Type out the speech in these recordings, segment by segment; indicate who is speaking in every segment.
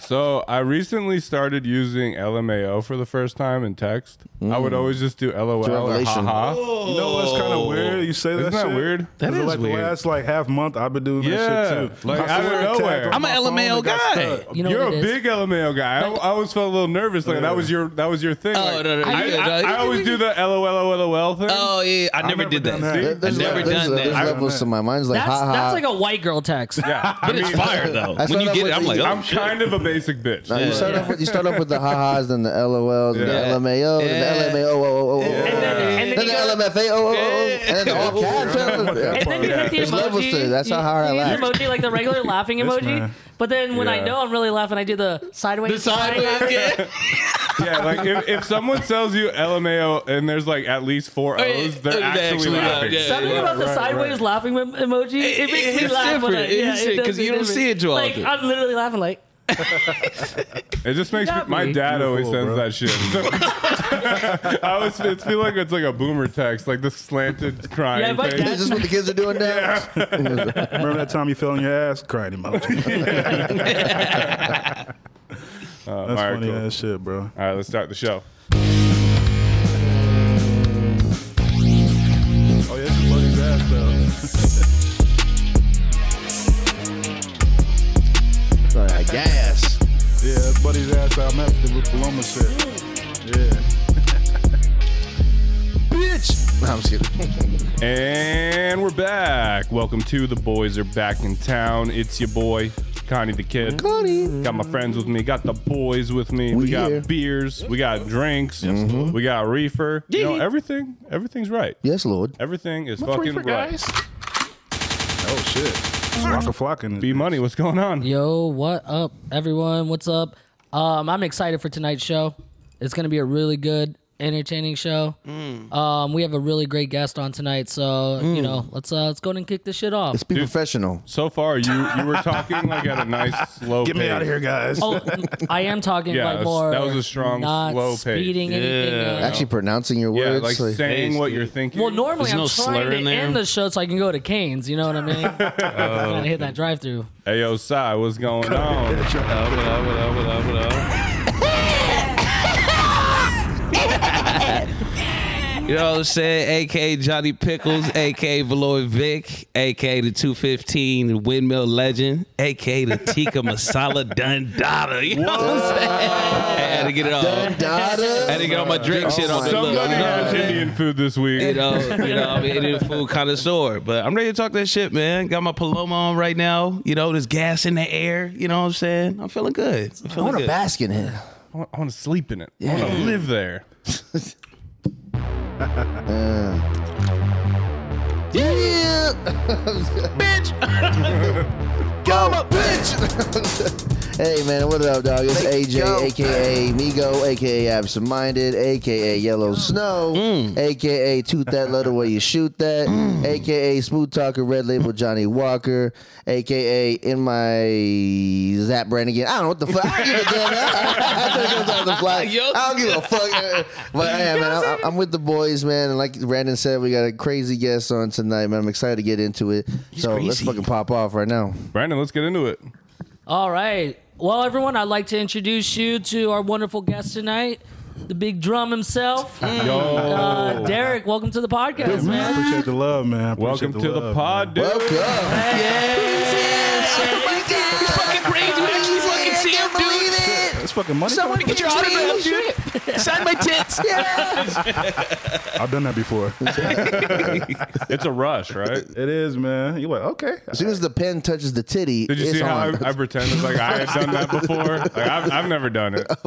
Speaker 1: So I recently started using LMAO for the first time in text. I would always just do LOL or
Speaker 2: Revelation.
Speaker 1: haha.
Speaker 3: You know what's kind of weird? You say
Speaker 1: Isn't
Speaker 3: Oh. that
Speaker 1: that
Speaker 3: shit.
Speaker 1: weird?
Speaker 3: That
Speaker 4: That
Speaker 3: is
Speaker 4: is
Speaker 3: like
Speaker 4: weird.
Speaker 3: the last like half month I've been doing
Speaker 1: Yeah,
Speaker 3: that shit too.
Speaker 1: like,
Speaker 3: I
Speaker 1: out of
Speaker 3: swear, attack
Speaker 1: nowhere.
Speaker 3: on
Speaker 1: I'm
Speaker 3: my
Speaker 4: a
Speaker 3: phone,
Speaker 4: LMAO
Speaker 3: it got
Speaker 4: guy.
Speaker 3: stuck.
Speaker 5: You know
Speaker 1: You're
Speaker 5: what
Speaker 1: a
Speaker 5: it is?
Speaker 1: big LMAO guy. I, I always felt a little nervous. Like that was your that was your thing.
Speaker 5: Oh,
Speaker 1: Like,
Speaker 5: no, no, no.
Speaker 1: I,
Speaker 5: You did,
Speaker 1: I-
Speaker 5: uh,
Speaker 1: I always do the LOL LOL thing.
Speaker 5: Oh yeah, I never
Speaker 3: never
Speaker 5: did that.
Speaker 3: done that.
Speaker 1: See?
Speaker 3: There-
Speaker 1: I
Speaker 2: There's,
Speaker 5: never
Speaker 2: le- there's,
Speaker 5: done that.
Speaker 2: there's
Speaker 5: I-
Speaker 2: levels to my mind. It's like,
Speaker 5: That's-
Speaker 2: ha ha.
Speaker 5: that's
Speaker 2: ha.
Speaker 5: like
Speaker 4: Like a white girl text.
Speaker 1: Yeah, I
Speaker 5: But it's fire though.
Speaker 2: I
Speaker 5: When
Speaker 2: started
Speaker 5: you get it,
Speaker 2: off
Speaker 5: I'm
Speaker 2: with
Speaker 5: like,
Speaker 2: the-
Speaker 5: oh
Speaker 1: I'm
Speaker 5: shit.
Speaker 1: kind of a basic bitch.
Speaker 2: Now, you, start off with, you start off with the ha-has, then the LOLs, and
Speaker 1: Yeah.
Speaker 2: the LMAO, then the LMAO, oh, oh, oh, oh, oh.
Speaker 4: And then, and then,
Speaker 2: then
Speaker 4: you
Speaker 2: the
Speaker 4: go-
Speaker 2: LMFAO, oh, oh, oh,
Speaker 5: Yeah.
Speaker 2: and then all caps.
Speaker 4: and then you hit the
Speaker 2: There's levels to
Speaker 4: emoji.
Speaker 2: it. That's
Speaker 4: you-
Speaker 2: how hard I
Speaker 4: you hit
Speaker 2: laugh.
Speaker 4: the emoji, like the regular laughing emoji.
Speaker 3: man.
Speaker 4: But then when I
Speaker 1: Yeah.
Speaker 4: know I'm really laughing, I do the sideways.
Speaker 5: The side
Speaker 4: smile.
Speaker 5: look, yeah.
Speaker 1: Yeah, like if, if someone sells you LMAO and there's like at least four
Speaker 5: Oh, yeah.
Speaker 1: O's, they're
Speaker 5: They're
Speaker 1: actually,
Speaker 5: actually
Speaker 1: laughing.
Speaker 5: laughing. Yeah,
Speaker 4: Something
Speaker 5: yeah.
Speaker 4: about the sideways laughing em- emoji, it makes me
Speaker 5: it's
Speaker 4: laugh. when I-
Speaker 5: different. It
Speaker 4: yeah,
Speaker 5: is
Speaker 4: it
Speaker 5: different,
Speaker 4: does
Speaker 5: 'cause
Speaker 4: be
Speaker 5: you don't
Speaker 4: different.
Speaker 5: see it too
Speaker 4: Like
Speaker 5: often.
Speaker 4: I'm literally laughing, like
Speaker 1: It just makes me,
Speaker 4: Got
Speaker 1: my
Speaker 4: me.
Speaker 1: dad always sends
Speaker 3: Beautiful,
Speaker 1: that shit. I always it's feel like it's like a boomer text, like the slanted crying
Speaker 4: Yeah, my
Speaker 1: thing.
Speaker 2: Is this what the kids are doing now?
Speaker 3: Remember that time you fell on your ass? Crying emoji.
Speaker 1: Uh,
Speaker 3: That's
Speaker 1: all right,
Speaker 3: funny
Speaker 1: cool.
Speaker 3: ass shit, bro.
Speaker 1: All right, let's start the show.
Speaker 3: Oh yeah, it's Buddy's ass though.
Speaker 2: Sorry, I gas.
Speaker 3: Yeah, that's Buddy's ass out after with Paloma shit. Yeah.
Speaker 2: Bitch. No, I'm just kidding.
Speaker 1: And we're back. Welcome to the boys are back in town. It's your boy Connie the Kid.
Speaker 2: Funny.
Speaker 1: Got my friends with me. Got the boys with me. We,
Speaker 2: We
Speaker 1: got
Speaker 2: here.
Speaker 1: beers. We got drinks. We got reefer. You know everything. Everything's right.
Speaker 2: Yes, Lord.
Speaker 1: Everything is fucking right.
Speaker 3: Oh shit. Flocka flocking.
Speaker 1: B money. What's going on?
Speaker 4: Yo, what up, everyone? What's up? Um, I'm excited for tonight's show. It's gonna be a really good, entertaining show.
Speaker 5: Mm.
Speaker 4: Um, we have a really great guest on tonight, so you know, let's uh, let's go ahead and kick this shit off.
Speaker 2: Let's be professional.
Speaker 1: So far, you you were talking like at a nice slow.
Speaker 3: Get me
Speaker 1: pace.
Speaker 3: out of here, guys.
Speaker 4: Oh, I am talking
Speaker 1: Yeah,
Speaker 4: like
Speaker 1: that's-
Speaker 4: more.
Speaker 1: that was a strong,
Speaker 4: not
Speaker 1: slow pace.
Speaker 4: speeding anything. in.
Speaker 2: Actually, pronouncing your
Speaker 1: Yeah,
Speaker 2: words.
Speaker 1: like
Speaker 2: like-
Speaker 1: saying what you're thinking.
Speaker 4: Well, normally
Speaker 5: There's
Speaker 4: I'm
Speaker 5: no slur
Speaker 4: trying to
Speaker 5: in there?
Speaker 4: end the show so I can go to Canes. You know what I mean? I'm trying to hit
Speaker 1: Oh.
Speaker 4: that drive-through.
Speaker 1: Hey, yo, Sai, what's going on?
Speaker 5: Oh, what up, what up, what up, what up? You know what I'm saying? AK Johnny Pickles, AK Valoy Vic, AK the 215 Windmill Legend, AK the Tika Masala Dundada. You know what I'm saying? I had to get it all. I had
Speaker 2: Dada.
Speaker 5: to get all my drink shit on the
Speaker 1: Somebody
Speaker 5: look.
Speaker 1: has Indian food this week.
Speaker 5: You know, you know, I'm an Indian food connoisseur, but I'm ready to talk that shit, man. Got my Paloma on right now. You know, there's gas in the air. You know what I'm saying? I'm feeling good. I'm
Speaker 2: I
Speaker 5: feeling
Speaker 2: want to
Speaker 5: good.
Speaker 2: bask in it.
Speaker 1: I want, to sleep in it. I want to live there.
Speaker 2: Yeah. bitch. Come on, bitch. hey, man, what up, dog? It's AJ, aka Migo, aka Absent Minded, aka Yellow Snow, aka Toot That Letter Where You Shoot That, aka Smooth Talker, Red Label Johnny Walker, aka In My Zap Brand Again. I don't know what the fuck. I don't give a damn. I, I, I, I, off the fly.
Speaker 5: Yo.
Speaker 2: I don't give a fuck. But I am, man. I'm, I'm with the boys, man. And like Brandon said, we got a crazy guest on tonight, man. I'm excited to get into it. so let's
Speaker 5: crazy.
Speaker 2: fucking pop off right now.
Speaker 1: Brandon, let's get into it.
Speaker 4: All right. Well, everyone, I'd like to introduce you to our wonderful guest tonight, the big drum himself,
Speaker 1: Yo,
Speaker 4: uh, Derek. Welcome to the podcast,
Speaker 3: I
Speaker 4: man.
Speaker 3: appreciate the love, man. I appreciate
Speaker 1: welcome to the
Speaker 3: love,
Speaker 1: pod, dude.
Speaker 2: Welcome.
Speaker 5: fucking crazy. We actually fucking see him, dude.
Speaker 3: Man. It's fucking money. coming
Speaker 5: your autograph, dude. Sign my tits.
Speaker 3: from- I've done that before.
Speaker 1: It's a rush, right?
Speaker 3: it is, man. You like okay?
Speaker 2: As soon as the pen touches the titty,
Speaker 1: Did you
Speaker 2: it's
Speaker 1: see how I,
Speaker 2: on.
Speaker 1: I pretended like I had done that before? Like, I've, I've never done it.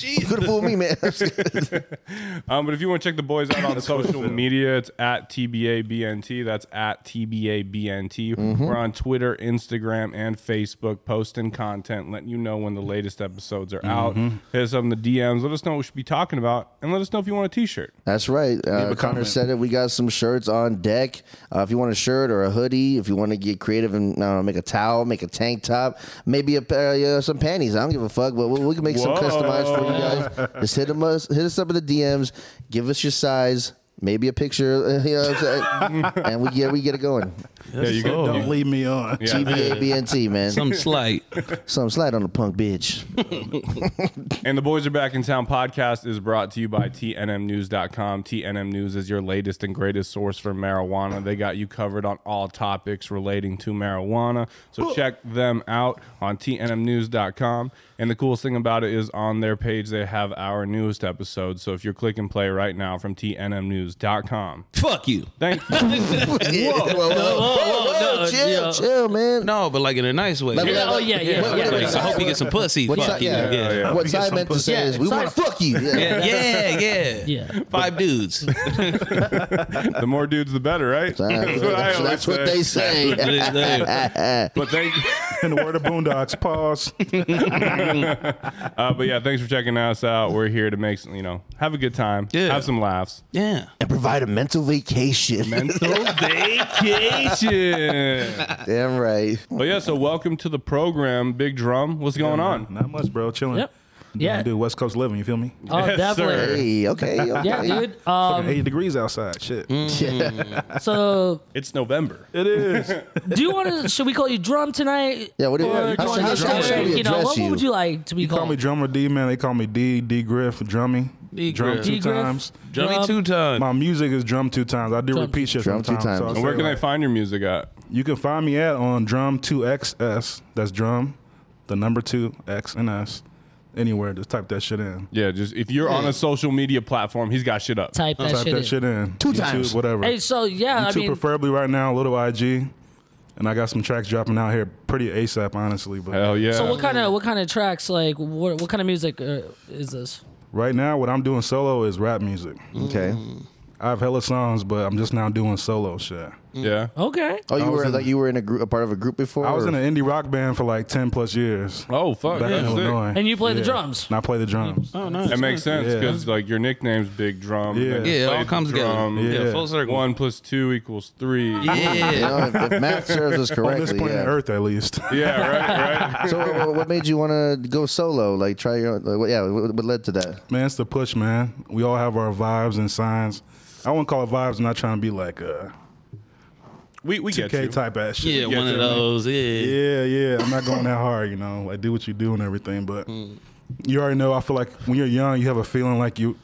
Speaker 2: you could have fooled me, man.
Speaker 1: Um, but if you want to check the boys out on social media, it's at TBABNT. That's at TBABNT. We're on Twitter, Instagram, and Facebook, posting content, letting you know when the latest episodes are out. Hit us up in the DMs. Let us know what we should be talking about, and let us know if you want a t shirt.
Speaker 2: That's right. Uh, Connor
Speaker 3: comment.
Speaker 2: said it. We got some shirts on deck. Uh, if you want a shirt or a hoodie, if you want to get creative and uh, make a towel, make a tank top, maybe a pair, uh, some panties. I don't give a fuck, but we, we can make
Speaker 1: Whoa.
Speaker 2: some customized for you guys. Just hit 'em us, hit us up in the DMs. Give us your size. Maybe a picture, uh, you know what I'm saying? and we get we get it going.
Speaker 1: yeah, you
Speaker 5: so-
Speaker 1: go.
Speaker 3: Don't leave me on.
Speaker 1: Yeah.
Speaker 2: TBA BNT, man. Some,
Speaker 5: Some slight.
Speaker 2: Some slide on the punk bitch.
Speaker 1: And the Boys Are Back in Town podcast is brought to you by TNMnews.com. TNM News is your latest and greatest source for marijuana. They got you covered on all topics relating to marijuana. So check them out on TNMnews.com. And the coolest thing about it is on their page, they have our newest episode. So if you're click and play right now from TNMnews.com,
Speaker 5: Fuck you.
Speaker 1: thank you.
Speaker 2: Yeah, whoa, whoa, whoa,
Speaker 4: no,
Speaker 2: whoa, chill,
Speaker 4: yeah.
Speaker 2: chill, man.
Speaker 5: No, but like in a nice way.
Speaker 2: Let me-
Speaker 4: Yeah, oh yeah, yeah,
Speaker 2: What-
Speaker 4: yeah.
Speaker 2: what
Speaker 5: Like, I hope you get some pussy.
Speaker 2: What,
Speaker 5: Fuck
Speaker 2: si-
Speaker 5: you.
Speaker 2: yeah.
Speaker 5: Yeah.
Speaker 1: yeah.
Speaker 2: what
Speaker 3: Get
Speaker 2: Si
Speaker 3: some
Speaker 2: meant to
Speaker 3: pussy.
Speaker 2: say is, we
Speaker 4: Si-
Speaker 2: want to fuck you. Yeah.
Speaker 5: Yeah, yeah, yeah.
Speaker 4: Yeah.
Speaker 5: Five dudes.
Speaker 1: the more dudes, the better, right?
Speaker 2: That's, that's-
Speaker 1: always
Speaker 2: that's what they say.
Speaker 1: But thank
Speaker 3: In the word of boondocks, pause.
Speaker 1: Uh, but yeah, thanks for checking us out. We're here to make some, you know, have a good time,
Speaker 5: Yeah.
Speaker 1: have some laughs.
Speaker 5: yeah.
Speaker 2: and provide a mental vacation.
Speaker 1: Mental vacation.
Speaker 2: Damn right.
Speaker 1: but yeah, so welcome to the program, Big Drum. What's going on?
Speaker 3: Not much, bro. Chilling.
Speaker 4: Yep.
Speaker 3: I
Speaker 4: Yeah.
Speaker 3: do West Coast living. You feel me?
Speaker 4: Oh,
Speaker 1: Yes,
Speaker 4: definitely.
Speaker 1: sir.
Speaker 2: Hey, okay. okay.
Speaker 4: Yeah, dude. Um, Mm.
Speaker 3: Eighty degrees outside. Shit.
Speaker 4: so
Speaker 1: It's November.
Speaker 3: It is.
Speaker 4: do you want to? Should we call you Drum tonight?
Speaker 2: Yeah, what do you-
Speaker 4: Or
Speaker 2: how
Speaker 4: do
Speaker 2: should-
Speaker 4: you
Speaker 2: how
Speaker 4: want
Speaker 2: should-
Speaker 4: to
Speaker 2: how
Speaker 4: call
Speaker 2: should
Speaker 4: it,
Speaker 2: we
Speaker 4: you know,
Speaker 2: address
Speaker 4: what,
Speaker 2: you?
Speaker 4: would you like to be
Speaker 3: Call
Speaker 4: called?
Speaker 3: me drummer D man. They call me D D Griff Drummy.
Speaker 5: D.
Speaker 3: Drum
Speaker 5: Griff.
Speaker 3: two
Speaker 4: D. Griff.
Speaker 3: times.
Speaker 5: Jummy two times.
Speaker 3: My music is drum two times. I do
Speaker 4: Drum-
Speaker 3: repeat shit
Speaker 2: Drum two
Speaker 3: sometimes.
Speaker 2: times.
Speaker 3: I'll
Speaker 1: And where
Speaker 3: say,
Speaker 1: can they
Speaker 3: like,
Speaker 1: find your music at?
Speaker 3: You can find me at on drum two XS. That's drum, the number two X and S. Anywhere, just type that shit in.
Speaker 1: Yeah, just if you're on a social media platform, he's got shit up.
Speaker 4: Type that
Speaker 3: type
Speaker 4: shit.
Speaker 3: that
Speaker 4: in.
Speaker 3: shit in.
Speaker 2: Two
Speaker 3: YouTube,
Speaker 2: times.
Speaker 3: whatever.
Speaker 4: Hey, so yeah,
Speaker 3: YouTube
Speaker 4: I mean,
Speaker 3: preferably right now, a little IG, and I got some tracks dropping out here pretty ASAP, honestly. But
Speaker 1: Hell yeah.
Speaker 4: so what kind of what kind of tracks like what what kind of music uh, is this?
Speaker 3: right now, what I'm doing solo is rap music.
Speaker 2: Okay.
Speaker 3: I have hella songs, but I'm just now doing solo shit.
Speaker 1: yeah.
Speaker 4: Okay.
Speaker 2: Oh, you were like you were in a group, a part of a group before.
Speaker 3: I was
Speaker 2: or-
Speaker 3: in an indie rock band for like ten plus years.
Speaker 1: Oh fuck.
Speaker 3: Back
Speaker 1: yeah,
Speaker 3: in
Speaker 1: sick.
Speaker 3: Illinois.
Speaker 4: And you play the
Speaker 3: Yeah.
Speaker 4: drums.
Speaker 3: And I play the drums.
Speaker 5: Oh, nice.
Speaker 1: That makes sense
Speaker 3: Yeah.
Speaker 1: because like your nickname's Big Drum.
Speaker 3: Yeah.
Speaker 1: and
Speaker 5: Yeah,
Speaker 1: you
Speaker 5: it
Speaker 1: play
Speaker 5: all comes
Speaker 1: drum.
Speaker 5: together. Yeah,
Speaker 3: Yeah.
Speaker 5: full circle.
Speaker 1: One plus two equals three.
Speaker 2: You
Speaker 5: Yeah.
Speaker 2: know, if, if math serves us
Speaker 3: On this
Speaker 2: correctly,
Speaker 3: planet
Speaker 2: yeah.
Speaker 3: Earth, at least.
Speaker 1: Yeah, right, right.
Speaker 2: So, what, what made you want to go solo? Like, try your own. Like, what- yeah, what, what led to that?
Speaker 3: Man, it's the push, man. We all have our vibes and signs. I wouldn't call it vibes. I'm not trying to be like a
Speaker 1: We we get you.
Speaker 3: 2K type ass shit.
Speaker 5: Yeah,
Speaker 3: You
Speaker 5: one
Speaker 3: get
Speaker 5: of
Speaker 3: what I mean?
Speaker 5: those. Yeah.
Speaker 3: Yeah, yeah. I'm not going that hard, you know. Like do what you do and everything. But you already know. I feel like when you're young, you have a feeling like you.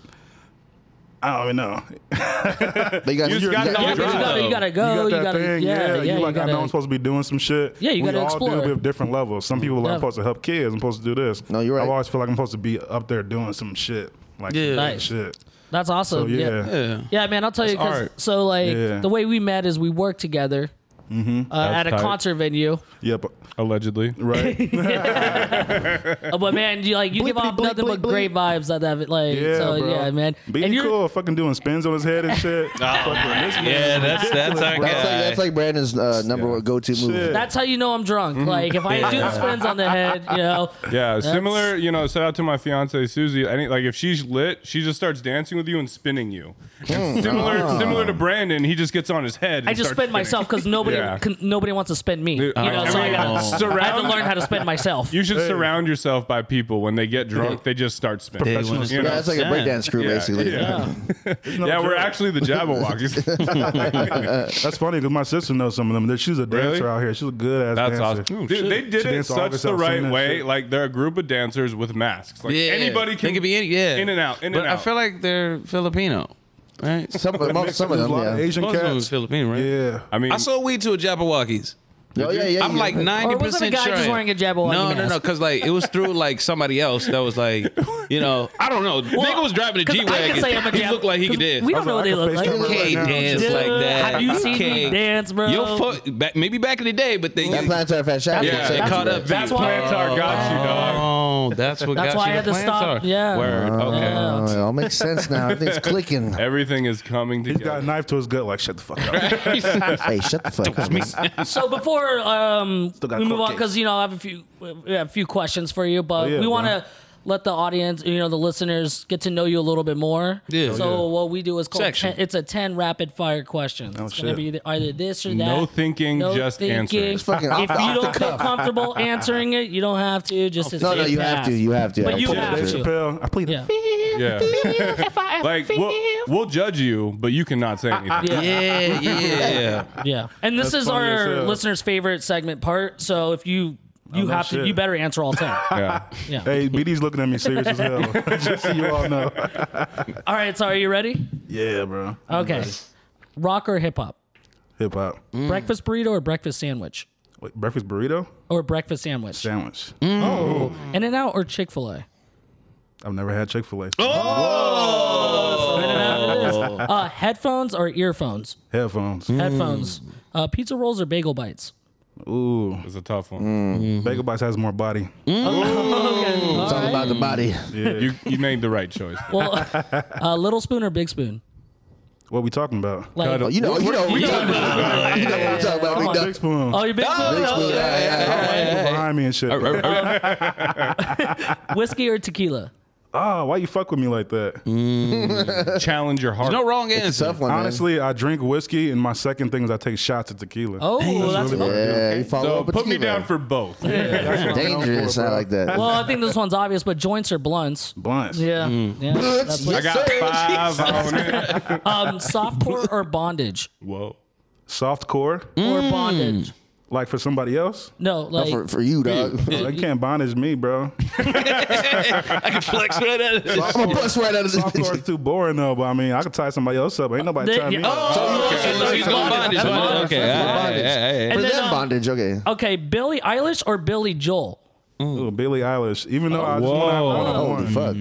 Speaker 3: I don't even know.
Speaker 2: But you got,
Speaker 1: You just
Speaker 2: you
Speaker 1: got that
Speaker 2: got-
Speaker 4: Yeah, but you
Speaker 1: drive.
Speaker 4: gotta you gotta go.
Speaker 3: you got
Speaker 4: You
Speaker 3: that
Speaker 4: gotta,
Speaker 3: thing,
Speaker 4: yeah, yeah,
Speaker 3: yeah. you
Speaker 4: you
Speaker 3: like, I know I'm
Speaker 4: gotta.
Speaker 3: supposed to be doing some shit.
Speaker 4: Yeah, you
Speaker 3: we
Speaker 4: gotta
Speaker 3: all
Speaker 4: explore.
Speaker 3: do it at different levels. Some people are like,
Speaker 4: Yeah.
Speaker 3: I'm supposed to help kids. I'm supposed to do this.
Speaker 2: No, you're right.
Speaker 3: I always feel like I'm supposed to be up there doing some shit. Like
Speaker 5: Yeah.
Speaker 4: Nice.
Speaker 3: shit.
Speaker 4: That's awesome.
Speaker 3: So
Speaker 4: yeah.
Speaker 3: yeah.
Speaker 5: Yeah.
Speaker 4: Yeah, man, I'll tell you. 'cause-
Speaker 1: art.
Speaker 4: So, like,
Speaker 3: Yeah. Mm-hmm.
Speaker 4: the way we met is we worked together uh, at a
Speaker 1: tight.
Speaker 4: concert venue.
Speaker 3: Yep.
Speaker 1: Allegedly.
Speaker 3: Right.
Speaker 4: Uh, but man, you like you give off
Speaker 2: bleep,
Speaker 4: nothing
Speaker 2: bleep,
Speaker 4: but
Speaker 2: bleep.
Speaker 4: great vibes out of it. Like,
Speaker 3: Yeah,
Speaker 4: so
Speaker 3: bro.
Speaker 4: yeah, man.
Speaker 3: Be
Speaker 4: and you're
Speaker 3: cool, fucking doing spins on his head and shit. Fucking this
Speaker 5: Yeah,
Speaker 3: man.
Speaker 5: that's that's our
Speaker 2: that's, like, that's
Speaker 5: guy.
Speaker 2: like Brandon's uh, number one go-to move.
Speaker 3: Shit.
Speaker 4: that's how you know I'm drunk.
Speaker 3: Mm-hmm.
Speaker 4: Like, if I do the spins on the head, you know.
Speaker 1: Yeah,
Speaker 4: That's-
Speaker 1: similar. You know, shout out to my fiance Susie. Any like if she's lit, she just starts dancing with you and spinning you. And similar, similar to Brandon, he just gets on his head. And
Speaker 4: I just
Speaker 1: starts
Speaker 4: spin myself because nobody
Speaker 1: Yeah.
Speaker 4: con- nobody wants to spin me.
Speaker 1: Dude,
Speaker 4: you
Speaker 1: I-
Speaker 4: know,
Speaker 1: I
Speaker 4: so I,
Speaker 1: mean,
Speaker 4: gotta, I have to
Speaker 1: surround-
Speaker 4: learn how to spin myself.
Speaker 1: You should surround yourself by people when they get drunk. They just start spinning.
Speaker 5: They wanna
Speaker 1: You
Speaker 2: Yeah,
Speaker 1: know?
Speaker 2: that's like a
Speaker 5: Yeah.
Speaker 2: breakdance crew,
Speaker 1: Yeah,
Speaker 2: basically.
Speaker 1: yeah.
Speaker 3: no
Speaker 1: Yeah, we're
Speaker 3: joke.
Speaker 1: actually the Jabberwockies.
Speaker 3: That's funny because my sister knows some of them. That She's a dancer
Speaker 1: Really?
Speaker 3: out here. She's a good ass
Speaker 1: That's
Speaker 3: dancer.
Speaker 1: awesome, dude. They did
Speaker 3: She
Speaker 1: it
Speaker 3: danced all
Speaker 1: such
Speaker 3: this
Speaker 1: the
Speaker 3: out,
Speaker 1: right
Speaker 3: singing that
Speaker 1: way.
Speaker 3: shit.
Speaker 1: Like they're a group of dancers with masks. Like
Speaker 5: Yeah.
Speaker 1: anybody can,
Speaker 5: They could be any, yeah.
Speaker 1: in and out, in
Speaker 5: but
Speaker 1: and
Speaker 5: I
Speaker 1: out.
Speaker 5: feel like they're Filipino, right?
Speaker 2: Some, most, some of
Speaker 3: There's
Speaker 2: them,
Speaker 3: a lot of
Speaker 2: yeah.
Speaker 3: Asian
Speaker 5: Most of them is
Speaker 3: cats.
Speaker 5: Filipino, right?
Speaker 3: Yeah.
Speaker 1: I mean,
Speaker 5: I sold weed to a Jabberwockies.
Speaker 2: Oh, yeah, yeah.
Speaker 5: I'm
Speaker 2: yeah.
Speaker 5: like ninety
Speaker 4: was it a
Speaker 5: percent
Speaker 4: guy
Speaker 5: sure.
Speaker 4: just wearing a Jabberwocky
Speaker 5: No, no, no,
Speaker 4: mask?
Speaker 5: because like it was through like somebody else that was like, you know, I don't know. Nigga was driving a
Speaker 4: 'cause I
Speaker 5: G
Speaker 4: can
Speaker 5: wagon.
Speaker 4: say I'm a
Speaker 5: He
Speaker 4: Jab-
Speaker 5: looked like he could
Speaker 4: 'cause
Speaker 5: dance.
Speaker 4: We don't know what they look
Speaker 3: I can
Speaker 4: like.
Speaker 3: face
Speaker 5: You
Speaker 3: camera
Speaker 5: can't
Speaker 3: right now.
Speaker 5: dance
Speaker 4: Dude,
Speaker 5: like that.
Speaker 4: have you
Speaker 5: You
Speaker 4: seen me
Speaker 5: can't.
Speaker 4: dance, bro?
Speaker 5: Your foot, back, maybe back in the day, but then
Speaker 2: That
Speaker 5: you,
Speaker 2: plantar fasciitis.
Speaker 5: yeah,
Speaker 2: affects
Speaker 5: it
Speaker 4: that's-
Speaker 5: caught
Speaker 2: you.
Speaker 5: up. to
Speaker 1: that's
Speaker 5: you.
Speaker 1: why Plantar got you,
Speaker 5: Oh, that's what
Speaker 4: That's
Speaker 5: got
Speaker 4: why I
Speaker 5: you.
Speaker 4: had
Speaker 5: the
Speaker 4: to stop.
Speaker 5: plantar.
Speaker 4: Yeah.
Speaker 5: Word. Okay.
Speaker 4: Yeah.
Speaker 2: Oh, it all makes sense now. Everything's clicking.
Speaker 1: everything is coming
Speaker 3: He's got a
Speaker 1: together.
Speaker 3: knife to his gut. Like shut the fuck up.
Speaker 2: Hey, shut the fuck up. man.
Speaker 4: So before um,
Speaker 3: got
Speaker 4: we move
Speaker 3: court
Speaker 4: on, because you know I have a few we have a few questions for you, but
Speaker 3: Oh, yeah,
Speaker 4: we
Speaker 3: bro.
Speaker 4: want to let the audience, you know, the listeners get to know you a little bit more.
Speaker 5: Yeah.
Speaker 4: So what we do is called
Speaker 5: Section.
Speaker 4: ten, it's a ten rapid fire questions.
Speaker 2: Oh,
Speaker 4: it's gonna
Speaker 3: shit.
Speaker 4: be either- either this or that.
Speaker 1: No thinking, just answering. It's
Speaker 2: fucking off
Speaker 4: if
Speaker 2: the-
Speaker 4: you
Speaker 2: off the
Speaker 4: don't feel
Speaker 2: cuff.
Speaker 4: comfortable answering it, you don't have to. Just
Speaker 2: No, no, you have to. You have to.
Speaker 4: But you
Speaker 2: Absolutely.
Speaker 4: have
Speaker 3: Dave
Speaker 4: to.
Speaker 3: Chappelle. I plead.
Speaker 4: Yeah.
Speaker 1: Yeah. like what, We'll judge you, but you cannot
Speaker 3: Uh,
Speaker 1: say anything.
Speaker 4: Yeah.
Speaker 5: Yeah, yeah.
Speaker 4: Yeah, and this
Speaker 3: That's
Speaker 4: is
Speaker 3: funny as
Speaker 4: our
Speaker 3: hell.
Speaker 4: listener's favorite segment part. So if you you
Speaker 3: no
Speaker 4: have to,
Speaker 3: shit.
Speaker 4: you better answer all ten.
Speaker 1: Yeah.
Speaker 4: Yeah.
Speaker 3: Hey, BD's looking at me serious as hell. Just so you all know.
Speaker 4: All right, so are you ready?
Speaker 3: Yeah, bro.
Speaker 4: Okay. Rock or hip hop?
Speaker 3: Hip hop.
Speaker 1: Mm.
Speaker 4: Breakfast burrito or breakfast sandwich?
Speaker 3: Wait, Breakfast burrito
Speaker 4: Or breakfast sandwich?
Speaker 3: sandwich.
Speaker 1: Mm.
Speaker 4: In and out or Chick Fil A?
Speaker 3: I've never had Chick Fil A.
Speaker 1: Oh.
Speaker 4: Uh, headphones or earphones?
Speaker 3: Headphones.
Speaker 1: Mm.
Speaker 4: Headphones. Uh, pizza rolls or bagel bites?
Speaker 3: Ooh,
Speaker 1: It's a tough
Speaker 3: Mm.
Speaker 1: one.
Speaker 3: Bagel Bites has more body.
Speaker 1: Mm.
Speaker 4: All
Speaker 2: It's all
Speaker 4: right.
Speaker 2: about the body.
Speaker 1: You you made the right choice.
Speaker 4: Well, uh, little spoon or big spoon?
Speaker 3: What we talking about?
Speaker 4: Like,
Speaker 1: Cut
Speaker 4: oh,
Speaker 1: it.
Speaker 2: You know, you know what we talking about. You know what we talking about.
Speaker 3: Come
Speaker 2: Big
Speaker 3: on,
Speaker 2: Duck.
Speaker 3: Big Spoon.
Speaker 4: you Oh, big spoon.
Speaker 2: Big spoon, yeah, yeah, yeah.
Speaker 3: People behind me and shit.
Speaker 4: Whiskey or tequila?
Speaker 3: Ah, why you fuck with me like that?
Speaker 1: Mm-hmm. Challenge your heart.
Speaker 5: No wrong
Speaker 2: It's
Speaker 5: answer.
Speaker 2: a tough one, man.
Speaker 3: Honestly, I drink whiskey, and my second thing is I take shots of tequila.
Speaker 4: Oh, that's
Speaker 3: really
Speaker 4: cool.
Speaker 2: Yeah, you follow
Speaker 1: so
Speaker 2: up with
Speaker 1: put me
Speaker 2: tequila.
Speaker 1: down for both.
Speaker 2: dangerous. I like that.
Speaker 4: Well, Oh, I think this one's obvious, but joints or blunts?
Speaker 3: Mm. Blunts.
Speaker 4: Yeah. yeah that's
Speaker 1: I
Speaker 4: what,
Speaker 1: got five on it.
Speaker 4: um, softcore or bondage?
Speaker 1: Whoa.
Speaker 3: Soft core,
Speaker 4: Or bondage?
Speaker 3: like for somebody else.
Speaker 4: No, like.
Speaker 2: for, for you, dog.
Speaker 3: They can't bondage me, bro.
Speaker 5: I can flex right at it.
Speaker 2: I'm gonna bust right out of this
Speaker 3: Soft core is
Speaker 2: bitch.
Speaker 3: too boring though. But I mean, I could tie somebody else up. Ain't nobody
Speaker 4: They-
Speaker 3: tying me
Speaker 4: yeah.
Speaker 3: up.
Speaker 5: He's bondage.
Speaker 4: That's
Speaker 5: bondage.
Speaker 4: bondage.
Speaker 5: Okay, all right, all right, all right.
Speaker 2: For
Speaker 4: And then,
Speaker 2: them,
Speaker 4: um,
Speaker 2: bondage. Okay.
Speaker 4: Okay, Billie Eilish or Billy Joel? Oh.
Speaker 3: Ooh, Billie Eilish. Even though I just
Speaker 1: whoa.
Speaker 3: want to have
Speaker 2: Holy
Speaker 3: one-on-one.
Speaker 2: fuck.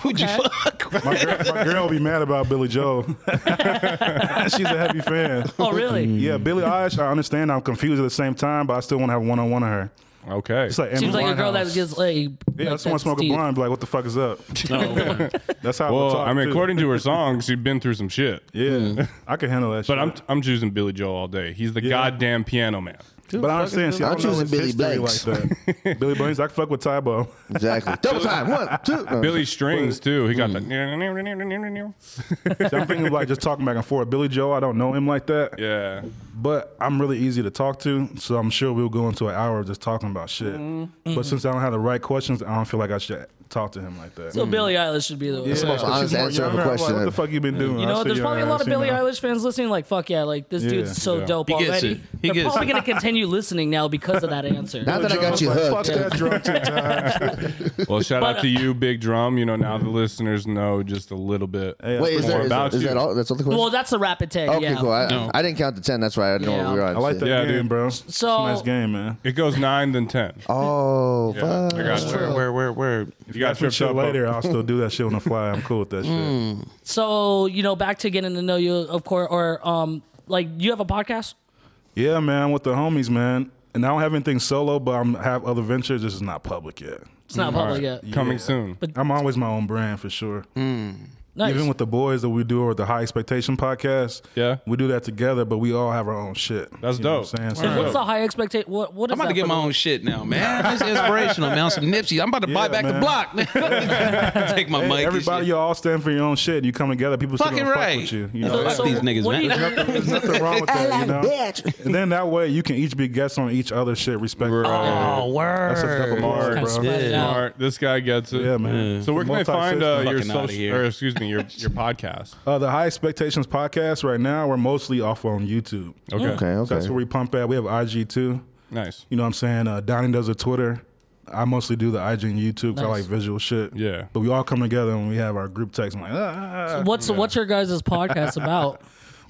Speaker 5: Who'd you fuck? with?
Speaker 3: My girl, my girl be mad about Billy Joel. She's a heavy fan.
Speaker 4: Oh, really?
Speaker 3: Yeah, Billie Eilish. I understand. I'm confused at the same time, but I still want to have one on one of her.
Speaker 1: Okay.
Speaker 3: It's like Amy
Speaker 4: Seems like a girl that
Speaker 3: Winehouse.
Speaker 4: gets like.
Speaker 3: Yeah, I
Speaker 4: like
Speaker 3: just want to smoke a
Speaker 4: deep.
Speaker 3: blunt. Be like, what the fuck is up? That's how.
Speaker 1: well,
Speaker 3: talk,
Speaker 1: I mean,
Speaker 3: too.
Speaker 1: according to her songs, she's been through some shit.
Speaker 3: Yeah, I can handle that.
Speaker 1: But
Speaker 3: shit.
Speaker 1: I'm I'm choosing Billy Joel all day. He's the goddamn piano man.
Speaker 3: but I understand. See, I
Speaker 2: I'm
Speaker 3: don't know
Speaker 2: choosing
Speaker 3: his
Speaker 2: Billy
Speaker 3: history
Speaker 2: Blanks.
Speaker 3: Like that. Billy Blanks. I can fuck with Tybo.
Speaker 2: Exactly. Double time. One, two. No.
Speaker 1: Billy Strings too. He got
Speaker 3: Mm.
Speaker 1: the
Speaker 3: See, I'm thinking like just talking back and forth. Billy Joe, I don't know him like that,
Speaker 1: yeah.
Speaker 3: but I'm really easy to talk to. So I'm sure we'll go into an hour of just talking about shit. But since I don't have the right questions, I don't feel like I should talk to him like that.
Speaker 4: So Billie Eilish should be the one.
Speaker 3: Yeah,
Speaker 2: most
Speaker 3: 'cause
Speaker 2: honest
Speaker 3: she's more
Speaker 2: answer of a
Speaker 3: younger. I'm like,
Speaker 2: question
Speaker 3: what the
Speaker 2: ever.
Speaker 3: fuck you been doing?
Speaker 4: You know, there's probably a lot of Billie Eilish fans listening. Like, fuck yeah, like this
Speaker 3: Yeah,
Speaker 4: dude's so
Speaker 1: yeah.
Speaker 4: dope
Speaker 5: He gets
Speaker 4: already.
Speaker 5: it. He
Speaker 4: They're
Speaker 5: gets
Speaker 4: probably
Speaker 5: it.
Speaker 4: gonna continue listening now because of that answer.
Speaker 2: Now that I got you hooked.
Speaker 3: Fuck that drunk two times.
Speaker 1: Well, shout
Speaker 4: But,
Speaker 1: out to you, Big Drum. You know, now the listeners know just a little bit.
Speaker 3: Hey,
Speaker 2: Wait, is
Speaker 1: More
Speaker 2: there is,
Speaker 1: about
Speaker 2: is
Speaker 1: you.
Speaker 2: that all? That's all the question.
Speaker 4: well, that's the rapid tag.
Speaker 2: okay,
Speaker 4: yeah.
Speaker 2: cool. I,
Speaker 5: No.
Speaker 2: I didn't count to ten. That's right. I didn't know what we were on.
Speaker 3: I like
Speaker 2: to.
Speaker 3: that
Speaker 1: Yeah,
Speaker 3: game,
Speaker 1: dude.
Speaker 3: bro. It's a nice game, man.
Speaker 1: It goes nine then ten.
Speaker 2: Oh,
Speaker 1: Yeah,
Speaker 2: fuck.
Speaker 1: I got tripped.
Speaker 5: Where, where, where, where?
Speaker 1: You got
Speaker 3: Some
Speaker 1: tripped
Speaker 3: shit
Speaker 1: up
Speaker 3: later, I'll still do that shit on the fly. I'm cool with that shit.
Speaker 4: So you know, back to getting to know you, of course, or um, like you have a podcast.
Speaker 3: Yeah, man, I'm with the homies, man. And I don't have anything solo, but I'm have other ventures. This is not public yet. Mm.
Speaker 4: It's not
Speaker 5: Mm-hmm.
Speaker 4: public yet.
Speaker 1: coming soon.
Speaker 3: I'm always my own brand for sure.
Speaker 5: Hmm.
Speaker 4: Nice.
Speaker 3: Even with the boys that we do or the High Expectation podcast,
Speaker 1: Yeah.
Speaker 3: we do that together, but we all have our own shit.
Speaker 1: That's
Speaker 3: You
Speaker 1: dope.
Speaker 3: know what I'm saying?
Speaker 4: and
Speaker 3: So-
Speaker 4: what's the high expectation? What what is
Speaker 5: I'm about to
Speaker 4: that
Speaker 5: get
Speaker 4: for
Speaker 5: my
Speaker 4: the-
Speaker 5: own shit now, man. This is inspirational, man. I'm some Nipsey. I'm about to buy
Speaker 3: Yeah,
Speaker 5: back the
Speaker 3: man.
Speaker 5: block. Take my
Speaker 3: Hey,
Speaker 5: mic.
Speaker 3: everybody,
Speaker 5: and shit.
Speaker 3: you all stand for your own shit. You come together, people still
Speaker 5: Fucking
Speaker 3: gonna
Speaker 5: right.
Speaker 3: fuck with you. You
Speaker 5: So-
Speaker 3: know,
Speaker 5: Fuck these niggas,
Speaker 4: what do you-
Speaker 3: there's nothing wrong with that. You know? And then that way, you can each be guests on each other shit, respect.
Speaker 5: Oh, word.
Speaker 3: That's a double bar,
Speaker 1: Kinda
Speaker 3: bro.
Speaker 4: spread it out.
Speaker 1: Smart. This guy gets it.
Speaker 3: Yeah, man.
Speaker 1: So where can they find
Speaker 3: Multi-system.
Speaker 1: uh, your
Speaker 5: Fucking outta
Speaker 1: social,
Speaker 5: here.
Speaker 1: or excuse me, your your podcast?
Speaker 3: Uh, the High Expectations podcast right now, we're mostly off on YouTube.
Speaker 1: Okay.
Speaker 2: Okay,
Speaker 3: So that's
Speaker 2: okay.
Speaker 3: where we pump at. We have IG too.
Speaker 1: Nice.
Speaker 3: You know what I'm saying? Uh, Donnie does a Twitter. I mostly do the IG and YouTube 'cause I like visual shit.
Speaker 1: Yeah.
Speaker 3: But we all come together and we have our group text. I'm like, ah.
Speaker 4: What's what's your guys' podcast about?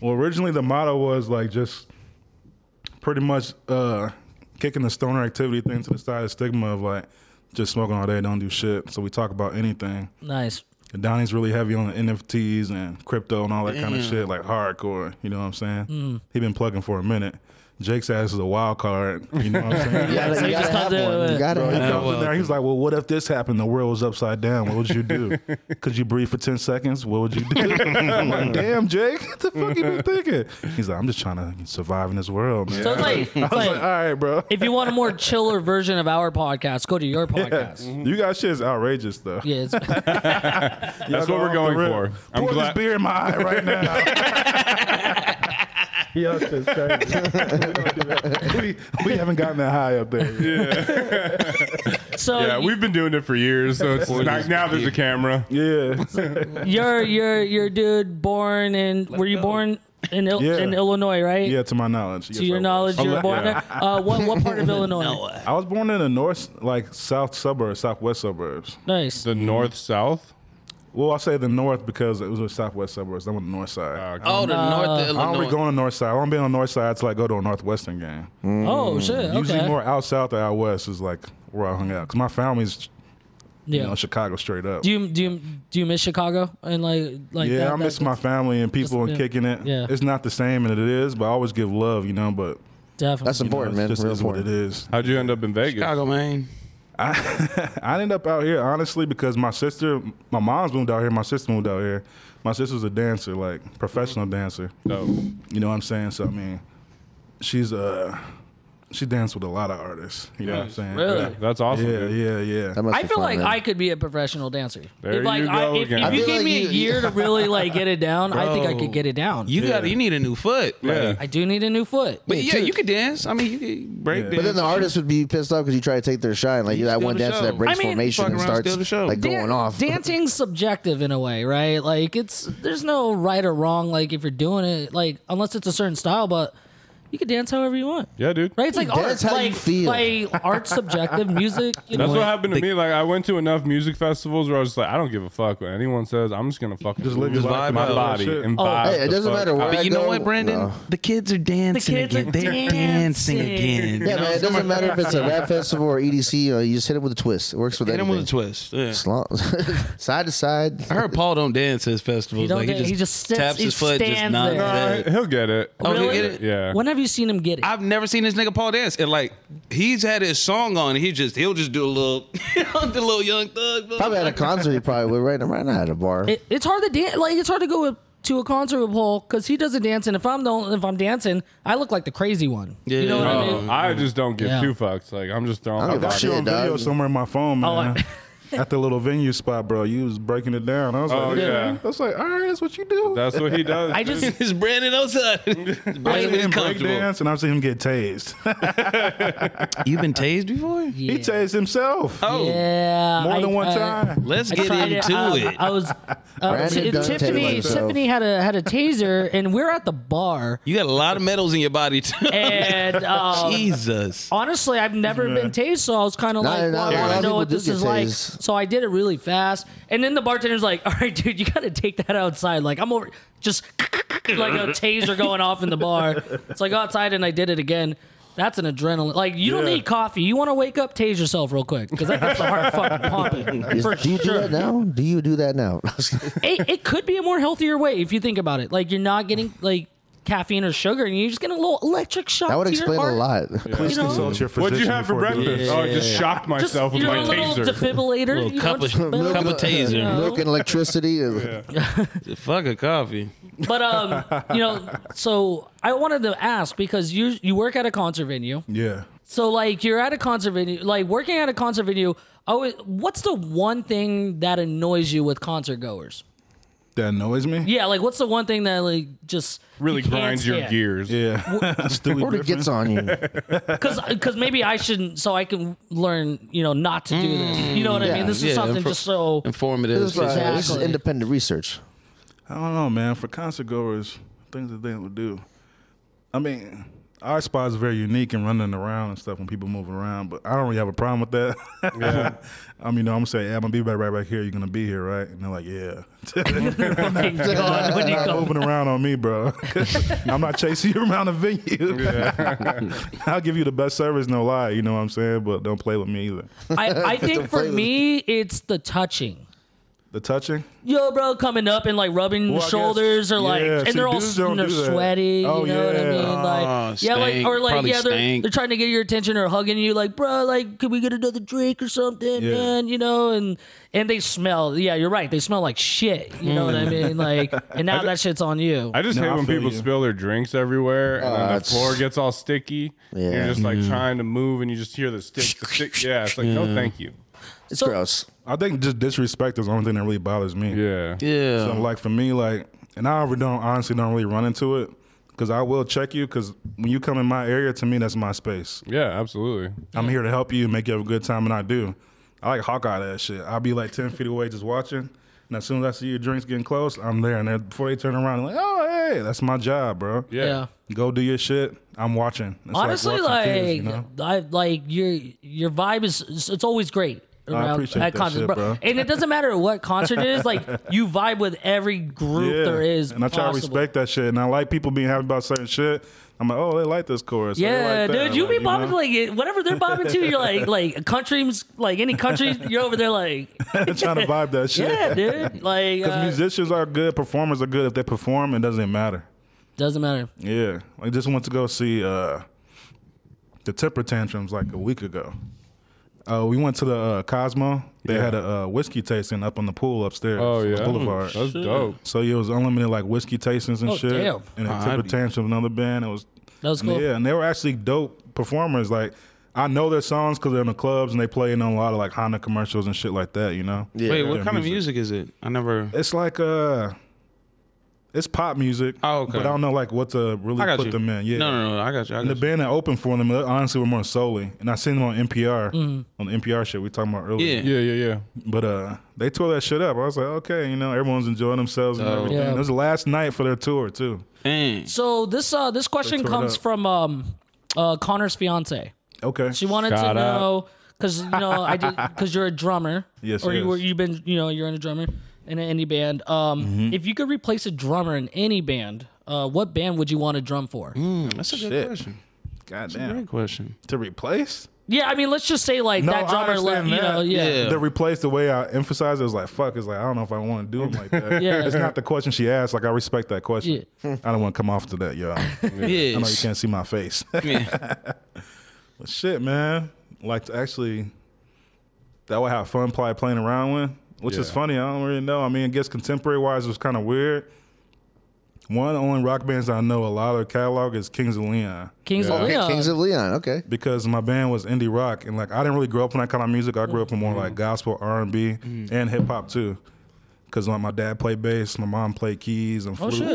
Speaker 3: Well, originally the motto was like just pretty much uh, kicking the stoner activity thing to the side, the stigma of like just smoking all day, don't do shit. So we talk about anything.
Speaker 4: nice.
Speaker 3: And Donnie's really heavy on the NFTs and crypto and all that kind of shit, like hardcore. You know what I'm saying? Mm. He been plugging for a minute. Jake's ass is a wild card. You know what I'm saying?
Speaker 2: You gotta,
Speaker 4: So
Speaker 2: you
Speaker 4: you just
Speaker 2: gotta have
Speaker 4: come to-
Speaker 2: one. You gotta
Speaker 3: Bro, he
Speaker 2: have
Speaker 3: comes in there. He's like, "Well, what if this happened? The world was upside down. What would you do? Could you breathe for ten seconds? What would you do?" I'm like, "Damn, Jake, what the fuck you been thinking?" He's like, "I'm just trying to survive in this world, man."
Speaker 4: So it's
Speaker 3: I
Speaker 4: like,
Speaker 3: was
Speaker 4: it's
Speaker 3: like,
Speaker 4: like
Speaker 3: "All right, bro.
Speaker 4: if you want a more chiller version of our podcast, go to your podcast.
Speaker 3: You guys shit is outrageous, though.
Speaker 4: Yeah, it's,
Speaker 1: That's what we're going for. I'm
Speaker 3: Pour
Speaker 1: glad-
Speaker 3: this beer in my eye right now. Yo, shit's crazy. we, don't do that. We- we haven't gotten that high up there. Yeah,
Speaker 4: So
Speaker 1: Yeah,
Speaker 4: you-
Speaker 1: we've been doing it for years, so it's not, now there's a camera.
Speaker 4: you're you're you're dude born in were you born in Il-
Speaker 3: Yeah.
Speaker 4: in Illinois, right?
Speaker 3: yeah. To my knowledge.
Speaker 4: To your knowledge, you were born
Speaker 3: Yeah.
Speaker 4: there. Uh, what what part of Illinois?
Speaker 3: I was born in the north, like south suburbs, southwest suburbs.
Speaker 4: Nice.
Speaker 1: The north south.
Speaker 3: Well, I say the north because it was the southwest suburbs. I went to the north side.
Speaker 1: Ah,
Speaker 5: Oh, the north of
Speaker 3: I don't really
Speaker 5: Illinois.
Speaker 3: go on the north side. I don't be on the north side till I go to a northwestern game.
Speaker 4: Oh shit. Okay.
Speaker 3: Mm. Usually more out south or out west is like where I hung out. Cause my family's
Speaker 4: yeah.
Speaker 3: you know Chicago straight up.
Speaker 4: do you do you do you miss Chicago and like like
Speaker 3: yeah,
Speaker 4: that-
Speaker 3: I
Speaker 4: that-
Speaker 3: miss my family and people
Speaker 4: Just-
Speaker 3: and
Speaker 4: yeah.
Speaker 3: kicking it.
Speaker 4: Yeah.
Speaker 3: It's not the same and it is, but I always give love, you know, but
Speaker 4: definitely.
Speaker 2: That's important,
Speaker 3: it's
Speaker 2: man.
Speaker 3: just
Speaker 2: Real
Speaker 3: is what it
Speaker 2: important.
Speaker 3: is.
Speaker 1: How'd you end up in Vegas?
Speaker 5: Chicago, man.
Speaker 3: I ended up out here honestly because my sister, my mom's moved out here. My sister moved out here. My sister's a dancer, like professional
Speaker 4: Mm-hmm.
Speaker 3: dancer.
Speaker 1: So,
Speaker 3: You know what I'm saying? So I mean, she's uh, she danced with a lot of artists. You know what I'm saying?
Speaker 4: Really?
Speaker 3: Yeah.
Speaker 1: that's awesome.
Speaker 3: Yeah,
Speaker 1: dude.
Speaker 3: yeah, yeah.
Speaker 2: That must
Speaker 4: I
Speaker 2: be
Speaker 4: feel
Speaker 2: fun,
Speaker 4: like
Speaker 2: man.
Speaker 4: I could be a professional dancer.
Speaker 1: There
Speaker 4: if like
Speaker 1: you go
Speaker 4: I, if,
Speaker 1: again.
Speaker 4: if
Speaker 1: I
Speaker 4: you
Speaker 2: feel
Speaker 4: gave
Speaker 2: like
Speaker 4: me
Speaker 2: you-
Speaker 4: a year to really like get it down, I think I could get it down.
Speaker 5: You got you need a new foot. like-
Speaker 1: Yeah.
Speaker 4: I do need a new foot.
Speaker 5: But yeah, you could dance. I mean, you could break
Speaker 3: Yeah.
Speaker 5: dance.
Speaker 3: But
Speaker 2: But then the artists would be pissed off because you try to take their shine. Like that
Speaker 5: steal
Speaker 2: one
Speaker 5: the
Speaker 2: dancer
Speaker 5: show.
Speaker 2: that breaks
Speaker 4: I mean,
Speaker 2: formation
Speaker 5: fuck
Speaker 2: and
Speaker 5: around,
Speaker 2: starts
Speaker 5: steal the show.
Speaker 2: like
Speaker 4: Dan-
Speaker 2: going off.
Speaker 4: dancing's subjective in a way, right? Like it's there's no right or wrong. Like if you're doing it, like unless it's a certain style, but you can dance however you want,
Speaker 1: Yeah, dude.
Speaker 4: right? It's like
Speaker 2: That's
Speaker 4: art.
Speaker 2: how you
Speaker 4: like,
Speaker 2: feel.
Speaker 4: like art's subjective. Music. You
Speaker 1: That's
Speaker 4: know,
Speaker 1: what happened to me. Like I went to enough music festivals where I was just like, I don't give a fuck what anyone says. I'm just gonna fucking
Speaker 3: Just live your
Speaker 5: Just
Speaker 3: life,
Speaker 5: vibe
Speaker 1: my
Speaker 5: out.
Speaker 1: body
Speaker 3: Shit.
Speaker 1: and
Speaker 4: Oh.
Speaker 1: vibe.
Speaker 2: Hey, it
Speaker 1: the
Speaker 2: doesn't
Speaker 1: fuck
Speaker 2: matter where
Speaker 1: out.
Speaker 5: But
Speaker 2: I
Speaker 5: you
Speaker 2: go,
Speaker 5: know what, Brandon?
Speaker 2: no.
Speaker 5: The kids are dancing
Speaker 4: kids
Speaker 5: again.
Speaker 4: are
Speaker 5: They're dancing,
Speaker 4: dancing.
Speaker 5: again.
Speaker 2: Yeah, man. It doesn't matter if it's a rap festival or EDC. You, know, you just hit it with a twist. It works with
Speaker 5: Hit him
Speaker 2: anything.
Speaker 5: with a twist. Yeah.
Speaker 2: Slump. side to side.
Speaker 5: I heard Paul don't dance at his festivals.
Speaker 4: He don't
Speaker 5: like,
Speaker 4: dance.
Speaker 5: He
Speaker 4: He just
Speaker 5: just
Speaker 4: sits-
Speaker 5: taps
Speaker 4: he
Speaker 5: his foot, just
Speaker 4: stands
Speaker 5: nods
Speaker 4: there.
Speaker 5: his head.
Speaker 1: Uh, he'll get it.
Speaker 5: Oh, he'll
Speaker 4: Really?
Speaker 5: get it?
Speaker 1: Yeah.
Speaker 4: When have you seen him get it?
Speaker 5: I've never seen this nigga Paul dance. And like, he's had his song on. And he just he'll just do a little, you know, the little young thug.
Speaker 2: Probably at a concert. He probably would right now. Right now at a bar.
Speaker 4: It- it's hard to dance. Like it's hard to go with- to a concert with Paul because he doesn't dance, and if I'm the only, if I'm dancing, I look like the crazy one. You know what I
Speaker 5: Yeah.
Speaker 4: mean?
Speaker 1: Oh, I just don't give
Speaker 4: Yeah.
Speaker 1: two fucks. Like I'm just throwing
Speaker 2: I
Speaker 1: my
Speaker 2: don't give a
Speaker 1: body.
Speaker 2: shit.
Speaker 3: You're on video
Speaker 2: dog.
Speaker 3: somewhere in my phone,
Speaker 4: Oh, I-
Speaker 3: man. At the little venue spot, bro. You was breaking it down. I was
Speaker 1: Oh,
Speaker 3: like,
Speaker 1: yeah.
Speaker 3: yeah. I was like, all right, that's what you do.
Speaker 1: That's what he does.
Speaker 4: I just
Speaker 5: It's Brandon outside.
Speaker 3: I seen
Speaker 5: Brandon
Speaker 3: him break
Speaker 5: comfortable.
Speaker 3: dance, and I've seen him get tased.
Speaker 5: You've been tased before?
Speaker 4: yeah.
Speaker 3: he tased himself
Speaker 5: Oh,
Speaker 4: yeah
Speaker 3: more
Speaker 4: I- uh,
Speaker 3: than one
Speaker 4: I-
Speaker 3: time.
Speaker 5: let's
Speaker 4: I
Speaker 5: get
Speaker 4: tried
Speaker 5: into
Speaker 4: Um,
Speaker 5: it.
Speaker 4: I was uh,
Speaker 2: Brandon
Speaker 4: Ti-
Speaker 2: Dunn tased
Speaker 4: Tiffany.
Speaker 2: himself.
Speaker 4: Tiffany had a had a taser, and we're at the bar.
Speaker 5: you got a lot of medals in your body too.
Speaker 4: And
Speaker 5: um,
Speaker 4: uh,
Speaker 5: Jesus.
Speaker 4: honestly, I've never been tased, so I was kind of
Speaker 2: Nah,
Speaker 4: like,
Speaker 2: nah,
Speaker 4: well,
Speaker 2: a
Speaker 4: I
Speaker 2: lot
Speaker 4: want
Speaker 2: of
Speaker 4: to know
Speaker 2: people
Speaker 4: what
Speaker 2: do
Speaker 4: this
Speaker 2: get
Speaker 4: is like.
Speaker 2: tased.
Speaker 4: So I did it really fast, and then the bartender's like, "All right, dude, you got to take that outside. Like I'm over just like a taser going off in the bar." So I go outside and I did it again. That's an adrenaline. Like you don't
Speaker 3: Yeah.
Speaker 4: need coffee. You want to wake up, tase yourself real quick because that gets the heart fucking pumping.
Speaker 2: Is-
Speaker 4: For
Speaker 2: do you
Speaker 4: sure.
Speaker 2: do that now? Do you do that now?
Speaker 4: it, it could be a more healthier way if you think about it. Like you're not getting like caffeine or sugar, and you're just getting a little electric shock.
Speaker 2: that would
Speaker 4: to your
Speaker 2: explain a
Speaker 4: heart.
Speaker 2: lot.
Speaker 3: Please
Speaker 4: You know-
Speaker 3: consult your physician.
Speaker 1: What'd you have for
Speaker 3: before doing
Speaker 1: breakfast?
Speaker 3: this.
Speaker 1: Oh, I just shocked
Speaker 4: Just
Speaker 1: myself
Speaker 4: you
Speaker 1: with
Speaker 4: know,
Speaker 1: my
Speaker 4: a little
Speaker 1: taser.
Speaker 4: defibrillator,
Speaker 5: Little
Speaker 4: you
Speaker 5: cup
Speaker 4: know,
Speaker 5: of-
Speaker 4: just-
Speaker 5: Milk Cup of taser.
Speaker 4: you know?
Speaker 2: Milk and electricity. and-
Speaker 5: Fuck a coffee.
Speaker 4: But um, you know, so I wanted to ask because you you work at a concert venue,
Speaker 3: Yeah.
Speaker 4: so like you're at a concert venue, like working at a concert venue. Always, what's the one thing that annoys you with concert goers?
Speaker 3: That annoys me?
Speaker 4: Yeah, like what's the one thing that like just
Speaker 1: Really
Speaker 4: you can't
Speaker 1: grinds your
Speaker 4: stand?
Speaker 1: gears.
Speaker 3: Yeah. Stewie
Speaker 2: Or it
Speaker 3: Griffin.
Speaker 2: gets on you.
Speaker 4: because because uh, maybe I shouldn't, so I can learn, you know, not to do this.
Speaker 3: Mm.
Speaker 4: You know what I mean? This is
Speaker 5: yeah,
Speaker 4: something
Speaker 5: infor-
Speaker 4: just so.
Speaker 5: Informative.
Speaker 2: This is, like- this is
Speaker 4: Exactly.
Speaker 2: independent research.
Speaker 3: I don't know, man. For concert goers, things that they would do. I mean, our spot is very unique and running around and stuff when people move around, but I don't really have a problem with that. I mean, you know, I'm saying, yeah, I'm gonna be back right back here. You're gonna be here, right? And they're like, yeah.
Speaker 4: Thank God, when you
Speaker 3: Stop
Speaker 4: come-
Speaker 3: moving around on me, bro. I'm not chasing you around the venue. I'll give you the best service, no lie. You know what I'm saying? But don't play with me either.
Speaker 4: I, I think for me, it's the touching.
Speaker 3: The touching.
Speaker 4: Yo, bro, coming up and like rubbing
Speaker 3: Well, I guess-
Speaker 4: shoulders or like,
Speaker 3: yeah,
Speaker 4: and
Speaker 3: see,
Speaker 4: they're all
Speaker 3: dudes don't
Speaker 4: and they're
Speaker 3: do that.
Speaker 4: sweaty.
Speaker 3: Oh,
Speaker 4: you know what I
Speaker 3: yeah. Ah,
Speaker 4: mean? Like,
Speaker 5: Oh,
Speaker 4: yeah, like
Speaker 5: stank.
Speaker 4: or like
Speaker 5: Probably
Speaker 4: yeah, they're,
Speaker 5: stank.
Speaker 4: they're trying to get your attention or hugging you. Like, bro, like, could we get another drink or something,
Speaker 3: Yeah.
Speaker 4: man? You know, and and they smell. Yeah, you're right. They smell like shit. You know what I mean? Like, and now that shit's on you.
Speaker 1: I just
Speaker 3: No,
Speaker 1: hate
Speaker 3: Mm. I
Speaker 1: when
Speaker 3: feel
Speaker 1: people
Speaker 3: you.
Speaker 1: spill their drinks everywhere and then the
Speaker 2: it's-
Speaker 1: floor gets all sticky.
Speaker 2: Yeah.
Speaker 1: You're just
Speaker 4: Mm-hmm.
Speaker 1: like trying to move and you just hear the stick, the stick. Yeah, it's like, no, thank you.
Speaker 2: It's
Speaker 4: So-
Speaker 2: gross.
Speaker 3: I think just disrespect is the only thing that really bothers me.
Speaker 1: Yeah.
Speaker 5: Yeah.
Speaker 3: So like for me, like, and I don't- don't honestly don't really run into it because I will check you. Because when you come in my area, to me that's my space.
Speaker 1: Yeah, absolutely.
Speaker 3: I'm here to help you and make you have a good time, and I do. I like Hawkeye that shit. I'll be like ten feet away just watching, and as soon as I see your drinks getting close, I'm there. And then before they turn around, I'm like, oh hey, that's my job, bro.
Speaker 1: Yeah.
Speaker 4: Yeah.
Speaker 3: Go do your shit. I'm watching. It's
Speaker 4: Honestly, like,
Speaker 3: watching kids, you know?
Speaker 4: I like your your vibe is it's always great. Around
Speaker 3: appreciate
Speaker 4: at
Speaker 3: that
Speaker 4: concerts,
Speaker 3: shit, bro.
Speaker 4: and it doesn't matter what concert it is. Like you vibe with every group there is,
Speaker 3: And I try
Speaker 4: possible.
Speaker 3: to respect that shit. And I like people being happy about certain shit. I'm like, oh, they like this chorus. They
Speaker 4: Yeah,
Speaker 3: like that.
Speaker 4: dude, you
Speaker 3: Like,
Speaker 4: be
Speaker 3: know?
Speaker 4: bobbing like it- whatever they're bobbing to. You're like like country, mus- like any country. You're over there like
Speaker 3: trying to vibe that shit.
Speaker 4: yeah, dude. Like
Speaker 3: Because
Speaker 4: uh,
Speaker 3: musicians are good, performers are good. If they perform, it doesn't matter.
Speaker 4: doesn't matter.
Speaker 3: Yeah. I just went to go see uh, the Temper Tantrums like a week ago. Uh, we went to the uh, Cosmo. They
Speaker 1: Yeah.
Speaker 3: had a uh, whiskey tasting up on the pool upstairs.
Speaker 1: Oh
Speaker 3: on
Speaker 1: yeah.
Speaker 3: the Boulevard.
Speaker 1: That's dope.
Speaker 3: So it was unlimited like whiskey tastings and
Speaker 4: Oh,
Speaker 3: shit.
Speaker 4: damn.
Speaker 3: And
Speaker 5: Ah,
Speaker 3: then Temper
Speaker 5: I'd be-
Speaker 3: Tantrums, another band. It was
Speaker 4: That was
Speaker 3: and
Speaker 4: cool.
Speaker 3: Yeah, and they were actually dope performers. Like I know their songs because they're in the clubs and they play in a lot of like Honda commercials and shit like that. You know.
Speaker 2: Yeah,
Speaker 5: Wait, what
Speaker 3: yeah,
Speaker 5: kind of
Speaker 3: music.
Speaker 5: music is it? I never.
Speaker 3: It's like uh, it's pop music.
Speaker 5: Oh, okay.
Speaker 3: But I don't know like what to really
Speaker 5: I got
Speaker 3: put
Speaker 5: you.
Speaker 3: them in. Yeah.
Speaker 5: No, no, no. I got you. I
Speaker 3: And the
Speaker 5: got you.
Speaker 3: band that opened for them, uh, honestly, were more solely. And I seen them on NPR,
Speaker 4: Mm-hmm.
Speaker 3: on the NPR shit we talking about earlier.
Speaker 5: Yeah.
Speaker 1: Yeah, yeah, yeah.
Speaker 3: But uh, they tore that shit up. I was like, okay, you know, everyone's enjoying themselves and
Speaker 5: Oh.
Speaker 3: everything.
Speaker 4: Yeah.
Speaker 3: It was the last night for their tour too.
Speaker 5: Dang.
Speaker 4: So this uh this question
Speaker 3: tore it
Speaker 4: comes
Speaker 3: up.
Speaker 4: from um uh Connor's fiance.
Speaker 3: Okay.
Speaker 4: She wanted
Speaker 1: Shout
Speaker 4: to
Speaker 1: out.
Speaker 4: know because you know I did because you're a drummer.
Speaker 3: Yes,
Speaker 4: Or
Speaker 3: yes.
Speaker 4: you were you've been you know you're in a drummer in an indie band. Um,
Speaker 3: Mm-hmm.
Speaker 4: if you could replace a drummer in any band, uh, what band would you want to drum for?
Speaker 2: Mm.
Speaker 5: Hmm, That's a good
Speaker 3: Shit.
Speaker 5: question.
Speaker 3: Goddamn.
Speaker 5: Great question.
Speaker 3: To replace?
Speaker 4: Yeah, I mean let's just say like
Speaker 3: No,
Speaker 4: that
Speaker 3: I
Speaker 4: drummer, le-
Speaker 3: understand
Speaker 4: you
Speaker 3: that.
Speaker 4: know, yeah.
Speaker 5: Yeah.
Speaker 3: They replaced the way I emphasized it. It was like, fuck. It's like, I don't know if I want to do him like that.
Speaker 4: Yeah.
Speaker 3: It's not the question she asked. Like, I respect that question. I don't want to come off to that, y'all. I
Speaker 5: Yeah.
Speaker 3: know you can't see my face.
Speaker 5: Yeah.
Speaker 3: but shit, man. Like, to actually, that would have fun play, playing around with, which is
Speaker 1: Yeah.
Speaker 3: funny. I don't really know. I mean, I guess contemporary wise, it was kind of weird. One of the only rock bands I know a lot of their catalog is Kings of Leon.
Speaker 4: Kings of
Speaker 2: Okay,
Speaker 4: Leon.
Speaker 2: Kings of Leon. Okay.
Speaker 3: because my band was indie rock and like I didn't really grow up in that kind of music. I grew up in more
Speaker 1: Mm-hmm.
Speaker 3: like gospel, R and B, and hip hop too. Cause like my dad played bass, my mom played keys and
Speaker 1: Oh,
Speaker 3: flute.
Speaker 4: shit.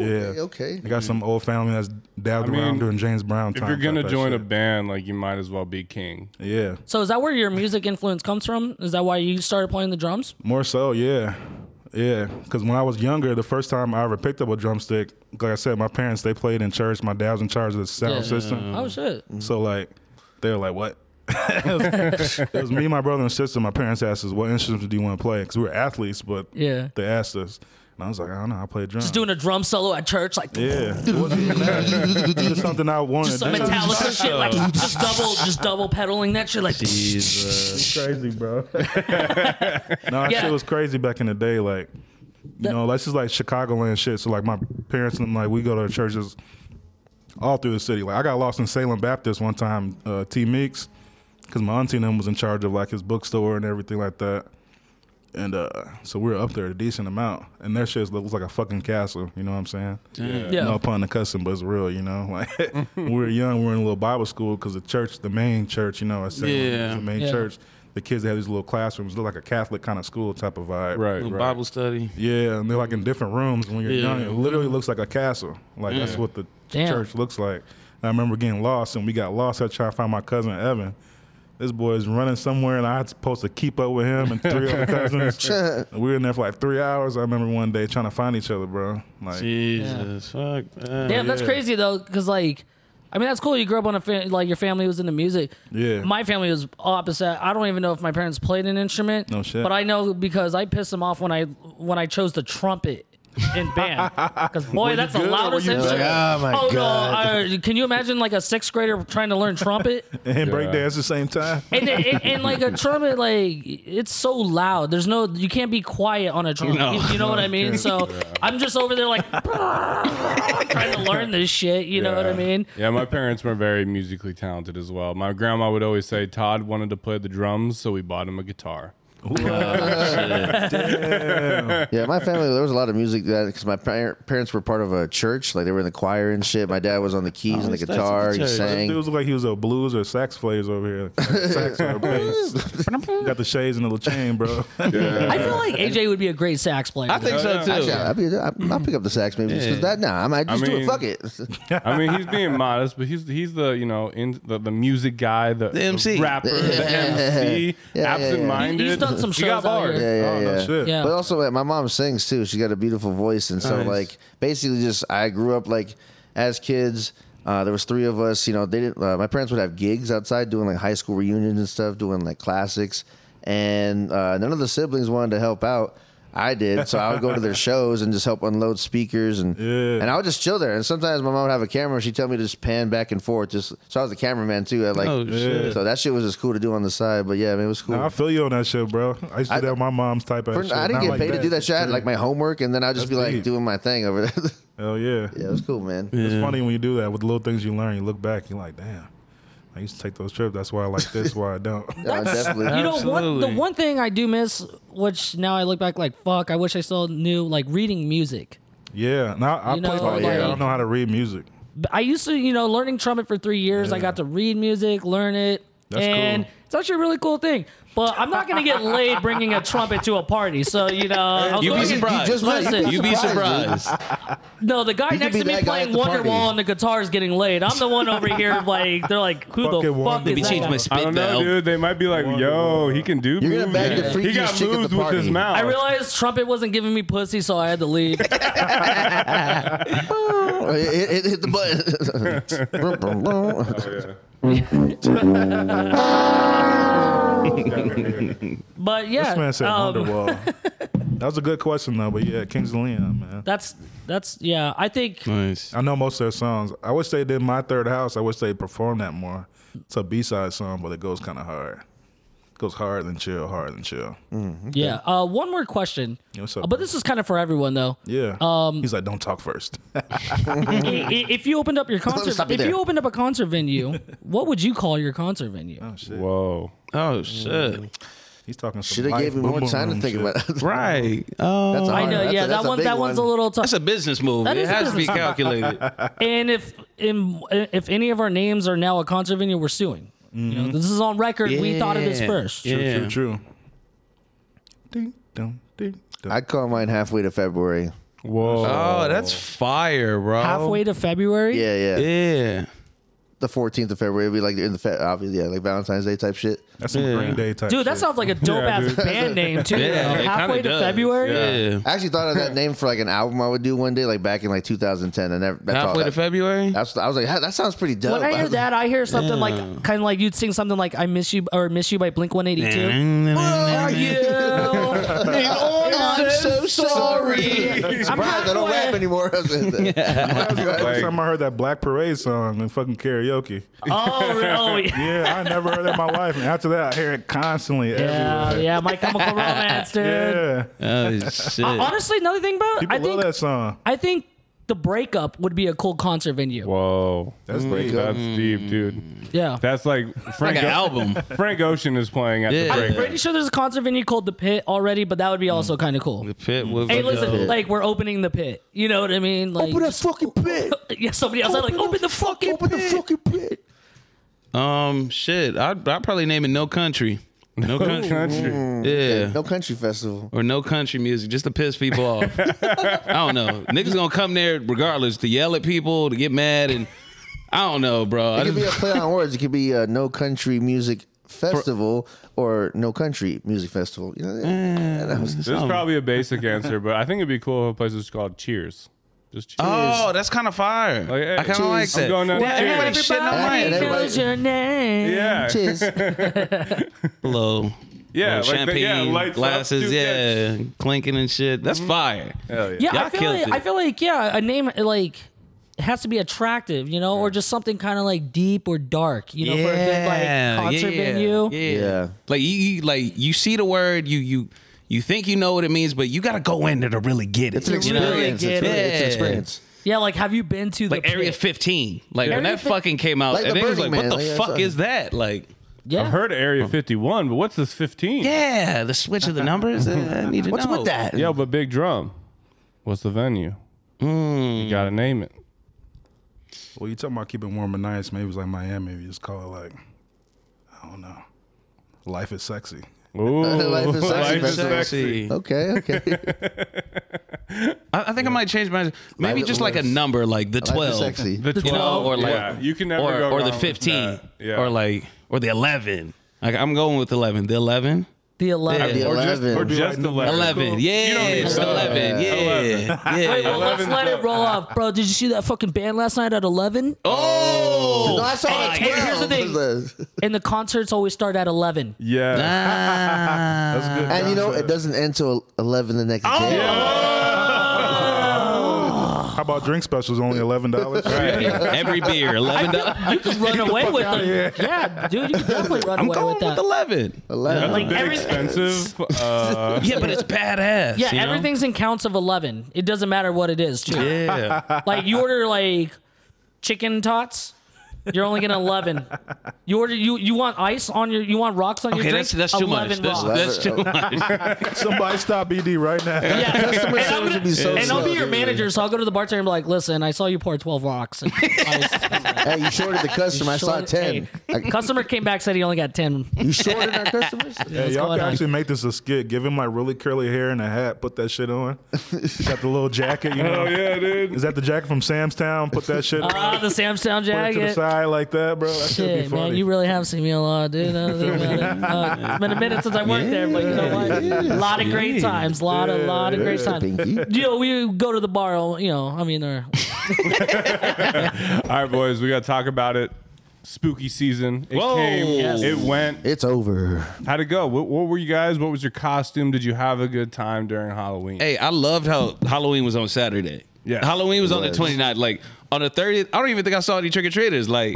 Speaker 3: Yeah,
Speaker 2: okay, okay.
Speaker 3: I got some old family that's dabbed
Speaker 1: I mean,
Speaker 3: around during James Brown.
Speaker 1: If
Speaker 3: times
Speaker 1: you're gonna
Speaker 3: like that
Speaker 1: join a
Speaker 3: shit.
Speaker 1: band, like you might as well be king.
Speaker 3: yeah,
Speaker 4: So is that where your music influence comes from? Is that why you started playing the drums?
Speaker 3: more so, yeah, yeah. Cause when I was younger, the first time I ever picked up a drumstick, like I said, my parents they played in church. My dad was in charge of the sound
Speaker 4: Yeah.
Speaker 3: system.
Speaker 4: Oh shit.
Speaker 3: So like, they were like, "What?" it, was, it was me, my brother, and sister. My parents asked us, "What instruments do you want to play?" Because we were athletes, but
Speaker 4: Yeah.
Speaker 3: they asked us, and I was like, "I don't know. I play drums."
Speaker 4: Just doing a drum solo at church, like
Speaker 3: yeah, it wasn't even that. It's just something I wanted.
Speaker 4: just some
Speaker 3: to do.
Speaker 4: Metallica shit, like just double, just double pedaling that shit, like
Speaker 3: It's crazy, bro. no, that
Speaker 4: Yeah.
Speaker 3: shit was crazy back in the day. Like, you know, that's just like Chicagoland shit. So like, my parents and like we go to churches all through the city. Like, I got lost in Salem Baptist one time. Uh, T Meeks, because my auntie and him was in charge of like his bookstore and everything like that. And uh, so we were up there a decent amount, and their shit looks like a fucking castle. You know what I'm saying?
Speaker 4: Yeah.
Speaker 3: No pun the cussing, but it's real. You know, like when we were young, we were in a little Bible school because the church, the main church, you know, I said
Speaker 5: Yeah.
Speaker 3: the main
Speaker 4: Yeah.
Speaker 3: church. The kids they have these little classrooms, look like a Catholic kind of school type of vibe.
Speaker 1: Right,
Speaker 5: Little
Speaker 1: right.
Speaker 5: Bible study.
Speaker 3: Yeah, and they're like in different rooms. When you're
Speaker 5: Yeah.
Speaker 3: young, it literally looks like a castle. Like that's what the
Speaker 4: Damn.
Speaker 3: church looks like. And I remember getting lost, and we got lost. I tried to find my cousin Evan. This boy is running somewhere, and I was supposed to keep up with him and three other cousins. And we were in there for like three hours. I remember one day trying to find each other, bro. Like,
Speaker 5: Jesus. Fuck. that.
Speaker 4: Damn, that's crazy though, because like, I mean, that's cool. You grew up on a fa- like your family was into music.
Speaker 3: Yeah.
Speaker 4: My family was opposite. I don't even know if my parents played an instrument.
Speaker 3: No shit.
Speaker 4: But I know because I pissed them off when I when I chose the trumpet. In band, because boy, that's the
Speaker 3: good or
Speaker 4: loudest
Speaker 3: were you
Speaker 4: instrument.
Speaker 2: bad? Oh, my
Speaker 4: oh
Speaker 2: God.
Speaker 4: no! I, can you imagine like a sixth grader trying to learn trumpet?
Speaker 3: and break dance at the same time.
Speaker 4: and, and, and like a trumpet, like it's so loud. There's no, you can't be quiet on a trumpet.
Speaker 5: No.
Speaker 4: You, you know what I mean? So I'm just over there like trying to learn this shit. You know what I
Speaker 1: Yeah.
Speaker 4: mean?
Speaker 1: Yeah, my parents were very musically talented as well. My grandma would always say Todd wanted to play the drums, so we bought him a guitar.
Speaker 2: Yeah, my family. There was a lot of music that because my par- parents were part of a church, like they were in the choir and shit. My dad was on the keys and the
Speaker 5: Oh, that's
Speaker 2: guitar.
Speaker 5: the
Speaker 2: He
Speaker 5: church.
Speaker 3: It
Speaker 2: sang.
Speaker 3: was like he was a blues or sax players over here. Sax or bass. Got the shades and the little chain, bro.
Speaker 4: I feel like AJ would be a great sax player.
Speaker 5: I think so too.
Speaker 2: Actually, I'll, be, I'll, I'll pick up the sax maybe just 'cause that. Nah, I might just do
Speaker 1: mean-
Speaker 2: it. Fuck it.
Speaker 1: I mean, he's being modest, but he's he's the you know in the, the music guy, the, the
Speaker 5: MC.
Speaker 1: rapper, the MC,
Speaker 2: yeah, yeah.
Speaker 1: absent-minded.
Speaker 4: He's done some
Speaker 1: He got
Speaker 4: shows out
Speaker 1: bars.
Speaker 2: yeah,
Speaker 4: here.
Speaker 3: oh,
Speaker 2: yeah,
Speaker 3: no
Speaker 2: yeah.
Speaker 3: shit.
Speaker 4: Yeah.
Speaker 2: But also, like, my mom sings too. She got a beautiful voice, and so like basically, just I grew up like as kids. Uh, there was three of us. You know, they didn't. Uh, my parents would have gigs outside doing like high school reunions and stuff, doing like classics, and uh, none of the siblings wanted to help out. I did, so I would go to their shows and just help unload speakers, and
Speaker 3: Yeah.
Speaker 2: and I would just chill there. And sometimes my mom would have a camera, and she'd tell me to just pan back and forth. Just so I was the cameraman too. I, like,
Speaker 5: Oh, shit.
Speaker 2: so that shit was just cool to do on the side. But yeah, I mean, it was cool.
Speaker 3: Nah, I feel you on that shit, bro. I used to
Speaker 2: I-
Speaker 3: do that with my mom's type of
Speaker 2: For-
Speaker 3: shit.
Speaker 2: I
Speaker 3: not
Speaker 2: didn't get
Speaker 3: like
Speaker 2: paid to do that shit. I had like my homework, and then I'd just
Speaker 3: That's
Speaker 2: be like
Speaker 3: deep.
Speaker 2: doing my thing over there.
Speaker 3: Hell yeah.
Speaker 2: yeah, it was cool, man.
Speaker 3: It's funny when you do that with the little things you learn. You look back, you're like, damn. I used to take those trips. That's why I like this. Why I don't.
Speaker 2: Yeah, I definitely.
Speaker 4: You know, one, the
Speaker 5: Absolutely.
Speaker 4: one thing I do miss, which now I look back like fuck, I wish I still knew, like reading music.
Speaker 3: Yeah, now I,
Speaker 4: You
Speaker 3: play
Speaker 4: know,
Speaker 3: by ear. I
Speaker 4: like-
Speaker 3: don't know how to read music.
Speaker 4: But I used to, you know, learning trumpet for three years. I got to read music, learn it,
Speaker 3: That's
Speaker 4: and
Speaker 3: cool.
Speaker 4: it's actually a really cool thing. But I'm not gonna get laid bringing a trumpet to a party, so you know, I was
Speaker 5: You'd be
Speaker 4: going to-
Speaker 5: surprised.
Speaker 2: just might-
Speaker 4: Listen.
Speaker 5: You'd be
Speaker 2: dude.
Speaker 5: surprised.
Speaker 4: no, the guy
Speaker 2: could
Speaker 4: next
Speaker 2: be
Speaker 4: to me
Speaker 2: that guy
Speaker 4: playing
Speaker 2: at the party.
Speaker 4: Wonderwall on the guitar is getting laid. I'm the one over here, like they're like, who
Speaker 3: Fucking
Speaker 4: the fuck
Speaker 3: Wonderwall.
Speaker 5: Let
Speaker 4: is
Speaker 5: me
Speaker 4: that
Speaker 5: change
Speaker 4: guy?
Speaker 5: my
Speaker 1: I
Speaker 5: spit
Speaker 1: don't know,
Speaker 5: valve.
Speaker 1: dude. They might be like, "Yo, he can do."
Speaker 2: You're gonna bang the
Speaker 1: moves. He
Speaker 2: freakiest
Speaker 1: got
Speaker 2: chick at the
Speaker 1: moves with his
Speaker 2: party.
Speaker 1: mouth.
Speaker 4: I realized trumpet wasn't giving me pussy, so I had to leave.
Speaker 2: It, it- it hit the button. Brum, brum, brum.
Speaker 4: But yeah,
Speaker 3: This man said
Speaker 4: um,
Speaker 3: Wonderwall. that was a good question though, but yeah, Kings of Leon, man.
Speaker 4: that's that's yeah. I think
Speaker 5: Nice.
Speaker 3: I know most of their songs. I wish they did My Third House. I wish they performed that more. It's a B side song, but it goes kind of hard. It goes hard and chill, hard and chill.
Speaker 2: Mm.
Speaker 4: yeah. Uh, one more question,
Speaker 3: what's up,
Speaker 4: Uh, but
Speaker 3: bro?
Speaker 4: this is kind of for everyone though.
Speaker 3: Yeah. Um, He's like, don't talk first.
Speaker 4: I- i- if you opened up your concert,
Speaker 2: stop you
Speaker 4: if
Speaker 2: there.
Speaker 4: you opened up a concert venue, what would you call your concert venue?
Speaker 1: Whoa.
Speaker 5: Oh shit.
Speaker 3: He's talking. some
Speaker 2: Should have
Speaker 3: life
Speaker 2: gave me more
Speaker 3: boom
Speaker 2: time to
Speaker 3: boom
Speaker 2: think
Speaker 3: shit.
Speaker 2: about it.
Speaker 5: Right. Oh,
Speaker 2: That's a
Speaker 4: I
Speaker 2: hard-
Speaker 4: know,
Speaker 2: that's a-
Speaker 4: yeah,
Speaker 2: that's
Speaker 4: that
Speaker 2: a
Speaker 4: one,
Speaker 2: big
Speaker 4: that one's a little tough.
Speaker 5: that's a business move.
Speaker 4: That
Speaker 5: It
Speaker 4: is a
Speaker 5: has to be
Speaker 4: business move.
Speaker 5: calculated.
Speaker 4: and if in, if any of our names are now a concert venue, we're suing. You know, this is on record. We thought of this
Speaker 5: Yeah.
Speaker 4: first.
Speaker 5: Yeah.
Speaker 3: True, true. Ding dong, ding dong.
Speaker 2: I'd call mine halfway to February.
Speaker 1: Whoa.
Speaker 5: Oh, that's fire, bro.
Speaker 4: Halfway to February.
Speaker 2: Yeah, yeah.
Speaker 5: Yeah.
Speaker 2: the 14th of February would be like in the fe- obviously, yeah, like Valentine's Day type shit.
Speaker 3: That's some
Speaker 5: Yeah.
Speaker 3: Green Day type.
Speaker 4: Dude, that
Speaker 3: shit.
Speaker 4: sounds like a dope ass band name too.
Speaker 5: Yeah,
Speaker 4: though.
Speaker 5: it
Speaker 4: halfway
Speaker 5: kinda
Speaker 4: to
Speaker 5: does.
Speaker 4: February.
Speaker 5: Yeah.
Speaker 2: I actually thought of that name for like an album I would do one day, like back in like 2010. I never that's all.
Speaker 5: Halfway to
Speaker 2: that-
Speaker 5: February.
Speaker 2: That's I was like, "Hey, that sounds pretty dope.
Speaker 4: When I hear that, I hear something like
Speaker 5: Yeah.
Speaker 4: kind of like you'd sing something like "I Miss You" or "Miss You" by Blink One Eighty Two.
Speaker 2: Oh,
Speaker 4: Oh,
Speaker 5: Are
Speaker 2: I'm so sorry.
Speaker 4: I'm
Speaker 2: Surprised I don't
Speaker 4: halfway-
Speaker 2: rap anymore.
Speaker 3: First time I heard that Black Parade song in fucking karaoke.
Speaker 4: Oh, really?
Speaker 3: Yeah, I never heard that in my life. And after that, I hear it constantly.
Speaker 4: Yeah,
Speaker 3: everywhere.
Speaker 4: yeah, My Chemical Romance, dude.
Speaker 3: Yeah.
Speaker 5: Oh shit.
Speaker 4: Honestly, another thing about it,
Speaker 3: People
Speaker 4: I
Speaker 3: love
Speaker 4: think
Speaker 3: that song.
Speaker 4: I think the breakup would be a cool concert venue.
Speaker 1: Whoa.
Speaker 3: That's
Speaker 2: Mm-hmm.
Speaker 1: Like,
Speaker 3: great.
Speaker 1: that's deep,
Speaker 4: Hmm.
Speaker 1: dude.
Speaker 4: Yeah,
Speaker 1: That's like
Speaker 5: Like
Speaker 1: Frank.
Speaker 5: an album.
Speaker 1: Frank Ocean is playing at
Speaker 5: Yeah.
Speaker 1: the
Speaker 4: I'm
Speaker 1: break.
Speaker 4: pretty sure there's a concert venue called the Pit already, but that would be also kind of cool.
Speaker 5: The pit
Speaker 1: Mm.
Speaker 5: was.
Speaker 4: Hey,
Speaker 5: like,
Speaker 4: listen,
Speaker 5: yo.
Speaker 4: like we're opening the pit. You know what I mean? Like,
Speaker 2: Open that fucking pit.
Speaker 4: yeah, somebody else like open the fucking
Speaker 2: Open the
Speaker 4: pit.
Speaker 2: fucking pit.
Speaker 5: um, shit. I'd, I'd probably name it No Country. No Country.
Speaker 1: Country.
Speaker 5: Mm. Yeah.
Speaker 2: No country festival.
Speaker 5: Or no country music, just to piss people off. I don't know. Niggas gonna come there regardless to yell at people, to get mad, and I don't know, bro. I
Speaker 2: It could be a
Speaker 5: just,
Speaker 2: play on words. It could be a no country music festival or no country music festival. You know, yeah, that was-
Speaker 1: This is probably a basic answer, but I think it'd be cool if a place was called Cheers. Just Cheers.
Speaker 5: oh, that's kind of fire.
Speaker 1: Like, hey,
Speaker 5: I kind of like
Speaker 2: cheers.
Speaker 5: that.
Speaker 1: Oh, I'm going down
Speaker 5: Well,
Speaker 1: to Cheers.
Speaker 5: everybody shitting on
Speaker 4: Everybody
Speaker 5: Mike.
Speaker 2: Everybody-
Speaker 4: knows your name.
Speaker 1: yeah.
Speaker 2: Cheers.
Speaker 5: Hello.
Speaker 1: Yeah, like the-
Speaker 5: champagne
Speaker 1: yeah, lights up, Mm-hmm.
Speaker 5: glasses,
Speaker 1: dude,
Speaker 5: yeah, clinking and shit. That's fire.
Speaker 1: Hell yeah.
Speaker 4: Yeah,
Speaker 5: Y'all
Speaker 4: I feel
Speaker 5: killed
Speaker 4: like
Speaker 5: it.
Speaker 4: I feel like yeah, a name like it has to be attractive, you know, or just something kind of like deep or dark, you know, for a big
Speaker 5: Yeah,
Speaker 4: like concert
Speaker 5: yeah,
Speaker 4: venue.
Speaker 5: Yeah.
Speaker 2: Yeah.
Speaker 5: Like you, you like you see the word, you you you think you know what it means, but you gotta go in there to really get it.
Speaker 2: It's an
Speaker 5: you know?
Speaker 2: experience. It's,
Speaker 4: get
Speaker 2: really- it's an
Speaker 5: Yeah.
Speaker 2: experience.
Speaker 4: Yeah, like have you been to
Speaker 5: Like
Speaker 4: the
Speaker 5: Area
Speaker 4: pit?
Speaker 5: 15. Like when
Speaker 4: Area
Speaker 5: that
Speaker 4: fif-
Speaker 5: fucking came out,
Speaker 2: Like the
Speaker 5: and it was like,
Speaker 2: Burning
Speaker 5: what
Speaker 2: Man,
Speaker 5: the
Speaker 2: like,
Speaker 5: fuck
Speaker 2: that's-
Speaker 5: is that? Like
Speaker 4: Yeah.
Speaker 1: I've heard of Area 51, but what's this 15?
Speaker 5: Yeah, the switch of the numbers. uh, I need to
Speaker 2: What's
Speaker 5: know.
Speaker 2: with that?
Speaker 1: Yo, but Big Drum, what's the venue?
Speaker 5: Mm.
Speaker 1: You gotta name it.
Speaker 3: Well, you talking about keeping warm and nice? Maybe it's like Miami. You just call it like, I don't know. Life is sexy.
Speaker 1: Ooh,
Speaker 2: Life is sexy,
Speaker 1: Life is
Speaker 2: Sexy.
Speaker 1: sexy.
Speaker 2: Okay, okay.
Speaker 5: I, I think I might change my maybe
Speaker 2: Life
Speaker 5: just like a
Speaker 2: is-
Speaker 5: number like the
Speaker 2: Life
Speaker 5: twelve,
Speaker 2: is sexy.
Speaker 1: The 12,
Speaker 5: or like
Speaker 1: yeah, you can never
Speaker 5: or,
Speaker 1: go wrong
Speaker 5: or the
Speaker 1: with
Speaker 5: fifteen,
Speaker 1: that. Yeah.
Speaker 5: or like or the eleven. Like I'm going with eleven. The eleven.
Speaker 4: The 11.
Speaker 5: Yeah.
Speaker 1: or just, or
Speaker 2: 11.
Speaker 1: just 11.
Speaker 5: 11. Yeah.
Speaker 1: You don't need
Speaker 5: it's
Speaker 1: to know.
Speaker 5: 11. Yeah. Yeah.
Speaker 4: Well, let's
Speaker 1: 11's
Speaker 4: let it
Speaker 1: up.
Speaker 4: roll off, bro. Did you see that fucking band last night at 11?
Speaker 5: Oh.
Speaker 2: No, I saw
Speaker 5: Hey,
Speaker 2: the
Speaker 5: here-
Speaker 2: 12.
Speaker 4: here's the thing. And the concerts always start at 11.
Speaker 1: Yeah.
Speaker 5: Ah.
Speaker 3: That's good.
Speaker 2: And you know, it doesn't end till 11 the next day.
Speaker 3: How about drink specials? Only eleven dollars.
Speaker 5: Every beer, eleven dollars.
Speaker 4: Run away with it. Yeah, dude, you can definitely run
Speaker 5: I'm
Speaker 4: away
Speaker 5: going
Speaker 4: with
Speaker 5: with,
Speaker 4: that.
Speaker 5: eleven.
Speaker 2: 11.
Speaker 1: That's a bit
Speaker 4: every-
Speaker 1: expensive. Uh,
Speaker 5: Yeah, but it's badass. you
Speaker 4: yeah,
Speaker 5: know?
Speaker 4: everything's in counts of 11. It doesn't matter what it is, too.
Speaker 5: Yeah.
Speaker 4: Like, you order, like, chicken tots. You're only getting 11. You order you you want ice on your you want rocks on your
Speaker 5: Okay,
Speaker 4: drink?
Speaker 5: that's that's too much.
Speaker 4: 11
Speaker 5: That's,
Speaker 4: rocks.
Speaker 5: that's too much.
Speaker 3: Somebody stop BD right now.
Speaker 4: Yeah.
Speaker 2: Customer
Speaker 4: and, I'm
Speaker 2: service
Speaker 4: gonna-
Speaker 2: would be so
Speaker 4: and I'll
Speaker 2: slow,
Speaker 4: be your
Speaker 2: dude.
Speaker 4: manager, so I'll go to the bartender and be like, "Listen, I saw you pour 12 rocks." And ice."
Speaker 2: Hey, you shorted the customer. I saw
Speaker 4: Short-
Speaker 2: 10.
Speaker 4: hey, customer came back said he only got 10.
Speaker 2: You shorted our customers?
Speaker 3: Hey,
Speaker 4: What's
Speaker 3: y'all
Speaker 4: going
Speaker 3: can
Speaker 4: on?
Speaker 3: actually make this a skit. Give him like really curly hair and a hat. Put that shit on. Got the little jacket. You know.
Speaker 1: oh, yeah, dude.
Speaker 3: Is that the jacket from Sam's Town? Put that shit on.
Speaker 4: Ah, the Samstown
Speaker 3: Put it to the
Speaker 4: jacket.
Speaker 3: side like that, bro. That should be
Speaker 4: Shit,
Speaker 3: funny.
Speaker 4: man, you really have seen me a lot, dude. I don't think about it. Uh, it's been a minute since I worked there, but you know what? A lot of great times. A lot, a lot of great times.
Speaker 2: Pinky.
Speaker 4: You know, we go to the bar, you know, I mean, uh, or
Speaker 1: All right, boys, we got to talk about it. Spooky season. It
Speaker 5: Whoa.
Speaker 1: came.
Speaker 5: Yes.
Speaker 1: It went.
Speaker 2: It's over.
Speaker 1: How'd it go? What, what were you guys? What was your costume? Did you have a good time during Halloween?
Speaker 5: hey, I loved how Halloween was on Saturday.
Speaker 1: Yeah.
Speaker 5: Halloween was, on the
Speaker 2: was.
Speaker 5: 29th. Like on the 30th, I don't even think I saw any trick or treaters. Like,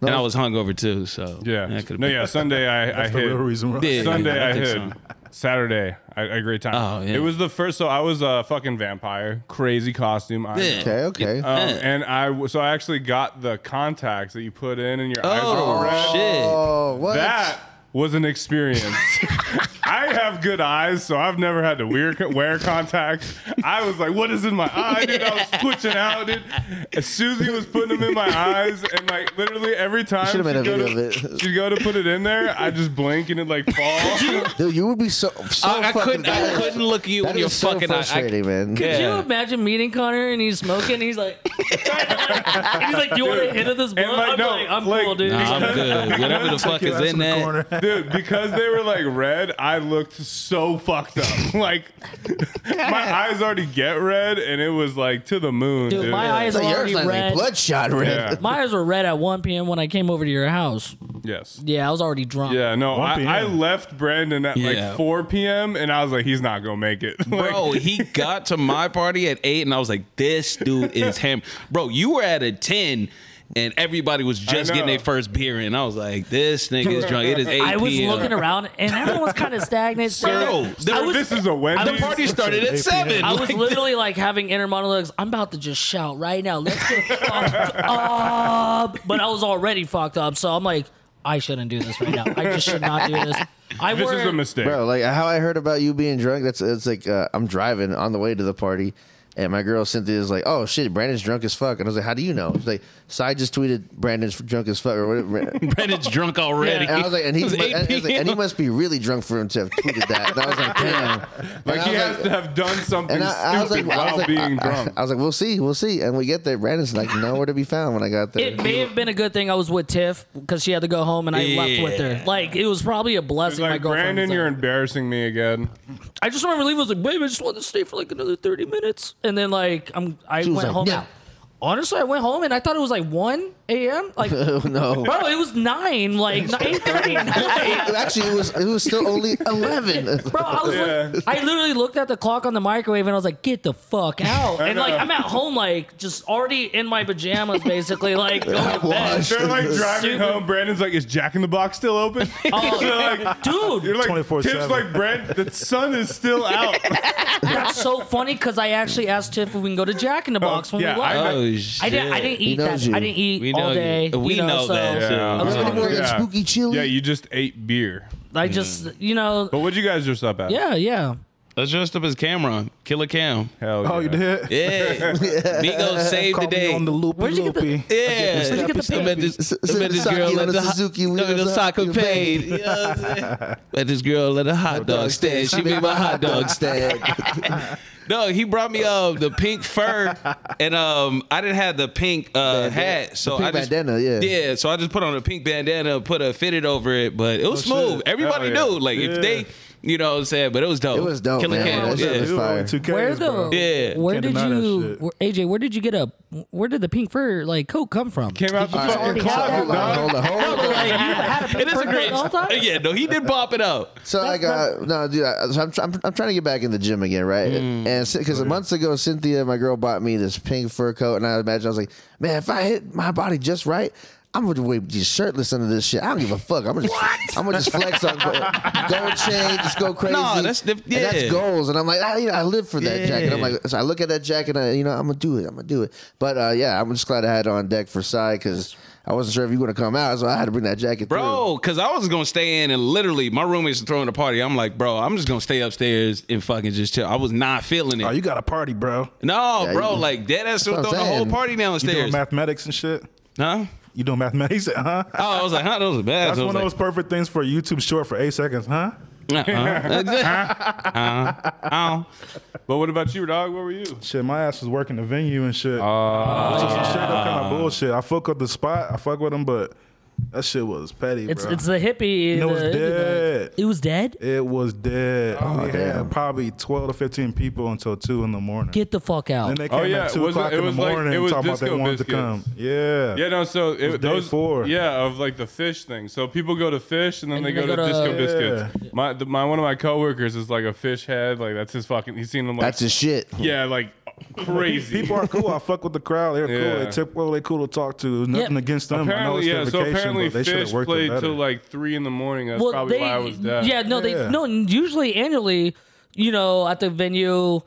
Speaker 5: and I was hungover too. So
Speaker 1: Yeah.
Speaker 5: that could've
Speaker 1: No,
Speaker 5: been-
Speaker 1: yeah. Sunday, I, I
Speaker 3: That's the real
Speaker 1: hid.
Speaker 3: reason. Why.
Speaker 5: Yeah.
Speaker 1: Sunday,
Speaker 5: I
Speaker 1: I
Speaker 5: think
Speaker 1: hid.
Speaker 5: so.
Speaker 1: Saturday, I I had a great time.
Speaker 5: Oh, yeah.
Speaker 1: It was the first. So I was a fucking vampire, crazy costume. I
Speaker 5: Yeah.
Speaker 1: know.
Speaker 2: Okay, okay.
Speaker 1: Um, and I w- so I actually got the contacts that you put in, and your eyes
Speaker 5: Oh,
Speaker 1: are red.
Speaker 5: shit.
Speaker 2: oh, what?
Speaker 1: That was an experience. I have good eyes, so I've never had to wear, wear contacts. I was like, what is in my eye, dude? I was twitching out, dude. And Susie was putting them in my eyes, and like literally every time
Speaker 2: Should've made
Speaker 1: she'd
Speaker 2: a
Speaker 1: go
Speaker 2: video
Speaker 1: to-
Speaker 2: of it.
Speaker 1: she'd go to put it in there, I just blink and it like falls.
Speaker 2: Dude, you would be so, so
Speaker 5: I, I
Speaker 2: fucking
Speaker 5: couldn't. I
Speaker 2: bad.
Speaker 5: couldn't look you
Speaker 2: That
Speaker 5: in your
Speaker 2: is so
Speaker 5: fucking eye. I,
Speaker 2: frustrating, man.
Speaker 4: Could
Speaker 5: Yeah.
Speaker 4: you imagine meeting Connor and he's smoking? And he's like, and he's like, do you want to hit at this blunt?
Speaker 1: like,
Speaker 4: I'm
Speaker 1: no,
Speaker 4: like, I'm
Speaker 1: like-
Speaker 4: cool, dude.
Speaker 5: Nah, I'm good. Whatever the fuck
Speaker 3: Your
Speaker 5: is
Speaker 3: ass
Speaker 5: in
Speaker 3: the
Speaker 5: that.
Speaker 3: corner.
Speaker 1: Dude, because they were like red, I looked so fucked up. Like my eyes already get red, and it was like to the moon. Dude,
Speaker 4: Dude, my eyes
Speaker 2: It's
Speaker 4: are
Speaker 2: like yours
Speaker 4: already
Speaker 2: like
Speaker 4: red.
Speaker 2: bloodshot red.
Speaker 1: Yeah.
Speaker 4: My eyes were red at 1 p.m. when I came over to your house.
Speaker 1: Yes.
Speaker 4: Yeah, I was already drunk.
Speaker 1: Yeah, no,
Speaker 3: 1 p.m.
Speaker 1: I, I left Brandon at
Speaker 5: Yeah.
Speaker 1: like 4 p.m. and I was like, he's not gonna make it. Like,
Speaker 5: Bro, he got to my party at eight, and I was like, "This dude is him." Bro, you were at a ten, and everybody was just
Speaker 1: know.
Speaker 5: getting their first beer in. I was like, "This nigga is drunk." It is eight.
Speaker 4: I was
Speaker 5: PM.
Speaker 4: looking around and everyone was kind of stagnant.
Speaker 5: Bro, there-
Speaker 4: I was-
Speaker 1: this is a Wendy's.
Speaker 5: the party started at
Speaker 3: 8
Speaker 5: seven.
Speaker 4: I was
Speaker 5: Like,
Speaker 4: literally like having inner monologues. I'm about to just shout right now. Let's get fucked up. But I was already fucked up, so I'm like, I shouldn't do this right now. I just should not do this. I
Speaker 1: this
Speaker 4: wore,
Speaker 1: is a mistake.
Speaker 2: Bro, like how I heard about you being drunk, that's it's like uh, I'm driving on the way to the party. And my girl Cynthia is like, "Oh shit, Brandon's drunk as fuck." And I was like, "How do you know?" She's like, "Sai just tweeted Brandon's drunk as fuck." Or whatever. And
Speaker 5: Brennan's drunk already.
Speaker 2: I was like, "And he,
Speaker 5: It was
Speaker 2: mu-
Speaker 5: 8
Speaker 2: and, I was like,
Speaker 5: PM.
Speaker 2: and he must be really drunk for him to have tweeted that." And I was like, "Damn!" And
Speaker 1: like
Speaker 2: I
Speaker 1: he
Speaker 2: was
Speaker 1: has to have done something
Speaker 2: and I, I was
Speaker 1: stupid
Speaker 2: like, I
Speaker 1: while
Speaker 2: was like,
Speaker 1: being
Speaker 2: I- I-
Speaker 1: drunk.
Speaker 2: I was like, "We'll see, we'll see." And we get there, Brandon's like nowhere to be found when I got there.
Speaker 4: It may have been a good thing I was with Tiff because she had to go home and I left with her. Like it was probably a
Speaker 1: He's
Speaker 4: blessing. my
Speaker 1: like,
Speaker 4: girlfriend.
Speaker 1: Brandon,
Speaker 4: was
Speaker 1: you're
Speaker 4: there.
Speaker 1: embarrassing me again.
Speaker 4: I just remember leaving. I was like, babe, I just wanted to stay for like another thirty minutes, and then like I'm, I
Speaker 2: was
Speaker 4: went
Speaker 2: like,
Speaker 4: home.
Speaker 2: "No."
Speaker 4: Honestly, I went home and I thought it was like one a.m. Like, bro,
Speaker 2: no,
Speaker 4: it was nine, like eight thirty.
Speaker 2: actually, it was it was still only eleven.
Speaker 4: Bro, I was
Speaker 1: Yeah.
Speaker 4: like, I literally looked at the clock on the microwave and I was like, "Get the fuck out!" And like,
Speaker 1: know.
Speaker 4: I'm at home, like just already in my pajamas, basically, like going to bed.
Speaker 2: Washed.
Speaker 1: They're like driving
Speaker 4: Oh, Stupid.
Speaker 1: home. Brandon's like, is Jack in the Box still open?
Speaker 4: Oh,
Speaker 1: They're like,
Speaker 4: dude,
Speaker 1: you're like,
Speaker 3: 24/7.
Speaker 1: Tip's like, Brand, the sun is still out.
Speaker 4: That's so funny because I actually asked Tiff if we can go to Jack in the Box when
Speaker 1: yeah,
Speaker 4: we left.
Speaker 1: I-
Speaker 5: oh shit!
Speaker 4: I didn't. I didn't eat
Speaker 2: knows
Speaker 4: that.
Speaker 2: you.
Speaker 4: I didn't eat
Speaker 5: We know
Speaker 4: all day.
Speaker 5: you. We
Speaker 4: you know,
Speaker 5: know
Speaker 4: so
Speaker 5: that,
Speaker 1: Yeah.
Speaker 5: too.
Speaker 2: A little
Speaker 1: Uh,
Speaker 2: bit more than spooky chili.
Speaker 1: Yeah, you just ate beer.
Speaker 4: I
Speaker 5: Mm.
Speaker 4: just, you know,
Speaker 1: But what'd you guys dress up as?
Speaker 4: yeah, yeah.
Speaker 5: Let's dress up as Cameron, Killer Cam.
Speaker 1: Hell yeah.
Speaker 3: Oh, you did?
Speaker 5: Yeah, Migos saved the
Speaker 3: Caught me
Speaker 5: day.
Speaker 3: on the loopy
Speaker 4: Where'd you get the-
Speaker 3: loopy.
Speaker 5: yeah,
Speaker 4: Where'd you get the
Speaker 5: I met
Speaker 4: pink?
Speaker 5: this,
Speaker 2: S-
Speaker 5: I met this
Speaker 2: Saki
Speaker 5: girl
Speaker 2: on
Speaker 5: at
Speaker 2: a
Speaker 5: the
Speaker 2: Suzuki,
Speaker 5: Hot,
Speaker 2: we
Speaker 5: no,
Speaker 2: was
Speaker 5: the
Speaker 2: a
Speaker 5: soccer
Speaker 2: Hot Dog
Speaker 5: paid. You know what I'm saying? Met this girl at a hot dog stand. She made my hot dog stand.
Speaker 2: stand.
Speaker 5: No, he brought me um the pink fur, and um I didn't have the pink uh
Speaker 2: Bandana.
Speaker 5: hat, so
Speaker 2: The pink
Speaker 5: I just,
Speaker 2: bandana, yeah.
Speaker 5: yeah. So I just put on a pink bandana, put a fitted over it, but it was smooth.
Speaker 3: shit.
Speaker 5: Everybody
Speaker 1: Hell yeah.
Speaker 5: knew, like
Speaker 3: Yeah.
Speaker 5: if they, you know, what I'm saying, but it was dope.
Speaker 2: It was dope,
Speaker 5: Killer
Speaker 2: man.
Speaker 5: Cam,
Speaker 2: That shit
Speaker 5: yeah.
Speaker 2: was fire.
Speaker 4: Where the
Speaker 5: Yeah.
Speaker 4: where
Speaker 3: Can't
Speaker 4: did
Speaker 3: deny that
Speaker 4: you
Speaker 3: shit.
Speaker 4: where, AJ? Where did you get a where did the pink fur like coat come from?
Speaker 1: Came out the
Speaker 2: All right,
Speaker 1: fucking
Speaker 2: so
Speaker 1: closet,
Speaker 2: hold on,
Speaker 1: dog.
Speaker 2: hold on, hold on.
Speaker 5: It is a great.
Speaker 4: the whole time?
Speaker 5: Yeah, no, he did pop it up.
Speaker 2: So I got no, dude. I, so I'm, try- I'm I'm trying to get back in the gym again, right?
Speaker 5: Mm,
Speaker 2: And because months ago, Cynthia, my girl, bought me this pink fur coat, and I imagine I was like, man, if I hit my body just right. I'm gonna wait just shirtless under this shit. I don't give a fuck. I'm gonna just, I'm gonna just flex on gold, gold chain, just go crazy.
Speaker 5: No, that's the-
Speaker 2: And that's
Speaker 5: yeah.
Speaker 2: goals, and I'm like, I, you know, I live for that
Speaker 5: Yeah.
Speaker 2: jacket. I'm like, so I look at that jacket, and I, you know, I'm gonna do it. I'm gonna do it. But uh, yeah, I'm just glad I had it on deck for Psy because I wasn't sure if you were gonna come out, so I had to bring that jacket. through.
Speaker 5: Bro, because I was gonna stay in and literally my roommates were throwing a party. I'm like, bro, I'm just gonna stay upstairs and fucking just chill. I was not feeling it.
Speaker 3: Oh, you got a party, bro.
Speaker 5: no,
Speaker 2: Yeah,
Speaker 5: bro,
Speaker 2: you-
Speaker 5: like dead ass was
Speaker 2: That's what
Speaker 5: throwing
Speaker 2: I'm
Speaker 5: the whole
Speaker 2: saying.
Speaker 5: party
Speaker 3: You doing
Speaker 5: downstairs.
Speaker 3: mathematics and shit?
Speaker 5: huh?
Speaker 3: You doing mathematics? He said, huh?
Speaker 5: Oh, I was like, huh? Those are bad.
Speaker 3: That's
Speaker 5: So I
Speaker 3: one
Speaker 5: was
Speaker 3: of those perfect things for a YouTube short for eight seconds, huh?
Speaker 5: like, uh-huh. uh-uh. Uh-uh.
Speaker 1: But what about you, dog? Where were you?
Speaker 3: Shit, my ass was working the venue and shit.
Speaker 1: Ah.
Speaker 3: so some straight up kind of bullshit. I fuck up the spot. I fuck with him, but that shit was petty,
Speaker 4: It's
Speaker 3: bro.
Speaker 4: it's the hippie.
Speaker 3: know it's
Speaker 4: the-
Speaker 3: dead.
Speaker 4: It was dead.
Speaker 3: it was dead.
Speaker 1: Oh,
Speaker 3: we
Speaker 2: damn.
Speaker 3: had probably twelve to fifteen people until two in the morning.
Speaker 4: Get the fuck out.
Speaker 3: then they
Speaker 1: Oh,
Speaker 3: came
Speaker 1: yeah,
Speaker 3: at
Speaker 1: it
Speaker 3: two
Speaker 1: was-
Speaker 3: o'clock
Speaker 1: it
Speaker 3: in the
Speaker 1: was like-
Speaker 3: morning
Speaker 1: it was
Speaker 3: talking about they
Speaker 1: Disco
Speaker 3: wanted to come.
Speaker 1: Biscuits.
Speaker 3: Yeah.
Speaker 1: Yeah, no. So it,
Speaker 3: day
Speaker 1: those
Speaker 3: four.
Speaker 1: yeah, of like the fish thing. So people go to fish, and then
Speaker 4: And
Speaker 1: they,
Speaker 4: then
Speaker 1: go,
Speaker 4: they
Speaker 1: to,
Speaker 4: go to- uh,
Speaker 1: Disco Biscuits. My the, my one of my coworkers is like a fish head. Like that's his fucking. He's seen them like
Speaker 2: That's his shit.
Speaker 1: yeah, like crazy.
Speaker 3: People are cool. I fuck with the crowd. They're
Speaker 1: Yeah.
Speaker 3: cool. They tip well. They cool to talk to. There's nothing
Speaker 4: Yeah.
Speaker 3: against them. I know
Speaker 1: apparently,
Speaker 3: it's their
Speaker 1: yeah. So
Speaker 3: vacation,
Speaker 1: apparently,
Speaker 3: but they should
Speaker 1: fish
Speaker 3: have worked it
Speaker 1: played
Speaker 3: better.
Speaker 1: till like three in the morning. That's probably why I was dead.
Speaker 4: yeah, no,
Speaker 3: Yeah.
Speaker 4: they no. Usually, annually, you know, at the venue,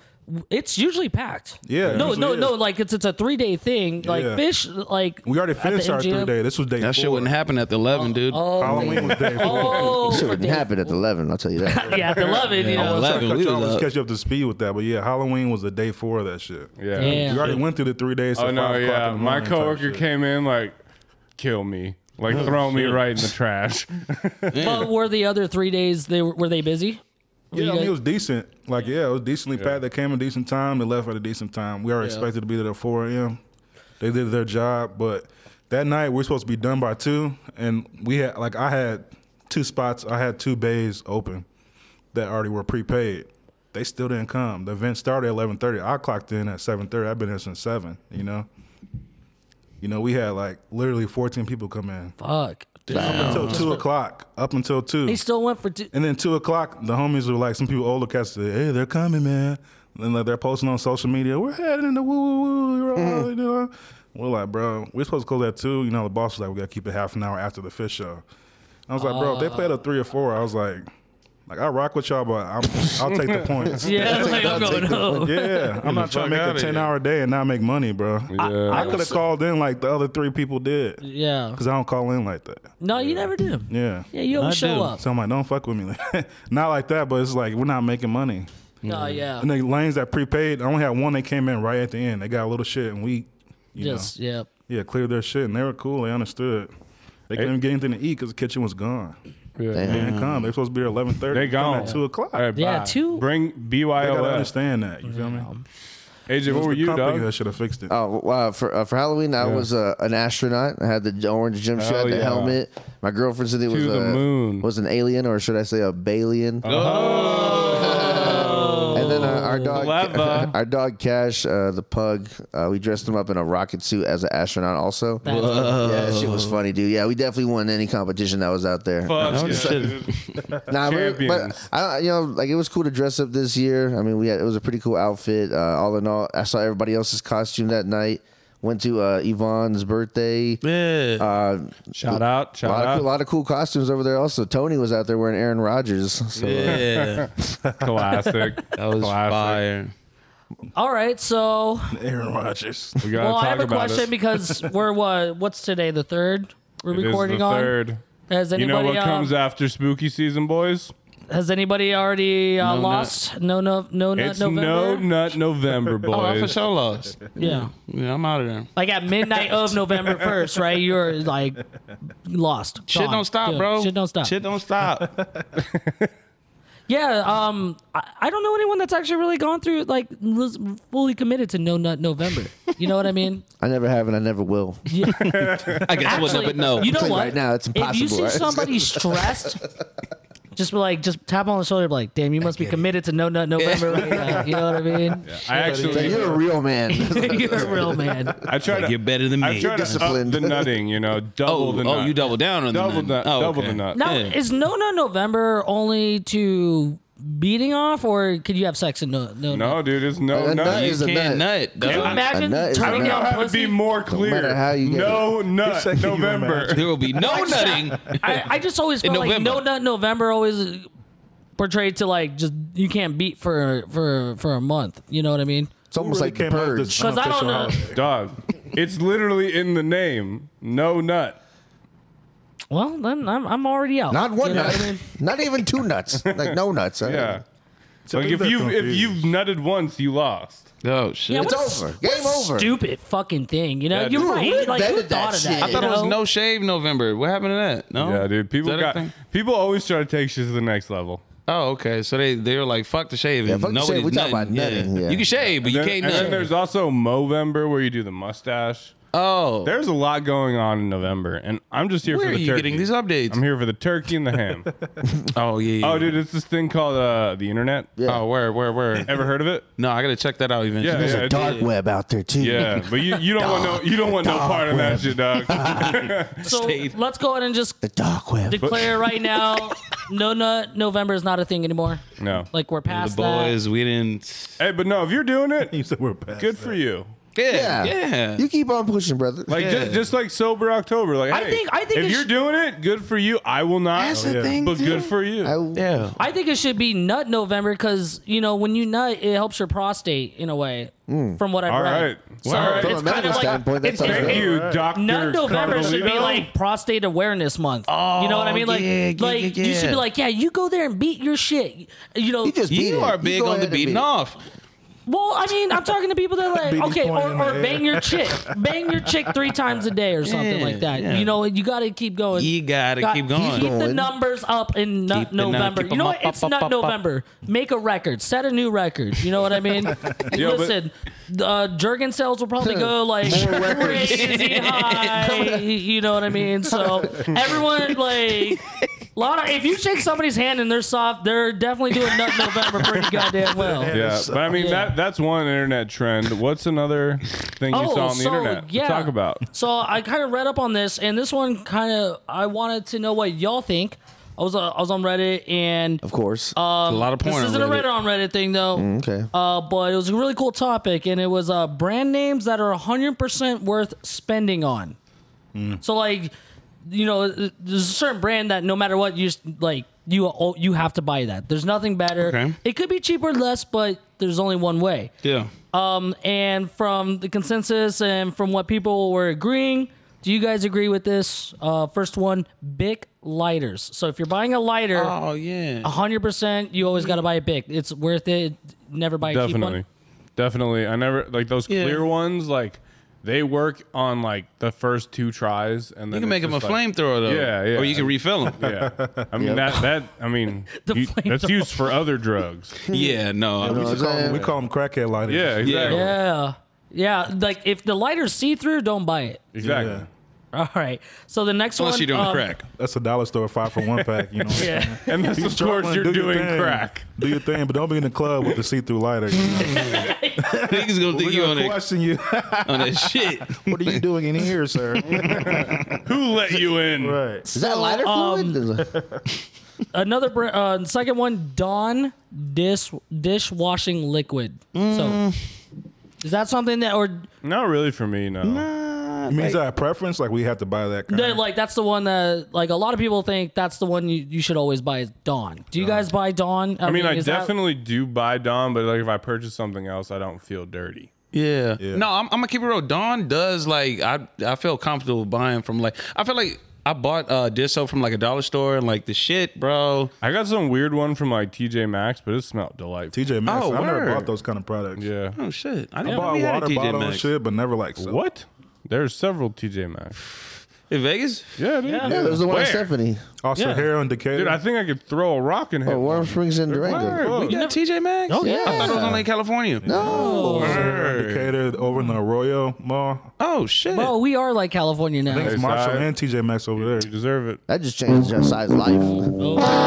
Speaker 4: it's usually packed.
Speaker 3: Yeah, it
Speaker 4: no,
Speaker 3: usually
Speaker 4: no,
Speaker 3: is.
Speaker 4: no. Like it's it's a three day thing. Like
Speaker 3: Yeah.
Speaker 4: fish, like
Speaker 3: we already
Speaker 4: at the
Speaker 3: finished our
Speaker 4: MGM.
Speaker 3: three day. This was day
Speaker 5: That
Speaker 3: four.
Speaker 5: shit wouldn't happen at the 11, dude.
Speaker 4: Oh,
Speaker 3: Halloween was day four.
Speaker 4: oh,
Speaker 2: Shit
Speaker 4: for
Speaker 2: wouldn't
Speaker 4: day-
Speaker 2: happen at 11, I'll tell you that.
Speaker 4: Yeah, at the eleven, you know.
Speaker 5: Eleven.
Speaker 3: Sorry,
Speaker 5: we
Speaker 3: cut you off.
Speaker 5: was
Speaker 3: Let's
Speaker 5: up.
Speaker 3: catch you up to speed with that. But yeah, Halloween was the day four of that shit.
Speaker 1: yeah.
Speaker 4: Damn.
Speaker 3: We already went through the three days. to
Speaker 1: Oh no,
Speaker 3: five o'clock
Speaker 1: yeah.
Speaker 3: in the
Speaker 1: My
Speaker 3: morning type
Speaker 1: coworker
Speaker 3: shit.
Speaker 1: came in like, kill me, like throw me right in the trash.
Speaker 4: But were the other three days they were, were they busy?
Speaker 3: Yeah,
Speaker 4: you
Speaker 3: I mean,
Speaker 4: guys-
Speaker 3: it was decent. Like, yeah, it was decently packed. They came at a decent time. They left at a decent time. We are expected to be there at 4 a.m. They did their job, but that night we are supposed to be done by 2. And we had, like, I had two spots, I had two bays open that already were prepaid. They still didn't come. The event started at 11.30. I clocked in at 7.30. I've been here since 7, you know? You know, we had, like, literally 14 people come in.
Speaker 4: Fuck.
Speaker 3: Up until 2 o'clock. Up until 2.
Speaker 4: They still went for two.
Speaker 3: And then two o'clock, the homies were like, some people older cats said, "Hey, they're coming, man." And like, they're posting on social media, "We're heading in the woo woo woo." you're all," You know, we're like, "Bro, we're supposed to close at two. You know, the boss was like, "We gotta keep it half an hour after the fish show." I was like, "Bro, if they played at three or four, I was like, like I rock with y'all, but I'm, I'll take the points."
Speaker 4: Yeah, like, I'm going home.
Speaker 3: Yeah, I'm not trying to make a ten hour day and not make money, bro.
Speaker 1: Yeah.
Speaker 3: I, I could have called in like the other three people did,
Speaker 4: Yeah.
Speaker 3: cause I don't call in like that.
Speaker 4: No, you never do.
Speaker 3: Yeah.
Speaker 4: Yeah, you always
Speaker 5: I
Speaker 4: show
Speaker 5: do.
Speaker 4: up.
Speaker 3: So I'm like, don't fuck with me. not like that, but it's like we're not making money.
Speaker 4: No, Oh, yeah.
Speaker 3: And the lanes that prepaid, I only had one that came in right at the end. They got a little shit, and we, you
Speaker 4: Just yeah.
Speaker 3: know, yeah, cleared their shit, and they were cool. They understood. They couldn't get anything to eat because the kitchen was gone. They didn't come. They're supposed to be here eleven thirty.
Speaker 1: They
Speaker 3: at
Speaker 1: gone.
Speaker 3: two o'clock.
Speaker 1: All right,
Speaker 4: Yeah,
Speaker 1: bye.
Speaker 4: two-
Speaker 1: Bring
Speaker 3: I gotta
Speaker 1: BYOS.
Speaker 3: understand that. You feel me?
Speaker 1: AJ,
Speaker 3: It
Speaker 1: what
Speaker 3: was
Speaker 1: were
Speaker 3: the
Speaker 1: you,
Speaker 3: company
Speaker 1: dog?
Speaker 3: That should have fixed
Speaker 4: Um,
Speaker 3: it.
Speaker 2: Oh, wow. For, uh, for Halloween, I was uh, an astronaut. I had the orange gym shirt,
Speaker 1: Hell
Speaker 2: the
Speaker 1: Oh, yeah.
Speaker 2: helmet. My girlfriend said it was,
Speaker 1: the
Speaker 2: a,
Speaker 1: moon.
Speaker 2: was an alien, or should I say a Balian.
Speaker 1: Oh.
Speaker 2: and then uh, our dog,
Speaker 1: Clever.
Speaker 2: our dog Cash, uh, the pug, uh, we dressed him up in a rocket suit as an astronaut also. Yeah, that shit was funny, dude. Yeah, we definitely won any competition that was out there.
Speaker 1: Fuck yeah.
Speaker 2: Nah, but-
Speaker 1: Champions.
Speaker 2: But, I, you know, like it was cool to dress up this year. I mean, we had it was a pretty cool outfit. Uh, all in all, I saw everybody else's costume that night. Went to uh, Yvonne's birthday.
Speaker 5: yeah.
Speaker 2: Uh,
Speaker 1: Shout out,
Speaker 2: a, lot
Speaker 1: shout
Speaker 2: of, cool-
Speaker 1: out,
Speaker 2: lot of cool costumes over there. Also, Tony was out there wearing Aaron Rodgers. So, uh,
Speaker 5: yeah.
Speaker 1: classic.
Speaker 5: That
Speaker 1: classic.
Speaker 5: was fire.
Speaker 4: All right, so
Speaker 3: Aaron Rodgers.
Speaker 1: We gotta
Speaker 4: well,
Speaker 1: talk
Speaker 4: I have a
Speaker 1: about
Speaker 4: question
Speaker 1: it.
Speaker 4: because we're what? What's today? The third. We're
Speaker 1: It is
Speaker 4: recording
Speaker 1: the
Speaker 4: on.
Speaker 1: third.
Speaker 4: Has
Speaker 1: You
Speaker 4: anybody
Speaker 1: know what
Speaker 4: uh,
Speaker 1: comes after spooky season, boys?
Speaker 4: Has anybody already uh, lost? No, no, no, no,
Speaker 1: It's
Speaker 4: November.
Speaker 1: no nut November,
Speaker 5: Oh, I for
Speaker 1: boys.
Speaker 5: sure lost.
Speaker 4: Yeah,
Speaker 5: Yeah, I'm out of there.
Speaker 4: like at midnight of November first, right? You're like lost.
Speaker 5: Shit
Speaker 4: Gone.
Speaker 5: don't stop,
Speaker 4: Dude,
Speaker 5: bro.
Speaker 4: Shit don't stop.
Speaker 5: Shit don't stop.
Speaker 4: Yeah, um, I, I don't know anyone that's actually really gone through like was fully committed to no nut November. You know what I mean?
Speaker 2: I never have and I never will.
Speaker 5: I guess I would never know.
Speaker 4: You know
Speaker 2: Tell you
Speaker 4: what?
Speaker 2: right now, it's
Speaker 4: If you
Speaker 2: impossible,
Speaker 4: see
Speaker 2: right?
Speaker 4: somebody stressed, just be like, just tap on the shoulder, be like, damn, you must be committed to no nut November right now. You know what I
Speaker 1: I
Speaker 4: mean?
Speaker 2: Like,
Speaker 1: actually,
Speaker 2: you're a real man.
Speaker 4: You're a real man.
Speaker 1: I tried
Speaker 5: You're
Speaker 1: to,
Speaker 5: better than
Speaker 1: I
Speaker 5: me.
Speaker 1: tried to up
Speaker 2: Disciplined.
Speaker 1: the nutting. You know, double
Speaker 5: Oh,
Speaker 1: the nut.
Speaker 5: oh, you double down on
Speaker 1: double
Speaker 5: the
Speaker 1: the
Speaker 5: nut. Oh,
Speaker 1: double
Speaker 5: okay.
Speaker 1: the nut.
Speaker 4: Now,
Speaker 5: Yeah.
Speaker 4: is no nut November only to beating off, or could you have sex in no no?
Speaker 1: No, dude, it's no
Speaker 2: A
Speaker 1: nut.
Speaker 2: nut
Speaker 5: You
Speaker 2: is a
Speaker 5: can't nut. dog.
Speaker 4: Can you imagine
Speaker 2: nut is a
Speaker 1: I
Speaker 4: turning
Speaker 1: don't know
Speaker 4: down
Speaker 1: how to
Speaker 4: pussy?
Speaker 1: be more clear.
Speaker 2: matter how you get
Speaker 1: no nut
Speaker 3: said, "Can you
Speaker 1: November.
Speaker 5: There will be no nutting.
Speaker 4: I, I just always
Speaker 5: In
Speaker 4: felt like no
Speaker 5: November.
Speaker 4: nut November always portrayed to like just you can't beat for for for a month. You know what I mean?
Speaker 2: It's almost
Speaker 3: really
Speaker 2: like the
Speaker 3: came up with
Speaker 2: purge.
Speaker 3: this
Speaker 4: Because I don't
Speaker 3: Unofficial
Speaker 4: know.
Speaker 3: holiday.
Speaker 1: Dog, it's literally in the name. No nut.
Speaker 4: Well, then I'm I'm already out.
Speaker 2: Not one
Speaker 4: You know
Speaker 2: nut.
Speaker 4: what I mean?
Speaker 2: Not even two nuts. Like no nuts. right?
Speaker 1: Yeah.
Speaker 3: I
Speaker 1: Like
Speaker 3: think
Speaker 1: if
Speaker 3: they're
Speaker 1: you if
Speaker 3: confused.
Speaker 1: you've nutted once, you lost.
Speaker 5: Oh shit!
Speaker 4: Yeah,
Speaker 2: It's
Speaker 4: what a s-
Speaker 2: over. Game over.
Speaker 4: Stupid fucking thing. You know,
Speaker 1: Yeah,
Speaker 4: you're
Speaker 1: dude.
Speaker 4: right.
Speaker 2: Dude,
Speaker 4: Like who
Speaker 2: invented that
Speaker 4: thought of that?
Speaker 2: shit.
Speaker 5: I thought
Speaker 4: you
Speaker 5: it was
Speaker 4: know?
Speaker 5: no shave November. What happened to that? No.
Speaker 1: Yeah, dude. People
Speaker 5: Is that a
Speaker 1: got
Speaker 5: thing?
Speaker 1: people always try to take shit to the next level.
Speaker 5: Oh, okay. So they they were like, fuck the shaving.
Speaker 2: Yeah, fuck the
Speaker 5: Nobody's
Speaker 2: shave. We talking
Speaker 5: nutting.
Speaker 2: about nutting, yeah.
Speaker 5: You can shave, but
Speaker 1: Then-
Speaker 5: you can't
Speaker 1: and then
Speaker 5: nut.
Speaker 1: there's also Movember where you do the mustache.
Speaker 5: Oh,
Speaker 1: There's a lot going on in November, and I'm just here
Speaker 5: where
Speaker 1: for
Speaker 5: are
Speaker 1: the
Speaker 5: you
Speaker 1: turkey.
Speaker 5: getting these updates?
Speaker 1: I'm here for the turkey and the ham.
Speaker 5: Oh yeah. yeah.
Speaker 1: oh, dude, it's this thing called uh, the internet.
Speaker 5: Oh, where where where?
Speaker 1: Ever heard of it?
Speaker 5: no, I gotta check that out eventually.
Speaker 1: Yeah,
Speaker 2: There's
Speaker 1: yeah,
Speaker 2: a dark
Speaker 1: it's-
Speaker 2: web out there too.
Speaker 1: Yeah, but you, you don't want no you don't want no part of that shit, dog.
Speaker 4: So
Speaker 5: Stayed.
Speaker 4: let's go ahead and just
Speaker 2: The dark web.
Speaker 4: declare right now, no nut November is not a thing anymore.
Speaker 1: No.
Speaker 4: Like we're
Speaker 5: The
Speaker 4: past
Speaker 5: boys, we didn't.
Speaker 1: Hey, but no, if you're doing it,
Speaker 3: You said we're past
Speaker 1: good
Speaker 3: that.
Speaker 1: for you.
Speaker 2: Yeah.
Speaker 5: Yeah, yeah.
Speaker 2: You keep on pushing, brother.
Speaker 1: Like ju-
Speaker 5: Yeah.
Speaker 1: just, like sober October. Like
Speaker 4: I
Speaker 1: hey,
Speaker 4: think- I think
Speaker 1: if
Speaker 4: it
Speaker 1: you're
Speaker 4: sh-
Speaker 1: doing it, good for you. I will not.
Speaker 5: That's the
Speaker 1: Yeah.
Speaker 5: thing,
Speaker 1: but
Speaker 5: too.
Speaker 1: good for you.
Speaker 2: I,
Speaker 5: yeah.
Speaker 4: that. I think it should be nut November because you know when you nut, it helps your prostate in a way. From what I've
Speaker 1: All
Speaker 4: read.
Speaker 1: right.
Speaker 4: So
Speaker 1: All right.
Speaker 2: Hmm. From
Speaker 4: it's
Speaker 2: a
Speaker 4: kind
Speaker 2: medical
Speaker 4: of like
Speaker 2: standpoint, that sounds
Speaker 1: Thank
Speaker 2: good.
Speaker 1: you, Doctor.
Speaker 4: Nut November should be
Speaker 1: Carlito.
Speaker 4: like prostate awareness month. you know what I mean? Like,
Speaker 5: Oh, yeah, yeah,
Speaker 4: like
Speaker 5: yeah,
Speaker 4: you should
Speaker 5: yeah.
Speaker 4: be like, yeah, you go there and beat your shit. You know,
Speaker 2: You just beat
Speaker 5: You
Speaker 2: it.
Speaker 5: are
Speaker 2: go
Speaker 5: big on
Speaker 2: ahead
Speaker 5: the
Speaker 2: and beat
Speaker 5: beating
Speaker 2: it.
Speaker 5: off.
Speaker 4: Well, I mean, I'm talking to people that like
Speaker 3: Beating
Speaker 4: okay,
Speaker 3: point
Speaker 4: or,
Speaker 3: in the
Speaker 4: or
Speaker 3: air.
Speaker 4: bang your chick, bang your chick three times a day or something
Speaker 5: Yeah,
Speaker 4: like that.
Speaker 5: yeah.
Speaker 4: You know, you got to keep going.
Speaker 5: You gotta
Speaker 4: Got-
Speaker 5: keep going.
Speaker 4: Keep the
Speaker 2: Going.
Speaker 4: numbers up in
Speaker 5: Keep
Speaker 4: nut
Speaker 5: the num-
Speaker 4: November.
Speaker 5: keep
Speaker 4: you
Speaker 5: 'em
Speaker 4: know
Speaker 5: up,
Speaker 4: what? It's
Speaker 5: up,
Speaker 4: not
Speaker 5: up, up, up.
Speaker 4: November. Make a record. Set a new record. You know what I mean?
Speaker 1: but-
Speaker 4: Listen, uh, Jergen sales will probably go like
Speaker 2: More records.
Speaker 4: crazy high. You know what I mean? So everyone like. Lana, if you shake somebody's hand and they're soft, they're definitely doing Nut November pretty goddamn well.
Speaker 1: Yeah, but I mean
Speaker 4: Yeah.
Speaker 5: Oh.
Speaker 1: that that's one internet trend. What's another thing you
Speaker 4: Oh,
Speaker 1: saw on the
Speaker 4: so,
Speaker 1: internet to
Speaker 4: yeah.
Speaker 1: talk about?
Speaker 4: So I kind of read up on this, and this one kind of I wanted to know what y'all think. I was uh, I was on Reddit, and
Speaker 2: Of course.
Speaker 5: a lot of porn. Mm,
Speaker 4: this isn't a
Speaker 5: already.
Speaker 4: Reddit on Reddit thing though.
Speaker 2: okay.
Speaker 4: Uh, but it was a really cool topic, and it was uh, brand names that are 100% worth spending on.
Speaker 5: Mm.
Speaker 4: So like, you know, there's a certain brand that no matter what, you just, like you oh, you have to buy that. There's nothing better.
Speaker 5: Okay.
Speaker 4: It could be cheaper, or less, but there's only one way.
Speaker 5: Yeah.
Speaker 4: Um, and from the consensus and from what people were agreeing, do you guys agree with this? Uh, first one, Bic lighters. So if you're buying a lighter,
Speaker 5: Oh yeah.
Speaker 4: hundred percent, you always got to buy a Bic. It's worth it. Never buy a cheap
Speaker 1: Definitely,
Speaker 4: one.
Speaker 1: definitely. I never like those
Speaker 5: Yeah.
Speaker 1: clear ones. Like they work on like the first two tries, and then
Speaker 5: You can
Speaker 1: it's
Speaker 5: make them a
Speaker 1: just, like-
Speaker 5: flamethrower though.
Speaker 1: Yeah, yeah.
Speaker 5: Or you can refill them.
Speaker 1: Yeah, I mean that that I mean
Speaker 4: The
Speaker 1: you- that's
Speaker 4: flamethrower.
Speaker 1: used for other drugs.
Speaker 5: yeah.
Speaker 2: You know what
Speaker 5: No.
Speaker 3: We
Speaker 2: I'm
Speaker 3: call, them,
Speaker 2: saying?
Speaker 3: we call them crackhead lighters.
Speaker 1: Yeah, exactly.
Speaker 4: Yeah, yeah. Like if the lighter's see through, don't buy it.
Speaker 1: Exactly.
Speaker 3: Yeah.
Speaker 4: All right. So the next
Speaker 5: Unless
Speaker 4: one,
Speaker 5: you're doing
Speaker 4: um,
Speaker 5: crack.
Speaker 3: That's a dollar store five for one pack. You know. What I'm saying?
Speaker 4: Yeah.
Speaker 1: Unless
Speaker 3: You
Speaker 1: of
Speaker 3: struggling,
Speaker 1: course you're
Speaker 3: do your
Speaker 1: doing
Speaker 3: thing.
Speaker 1: crack.
Speaker 3: Do your thing, but don't be in the club with the see-through lighter. You know?
Speaker 5: Niggas gonna think you
Speaker 3: We're
Speaker 5: on
Speaker 3: gonna
Speaker 5: that,
Speaker 3: question you.
Speaker 5: on that shit.
Speaker 3: what are you doing in here, sir?
Speaker 1: Who let you in?
Speaker 3: right.
Speaker 2: Is that lighter
Speaker 4: um,
Speaker 2: fluid?
Speaker 4: Another br- uh, the second one, Dawn dish dishwashing liquid. So is that something that or
Speaker 1: Not really for me, no.
Speaker 5: not.
Speaker 3: It means
Speaker 5: like-
Speaker 3: that our preference, like we have to buy that. Kind.
Speaker 4: That, like that's the one that like a lot of people think that's the one you, you should always buy is Dawn. Do you guys buy Dawn?
Speaker 1: I mean, I
Speaker 4: is that-
Speaker 1: definitely do buy Dom, but like if I purchase something else, I don't feel dirty.
Speaker 5: Yeah. No, I'm, I'm gonna keep it real. Dawn does like I I feel comfortable buying from like I feel like I bought uh Disso from like a dollar store and like the shit, bro.
Speaker 1: I got some weird one from like TJ Maxx, but it smelled delightful.
Speaker 3: TJ Maxx.
Speaker 5: Oh,
Speaker 3: I never
Speaker 5: word.
Speaker 3: bought those kind of products.
Speaker 1: yeah.
Speaker 5: Oh shit. I
Speaker 3: I
Speaker 5: didn't
Speaker 3: bought
Speaker 5: we had a
Speaker 3: water
Speaker 5: TJ
Speaker 3: bottle and
Speaker 5: Maxx.
Speaker 3: shit, but never like soap.
Speaker 1: What? There's several TJ Maxx.
Speaker 5: In Vegas?
Speaker 1: Yeah, dude.
Speaker 2: Yeah, there's the one in
Speaker 1: Where?
Speaker 2: Stephanie.
Speaker 3: Also,
Speaker 1: Yeah.
Speaker 3: hair and decay.
Speaker 1: Dude, I think I could throw a rock in here.
Speaker 2: Oh, Warm Springs in Durango.
Speaker 1: Word.
Speaker 5: We got TJ Maxx? Oh
Speaker 2: yeah.
Speaker 5: I thought it was only in California.
Speaker 2: No.
Speaker 5: Word.
Speaker 3: Decatur over in the Arroyo Mall.
Speaker 5: Oh shit.
Speaker 4: Bro, we are like California now.
Speaker 3: I think it's
Speaker 1: Hey,
Speaker 3: Marshall
Speaker 1: side.
Speaker 3: and TJ Maxx over there.
Speaker 1: You deserve it.
Speaker 2: That just changed your size life.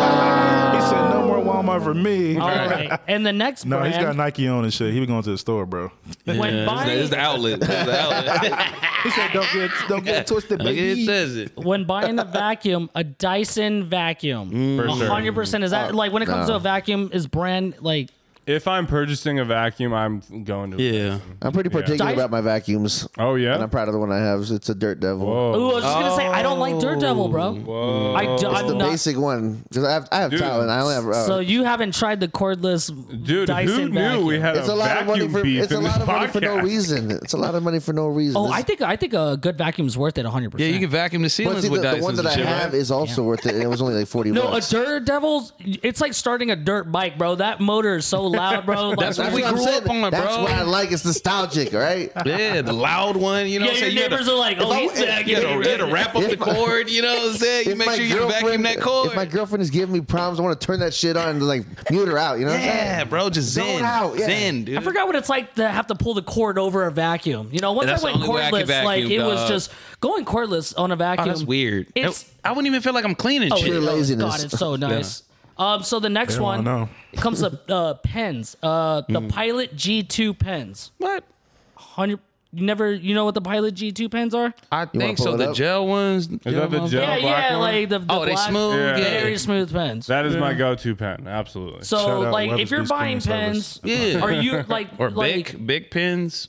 Speaker 3: He said no more Walmart for me.
Speaker 4: All right. And the next
Speaker 3: No, he's got
Speaker 4: brand,
Speaker 3: Nike on and shit. He be going to the store, bro.
Speaker 4: when
Speaker 5: Yeah, it's, the,
Speaker 4: buying
Speaker 5: it's the outlet. It's the outlet.
Speaker 3: He said, "Don't get, don't get twisted,
Speaker 5: Look, it
Speaker 3: baby."
Speaker 5: says it.
Speaker 4: when buying a vacuum, a Dyson vacuum,
Speaker 1: Mm, For sure.
Speaker 4: hundred percent is that like when it comes to a vacuum is brand like
Speaker 1: If I'm purchasing a vacuum, I'm going to.
Speaker 5: Yeah.
Speaker 2: I'm pretty particular
Speaker 4: Dice-
Speaker 2: about my vacuums.
Speaker 1: Oh yeah.
Speaker 2: And I'm proud of the one I have. It's a Dirt Devil.
Speaker 1: Whoa.
Speaker 4: Ooh, I was just gonna say I don't like Dirt Devil, bro.
Speaker 1: Oh. Whoa.
Speaker 4: I do,
Speaker 2: It's
Speaker 4: I'm
Speaker 2: the
Speaker 4: not.
Speaker 2: basic one because I have I have
Speaker 1: Dude.
Speaker 2: talent. I only have. Uh,
Speaker 4: So you haven't tried the cordless
Speaker 1: Dude,
Speaker 4: Dyson
Speaker 1: who knew
Speaker 4: vacuum.
Speaker 1: we had
Speaker 2: it's
Speaker 1: a,
Speaker 2: a lot of
Speaker 1: vacuum
Speaker 2: money for
Speaker 1: beef
Speaker 2: it's a
Speaker 1: in
Speaker 2: lot
Speaker 1: this
Speaker 2: of money for no
Speaker 1: podcast?
Speaker 2: reason. It's a lot of money for no reason.
Speaker 4: Oh,
Speaker 2: This-
Speaker 4: I think I think a good vacuum's worth it 100.
Speaker 5: Yeah,
Speaker 4: percent
Speaker 5: you can vacuum the
Speaker 2: but
Speaker 5: ceilings
Speaker 2: see, the,
Speaker 5: with
Speaker 2: the
Speaker 5: Dysons
Speaker 2: one that
Speaker 5: and
Speaker 2: I
Speaker 5: shit, right?
Speaker 2: have is also worth it. and It was only like forty.
Speaker 4: No, a
Speaker 2: bucks.
Speaker 4: Dirt Devil's. It's like starting a dirt bike, bro. That motor is so loud, bro. Like,
Speaker 5: That's what
Speaker 2: That's
Speaker 5: we
Speaker 2: what I'm
Speaker 5: grew
Speaker 2: saying.
Speaker 5: up on,
Speaker 2: That's
Speaker 5: bro.
Speaker 2: what I like. It's nostalgic, right?
Speaker 5: Yeah, the loud one, you know
Speaker 4: yeah,
Speaker 5: what I'm
Speaker 4: your
Speaker 5: saying? You had to-
Speaker 4: neighbors are like, oh,
Speaker 2: I-
Speaker 4: he's
Speaker 2: if-
Speaker 4: back.
Speaker 5: You had, to, you had to wrap up the cord, you know what I'm saying? You
Speaker 2: If
Speaker 5: make
Speaker 2: my
Speaker 5: sure you vacuum
Speaker 2: girlfriend-
Speaker 5: that cord.
Speaker 2: If my girlfriend is giving me problems, I want to turn that shit on and like mute her out. You know what I'm saying?
Speaker 5: yeah, bro, just
Speaker 2: Zone
Speaker 5: zen.
Speaker 2: out, yeah.
Speaker 5: Zen, dude.
Speaker 4: I forgot what it's like to have to pull the cord over a vacuum. You know, once
Speaker 5: That's
Speaker 4: I
Speaker 5: the
Speaker 4: went
Speaker 5: only way I
Speaker 4: cordless,
Speaker 5: could
Speaker 4: like
Speaker 5: vacuum,
Speaker 4: it was
Speaker 5: dog.
Speaker 4: just going cordless on a
Speaker 5: Oh,
Speaker 4: vacuum.
Speaker 5: that's weird.
Speaker 4: It's-
Speaker 5: I wouldn't even feel like I'm cleaning
Speaker 4: Oh,
Speaker 5: shit.
Speaker 2: Pure
Speaker 4: it- oh,
Speaker 2: laziness.
Speaker 4: God, it's so nice. Um, so the next
Speaker 3: don't
Speaker 4: one
Speaker 3: wanna know.
Speaker 4: comes up uh, pens. Uh, the
Speaker 5: Hmm.
Speaker 4: Pilot G2 pens.
Speaker 5: What?
Speaker 4: Hundred. You never. You know what the Pilot G2 pens are?
Speaker 5: I think so.
Speaker 2: pull it
Speaker 5: The
Speaker 2: up?
Speaker 5: gel ones. Is
Speaker 1: that the gel?
Speaker 4: yeah,
Speaker 1: black
Speaker 4: yeah.
Speaker 1: one?
Speaker 4: Like the, the
Speaker 5: Oh, they
Speaker 4: black-
Speaker 5: smooth.
Speaker 1: Yeah.
Speaker 5: Yeah.
Speaker 4: very smooth pens.
Speaker 1: That is my go-to pen. Absolutely.
Speaker 4: So
Speaker 3: Shout out
Speaker 4: like if
Speaker 3: Leatherby's
Speaker 4: you're
Speaker 3: cleaning
Speaker 4: buying pens,
Speaker 3: service.
Speaker 5: Yeah.
Speaker 4: are you like
Speaker 5: or
Speaker 4: like,
Speaker 5: big, big pins.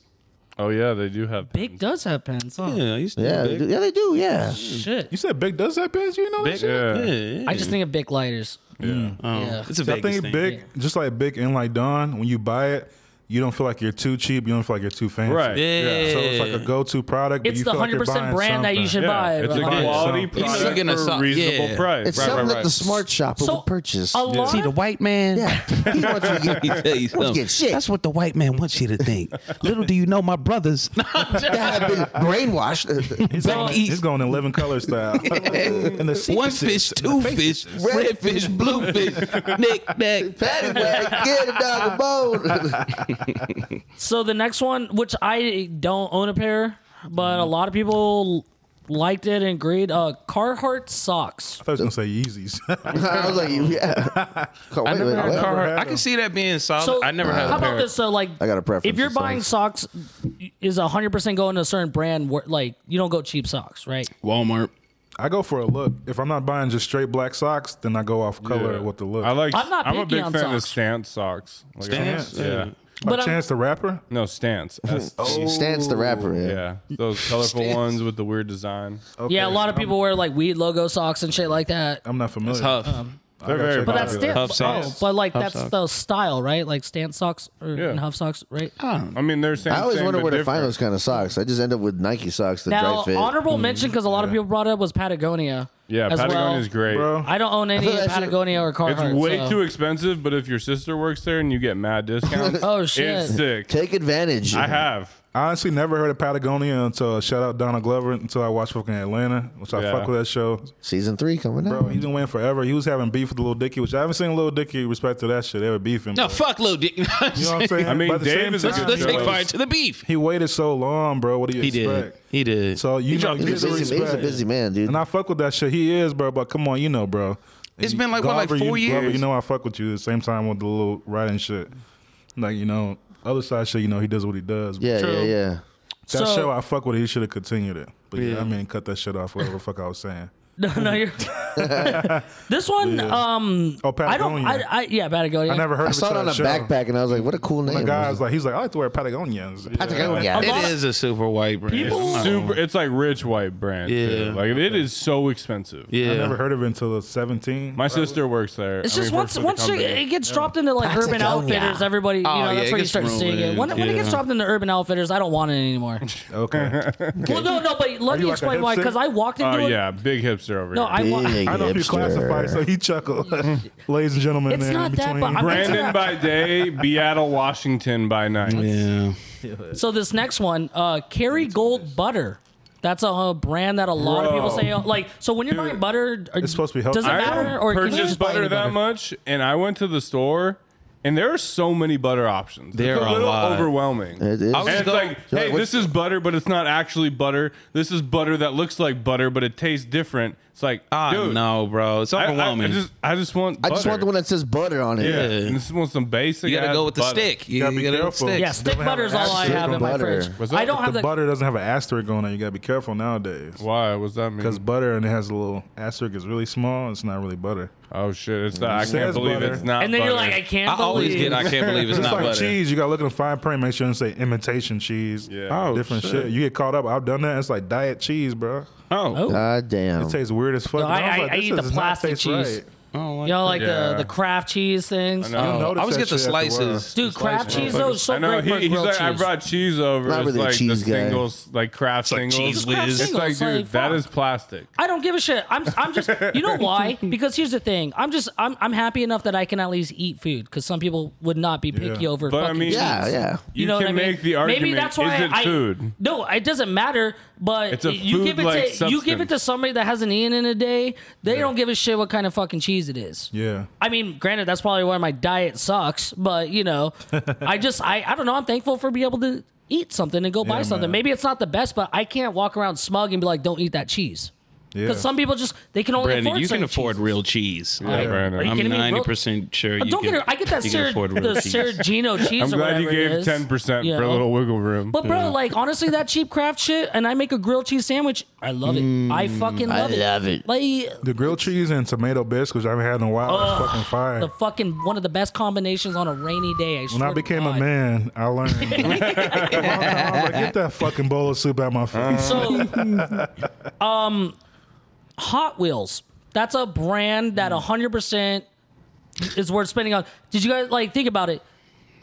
Speaker 1: oh yeah, they do have.
Speaker 4: Bic does have pens, huh?
Speaker 5: Yeah, I used to
Speaker 2: Yeah,
Speaker 5: do
Speaker 2: they
Speaker 5: Bic.
Speaker 2: do- yeah, they do. Yeah.
Speaker 4: Shit.
Speaker 3: You said Big does that, bitch? You know that
Speaker 5: Big?
Speaker 3: shit?
Speaker 1: Yeah.
Speaker 5: Yeah, yeah.
Speaker 4: I just think of Bic lighters.
Speaker 5: Oh,
Speaker 4: yeah.
Speaker 5: It's a
Speaker 3: I
Speaker 5: Vegas
Speaker 3: think
Speaker 5: thing.
Speaker 3: Big, just like Big and like Don, when you buy it, you don't feel like you're too cheap. You don't feel like you're too fancy.
Speaker 1: Right.
Speaker 5: Yeah.
Speaker 1: Yeah.
Speaker 3: So it's like a go-to product. but
Speaker 4: It's
Speaker 3: you
Speaker 4: the
Speaker 3: feel like
Speaker 4: hundred
Speaker 3: you're
Speaker 4: percent
Speaker 3: buying
Speaker 4: brand that you
Speaker 3: something.
Speaker 4: should buy.
Speaker 1: Yeah, it's a
Speaker 4: bro.
Speaker 3: Buying
Speaker 1: quality
Speaker 3: something.
Speaker 1: product
Speaker 5: You're getting a
Speaker 1: for a
Speaker 5: sum-
Speaker 1: reasonable
Speaker 5: yeah.
Speaker 1: price.
Speaker 2: It's
Speaker 1: Right,
Speaker 2: something
Speaker 1: right,
Speaker 2: that
Speaker 1: right.
Speaker 2: the smart shopper
Speaker 4: So,
Speaker 2: would purchase.
Speaker 4: a lot.
Speaker 5: See, the white man.
Speaker 2: yeah. He wants you to get-
Speaker 5: Let me tell you
Speaker 2: wants to
Speaker 5: something.
Speaker 2: get shit.
Speaker 5: That's what the white man wants you to think. Little do you know, my brothers.
Speaker 2: that have been brainwashed.
Speaker 3: He's going, he's going in 11 color style. and the
Speaker 5: One fish, two fish, red fish, blue fish, knick knack.
Speaker 2: Patty wag, get a dog a bone.
Speaker 4: So the next one, which I don't own a pair, but
Speaker 5: Mm-hmm.
Speaker 4: a lot of people liked it and agreed. Uh, Carhartt socks.
Speaker 3: I was going to say Yeezys.
Speaker 2: I was like, yeah. Oh, wait,
Speaker 5: I never
Speaker 2: wait,
Speaker 5: had
Speaker 2: what?
Speaker 5: Carhartt.
Speaker 3: had
Speaker 5: I can
Speaker 3: them.
Speaker 5: see that being solid.
Speaker 4: So
Speaker 5: I never had
Speaker 4: How
Speaker 5: a pair.
Speaker 4: about this? So like,
Speaker 2: I got a preference
Speaker 4: If you're
Speaker 2: for
Speaker 4: buying socks, is hundred percent going to a certain brand? Where, like, you don't go cheap socks, right?
Speaker 5: Walmart.
Speaker 3: I go for a look. If I'm not buying just straight black socks, then I go off color
Speaker 1: Yeah.
Speaker 3: with the look.
Speaker 1: I like.
Speaker 4: I'm
Speaker 1: I'm,
Speaker 4: not
Speaker 1: a
Speaker 4: picky
Speaker 1: big
Speaker 4: on
Speaker 1: fan of
Speaker 4: socks.
Speaker 1: stance socks. Like,
Speaker 5: Stance?
Speaker 1: I- Yeah.
Speaker 5: Yeah.
Speaker 3: Like
Speaker 4: But um, I'm-
Speaker 3: Chance the Rapper.
Speaker 1: No stance. S-
Speaker 2: Stance the rapper. Yeah.
Speaker 1: yeah. Those colorful
Speaker 5: Stance.
Speaker 1: ones with the weird design.
Speaker 4: Yeah, a lot of people wear like weed logo socks and shit like that.
Speaker 3: I'm not familiar.
Speaker 5: Tough.
Speaker 4: Um,
Speaker 1: They're very.
Speaker 4: But that's
Speaker 1: popular.
Speaker 4: stance.
Speaker 5: Huff socks.
Speaker 4: Oh, but like
Speaker 5: Huff
Speaker 4: that's
Speaker 5: socks.
Speaker 4: the style, right? Like stance socks or
Speaker 1: Yeah.
Speaker 4: and huff socks, right?
Speaker 1: I mean, they're saying.
Speaker 2: I always
Speaker 1: same,
Speaker 2: wonder
Speaker 1: but
Speaker 2: where to
Speaker 1: different.
Speaker 2: find those kind of socks. I just end up with Nike socks that
Speaker 4: Now,
Speaker 2: dry fit.
Speaker 4: honorable mention because a lot of people brought up was Patagonia.
Speaker 1: Yeah,
Speaker 4: as
Speaker 1: Patagonia
Speaker 4: well.
Speaker 1: is great.
Speaker 3: Bro.
Speaker 4: I don't own any
Speaker 2: feel that shit-
Speaker 4: Patagonia or
Speaker 1: It's
Speaker 4: Carhartt.
Speaker 1: way
Speaker 4: so-
Speaker 1: too expensive, but if your sister works there and you get mad discounts,
Speaker 4: Oh, shit.
Speaker 1: it's sick.
Speaker 2: Take advantage.
Speaker 1: I have.
Speaker 3: I honestly never heard of Patagonia until shout out Donald Glover until I watched fucking Atlanta, which I
Speaker 1: Yeah.
Speaker 3: fuck with that show.
Speaker 2: Season three coming
Speaker 3: Bro,
Speaker 2: out.
Speaker 3: he's been waiting forever. He was having beef with Lil Dicky, which I haven't seen Lil Dicky with respect to that shit. They were beefing.
Speaker 5: No,
Speaker 3: but-
Speaker 5: fuck Lil Dick.
Speaker 3: You know what I'm saying?
Speaker 1: I mean,
Speaker 3: But at the
Speaker 1: Dave
Speaker 3: same
Speaker 1: is a
Speaker 3: time,
Speaker 1: good
Speaker 5: Let's take
Speaker 1: Yeah.
Speaker 5: fire to the beef.
Speaker 3: He waited so long, bro. What do you
Speaker 5: He did.
Speaker 3: expect?
Speaker 5: He did.
Speaker 3: So you know,
Speaker 5: dropped
Speaker 3: give
Speaker 2: He's
Speaker 3: the
Speaker 2: a busy, he's a
Speaker 3: respect.
Speaker 2: busy man, dude.
Speaker 3: And I fuck with that shit. He is, bro. But come on, you know, bro.
Speaker 5: It's
Speaker 3: It's
Speaker 5: been like, what, like four
Speaker 3: you, Glover,
Speaker 5: years?
Speaker 3: you know, I fuck with you. At the same time with the little writing shit, like you know, other side shit. You know, he does what he does.
Speaker 2: yeah,
Speaker 3: True.
Speaker 2: yeah, yeah.
Speaker 3: That
Speaker 4: So-
Speaker 3: show I fuck with. it, He should have continued it. But yeah, I mean, cut that shit off. Whatever the fuck I was saying.
Speaker 4: No, no, you're. this one,
Speaker 3: Yeah.
Speaker 4: um,
Speaker 3: Oh,
Speaker 4: I don't.
Speaker 3: Patagonia. I,
Speaker 4: I, I yeah, Patagonia.
Speaker 3: never heard
Speaker 2: I
Speaker 3: of it
Speaker 2: saw it
Speaker 3: till
Speaker 2: on
Speaker 3: that
Speaker 2: a
Speaker 3: show.
Speaker 2: backpack and I was like, what a cool name.
Speaker 3: The guy's like, he's like, I like to wear Patagonias. Yeah.
Speaker 2: Patagonia.
Speaker 4: lot-
Speaker 5: It is a super white brand.
Speaker 4: People-
Speaker 5: Come on.
Speaker 1: Super. It's like rich white brand. too.
Speaker 5: Yeah.
Speaker 1: Like it is so expensive.
Speaker 5: Yeah.
Speaker 3: I never heard of it until I was 17.
Speaker 1: My sister works there.
Speaker 4: It's
Speaker 1: I mean,
Speaker 4: just
Speaker 1: works
Speaker 4: once
Speaker 1: for the
Speaker 4: once you,
Speaker 1: company.
Speaker 4: it gets dropped into like Urban
Speaker 2: Patagonia.
Speaker 4: Outfitters, everybody, you
Speaker 5: Oh,
Speaker 4: know,
Speaker 5: yeah,
Speaker 4: that's
Speaker 5: it
Speaker 4: where you
Speaker 5: gets
Speaker 4: start seeing it.
Speaker 5: ruined,
Speaker 4: When, when it gets
Speaker 5: yeah.
Speaker 4: dropped into Urban Outfitters, I don't want it anymore.
Speaker 3: okay.
Speaker 4: Well, no, no, but let me
Speaker 3: you like a
Speaker 4: explain why.
Speaker 3: hipster?
Speaker 4: Because I walked into
Speaker 1: Oh
Speaker 4: it.
Speaker 1: yeah, big hipster over
Speaker 4: No,
Speaker 1: here.
Speaker 4: I wa-
Speaker 2: Big
Speaker 3: I know if you
Speaker 2: hipster.
Speaker 3: classify, so he chuckled. Ladies and gentlemen,
Speaker 4: It's
Speaker 3: and
Speaker 4: not that,
Speaker 3: between-
Speaker 4: but I'm-
Speaker 1: Brandon by day, Beattle, Washington by night.
Speaker 5: Yeah.
Speaker 4: So this next one, uh, Kerry Gold butter. That's a, uh, brand that a lot of people
Speaker 1: Bro.
Speaker 4: say. uh, Like, so when you're buying butter, are-
Speaker 3: It's supposed to be healthy.
Speaker 4: Does it
Speaker 1: I
Speaker 4: matter,
Speaker 1: don't
Speaker 4: or can you
Speaker 1: purchase
Speaker 4: just buy
Speaker 1: butter
Speaker 4: any
Speaker 1: that much, and I went to the store, and there are so many butter options.
Speaker 5: There
Speaker 1: it's
Speaker 5: are
Speaker 1: a
Speaker 5: a
Speaker 1: little
Speaker 5: lot.
Speaker 1: overwhelming.
Speaker 2: It is.
Speaker 5: I
Speaker 1: And
Speaker 5: was-
Speaker 1: it's like,
Speaker 2: Yo,
Speaker 1: hey,
Speaker 2: what's-
Speaker 1: this is butter, but it's not actually butter. This is butter that looks like butter, but it tastes different. It's like,
Speaker 5: Ah,
Speaker 1: dude,
Speaker 5: no, bro. It's
Speaker 1: I, I, I
Speaker 5: overwhelming.
Speaker 1: just, I just want.
Speaker 2: I just
Speaker 1: butter.
Speaker 2: want the one that says butter on it.
Speaker 1: Yeah, and this wants some basic.
Speaker 5: you gotta
Speaker 1: ass
Speaker 5: go with the
Speaker 1: butter.
Speaker 5: stick. You,
Speaker 3: Gotta be
Speaker 5: you gotta go with
Speaker 3: careful.
Speaker 5: stick.
Speaker 4: Yeah, stick
Speaker 3: Don't have
Speaker 4: butter is all I
Speaker 2: asterisk
Speaker 4: have
Speaker 2: on
Speaker 4: in my
Speaker 2: butter.
Speaker 4: fridge.
Speaker 1: What's
Speaker 4: I
Speaker 1: up?
Speaker 4: don't
Speaker 3: The
Speaker 4: have the.
Speaker 3: butter doesn't have an asterisk on it. You gotta be careful nowadays.
Speaker 1: Why? What's that mean?
Speaker 3: Because butter and it has a little asterisk is really small. It's not really butter.
Speaker 1: oh shit, it's not. I can't
Speaker 3: says
Speaker 1: believe
Speaker 3: butter.
Speaker 1: it's not.
Speaker 4: and then you're
Speaker 1: butter.
Speaker 4: like, I can't.
Speaker 5: I always
Speaker 4: believe-
Speaker 5: get. I can't believe it's
Speaker 3: It's
Speaker 5: not
Speaker 3: like
Speaker 5: butter.
Speaker 3: cheese. You gotta look in the fine print. Make sure it doesn't say imitation cheese.
Speaker 1: Yeah. Oh,
Speaker 3: different shit. You get caught up. I've done that. It's like diet cheese, bro.
Speaker 5: Oh,
Speaker 4: Oh.
Speaker 2: God damn.
Speaker 3: It tastes weird as fuck.
Speaker 4: No,
Speaker 3: And
Speaker 4: I-
Speaker 3: was
Speaker 4: I-
Speaker 3: like,
Speaker 4: I
Speaker 3: this
Speaker 4: eat the
Speaker 3: does not
Speaker 4: plastic
Speaker 3: taste
Speaker 4: cheese.
Speaker 3: right.
Speaker 5: I don't like
Speaker 4: You know, like uh,
Speaker 1: Yeah.
Speaker 4: the the craft cheese things.
Speaker 1: I know.
Speaker 3: You'll notice
Speaker 5: I always
Speaker 3: that
Speaker 5: get the
Speaker 3: shit after a while.
Speaker 5: slices.
Speaker 4: Dude, crab cheese though is so
Speaker 1: I know
Speaker 4: great for
Speaker 1: he, he's
Speaker 4: grilled
Speaker 1: like, I
Speaker 4: cheese.
Speaker 1: brought cheese over.
Speaker 2: Not
Speaker 1: It's
Speaker 2: really a
Speaker 1: like
Speaker 2: cheese
Speaker 1: the
Speaker 2: guy.
Speaker 1: singles, like craft
Speaker 5: like
Speaker 1: singles.
Speaker 5: cheese
Speaker 4: Craft
Speaker 5: whiz.
Speaker 1: It's
Speaker 4: singles,
Speaker 1: like, dude,
Speaker 4: fuck.
Speaker 1: that is plastic.
Speaker 4: I don't give a shit. I'm I'm just you know why? Because here's the thing. I'm just I'm I'm happy enough that I can at least eat food because some people would not be picky
Speaker 3: Yeah.
Speaker 4: over.
Speaker 1: But I
Speaker 4: fucking
Speaker 1: mean-
Speaker 4: cheese.
Speaker 2: yeah, yeah.
Speaker 1: You,
Speaker 4: know
Speaker 1: can
Speaker 4: what I mean?
Speaker 1: make the argument.
Speaker 4: Maybe that's why
Speaker 1: is it
Speaker 4: I,
Speaker 1: food?
Speaker 4: No, it doesn't matter. But
Speaker 1: It's a
Speaker 4: you give it to
Speaker 1: food-like
Speaker 4: you give it to
Speaker 1: substance.
Speaker 4: somebody that hasn't eaten in a day. They don't give a shit what kind of fucking cheese it is.
Speaker 3: Yeah.
Speaker 4: I mean, granted, that's probably why my diet sucks. But you know, I just I I don't know. I'm thankful for being able to eat something and go buy
Speaker 3: Yeah,
Speaker 4: something.
Speaker 3: man.
Speaker 4: Maybe it's not the best, but I can't walk around smug and be like, "Don't eat that cheese."
Speaker 3: Yeah.
Speaker 4: Because some people just they can only
Speaker 5: Brandon,
Speaker 4: afford
Speaker 5: you can
Speaker 4: certain
Speaker 5: afford
Speaker 4: cheeses.
Speaker 5: real cheese.
Speaker 1: Yeah,
Speaker 4: Like,
Speaker 1: Brandon.
Speaker 4: are you
Speaker 5: I'm
Speaker 4: kidding me? Real-
Speaker 5: 90% sure. You
Speaker 4: Don't
Speaker 5: can,
Speaker 4: get it. I get that
Speaker 5: you can
Speaker 4: Ser-
Speaker 5: afford real
Speaker 4: the
Speaker 5: cheese.
Speaker 4: Sergino cheese.
Speaker 1: I'm
Speaker 4: or
Speaker 1: glad
Speaker 4: whatever
Speaker 1: you
Speaker 4: it
Speaker 1: gave
Speaker 4: is,
Speaker 1: ten percent
Speaker 4: you
Speaker 1: for a
Speaker 4: know?
Speaker 1: little wiggle room.
Speaker 4: But bro, like honestly, that cheap craft shit, and I make a grilled cheese sandwich. I love it. I
Speaker 1: Mm.
Speaker 4: fucking
Speaker 2: I
Speaker 4: love it.
Speaker 2: love it.
Speaker 4: Like
Speaker 3: The grilled cheese and tomato biscuits I haven't had in a while is fucking fire.
Speaker 4: the fucking one of the best combinations on a rainy day. I
Speaker 3: When I became a man, I learned. I was like, get that fucking bowl of soup out my
Speaker 1: Uh-huh.
Speaker 3: face.
Speaker 4: So, um, Hot Wheels. That's a brand
Speaker 1: Mm.
Speaker 4: that 100% is worth spending on. Did you guys like think about it?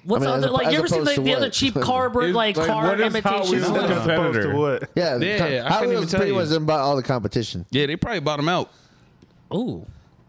Speaker 4: What's
Speaker 2: I mean,
Speaker 4: the
Speaker 2: as
Speaker 4: other
Speaker 2: op-
Speaker 4: like?
Speaker 2: as
Speaker 4: You ever seen
Speaker 2: opposed
Speaker 4: the,
Speaker 2: to
Speaker 4: the other
Speaker 2: what?
Speaker 4: cheap car
Speaker 1: Is-
Speaker 4: like
Speaker 1: like,
Speaker 4: car
Speaker 1: what is Hot
Speaker 4: imitations?
Speaker 1: Wheels?
Speaker 3: As opposed
Speaker 1: Competitor.
Speaker 3: to what?
Speaker 2: Yeah,
Speaker 5: Yeah,
Speaker 2: com-
Speaker 5: I couldn't
Speaker 2: Hot
Speaker 5: even
Speaker 2: Wheels
Speaker 5: tell
Speaker 2: pretty
Speaker 5: you.
Speaker 2: much about all the competition.
Speaker 5: Yeah, they probably bought them out.
Speaker 4: Ooh,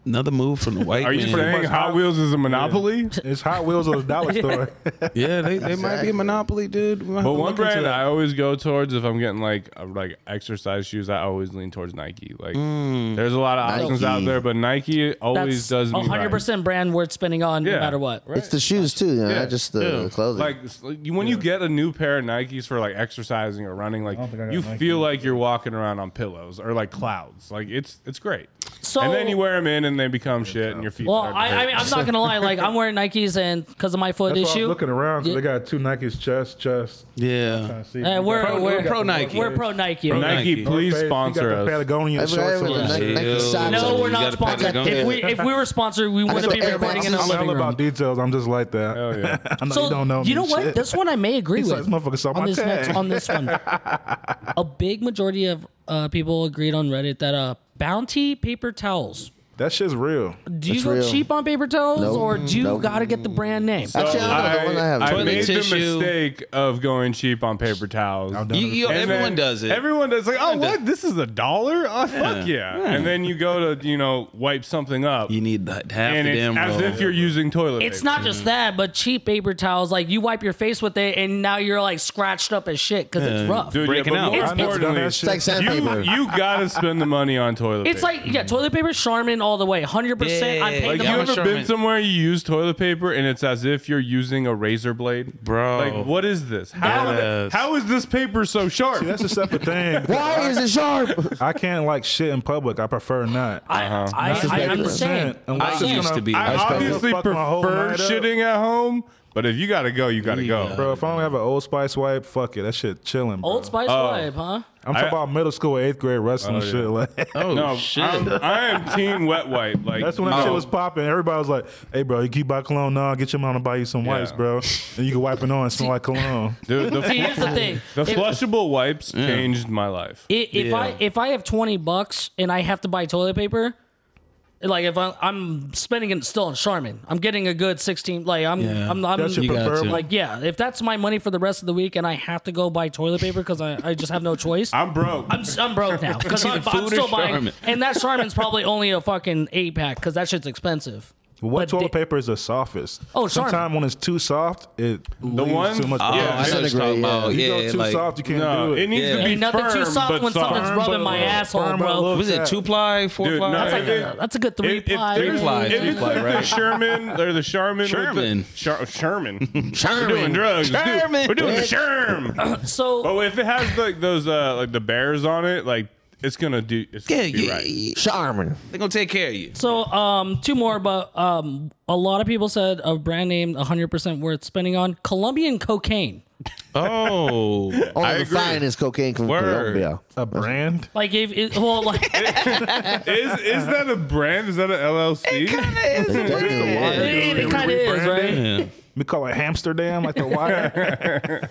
Speaker 5: Another move from the white
Speaker 1: Are you
Speaker 5: man.
Speaker 1: saying
Speaker 3: much
Speaker 1: Hot
Speaker 3: Hot-
Speaker 1: Wheels is a monopoly?
Speaker 3: It's Hot Wheels or the dollar store.
Speaker 5: Yeah, they, they might be
Speaker 2: Exactly.
Speaker 5: a monopoly, dude. We might have
Speaker 1: But
Speaker 5: to
Speaker 1: one
Speaker 5: look into
Speaker 1: brand
Speaker 5: that.
Speaker 1: I always go towards if I'm getting like uh, like exercise shoes, I always lean towards Nike. Like
Speaker 5: Mm.
Speaker 1: there's a lot of options
Speaker 2: Nike.
Speaker 1: out there, but Nike always
Speaker 4: that's
Speaker 1: does me
Speaker 4: 100
Speaker 1: right.
Speaker 4: percent brand worth spending on no
Speaker 1: Yeah.
Speaker 4: matter what.
Speaker 1: Right.
Speaker 2: It's the shoes too, you know,
Speaker 1: Yeah,
Speaker 2: not just the
Speaker 5: yeah.
Speaker 2: clothing.
Speaker 1: Like s- like, you- when you get a new pair of Nikes for like exercising or running, like
Speaker 3: don't think I got
Speaker 1: you
Speaker 3: Nike.
Speaker 1: feel like you're walking around on pillows or like clouds. Like it's it's great.
Speaker 4: So
Speaker 1: and then you wear them in and they become shit and your feet.
Speaker 4: Well,
Speaker 1: start to
Speaker 4: I,
Speaker 1: hurt.
Speaker 4: I mean, I'm not gonna lie. Like, I'm wearing Nikes, and because of my foot
Speaker 3: That's why I
Speaker 4: issue,
Speaker 3: was looking around. 'cause
Speaker 4: Yeah.
Speaker 3: They got two Nikes, chest, chest.
Speaker 5: Yeah.
Speaker 3: See,
Speaker 4: Uh,
Speaker 3: you
Speaker 4: we're-
Speaker 3: got-
Speaker 4: we're- we're
Speaker 5: pro Nike.
Speaker 4: we're pro Nike.
Speaker 1: Nike,
Speaker 4: okay?
Speaker 5: Nike.
Speaker 1: please
Speaker 3: North Face, you got
Speaker 1: sponsor
Speaker 3: the
Speaker 1: us.
Speaker 3: Patagonia
Speaker 2: I've-
Speaker 3: shorts
Speaker 2: I've-
Speaker 3: on.
Speaker 2: I've- Nike
Speaker 5: Ew.
Speaker 2: socks.
Speaker 4: No, we're
Speaker 5: You
Speaker 4: not
Speaker 5: gotta pat
Speaker 4: sponsored.
Speaker 5: it down.
Speaker 4: If we if we were sponsored, we wouldn't
Speaker 2: saw
Speaker 4: be
Speaker 2: Air
Speaker 4: recording
Speaker 2: Max.
Speaker 4: in a
Speaker 3: I'm
Speaker 4: living
Speaker 3: all
Speaker 4: room.
Speaker 3: about details. I'm just like that.
Speaker 1: Hell yeah.
Speaker 3: I know you don't know.
Speaker 4: you
Speaker 3: me,
Speaker 4: know what?
Speaker 3: shit.
Speaker 4: This one I may agree
Speaker 3: He's like,
Speaker 4: with.
Speaker 3: "This motherfucker saw
Speaker 4: on
Speaker 3: my
Speaker 4: this next,
Speaker 3: tag."
Speaker 4: on this one, a big majority of uh, people agreed on Reddit that uh, Bounty paper towels.
Speaker 3: that shit's real.
Speaker 4: Do you
Speaker 2: That's
Speaker 4: go
Speaker 2: real.
Speaker 4: cheap on paper towels,
Speaker 2: Nope.
Speaker 4: or do you
Speaker 2: Nope.
Speaker 4: gotta get the brand name?
Speaker 1: So
Speaker 2: Actually, I don't know, the one I have.
Speaker 1: I
Speaker 5: Toilet
Speaker 1: made the
Speaker 5: tissue.
Speaker 1: mistake of going cheap on paper towels.
Speaker 3: I'm done
Speaker 5: You,
Speaker 3: with
Speaker 5: you,
Speaker 3: it.
Speaker 1: And
Speaker 5: everyone
Speaker 1: then
Speaker 5: does it.
Speaker 1: Everyone does. Like, oh, what? This is a dollar? Oh, fuck yeah. And then you go to, you know, wipe something up.
Speaker 5: you need that half
Speaker 1: and
Speaker 5: the
Speaker 1: it's
Speaker 5: damn
Speaker 1: as
Speaker 5: roll.
Speaker 1: if you're using toilet
Speaker 4: It's
Speaker 1: paper.
Speaker 4: not just that, but cheap paper towels. Like you wipe your face with it, and now you're like scratched up as shit because it's rough.
Speaker 1: Dude,
Speaker 5: breaking
Speaker 1: yeah,
Speaker 5: out.
Speaker 1: but
Speaker 4: It's-
Speaker 1: more
Speaker 4: it's-
Speaker 1: importantly,
Speaker 3: It's
Speaker 2: it's like sandpaper.
Speaker 1: you, you gotta spend the money on toilet
Speaker 4: It's
Speaker 1: paper.
Speaker 4: like yeah, toilet paper, Charmin all the way, hundred percent. I'm
Speaker 5: Yeah,
Speaker 4: paying
Speaker 5: like,
Speaker 4: the
Speaker 1: you
Speaker 5: I'm a
Speaker 1: ever
Speaker 4: money.
Speaker 5: Charmin.
Speaker 1: been somewhere you use toilet paper and it's as if you're using a razor blade?
Speaker 5: Bro.
Speaker 1: Like, what is this? How,
Speaker 5: Yes.
Speaker 1: how is this paper so sharp?
Speaker 3: That's a separate thing.
Speaker 2: Why is it sharp?
Speaker 3: I can't like shit in public. I prefer not.
Speaker 4: I, I, I,
Speaker 2: That's
Speaker 4: understand.
Speaker 3: Unless
Speaker 5: I
Speaker 3: it's
Speaker 5: used
Speaker 3: gonna-
Speaker 5: to be.
Speaker 1: I
Speaker 5: I
Speaker 1: obviously
Speaker 3: Fuck my whole
Speaker 1: prefer
Speaker 3: night up.
Speaker 1: shitting at home, But if you gotta go, you gotta go.
Speaker 3: Bro, if I don't have an Old Spice wipe, fuck it. That shit chilling. Bro.
Speaker 4: Old Spice wipe, huh?
Speaker 3: I'm talking
Speaker 1: I-
Speaker 3: about middle school, eighth grade wrestling shit. Like
Speaker 5: Oh
Speaker 1: No,
Speaker 5: shit!
Speaker 1: I'm, I am team wet wipe. Like
Speaker 3: that's when that shit was popping. Everybody was like, "Hey, bro, you keep by cologne. Nah, get your mom to buy you some wipes,
Speaker 1: Yeah.
Speaker 3: bro. And you can wipe it on. Smell like cologne.
Speaker 1: Dude, the,
Speaker 4: See, here's the thing.
Speaker 1: the
Speaker 4: If-
Speaker 1: flushable wipes changed my life.
Speaker 4: I- if I if I have twenty bucks and I have to buy toilet paper, like if I, I'm spending it still in Charmin, I'm getting a good sixteen. Like I'm
Speaker 5: Yeah.
Speaker 4: I'm, I'm,
Speaker 3: That's your
Speaker 5: You got
Speaker 3: preferred.
Speaker 5: to.
Speaker 3: Like,
Speaker 4: like yeah. If that's my money for the rest of the week and I have to go buy toilet paper because I, I just have no choice. I'm
Speaker 1: I'm broke.
Speaker 4: I'm, broke now because I'm,
Speaker 5: Either
Speaker 4: I'm
Speaker 5: food or
Speaker 4: still buying,
Speaker 5: Charmin.
Speaker 4: and that Charmin's probably only a fucking eight pack because that shit's expensive.
Speaker 3: what
Speaker 4: But
Speaker 3: toilet
Speaker 4: the-
Speaker 3: paper is the softest?
Speaker 4: Oh, Charmin.
Speaker 3: sometimes when it's too soft, it
Speaker 1: the
Speaker 3: leaves
Speaker 1: one,
Speaker 3: too much.
Speaker 5: oh,
Speaker 1: yeah,
Speaker 5: I know what
Speaker 1: it's-
Speaker 5: you're talking
Speaker 2: yeah.
Speaker 5: about.
Speaker 3: If you
Speaker 5: Yeah,
Speaker 3: go too
Speaker 5: like
Speaker 3: soft, you can't
Speaker 1: no,
Speaker 3: do
Speaker 1: Uh, it
Speaker 3: it.
Speaker 1: needs
Speaker 5: Yeah.
Speaker 1: to be
Speaker 4: Ain't nothing
Speaker 1: firm,
Speaker 4: too soft
Speaker 1: but
Speaker 4: when
Speaker 1: soft.
Speaker 4: something's rubbing my asshole,
Speaker 3: Firm but
Speaker 4: bro.
Speaker 3: low.
Speaker 5: was it
Speaker 3: Fat.
Speaker 5: two ply, four
Speaker 1: Dude,
Speaker 5: ply?
Speaker 1: no,
Speaker 4: That's like a, that's a good three
Speaker 1: If- if
Speaker 4: ply.
Speaker 1: there's-
Speaker 4: right?
Speaker 5: ply,
Speaker 1: if
Speaker 5: three
Speaker 1: it's
Speaker 5: ply,
Speaker 1: like
Speaker 5: right.
Speaker 1: The Sherman, or the Sherman.
Speaker 5: Sherman.
Speaker 1: With the, Sher, Sherman. We're
Speaker 5: Sherman.
Speaker 1: doing drugs. Dude,
Speaker 5: Sherman.
Speaker 1: We're doing the Sherm.
Speaker 4: So
Speaker 1: oh, if it has like those uh like the bears on it, like it's gonna do. It's
Speaker 5: yeah,
Speaker 1: gonna be
Speaker 5: yeah,
Speaker 1: right.
Speaker 5: yeah.
Speaker 2: Charmin.
Speaker 5: They're gonna take care of you.
Speaker 4: So, um, two more, but um, a lot of people said a brand name 100% worth spending on Colombian cocaine.
Speaker 5: Oh,
Speaker 2: Only
Speaker 1: I
Speaker 2: the
Speaker 1: agree.
Speaker 2: finest cocaine from
Speaker 5: Word.
Speaker 2: Colombia.
Speaker 3: a brand.
Speaker 4: Like, if it, well, like, it,
Speaker 1: Is is that a brand? Is that an LLC?
Speaker 2: That's the water.
Speaker 4: it kind of is, right?
Speaker 5: yeah.
Speaker 3: We call it Hamsterdam, like the wire.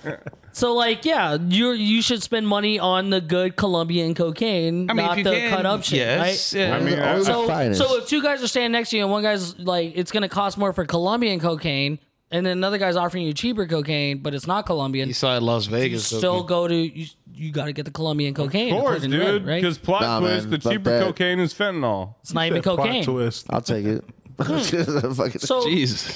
Speaker 4: So, like, yeah, you you should spend money on the good Colombian cocaine,
Speaker 5: I mean,
Speaker 4: not
Speaker 5: if you
Speaker 4: the
Speaker 5: can,
Speaker 4: cut up shit,
Speaker 5: yes,
Speaker 4: right?
Speaker 5: yeah.
Speaker 1: I mean,
Speaker 2: Only the
Speaker 1: I-
Speaker 4: So,
Speaker 2: finest.
Speaker 4: so if two guys are standing next to you and one guy's like, it's going to cost more for Colombian cocaine, and then another guy's offering you cheaper cocaine, but it's not Colombian,
Speaker 5: you saw it in Las
Speaker 4: you
Speaker 5: Vegas.
Speaker 4: still go to, you, you got to get the Colombian cocaine.
Speaker 1: Of course,
Speaker 4: according to
Speaker 1: dude.
Speaker 4: Reddit, right?
Speaker 1: Because plot
Speaker 2: Nah,
Speaker 1: twist,
Speaker 2: man,
Speaker 1: the
Speaker 2: fuck
Speaker 1: cheaper
Speaker 2: that.
Speaker 1: cocaine is fentanyl.
Speaker 4: It's not even
Speaker 3: Plot
Speaker 4: cocaine.
Speaker 3: twist.
Speaker 2: I'll take it. Fucking-
Speaker 4: So
Speaker 5: Jesus.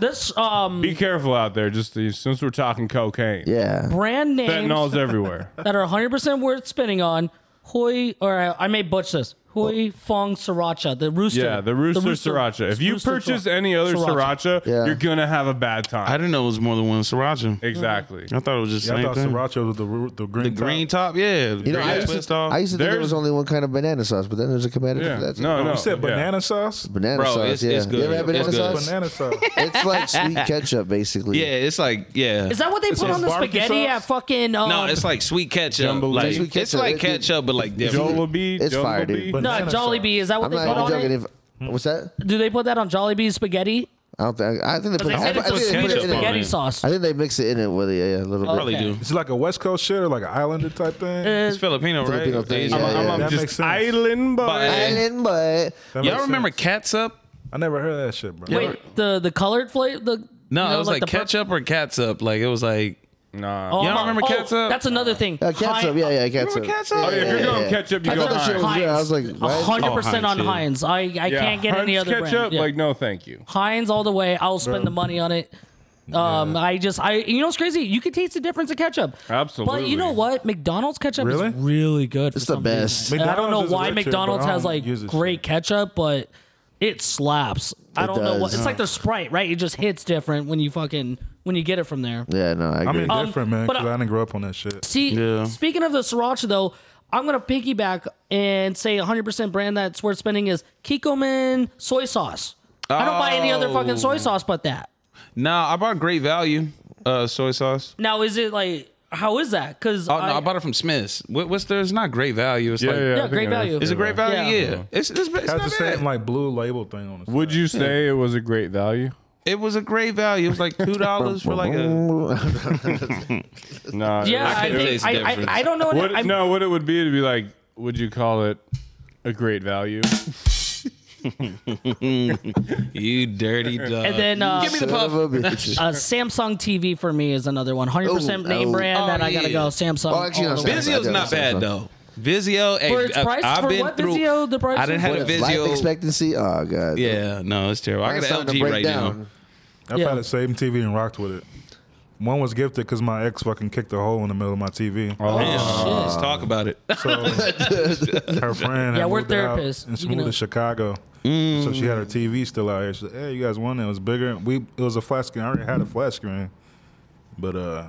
Speaker 4: this um
Speaker 1: Be careful out there. Just the, since we're talking cocaine,
Speaker 2: yeah.
Speaker 4: brand names
Speaker 1: fentanyl's everywhere.
Speaker 4: that are 100 percent worth spending on Hoi or I, I may butch this Hoi Fong Sriracha, the rooster.
Speaker 1: Yeah, the rooster, sriracha. If you
Speaker 4: Rooster
Speaker 1: purchase
Speaker 4: Sriracha.
Speaker 1: any other
Speaker 4: Sriracha.
Speaker 1: sriracha,
Speaker 2: Yeah.
Speaker 1: you're gonna have a bad time.
Speaker 5: I didn't know it was more than one sriracha.
Speaker 1: exactly.
Speaker 5: I thought it was just
Speaker 3: Yeah, I
Speaker 5: same
Speaker 3: thought
Speaker 5: thing.
Speaker 3: sriracha was the, ru- the green.
Speaker 5: The green top, yeah. The
Speaker 2: You know,
Speaker 5: green
Speaker 2: I used,
Speaker 5: twist
Speaker 2: to,
Speaker 5: off.
Speaker 2: I used to think
Speaker 1: There's-
Speaker 2: there was only one kind of banana sauce, but then there's a banana.
Speaker 1: Yeah.
Speaker 2: That's
Speaker 1: No, no.
Speaker 3: You
Speaker 5: Oh,
Speaker 3: said banana sauce?
Speaker 2: Banana
Speaker 5: Bro,
Speaker 2: sauce.
Speaker 5: it's-
Speaker 2: yeah.
Speaker 5: it's good.
Speaker 2: You ever had
Speaker 5: It's
Speaker 2: banana
Speaker 5: good.
Speaker 2: sauce?
Speaker 3: Banana sauce.
Speaker 2: It's like sweet ketchup, basically.
Speaker 5: yeah, it's like yeah.
Speaker 4: Is that what they put
Speaker 3: is
Speaker 4: on the
Speaker 3: barbecue
Speaker 4: spaghetti
Speaker 3: sauce?
Speaker 4: at fucking? Um,
Speaker 5: no, it's like sweet ketchup.
Speaker 1: Jumbo
Speaker 5: like,
Speaker 1: Sweet
Speaker 5: It's
Speaker 2: ketchup.
Speaker 5: like
Speaker 2: It- it-
Speaker 5: ketchup, but like different.
Speaker 1: Jollibee,
Speaker 2: It's fire, dude.
Speaker 1: Jollibee.
Speaker 4: no
Speaker 3: banana
Speaker 4: Jollibee. Is that what
Speaker 2: I'm
Speaker 4: they
Speaker 2: not
Speaker 4: put
Speaker 2: even
Speaker 4: on
Speaker 2: joking.
Speaker 4: it?
Speaker 2: If, what's that?
Speaker 4: Do they put that on Jollibee's spaghetti?
Speaker 2: I don't think. I think they put.
Speaker 4: They
Speaker 2: I
Speaker 4: said it's a
Speaker 2: think they put it
Speaker 4: sweet
Speaker 2: in it.
Speaker 5: spaghetti
Speaker 4: spaghetti sauce.
Speaker 2: I think they mix it in it with it. Yeah, a little bit.
Speaker 5: Probably do.
Speaker 3: It's like a West Coast shit or like an islander type thing.
Speaker 4: Uh,
Speaker 5: It's Filipino, right?
Speaker 2: Filipino thing,
Speaker 5: Asian.
Speaker 2: yeah,
Speaker 1: I'm,
Speaker 2: yeah.
Speaker 1: I'm
Speaker 3: That makes
Speaker 1: just
Speaker 3: sense.
Speaker 1: island boy.
Speaker 4: uh,
Speaker 5: But-
Speaker 2: Island, but
Speaker 3: That makes
Speaker 5: Y'all remember
Speaker 3: sense.
Speaker 5: catsup?
Speaker 3: I never heard of that shit, bro.
Speaker 4: Wait, the the colored flavor. The
Speaker 5: No,
Speaker 4: you know,
Speaker 5: it was like,
Speaker 4: the pur-
Speaker 5: ketchup or catsup. Like it was like
Speaker 1: Nah.
Speaker 4: Oh,
Speaker 5: Y'all
Speaker 4: my-
Speaker 5: remember
Speaker 4: oh,
Speaker 5: ketchup?
Speaker 4: That's another thing.
Speaker 2: uh, ketchup.
Speaker 4: Hi-
Speaker 2: Yeah, yeah, ketchup.
Speaker 5: ketchup?
Speaker 1: Oh, yeah, if you're going ketchup, you
Speaker 2: I
Speaker 1: go
Speaker 2: thought that shit
Speaker 1: Heinz.
Speaker 2: was good. I was like, why is-
Speaker 4: hundred
Speaker 5: Oh, Heinz,
Speaker 4: percent on
Speaker 5: yeah.
Speaker 4: Heinz. I, I
Speaker 1: Yeah,
Speaker 4: can't get any
Speaker 1: Heinz
Speaker 4: other
Speaker 1: ketchup.
Speaker 4: brand. Yeah.
Speaker 1: Like no, thank you.
Speaker 4: Heinz all the way. I'll spend the money on it. Um, I just, I, you know, what's crazy? You can taste the difference in ketchup. But
Speaker 1: Absolutely.
Speaker 4: you know what? McDonald's ketchup
Speaker 3: Really?
Speaker 4: is really good. For
Speaker 2: It's the
Speaker 4: some
Speaker 2: best.
Speaker 4: reason. And I don't know
Speaker 3: McDonald's is
Speaker 4: why
Speaker 3: electric,
Speaker 4: McDonald's
Speaker 3: but I
Speaker 4: has
Speaker 3: don't
Speaker 4: like
Speaker 3: use this
Speaker 4: great
Speaker 3: shit.
Speaker 4: ketchup, but it slaps. I
Speaker 2: It
Speaker 4: don't know what.
Speaker 2: does.
Speaker 4: It's like their Sprite, right? It just hits different when you fucking when you get it from there.
Speaker 2: Yeah, no, I
Speaker 3: I'm
Speaker 2: agree.
Speaker 3: indifferent, man,
Speaker 4: but
Speaker 3: because
Speaker 4: I-
Speaker 3: I, didn't grow up on that shit.
Speaker 4: See,
Speaker 5: Yeah.
Speaker 4: speaking of the sriracha though, I'm gonna piggyback and say 100% brand that's worth spending is Kikkoman soy sauce. I don't buy any other fucking
Speaker 3: Oh.
Speaker 4: soy sauce but that.
Speaker 5: Nah, I bought Great Value uh, soy sauce.
Speaker 4: Now, is it like how is that? Because
Speaker 5: Oh no, I bought it from Smith's. What, what's there? It's not Great Value. It's like
Speaker 4: Yeah, great value.
Speaker 5: Is it Great Value?
Speaker 4: Yeah.
Speaker 5: Yeah, it's it's, it's
Speaker 3: That's
Speaker 5: not
Speaker 3: the
Speaker 5: bad.
Speaker 3: same like blue label thing on it.
Speaker 1: Would you say it was a great value?
Speaker 5: it was a Great Value. It was like two dollars for like a.
Speaker 1: No.
Speaker 4: yeah, I,
Speaker 5: I can
Speaker 4: think,
Speaker 5: taste
Speaker 4: I,
Speaker 5: the difference.
Speaker 4: I, I don't know. What,
Speaker 1: What,
Speaker 4: I'm,
Speaker 1: no, what it would be to be like, would you call it a great value?
Speaker 5: You dirty dog.
Speaker 4: And then uh,
Speaker 5: give me the
Speaker 2: Son
Speaker 5: puff.
Speaker 2: of a bitch.
Speaker 4: a Samsung TV for me is another one. 100%
Speaker 2: Oh,
Speaker 4: name
Speaker 2: oh.
Speaker 4: brand
Speaker 5: Oh,
Speaker 4: that I gotta
Speaker 5: yeah.
Speaker 4: go. Samsung.
Speaker 2: Oh, actually,
Speaker 4: all
Speaker 2: no,
Speaker 4: the
Speaker 2: Samsung.
Speaker 4: way.
Speaker 5: Vizio's not bad though. Vizio, hey,
Speaker 4: For its price?
Speaker 5: I've
Speaker 4: For
Speaker 5: been
Speaker 4: what
Speaker 5: through.
Speaker 4: Vizio? The price
Speaker 5: I didn't
Speaker 4: is-
Speaker 5: have
Speaker 4: What
Speaker 5: a
Speaker 2: What is life
Speaker 5: Vizio.
Speaker 2: expectancy? Oh god.
Speaker 5: Yeah, no, it's terrible. I
Speaker 2: Mine's
Speaker 5: got
Speaker 2: starting
Speaker 5: an
Speaker 2: to
Speaker 5: LG
Speaker 2: break
Speaker 5: right
Speaker 2: down.
Speaker 5: now.
Speaker 3: I've
Speaker 4: Yeah.
Speaker 3: had the same TV and rocked with it. One was gifted because my ex fucking kicked a hole in the middle of my TV.
Speaker 5: Oh, Let's talk about it.
Speaker 3: So her friend,
Speaker 4: Yeah,
Speaker 3: had
Speaker 4: we're
Speaker 3: moved out,
Speaker 4: therapists.
Speaker 3: and she
Speaker 4: You can uh,
Speaker 3: moved
Speaker 4: know.
Speaker 3: to Chicago. So she had her TV still out here. She's like, "Hey, you guys won it. It was bigger. We it was a flat screen. I already had a flat screen, but uh,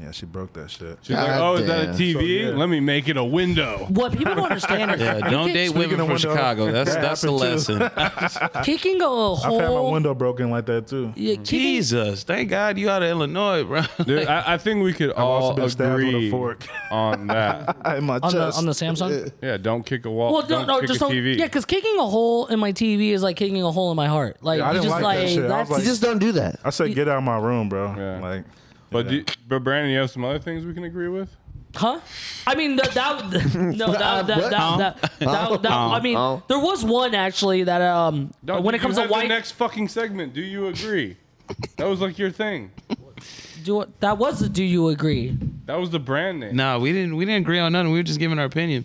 Speaker 3: Yeah, she broke that shit.
Speaker 1: She's like,
Speaker 2: God
Speaker 1: oh, is that a
Speaker 2: damn.
Speaker 1: TV?
Speaker 3: So, yeah.
Speaker 1: Let me make it a window.
Speaker 4: What people don't understand is
Speaker 5: Yeah,
Speaker 4: you
Speaker 5: don't
Speaker 4: can-
Speaker 5: date women
Speaker 3: of
Speaker 5: from
Speaker 3: window,
Speaker 5: Chicago. That's
Speaker 3: that
Speaker 5: that's the
Speaker 3: happened too.
Speaker 5: lesson.
Speaker 4: He can go a
Speaker 3: I've had my
Speaker 4: whole.
Speaker 3: window broken like that too.
Speaker 4: Yeah, he can-
Speaker 5: Jesus, thank God you out of Illinois, bro.
Speaker 1: Dude, I, I think we could all
Speaker 3: also been stabbed with a
Speaker 1: agree
Speaker 3: fork.
Speaker 1: on that.
Speaker 3: In my
Speaker 4: on the
Speaker 3: chest.
Speaker 4: on the Samsung.
Speaker 1: Yeah, don't kick a wall.
Speaker 4: Well,
Speaker 1: don't
Speaker 4: no, no,
Speaker 1: kick
Speaker 4: just
Speaker 1: a
Speaker 4: don't.
Speaker 1: TV.
Speaker 4: Yeah, because kicking a hole in my TV is like kicking a hole in my heart. Like
Speaker 3: Yeah, I
Speaker 4: you
Speaker 3: didn't
Speaker 4: just like,
Speaker 3: like that shit. I was
Speaker 4: that's
Speaker 3: like-
Speaker 2: You just don't do that.
Speaker 3: I said, get out of my room, bro.
Speaker 1: Yeah.
Speaker 3: Like,
Speaker 1: but do, but Brandon, you have some other things we can agree with.
Speaker 4: Huh? I mean, that, that no, that that that, that, that, that- I mean,
Speaker 2: Oh.
Speaker 4: there was one actually that um
Speaker 1: Dog,
Speaker 4: when
Speaker 1: you-
Speaker 4: it
Speaker 1: you
Speaker 4: comes to
Speaker 1: had the
Speaker 4: white,
Speaker 1: next fucking segment, do you agree? that was like your thing.
Speaker 4: do, that was the do you agree?
Speaker 1: That was the brand name.
Speaker 5: No, we didn't. We didn't agree on nothing. We were just giving our opinion.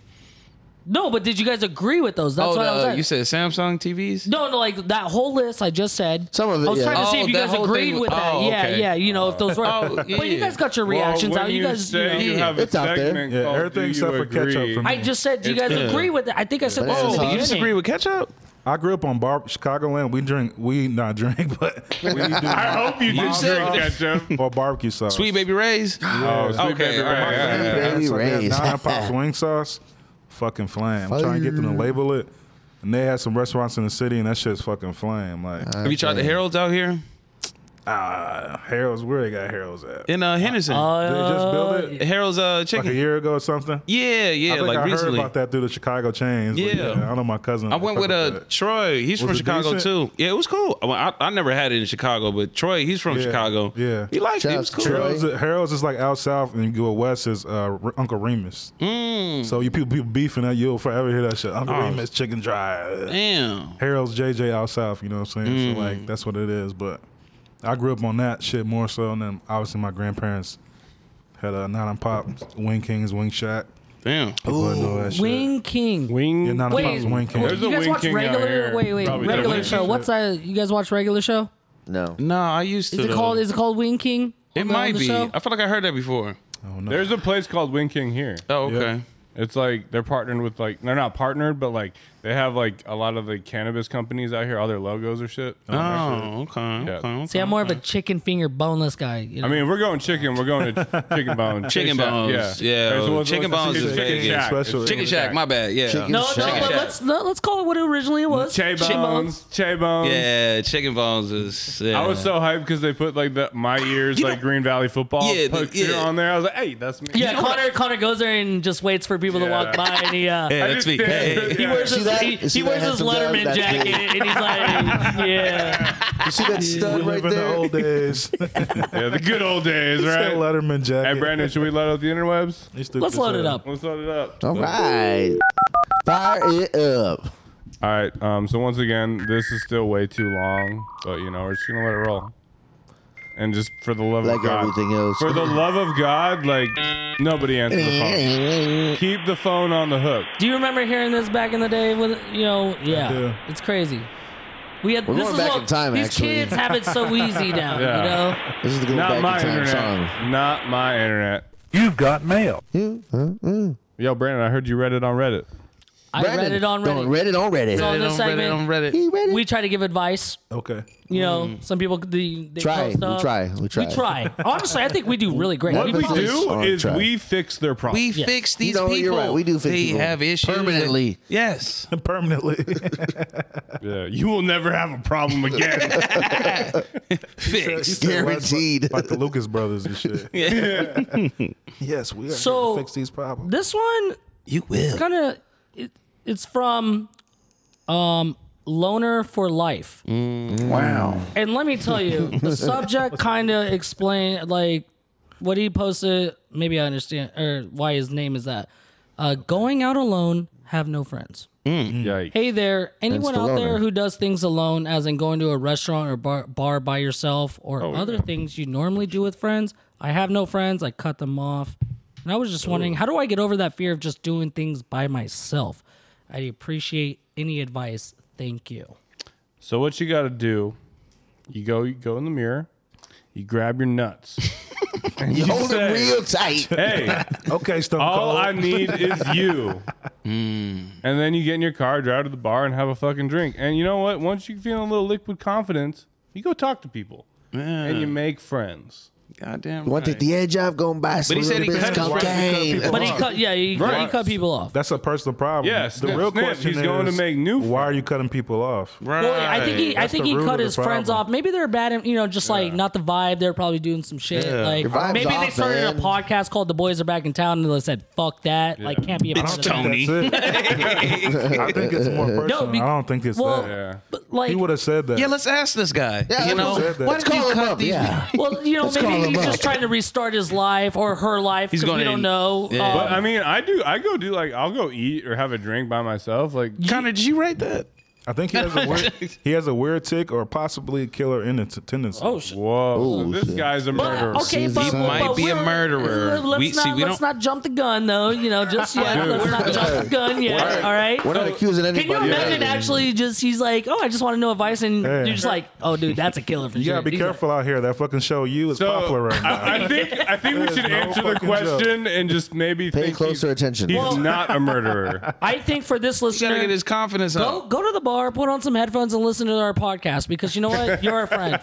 Speaker 4: No, but did you guys agree with those? That's
Speaker 5: oh,
Speaker 4: what I was.
Speaker 5: the-
Speaker 4: at.
Speaker 5: you said Samsung TVs.
Speaker 4: no, no, like that whole list I just said.
Speaker 2: Some of it,
Speaker 4: I was
Speaker 2: yeah.
Speaker 4: trying to see
Speaker 5: Oh,
Speaker 4: if you
Speaker 5: that
Speaker 4: guys
Speaker 5: whole
Speaker 4: agreed
Speaker 5: thing-
Speaker 4: with that.
Speaker 5: oh,
Speaker 4: yeah,
Speaker 5: okay.
Speaker 4: yeah. You know, if those were.
Speaker 5: Oh,
Speaker 4: But you
Speaker 5: yeah.
Speaker 4: guys got your
Speaker 1: Well,
Speaker 4: reactions
Speaker 1: when
Speaker 4: out. You guys, you
Speaker 1: say
Speaker 4: know.
Speaker 1: you
Speaker 5: Yeah.
Speaker 1: have a
Speaker 2: It's out there.
Speaker 1: segment
Speaker 3: Yeah,
Speaker 1: called
Speaker 3: everything
Speaker 1: Do You
Speaker 3: except for ketchup
Speaker 1: Agree?
Speaker 3: for me.
Speaker 4: I just said, do you
Speaker 1: It's
Speaker 4: guys
Speaker 1: good.
Speaker 4: agree with it? I think I said
Speaker 2: Bananas hot.
Speaker 4: this in
Speaker 5: Oh,
Speaker 4: the
Speaker 5: you disagree
Speaker 4: beginning.
Speaker 5: with ketchup?
Speaker 3: I grew up on bar Chicagoland. We drink, we not drink, but
Speaker 1: I hope you did
Speaker 3: Monster
Speaker 1: drink
Speaker 3: sauce.
Speaker 1: ketchup.
Speaker 3: or barbecue sauce.
Speaker 5: Sweet baby Ray's.
Speaker 1: Oh, sweet
Speaker 5: Okay,
Speaker 1: baby
Speaker 5: all right,
Speaker 1: Ray.
Speaker 5: all right, all right.
Speaker 2: Baby
Speaker 3: That's what they have.
Speaker 2: Ray's.
Speaker 3: Nine pops wing sauce, fucking flame. I'm trying to get them to label it. And they had some restaurants in the city, and that shit's fucking flame. Like,
Speaker 5: Have you tried the Harold's out here
Speaker 3: ah, Harold's, where they got Harold's at?
Speaker 5: in uh, Henderson?
Speaker 3: they just build it
Speaker 5: Harold's uh,
Speaker 3: like a
Speaker 5: chicken.
Speaker 3: year ago or something.
Speaker 5: Yeah, yeah,
Speaker 3: I think
Speaker 5: like
Speaker 3: I
Speaker 5: recently.
Speaker 3: heard about that through the Chicago chains. but
Speaker 5: Yeah.
Speaker 3: I know my cousin.
Speaker 5: I went with uh, Troy. He's from
Speaker 3: it
Speaker 5: Chicago
Speaker 3: decent?
Speaker 5: too. Yeah, it was cool. I, I, I never had it in Chicago, but Troy, he's from
Speaker 3: Yeah,
Speaker 5: Chicago.
Speaker 3: yeah.
Speaker 5: he liked it. It was
Speaker 2: Shout out
Speaker 5: cool.
Speaker 2: to Troy.
Speaker 3: Harold's, Harold's is like out south, and you go west is uh, R- Uncle Remus.
Speaker 5: Mm.
Speaker 3: So you people, people beefing that, you'll forever hear that shit.
Speaker 5: Oh.
Speaker 3: Uncle Remus chicken dry.
Speaker 5: Damn.
Speaker 3: Harold's JJ out south, you know what I'm saying? So
Speaker 1: Mm.
Speaker 3: like that's what it is. But I grew up on that shit more so, and then obviously my grandparents had a nine and pop, Wing Kings, Wing Shack.
Speaker 5: Damn.
Speaker 3: People would know that shit.
Speaker 4: Wing King.
Speaker 1: Wing.
Speaker 3: Yeah, nine and
Speaker 4: Wait,
Speaker 3: pop's Wing King.
Speaker 1: There's
Speaker 4: you
Speaker 1: a
Speaker 4: guys
Speaker 1: Wing
Speaker 4: watch
Speaker 1: King out
Speaker 4: regular?
Speaker 1: here.
Speaker 4: Wait, wait,
Speaker 1: Probably
Speaker 4: regular
Speaker 1: doesn't.
Speaker 4: show. What's that? You guys watch regular show?
Speaker 2: No.
Speaker 5: No, I used to.
Speaker 4: Is it
Speaker 5: though.
Speaker 4: called? Is it called Wing King?
Speaker 5: It
Speaker 4: On the- on
Speaker 5: might
Speaker 4: the
Speaker 5: be.
Speaker 4: show?
Speaker 5: I feel like I heard that before.
Speaker 3: I don't know.
Speaker 1: There's a place called Wing King here.
Speaker 5: Oh, okay.
Speaker 3: Yeah.
Speaker 1: It's like they're partnered with like they're not partnered, but like they have like a lot of the cannabis companies out here, all their logos or shit.
Speaker 5: Oh, okay.
Speaker 1: Yeah.
Speaker 5: okay, okay.
Speaker 4: See, I'm more of a chicken finger boneless guy. You know?
Speaker 1: I mean, if we're going chicken. We're going to chicken bones.
Speaker 5: Chicken
Speaker 1: Shack,
Speaker 5: bones, yeah.
Speaker 1: Alright, what's-
Speaker 5: Chicken
Speaker 1: what's-
Speaker 5: bones
Speaker 1: it's
Speaker 5: is
Speaker 1: chicken
Speaker 5: Vegas.
Speaker 1: shack. It's
Speaker 3: Special.
Speaker 5: Chicken Shack. My bad. Yeah.
Speaker 2: Chicken
Speaker 4: no, no,
Speaker 2: Shack.
Speaker 4: but
Speaker 5: Shack.
Speaker 4: let's no, let's call it what it originally was.
Speaker 1: Che
Speaker 4: Chicken
Speaker 1: bones. Che bones.
Speaker 5: Yeah. Chicken bones is. Yeah.
Speaker 1: I was so hyped because they put like the my ears
Speaker 5: You
Speaker 1: like
Speaker 5: know-
Speaker 1: Green Valley football
Speaker 5: Yeah, the-
Speaker 1: picture
Speaker 5: yeah.
Speaker 1: on there. I was like, hey, that's me.
Speaker 4: Yeah, Connor Connor goes there and just waits for people to
Speaker 1: Yeah.
Speaker 4: walk by, and he uh,
Speaker 5: Yeah,
Speaker 1: I
Speaker 5: that's
Speaker 1: just
Speaker 5: me.
Speaker 1: did.
Speaker 5: Hey,
Speaker 1: Yeah.
Speaker 4: he wears
Speaker 2: See
Speaker 4: his
Speaker 2: that?
Speaker 4: he,
Speaker 2: You see
Speaker 4: he
Speaker 2: that
Speaker 4: wears his
Speaker 2: handsome guy?
Speaker 4: Letterman
Speaker 2: That's me.
Speaker 4: jacket, and he's like, yeah.
Speaker 2: You see that
Speaker 3: we
Speaker 2: stud
Speaker 3: live
Speaker 2: right
Speaker 3: in the
Speaker 2: there?
Speaker 3: old days.
Speaker 1: Yeah, the good old days,
Speaker 3: Said
Speaker 1: right?
Speaker 3: Letterman jacket.
Speaker 1: Hey, Brandon, should we load up the interwebs?
Speaker 3: You stupid
Speaker 4: Let's load
Speaker 3: as
Speaker 4: it
Speaker 3: hell.
Speaker 4: up.
Speaker 1: Let's load it up.
Speaker 2: All right. Fire it up.
Speaker 1: All right. Um, so once again, this is still way too long, but you know we're just gonna let it roll. And just for the love
Speaker 2: Like
Speaker 1: of God,
Speaker 2: everything else.
Speaker 1: for the love of God, like nobody answer the phone. Keep the phone on the hook.
Speaker 4: Do you remember hearing this back in the day? With you know,
Speaker 3: do.
Speaker 4: yeah, it's crazy. We had
Speaker 2: We're
Speaker 4: this
Speaker 2: going
Speaker 4: is
Speaker 2: back
Speaker 4: what-
Speaker 2: in time,
Speaker 4: These
Speaker 2: actually.
Speaker 4: kids have it so easy now,
Speaker 1: Yeah.
Speaker 4: you know.
Speaker 2: This is the good
Speaker 1: Not
Speaker 2: back
Speaker 1: my
Speaker 2: in time
Speaker 1: internet.
Speaker 2: song.
Speaker 1: Not my internet.
Speaker 6: You've got mail.
Speaker 2: You, huh?
Speaker 1: Yo, Brandon, I heard you read it on Reddit.
Speaker 4: I read it on Reddit.
Speaker 2: Don't read it on Reddit.
Speaker 4: So-
Speaker 5: Reddit
Speaker 4: this
Speaker 5: on
Speaker 4: segment-
Speaker 5: Reddit on Reddit.
Speaker 2: He read it. Mm.
Speaker 4: We try to give advice.
Speaker 3: Okay.
Speaker 4: You know, some people they, they
Speaker 2: Try.
Speaker 4: post up.
Speaker 2: We try. We try.
Speaker 4: We try. Honestly, I think we do really great.
Speaker 1: What we
Speaker 2: was this?
Speaker 1: do
Speaker 2: Oh,
Speaker 1: is
Speaker 2: try.
Speaker 1: we fix their problem.
Speaker 5: We fix these
Speaker 2: You know,
Speaker 5: people.
Speaker 2: you're right. We do fix
Speaker 5: they
Speaker 2: people
Speaker 5: have issues
Speaker 2: permanently.
Speaker 5: Yes.
Speaker 3: Permanently.
Speaker 1: Yeah, you will never have a problem again.
Speaker 5: Fix.
Speaker 2: Guaranteed.
Speaker 3: like the Lucas brothers and shit. yes, we are so,
Speaker 4: So-
Speaker 3: fix these problems.
Speaker 4: This one
Speaker 5: You will.
Speaker 4: kind of it, it's from um loner for life
Speaker 6: Wow.
Speaker 4: and let me tell you the subject kind of explain like what he posted maybe i understand or why his name is that uh going out alone have no friends
Speaker 2: Mm.
Speaker 1: Yikes.
Speaker 4: hey there anyone
Speaker 2: the
Speaker 4: out there
Speaker 2: loner.
Speaker 4: who does things alone as in going to a restaurant or bar, bar by yourself or
Speaker 3: Oh,
Speaker 4: other things you normally do with friends i have no friends i cut them off and i was just wondering how do i get over that fear of just doing things by myself i'd appreciate any advice thank you
Speaker 1: So what you got to do, you go you go in the mirror, you grab your nuts. and you
Speaker 2: Hold it real tight.
Speaker 1: "Hey,
Speaker 3: Okay, Stone
Speaker 1: all
Speaker 3: Cold.
Speaker 1: I need is you."
Speaker 2: Mm.
Speaker 1: And then you get in your car, drive to the bar and have a fucking drink. And you know what? Once you feel a little liquid confidence, you go talk to people. And you make friends.
Speaker 5: Goddamn.
Speaker 2: Want to
Speaker 5: right.
Speaker 2: take the edge off, go and buy some
Speaker 5: he said he
Speaker 2: little bit of
Speaker 5: cut his record
Speaker 2: cocaine.
Speaker 3: because
Speaker 4: But he cut, yeah, he,
Speaker 1: Right.
Speaker 4: he cut people off.
Speaker 3: That's a personal problem.
Speaker 1: Yes,
Speaker 3: the
Speaker 1: snip,
Speaker 3: real
Speaker 1: snip.
Speaker 3: question
Speaker 1: He's
Speaker 3: is
Speaker 1: going to make new
Speaker 3: Why are you cutting people off?
Speaker 5: Right.
Speaker 4: Well, I think he, I
Speaker 3: That's
Speaker 4: think
Speaker 3: the
Speaker 4: he
Speaker 3: root of
Speaker 4: cut
Speaker 3: the
Speaker 4: his friends
Speaker 3: problem.
Speaker 4: off. Maybe they're bad, at- you know, just like not the vibe. They're probably doing some shit.
Speaker 2: Your
Speaker 4: Like
Speaker 2: vibe's
Speaker 4: maybe they
Speaker 2: off,
Speaker 4: started
Speaker 2: man.
Speaker 4: a podcast called "The Boys Are Back in Town" and they said, "Fuck that! Like can't be a
Speaker 5: It's
Speaker 4: part of that."
Speaker 5: Tony.
Speaker 3: That's it. I think it's more personal.
Speaker 4: be-
Speaker 3: I don't think it's
Speaker 4: well,
Speaker 3: that.
Speaker 1: Yeah.
Speaker 4: But like,
Speaker 3: He would have said that.
Speaker 5: Yeah, let's ask this guy.
Speaker 2: Yeah,
Speaker 5: you
Speaker 2: let's
Speaker 5: know,
Speaker 2: do
Speaker 3: that.
Speaker 5: why
Speaker 3: Let's
Speaker 5: did you
Speaker 2: Call him
Speaker 5: cut
Speaker 2: up,
Speaker 5: these?
Speaker 2: yeah.
Speaker 4: well, you know,
Speaker 2: call
Speaker 4: maybe
Speaker 2: him
Speaker 4: he's
Speaker 2: up.
Speaker 4: just trying to restart his life or her life
Speaker 5: He's
Speaker 4: because we
Speaker 5: gonna-
Speaker 4: don't know.
Speaker 5: Yeah.
Speaker 4: Um,
Speaker 1: But I mean, I do. I go do like I'll go eat or have a drink by myself. Like
Speaker 5: Connor, did you write that?
Speaker 3: I think he has a weird, he has a weird tick or possibly killer in its tendency.
Speaker 4: oh shit.
Speaker 1: whoa,
Speaker 2: Ooh,
Speaker 1: this
Speaker 2: shit.
Speaker 1: guy's a murderer.
Speaker 4: But, okay,
Speaker 2: He
Speaker 4: but, but
Speaker 5: might be a
Speaker 4: we're-
Speaker 5: murderer.
Speaker 4: Let's,
Speaker 5: We-
Speaker 4: not,
Speaker 5: see, we
Speaker 4: let's
Speaker 5: don't-
Speaker 4: not jump the gun, though. You know, just yet.
Speaker 1: Dude.
Speaker 4: Let's not jump the gun yet. All right.
Speaker 2: We're not accusing
Speaker 4: Can
Speaker 2: anybody.
Speaker 4: you
Speaker 2: of
Speaker 4: imagine
Speaker 2: anything.
Speaker 4: actually just he's like, oh, I just want to know advice, and
Speaker 3: Yeah.
Speaker 4: you're just like, oh, dude, that's a killer for
Speaker 3: You
Speaker 4: sure.
Speaker 3: gotta be
Speaker 4: He's like-
Speaker 3: careful out here. That fucking show you is
Speaker 1: So
Speaker 3: popular right now.
Speaker 1: I, I think I think we
Speaker 3: There's
Speaker 1: should
Speaker 3: no
Speaker 1: answer the
Speaker 3: fucking joke.
Speaker 1: question and just maybe
Speaker 2: Pay
Speaker 1: think
Speaker 2: closer
Speaker 1: he's-
Speaker 2: attention.
Speaker 1: He's
Speaker 2: Well-
Speaker 1: not a murderer.
Speaker 4: I think for this
Speaker 5: He's got to
Speaker 4: listener,
Speaker 5: get his confidence
Speaker 4: go
Speaker 5: up.
Speaker 4: go to the bar, put on some headphones, and listen to our podcast because you know what, you're our friend.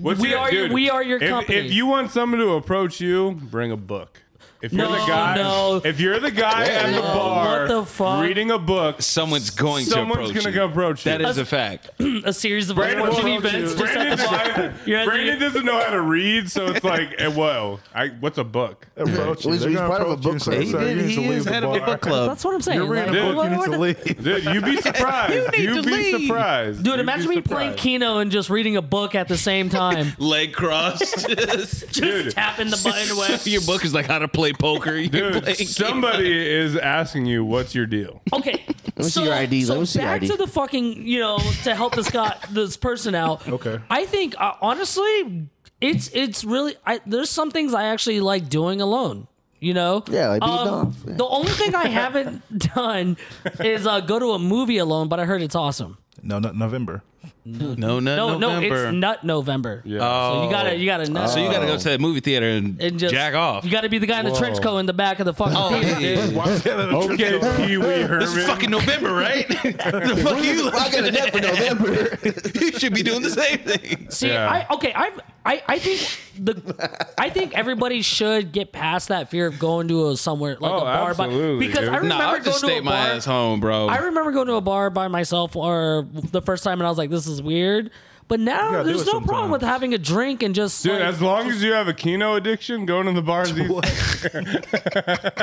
Speaker 1: What's
Speaker 4: We
Speaker 1: your-
Speaker 4: are your-
Speaker 1: dude,
Speaker 4: we are your
Speaker 1: if,
Speaker 4: company.
Speaker 1: If you want someone to approach you, bring a book. If you're
Speaker 4: No,
Speaker 1: the guy,
Speaker 4: no.
Speaker 1: if you're the guy at the
Speaker 4: No,
Speaker 1: bar
Speaker 4: what the fuck?
Speaker 1: reading a book,
Speaker 5: Someone's going
Speaker 1: someone's
Speaker 5: to approach
Speaker 1: gonna
Speaker 5: you.
Speaker 1: go approach you.
Speaker 5: That is a fact.
Speaker 4: A series of
Speaker 1: Brandon,
Speaker 4: unfortunate
Speaker 1: won't
Speaker 4: events
Speaker 1: you.
Speaker 4: just at
Speaker 1: Brandon,
Speaker 4: the bar. You're at the-
Speaker 1: Brandon doesn't know how to read, so it's like, eh, whoa, I, what's a book?
Speaker 3: Approach you.
Speaker 2: He's-
Speaker 3: They're
Speaker 2: he's
Speaker 3: gonna
Speaker 2: part of a
Speaker 3: approach you
Speaker 2: book
Speaker 3: and say,
Speaker 2: club. He
Speaker 3: "Sir, you need to leave the bar."
Speaker 4: That's what I'm saying.
Speaker 3: You're reading
Speaker 4: Like,
Speaker 3: a book.
Speaker 4: what-
Speaker 3: You need
Speaker 4: what-
Speaker 3: to leave.
Speaker 1: Dude, you'd be surprised.
Speaker 5: need
Speaker 1: You
Speaker 5: to
Speaker 1: would be
Speaker 5: leave.
Speaker 1: surprised.
Speaker 4: Dude,
Speaker 1: You'd
Speaker 4: imagine
Speaker 1: be
Speaker 4: me playing
Speaker 1: surprised.
Speaker 4: Keno and just reading a book at the same time.
Speaker 5: Leg crossed.
Speaker 4: just
Speaker 1: Dude.
Speaker 4: tapping the button away.
Speaker 5: Your book is like how to play poker. You
Speaker 1: Dude,
Speaker 5: play-
Speaker 1: somebody is asking you, what's your deal?
Speaker 4: Okay. Let
Speaker 2: me see your ID.
Speaker 4: So
Speaker 2: Let me see your
Speaker 4: back
Speaker 2: ID.
Speaker 4: to the fucking, you know, to help this guy, this person out.
Speaker 3: Okay.
Speaker 4: I think uh, honestly, it's it's really I, there's some things I actually like doing alone. You know. Um,
Speaker 2: Yeah, like beating off. Yeah.
Speaker 4: The only thing I haven't done is uh, go to a movie alone, but I heard it's awesome.
Speaker 3: No, not November.
Speaker 5: No, no,
Speaker 4: No, no,
Speaker 5: November.
Speaker 4: it's nut November. Yeah. So you gotta, you gotta nut.
Speaker 5: So you got to go to the movie theater and,
Speaker 4: Oh. and just
Speaker 5: jack off.
Speaker 4: You got to be the guy in the trench coat in the back of the fucking
Speaker 5: oh,
Speaker 4: theater.
Speaker 5: yeah.
Speaker 1: Okay, Pee Wee Herman.
Speaker 5: This is fucking November, right? the fuck you?
Speaker 2: I got a net for November.
Speaker 5: you should be doing the same thing.
Speaker 4: See,
Speaker 1: Yeah.
Speaker 4: I okay, I I I think the I think everybody should get past that fear of going to a somewhere like
Speaker 1: Oh,
Speaker 4: a bar by-
Speaker 1: absolutely,
Speaker 4: because
Speaker 1: dude.
Speaker 4: I remember
Speaker 5: Nah, I'll
Speaker 4: going
Speaker 5: just
Speaker 4: to
Speaker 5: stay
Speaker 4: a
Speaker 5: my
Speaker 4: bar.
Speaker 5: ass home, bro.
Speaker 4: I remember going to a bar by myself or the first time and I was like this is weird. But now
Speaker 3: gotta do
Speaker 4: there's
Speaker 3: it
Speaker 4: no problem
Speaker 3: sometimes.
Speaker 4: with having a drink and just
Speaker 1: Dude,
Speaker 4: like,
Speaker 1: as long as you have a Kino addiction, going to the bars. is-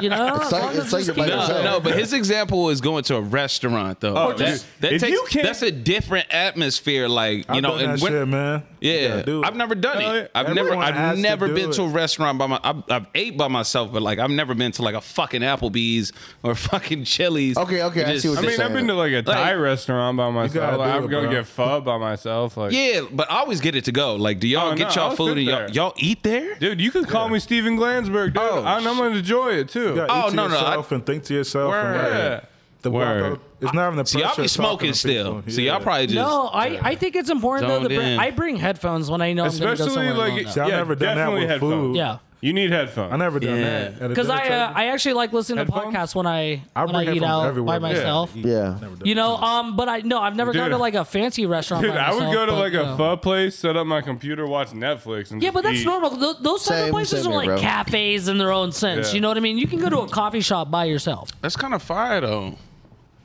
Speaker 4: you know, as
Speaker 2: like-
Speaker 4: long
Speaker 2: it's
Speaker 4: as
Speaker 2: like
Speaker 4: just
Speaker 2: you're by
Speaker 4: keep-
Speaker 5: no,
Speaker 2: yourself.
Speaker 5: no, but his example is going to a restaurant though.
Speaker 1: Oh,
Speaker 5: that,
Speaker 1: just-
Speaker 5: that
Speaker 1: if
Speaker 5: takes,
Speaker 1: you can't-
Speaker 5: that's a different atmosphere. Like you
Speaker 3: I've
Speaker 5: know,
Speaker 3: done that
Speaker 5: and when-
Speaker 3: shit, man. You
Speaker 5: yeah,
Speaker 3: gotta do it.
Speaker 5: I've never done
Speaker 1: Hell yeah.
Speaker 5: it. I've never,
Speaker 3: Everyone has
Speaker 5: I've
Speaker 3: to
Speaker 5: never
Speaker 3: do
Speaker 5: been
Speaker 3: it.
Speaker 5: to a restaurant by my. I've, I've ate by myself, but like I've never been to like a fucking Applebee's or fucking Chili's.
Speaker 2: Okay, okay, I see what
Speaker 1: I
Speaker 2: you're
Speaker 1: mean, I've
Speaker 2: saying.
Speaker 1: been to like a Thai
Speaker 5: Like-
Speaker 1: restaurant by
Speaker 3: gotta
Speaker 1: myself. Like,
Speaker 3: do
Speaker 1: I'm
Speaker 3: it,
Speaker 1: going to
Speaker 3: bro.
Speaker 1: get pho by myself. Like,
Speaker 5: Yeah, but I always get it to go. Like, do y'all
Speaker 1: Oh, no,
Speaker 5: get y'all
Speaker 1: I'll
Speaker 5: food
Speaker 1: sit
Speaker 5: and y'all,
Speaker 1: there.
Speaker 5: y'all eat there?
Speaker 1: dude, you could call me Steven Glansberg, dude.
Speaker 5: Oh,
Speaker 1: I- I'm going to enjoy it too.
Speaker 3: gotta
Speaker 5: Oh,
Speaker 3: eat to
Speaker 5: no, no, I-
Speaker 3: yourself and think to yourself. and, like,
Speaker 1: Yeah.
Speaker 3: The
Speaker 1: Word.
Speaker 3: Word. It's not even the
Speaker 5: So y'all
Speaker 3: pressure
Speaker 5: be
Speaker 3: of talking
Speaker 5: smoking
Speaker 3: to
Speaker 5: still.
Speaker 3: people.
Speaker 5: So
Speaker 3: Yeah.
Speaker 5: y'all probably just
Speaker 4: no, I, I think it's important though.
Speaker 5: Zoned
Speaker 4: To bring,
Speaker 5: in.
Speaker 4: I bring headphones when I know I'm
Speaker 1: Especially
Speaker 4: going to go somewhere
Speaker 1: like,
Speaker 4: alone, though.
Speaker 3: See, I've
Speaker 1: yeah,
Speaker 3: never done that
Speaker 1: definitely
Speaker 3: with
Speaker 1: headphones.
Speaker 3: food.
Speaker 4: yeah.
Speaker 1: You need headphones.
Speaker 3: I never done
Speaker 5: Yeah.
Speaker 3: that. At a
Speaker 4: Because
Speaker 3: dinner
Speaker 4: I uh,
Speaker 3: table.
Speaker 4: I actually like listening
Speaker 1: Headphones?
Speaker 4: to podcasts when I,
Speaker 3: I
Speaker 4: when I
Speaker 3: bring
Speaker 4: eat
Speaker 3: headphones
Speaker 4: out by
Speaker 3: everywhere, man.
Speaker 4: myself.
Speaker 2: Yeah.
Speaker 4: You know, um, but I no, I've never gone
Speaker 1: Dude.
Speaker 4: to like a fancy restaurant.
Speaker 1: Dude,
Speaker 4: by
Speaker 1: I would
Speaker 4: myself,
Speaker 1: go to
Speaker 4: but,
Speaker 1: like
Speaker 4: you
Speaker 1: a
Speaker 4: know.
Speaker 1: pho place, set up my computer, watch Netflix, and
Speaker 4: Yeah,
Speaker 1: just
Speaker 4: but that's
Speaker 1: eat.
Speaker 4: normal. Th- those type
Speaker 2: Same-
Speaker 4: of places
Speaker 2: same
Speaker 4: are
Speaker 2: here, bro.
Speaker 4: like cafes in their own sense.
Speaker 1: Yeah.
Speaker 4: You know what I mean? You can go to a coffee shop by yourself.
Speaker 5: that's kind of fire though.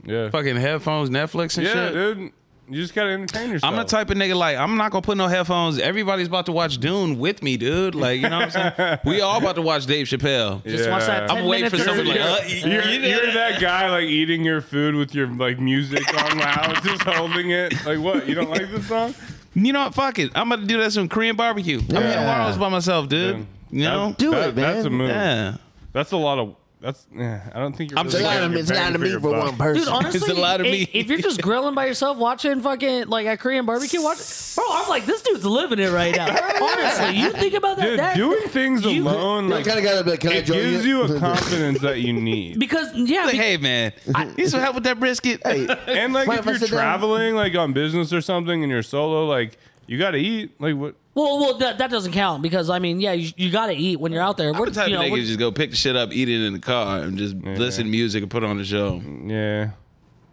Speaker 1: Yeah,
Speaker 5: Fucking headphones, Netflix and
Speaker 1: yeah,
Speaker 5: shit.
Speaker 1: dude. You just gotta entertain yourself.
Speaker 5: I'm the type of nigga like I'm not gonna put no headphones. Everybody's about to watch Dune with me, dude. Like you know what I'm saying? we all about to watch Dave Chappelle.
Speaker 4: Just watch that.
Speaker 1: Yeah.
Speaker 4: 10
Speaker 5: I'm waiting for
Speaker 4: minutes of
Speaker 5: someone like
Speaker 4: video.
Speaker 5: uh, you-
Speaker 1: You're,
Speaker 5: you-
Speaker 1: you're that guy like eating your food with your like music on loud, just holding it. Like what? You don't like this song?
Speaker 5: you know what? Fuck it. I'm about to do that some Korean barbecue. I'm
Speaker 2: Yeah.
Speaker 5: here tomorrow by myself, dude.
Speaker 1: Dude,
Speaker 5: You know?
Speaker 2: Do
Speaker 1: That-
Speaker 2: it, man.
Speaker 1: That's a move.
Speaker 5: Yeah.
Speaker 1: That's a lot of. That's. Yeah, I don't think you're.
Speaker 5: I'm
Speaker 2: It's
Speaker 1: really
Speaker 2: a lot
Speaker 1: getting
Speaker 2: of,
Speaker 1: your
Speaker 2: it's a
Speaker 1: bang
Speaker 2: lot of
Speaker 1: for
Speaker 2: meat
Speaker 1: your
Speaker 2: for
Speaker 1: buck.
Speaker 2: one person.
Speaker 4: Dude, honestly,
Speaker 5: a lot of
Speaker 4: i-
Speaker 5: meat.
Speaker 4: if you're just grilling by yourself, watching fucking like a Korean barbecue, watch, bro, I'm like, this dude's living it right now. Honestly, you think about that,
Speaker 1: Dude,
Speaker 4: that
Speaker 1: doing things
Speaker 4: you-
Speaker 1: alone
Speaker 2: I
Speaker 1: like
Speaker 2: kind of got a bit. Can I
Speaker 1: it
Speaker 2: join
Speaker 1: gives you a confidence that you need.
Speaker 4: because yeah,
Speaker 5: Like,
Speaker 4: be-
Speaker 5: hey man, need some help with that brisket?
Speaker 2: Hey,
Speaker 1: And like
Speaker 2: Wait,
Speaker 1: if
Speaker 2: if I
Speaker 1: you're
Speaker 2: sit down-
Speaker 1: traveling, like on business or something, and you're solo, like you got to eat. Like what?
Speaker 4: well, well, that, that doesn't count because I mean, yeah, you, you got to eat when you're out there.
Speaker 5: I'm the type
Speaker 4: you know,
Speaker 5: of nigga
Speaker 4: we're-
Speaker 5: to just go pick the shit up, eat it in the car, and just listen to music and put on the show.
Speaker 1: Yeah.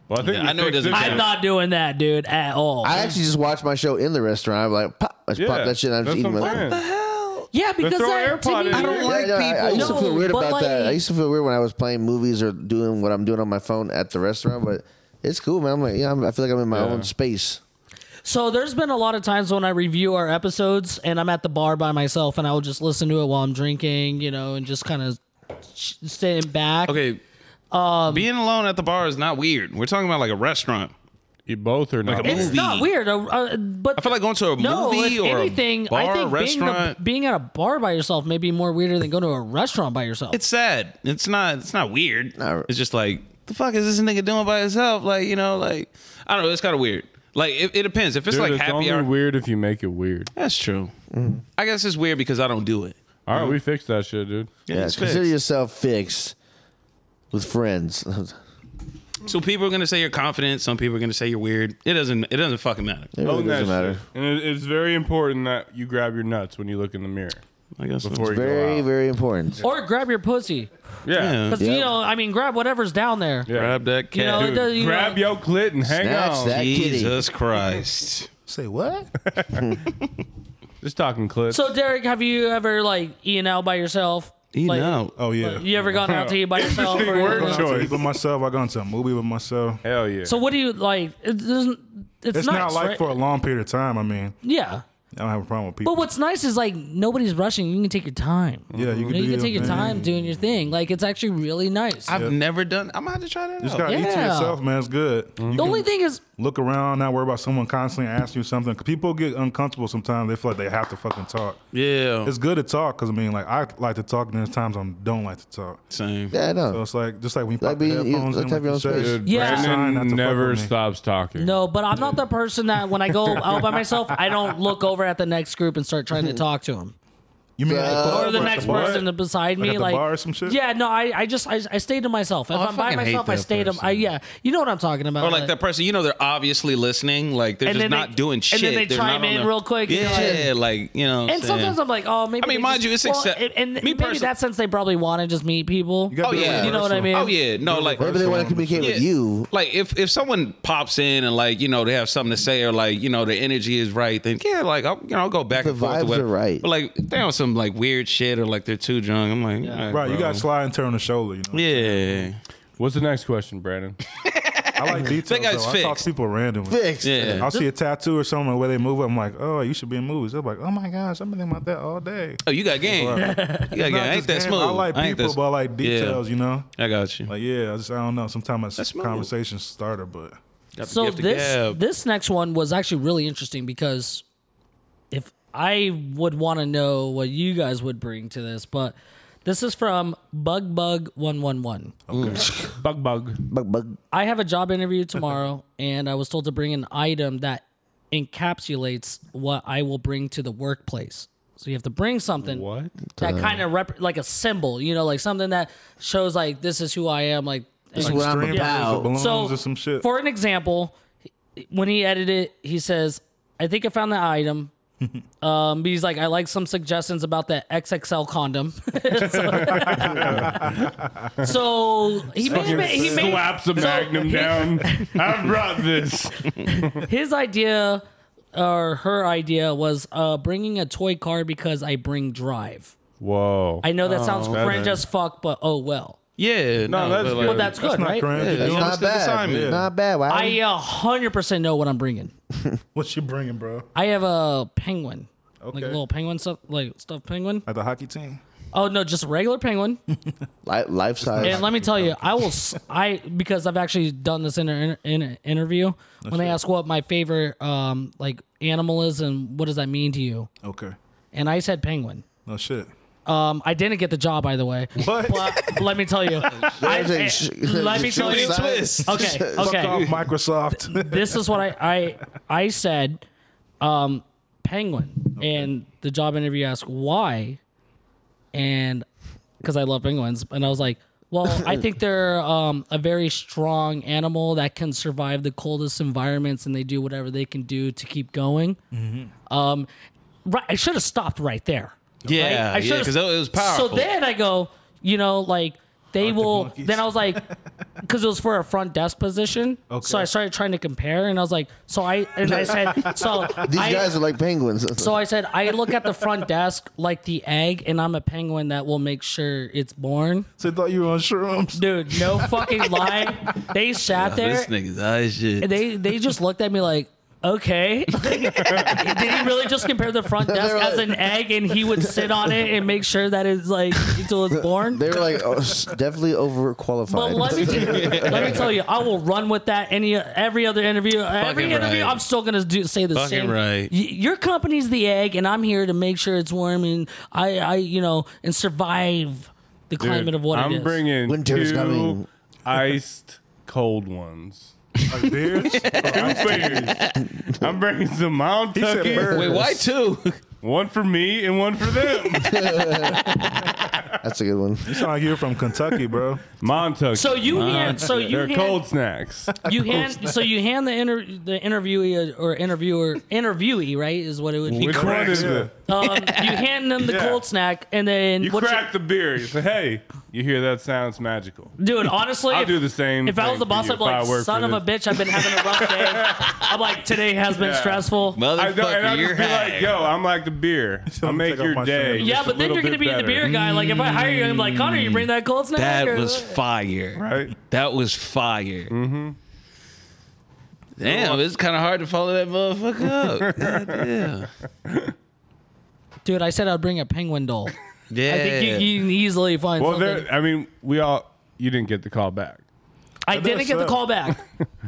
Speaker 1: Well, I think
Speaker 5: Yeah,
Speaker 1: we
Speaker 5: I know it
Speaker 1: fixed
Speaker 5: doesn't
Speaker 1: this
Speaker 5: count.
Speaker 4: I'm not doing that, dude, at all.
Speaker 2: I actually just watched my show in the restaurant. I'm like, pop, I just
Speaker 1: Yeah,
Speaker 2: pop that shit. and I
Speaker 1: that's
Speaker 2: just eating
Speaker 1: what
Speaker 2: my.
Speaker 1: I'm saying.
Speaker 4: Yeah, because
Speaker 1: throwing
Speaker 4: that, to
Speaker 1: AirPod
Speaker 4: me-
Speaker 1: in
Speaker 5: I don't
Speaker 1: Yeah,
Speaker 5: like
Speaker 2: Yeah, I- I, used
Speaker 5: people.
Speaker 4: No,
Speaker 2: to feel weird
Speaker 4: but
Speaker 2: about
Speaker 4: like-
Speaker 2: that. I used to feel weird when I was playing movies or doing what I'm doing on my phone at the restaurant, but it's cool, man. I'm like, yeah, I'm, I feel like I'm in my own space.
Speaker 4: So there's been a lot of times when I review our episodes and I'm at the bar by myself and I will just listen to it while I'm drinking, you know, and just kind of sitting back.
Speaker 5: Okay.
Speaker 4: Um,
Speaker 5: Being alone at the bar is not weird. We're talking about like a restaurant.
Speaker 1: You both are not.
Speaker 5: a
Speaker 4: It's
Speaker 5: movie.
Speaker 4: not weird, uh, uh, but
Speaker 5: I feel like going to a
Speaker 4: no,
Speaker 5: movie
Speaker 4: if
Speaker 5: or
Speaker 4: anything,
Speaker 5: a bar,
Speaker 4: I think Being,
Speaker 5: restaurant.
Speaker 4: the- being at a bar by yourself may be more weirder than going to a restaurant by yourself.
Speaker 5: it's sad. It's not. It's not weird.
Speaker 2: No.
Speaker 5: It's just like the fuck is this nigga doing by himself? Like you know, like I don't know. It's kind of weird. Like it, it depends. If it's
Speaker 1: Dude,
Speaker 5: like
Speaker 1: it's
Speaker 5: happy
Speaker 1: only
Speaker 5: hour,
Speaker 1: weird if you make it weird.
Speaker 5: that's true.
Speaker 4: Mm-hmm.
Speaker 5: I guess it's weird because I don't do it.
Speaker 1: All right, we fixed that shit, dude.
Speaker 2: Yeah,
Speaker 5: it's
Speaker 2: consider
Speaker 5: fixed.
Speaker 2: yourself fixed with friends.
Speaker 5: So people are gonna say you're confident. Some people are gonna say you're weird. It doesn't. It doesn't fucking matter.
Speaker 2: It really doesn't matter.
Speaker 1: And it, it's very important that you grab your nuts when you look in the mirror
Speaker 5: I guess. so.
Speaker 1: before you go
Speaker 2: Very,
Speaker 1: out.
Speaker 2: very important.
Speaker 4: or grab your pussy.
Speaker 1: yeah.
Speaker 5: Yeah.
Speaker 4: Because, you know, I mean, grab whatever's down there.
Speaker 1: Yeah.
Speaker 5: Grab that cat.
Speaker 4: You know, it
Speaker 1: Dude,
Speaker 4: does, you
Speaker 1: grab
Speaker 4: know,
Speaker 1: your clit and hang
Speaker 2: Snatch
Speaker 1: on.
Speaker 2: that kitty.
Speaker 5: Jesus Christ.
Speaker 3: Say what?
Speaker 1: Just talking clit.
Speaker 4: So, Derek, have you ever like eaten out by yourself?
Speaker 5: Eating
Speaker 4: like,
Speaker 5: out.
Speaker 3: Oh yeah.
Speaker 4: You ever gone out to eat by yourself?
Speaker 1: Interesting
Speaker 4: or-
Speaker 1: word
Speaker 3: I've gone out to
Speaker 1: choice.
Speaker 3: eat with myself. I've gone to a movie with myself.
Speaker 1: Hell yeah.
Speaker 4: So, what do you like? It doesn't, it's,
Speaker 3: It's
Speaker 4: nice,
Speaker 3: not like
Speaker 4: right?
Speaker 3: for a long period of time. I mean,
Speaker 4: yeah.
Speaker 3: I don't have a problem with people.
Speaker 4: But what's nice is like nobody's rushing. You can take your time. You,
Speaker 3: yeah, you can
Speaker 4: know,
Speaker 3: do
Speaker 4: you can take your
Speaker 3: thing.
Speaker 4: time doing your thing. Like it's actually really nice.
Speaker 5: I've never done. I'm about to try that
Speaker 3: You just
Speaker 5: out.
Speaker 3: gotta eat to
Speaker 4: Yeah. Mm-hmm.
Speaker 3: yourself, man. It's good. You
Speaker 4: the only thing is,
Speaker 3: look around, not worry about someone constantly asking you something. 'Cause people get uncomfortable sometimes. They feel like they have to fucking talk.
Speaker 5: Yeah.
Speaker 3: It's good to talk because I mean, like I like to talk, and there's times I don't like to talk.
Speaker 5: Same.
Speaker 2: Yeah, I
Speaker 3: So
Speaker 2: know.
Speaker 3: it's like just like when you
Speaker 2: Like
Speaker 3: pop the
Speaker 2: being- you-
Speaker 3: headphones
Speaker 2: like
Speaker 3: in,
Speaker 2: have your
Speaker 3: like
Speaker 2: own
Speaker 3: you
Speaker 2: space.
Speaker 3: said,
Speaker 1: Dude,
Speaker 4: Yeah.
Speaker 3: Sign not to
Speaker 1: Brandon
Speaker 3: fuck
Speaker 1: never
Speaker 3: with me.
Speaker 1: stops talking.
Speaker 4: no, but I'm not the person that when I go out by myself, I don't look over at the next group and start trying to talk to them.
Speaker 3: You mean like,
Speaker 2: Or
Speaker 4: Or the
Speaker 3: like
Speaker 4: next
Speaker 3: bar?
Speaker 4: person to beside
Speaker 3: Like
Speaker 4: me,
Speaker 3: at the
Speaker 4: like
Speaker 3: bar or some shit?
Speaker 4: yeah, no, I, I just I, I stay to myself. If
Speaker 5: Oh, I
Speaker 4: I'm by
Speaker 5: fucking hate
Speaker 4: myself, I
Speaker 5: that
Speaker 4: stay to
Speaker 5: person.
Speaker 4: I, yeah, you know what I'm talking about.
Speaker 5: Or like that person, you know, they're obviously listening. Like they're
Speaker 4: Uh, And
Speaker 5: just
Speaker 4: then they-
Speaker 5: not doing
Speaker 4: and
Speaker 5: shit.
Speaker 4: then they
Speaker 5: They're
Speaker 4: chime
Speaker 5: not on
Speaker 4: in
Speaker 5: their-
Speaker 4: real quick, you know,
Speaker 5: Yeah, like you know. what
Speaker 4: And
Speaker 5: I'm
Speaker 4: sometimes
Speaker 5: saying?
Speaker 4: I'm like, oh, maybe.
Speaker 5: I mean,
Speaker 4: they
Speaker 5: mind
Speaker 4: just-
Speaker 5: you, it's
Speaker 4: well,
Speaker 5: accept-
Speaker 4: and, and
Speaker 5: me
Speaker 4: maybe
Speaker 5: personally-
Speaker 4: that sense they probably want to just meet people.
Speaker 3: gotta
Speaker 5: Oh
Speaker 3: do it
Speaker 5: yeah,
Speaker 4: You know what I mean?
Speaker 5: Oh yeah, no, like
Speaker 2: Maybe they want to communicate with
Speaker 5: Yeah.
Speaker 2: you.
Speaker 5: Like if if someone pops in and like you know they have something to say or like you know the energy is right, then yeah, like I'll, you know I'll go back
Speaker 2: The
Speaker 5: and forth.
Speaker 2: vibes
Speaker 5: to what-
Speaker 2: are right.
Speaker 5: But like if they on some like weird shit or like they're too drunk. I'm like, all
Speaker 3: Right, you
Speaker 5: bro.
Speaker 3: gotta slide and turn the shoulder. You know,
Speaker 5: Yeah,
Speaker 1: What's the next question, Brandon?
Speaker 3: I like details.
Speaker 5: guy's
Speaker 3: though. I talk
Speaker 5: fixed.
Speaker 3: to people randomly.
Speaker 2: Fixed.
Speaker 5: yeah.
Speaker 3: I'll see a tattoo or something where they move. I'm like, oh, you should be in movies. They're like, oh my gosh, I've been thinking about that all day.
Speaker 5: Oh, you got game. You got game.
Speaker 3: Not
Speaker 5: I ain't
Speaker 3: just
Speaker 5: that
Speaker 3: games.
Speaker 5: smooth.
Speaker 3: I like
Speaker 5: ain't
Speaker 3: people,
Speaker 5: that-
Speaker 3: but I like
Speaker 5: Yeah.
Speaker 3: details. You know,
Speaker 5: I got you.
Speaker 3: like yeah, I just I don't know. Sometimes
Speaker 5: That's
Speaker 3: it's
Speaker 5: smooth.
Speaker 3: conversation starter, but
Speaker 5: Got the
Speaker 4: So
Speaker 5: gift of
Speaker 4: this
Speaker 5: gab.
Speaker 4: this next one was actually really interesting because if I would want to know what you guys would bring to this, but this is from Bug Bug One One One.
Speaker 1: bug bug.
Speaker 2: Bug, bug.
Speaker 4: I have a job interview tomorrow, and I was told to bring an item that encapsulates what I will bring to the workplace. So you have to bring something
Speaker 1: What?
Speaker 4: that kind of rep like a symbol, you know, like something that shows like this is who I am, like.
Speaker 2: is what I'm
Speaker 3: string
Speaker 2: about.
Speaker 3: balloons or balloons
Speaker 4: So,
Speaker 3: or some shit.
Speaker 4: For an example, when he edited it, he says, I think I found the item. um, he's like, I like some suggestions about the XXL condom. so, so he made, he made
Speaker 1: Slaps a magnum down. I brought this.
Speaker 4: his idea or her idea was uh, bringing a toy car because I bring drive.
Speaker 1: Whoa.
Speaker 4: I know that sounds
Speaker 3: Oh,
Speaker 4: cringe as fuck, but oh well.
Speaker 5: Yeah,
Speaker 1: No, that's
Speaker 5: but,
Speaker 1: good.
Speaker 4: But that's good,
Speaker 3: not
Speaker 4: right?
Speaker 3: cringe. You're
Speaker 2: That's
Speaker 3: doing
Speaker 2: not
Speaker 3: what's the
Speaker 2: bad.
Speaker 3: assignment. Yeah.
Speaker 2: Not bad. Why?
Speaker 4: I uh, 100% know what I'm bringing.
Speaker 3: What you bringing, bro?
Speaker 4: I have a penguin. Like
Speaker 3: Okay.
Speaker 4: a little penguin stuff, like stuffed penguin.
Speaker 3: At the hockey team.
Speaker 4: Oh no, just a regular penguin.
Speaker 2: Li- life size.
Speaker 4: And let me tell you, I will. s- I because I've actually done this in an in an interview. When they ask what my favorite um like animal is and what does that mean to you,
Speaker 3: Okay.
Speaker 4: and I said penguin.
Speaker 3: No shit.
Speaker 4: Um, I didn't get the job by the way.
Speaker 3: What?
Speaker 4: But let me tell you, I,
Speaker 2: There's a sh-
Speaker 4: let me tell you.
Speaker 2: short side.
Speaker 4: Okay,
Speaker 3: Fuck off,
Speaker 4: okay.
Speaker 3: Microsoft.
Speaker 4: This is what I I I said, um, penguin, and the job interview asked why, and because I love penguins. And I was like, well, I think they're um, a very strong animal that can survive the coldest environments and they do whatever they can do to keep going. Um, right, I should have stopped right there.
Speaker 5: Yeah,
Speaker 4: right? I
Speaker 5: yeah,
Speaker 4: should've-
Speaker 5: because it was powerful.
Speaker 4: So then I go, you know, like they will.
Speaker 3: monkeys.
Speaker 4: Then I was like, because it was for a front desk position. Okay. So I started trying to compare, and I was like, so I and I said, so
Speaker 2: These
Speaker 4: I,
Speaker 2: guys are like penguins.
Speaker 4: So I said, I look at the front desk like the egg, and I'm a penguin that will make sure it's born.
Speaker 3: So they thought you were on shrooms.
Speaker 4: Dude, no fucking lie. They sat there.
Speaker 5: This nigga's high as shit.
Speaker 4: and They they just looked at me like, okay. Like, did he really just compare the front desk
Speaker 2: were
Speaker 4: as
Speaker 2: like-
Speaker 4: an egg, and he would sit on it and make sure that it's like until it's born?
Speaker 2: They're like oh, s- definitely overqualified.
Speaker 4: But let me, let me tell you, I will run with that. Any every other interview, every
Speaker 5: Fucking
Speaker 4: interview,
Speaker 5: right.
Speaker 4: I'm still gonna do say the
Speaker 5: Fucking
Speaker 4: same.
Speaker 5: right.
Speaker 4: Y- your company's the egg, and I'm here to make sure it's warm and I, I you know, and survive the
Speaker 1: Dude,
Speaker 4: climate of what
Speaker 1: I'm
Speaker 4: it is.
Speaker 1: bringing
Speaker 2: Winter's
Speaker 1: two
Speaker 2: coming.
Speaker 1: iced cold ones.
Speaker 3: Like beers?
Speaker 1: I'm bringing, I'm bringing some Mount
Speaker 3: said
Speaker 1: Tuckies,
Speaker 3: bird.
Speaker 5: Wait, why two?
Speaker 1: one for me and one for them.
Speaker 2: That's a good one.
Speaker 3: You sound like you're from Kentucky, bro.
Speaker 1: Montucky.
Speaker 4: So you hand, so you
Speaker 1: They're
Speaker 4: hand,
Speaker 1: cold snacks.
Speaker 4: you hand, so you hand the inter, the interviewee uh, or interviewer interviewee, right? Is what it would be.
Speaker 1: Which one is
Speaker 3: Yeah.
Speaker 1: it?
Speaker 4: Um, you hand them the
Speaker 1: Yeah.
Speaker 4: cold snack, and then
Speaker 1: You
Speaker 4: what
Speaker 1: crack the beer. You say, hey, you hear that sound? It's magical.
Speaker 4: Dude, honestly,
Speaker 1: I'll
Speaker 4: if-
Speaker 1: do the same
Speaker 4: If I was
Speaker 1: thing
Speaker 4: the boss,
Speaker 1: for you
Speaker 4: I'd be
Speaker 1: if I
Speaker 4: like,
Speaker 1: worked
Speaker 4: son
Speaker 1: for
Speaker 4: of a bitch, I've been having a rough day. I'm like, today has been
Speaker 1: Yeah.
Speaker 4: stressful.
Speaker 1: I know, and
Speaker 5: Motherfucker,
Speaker 1: I'll
Speaker 5: you're
Speaker 1: just be
Speaker 5: high.
Speaker 1: like, yo, I'm like the beer. I'll
Speaker 3: me
Speaker 1: make
Speaker 3: take off
Speaker 1: your
Speaker 3: my
Speaker 1: day.
Speaker 3: sandals.
Speaker 4: yeah,
Speaker 1: just a
Speaker 4: but then
Speaker 1: little
Speaker 4: you're gonna
Speaker 1: bit
Speaker 4: be
Speaker 1: better.
Speaker 4: the beer guy. Like, if I hire you, I'm like, Connor, you bring that cold snack.
Speaker 5: that
Speaker 4: or-
Speaker 5: was fire.
Speaker 1: Right?
Speaker 5: That was fire. Mm-hmm. Damn, it's kind of hard to follow that motherfucker up. Goddamn.
Speaker 4: dude. I said I'd bring a penguin doll.
Speaker 5: Yeah.
Speaker 4: I think you, you can easily find
Speaker 1: Well,
Speaker 4: something.
Speaker 1: there, I mean, we all, you didn't get the call back.
Speaker 4: I didn't get the
Speaker 3: upset.
Speaker 4: call back,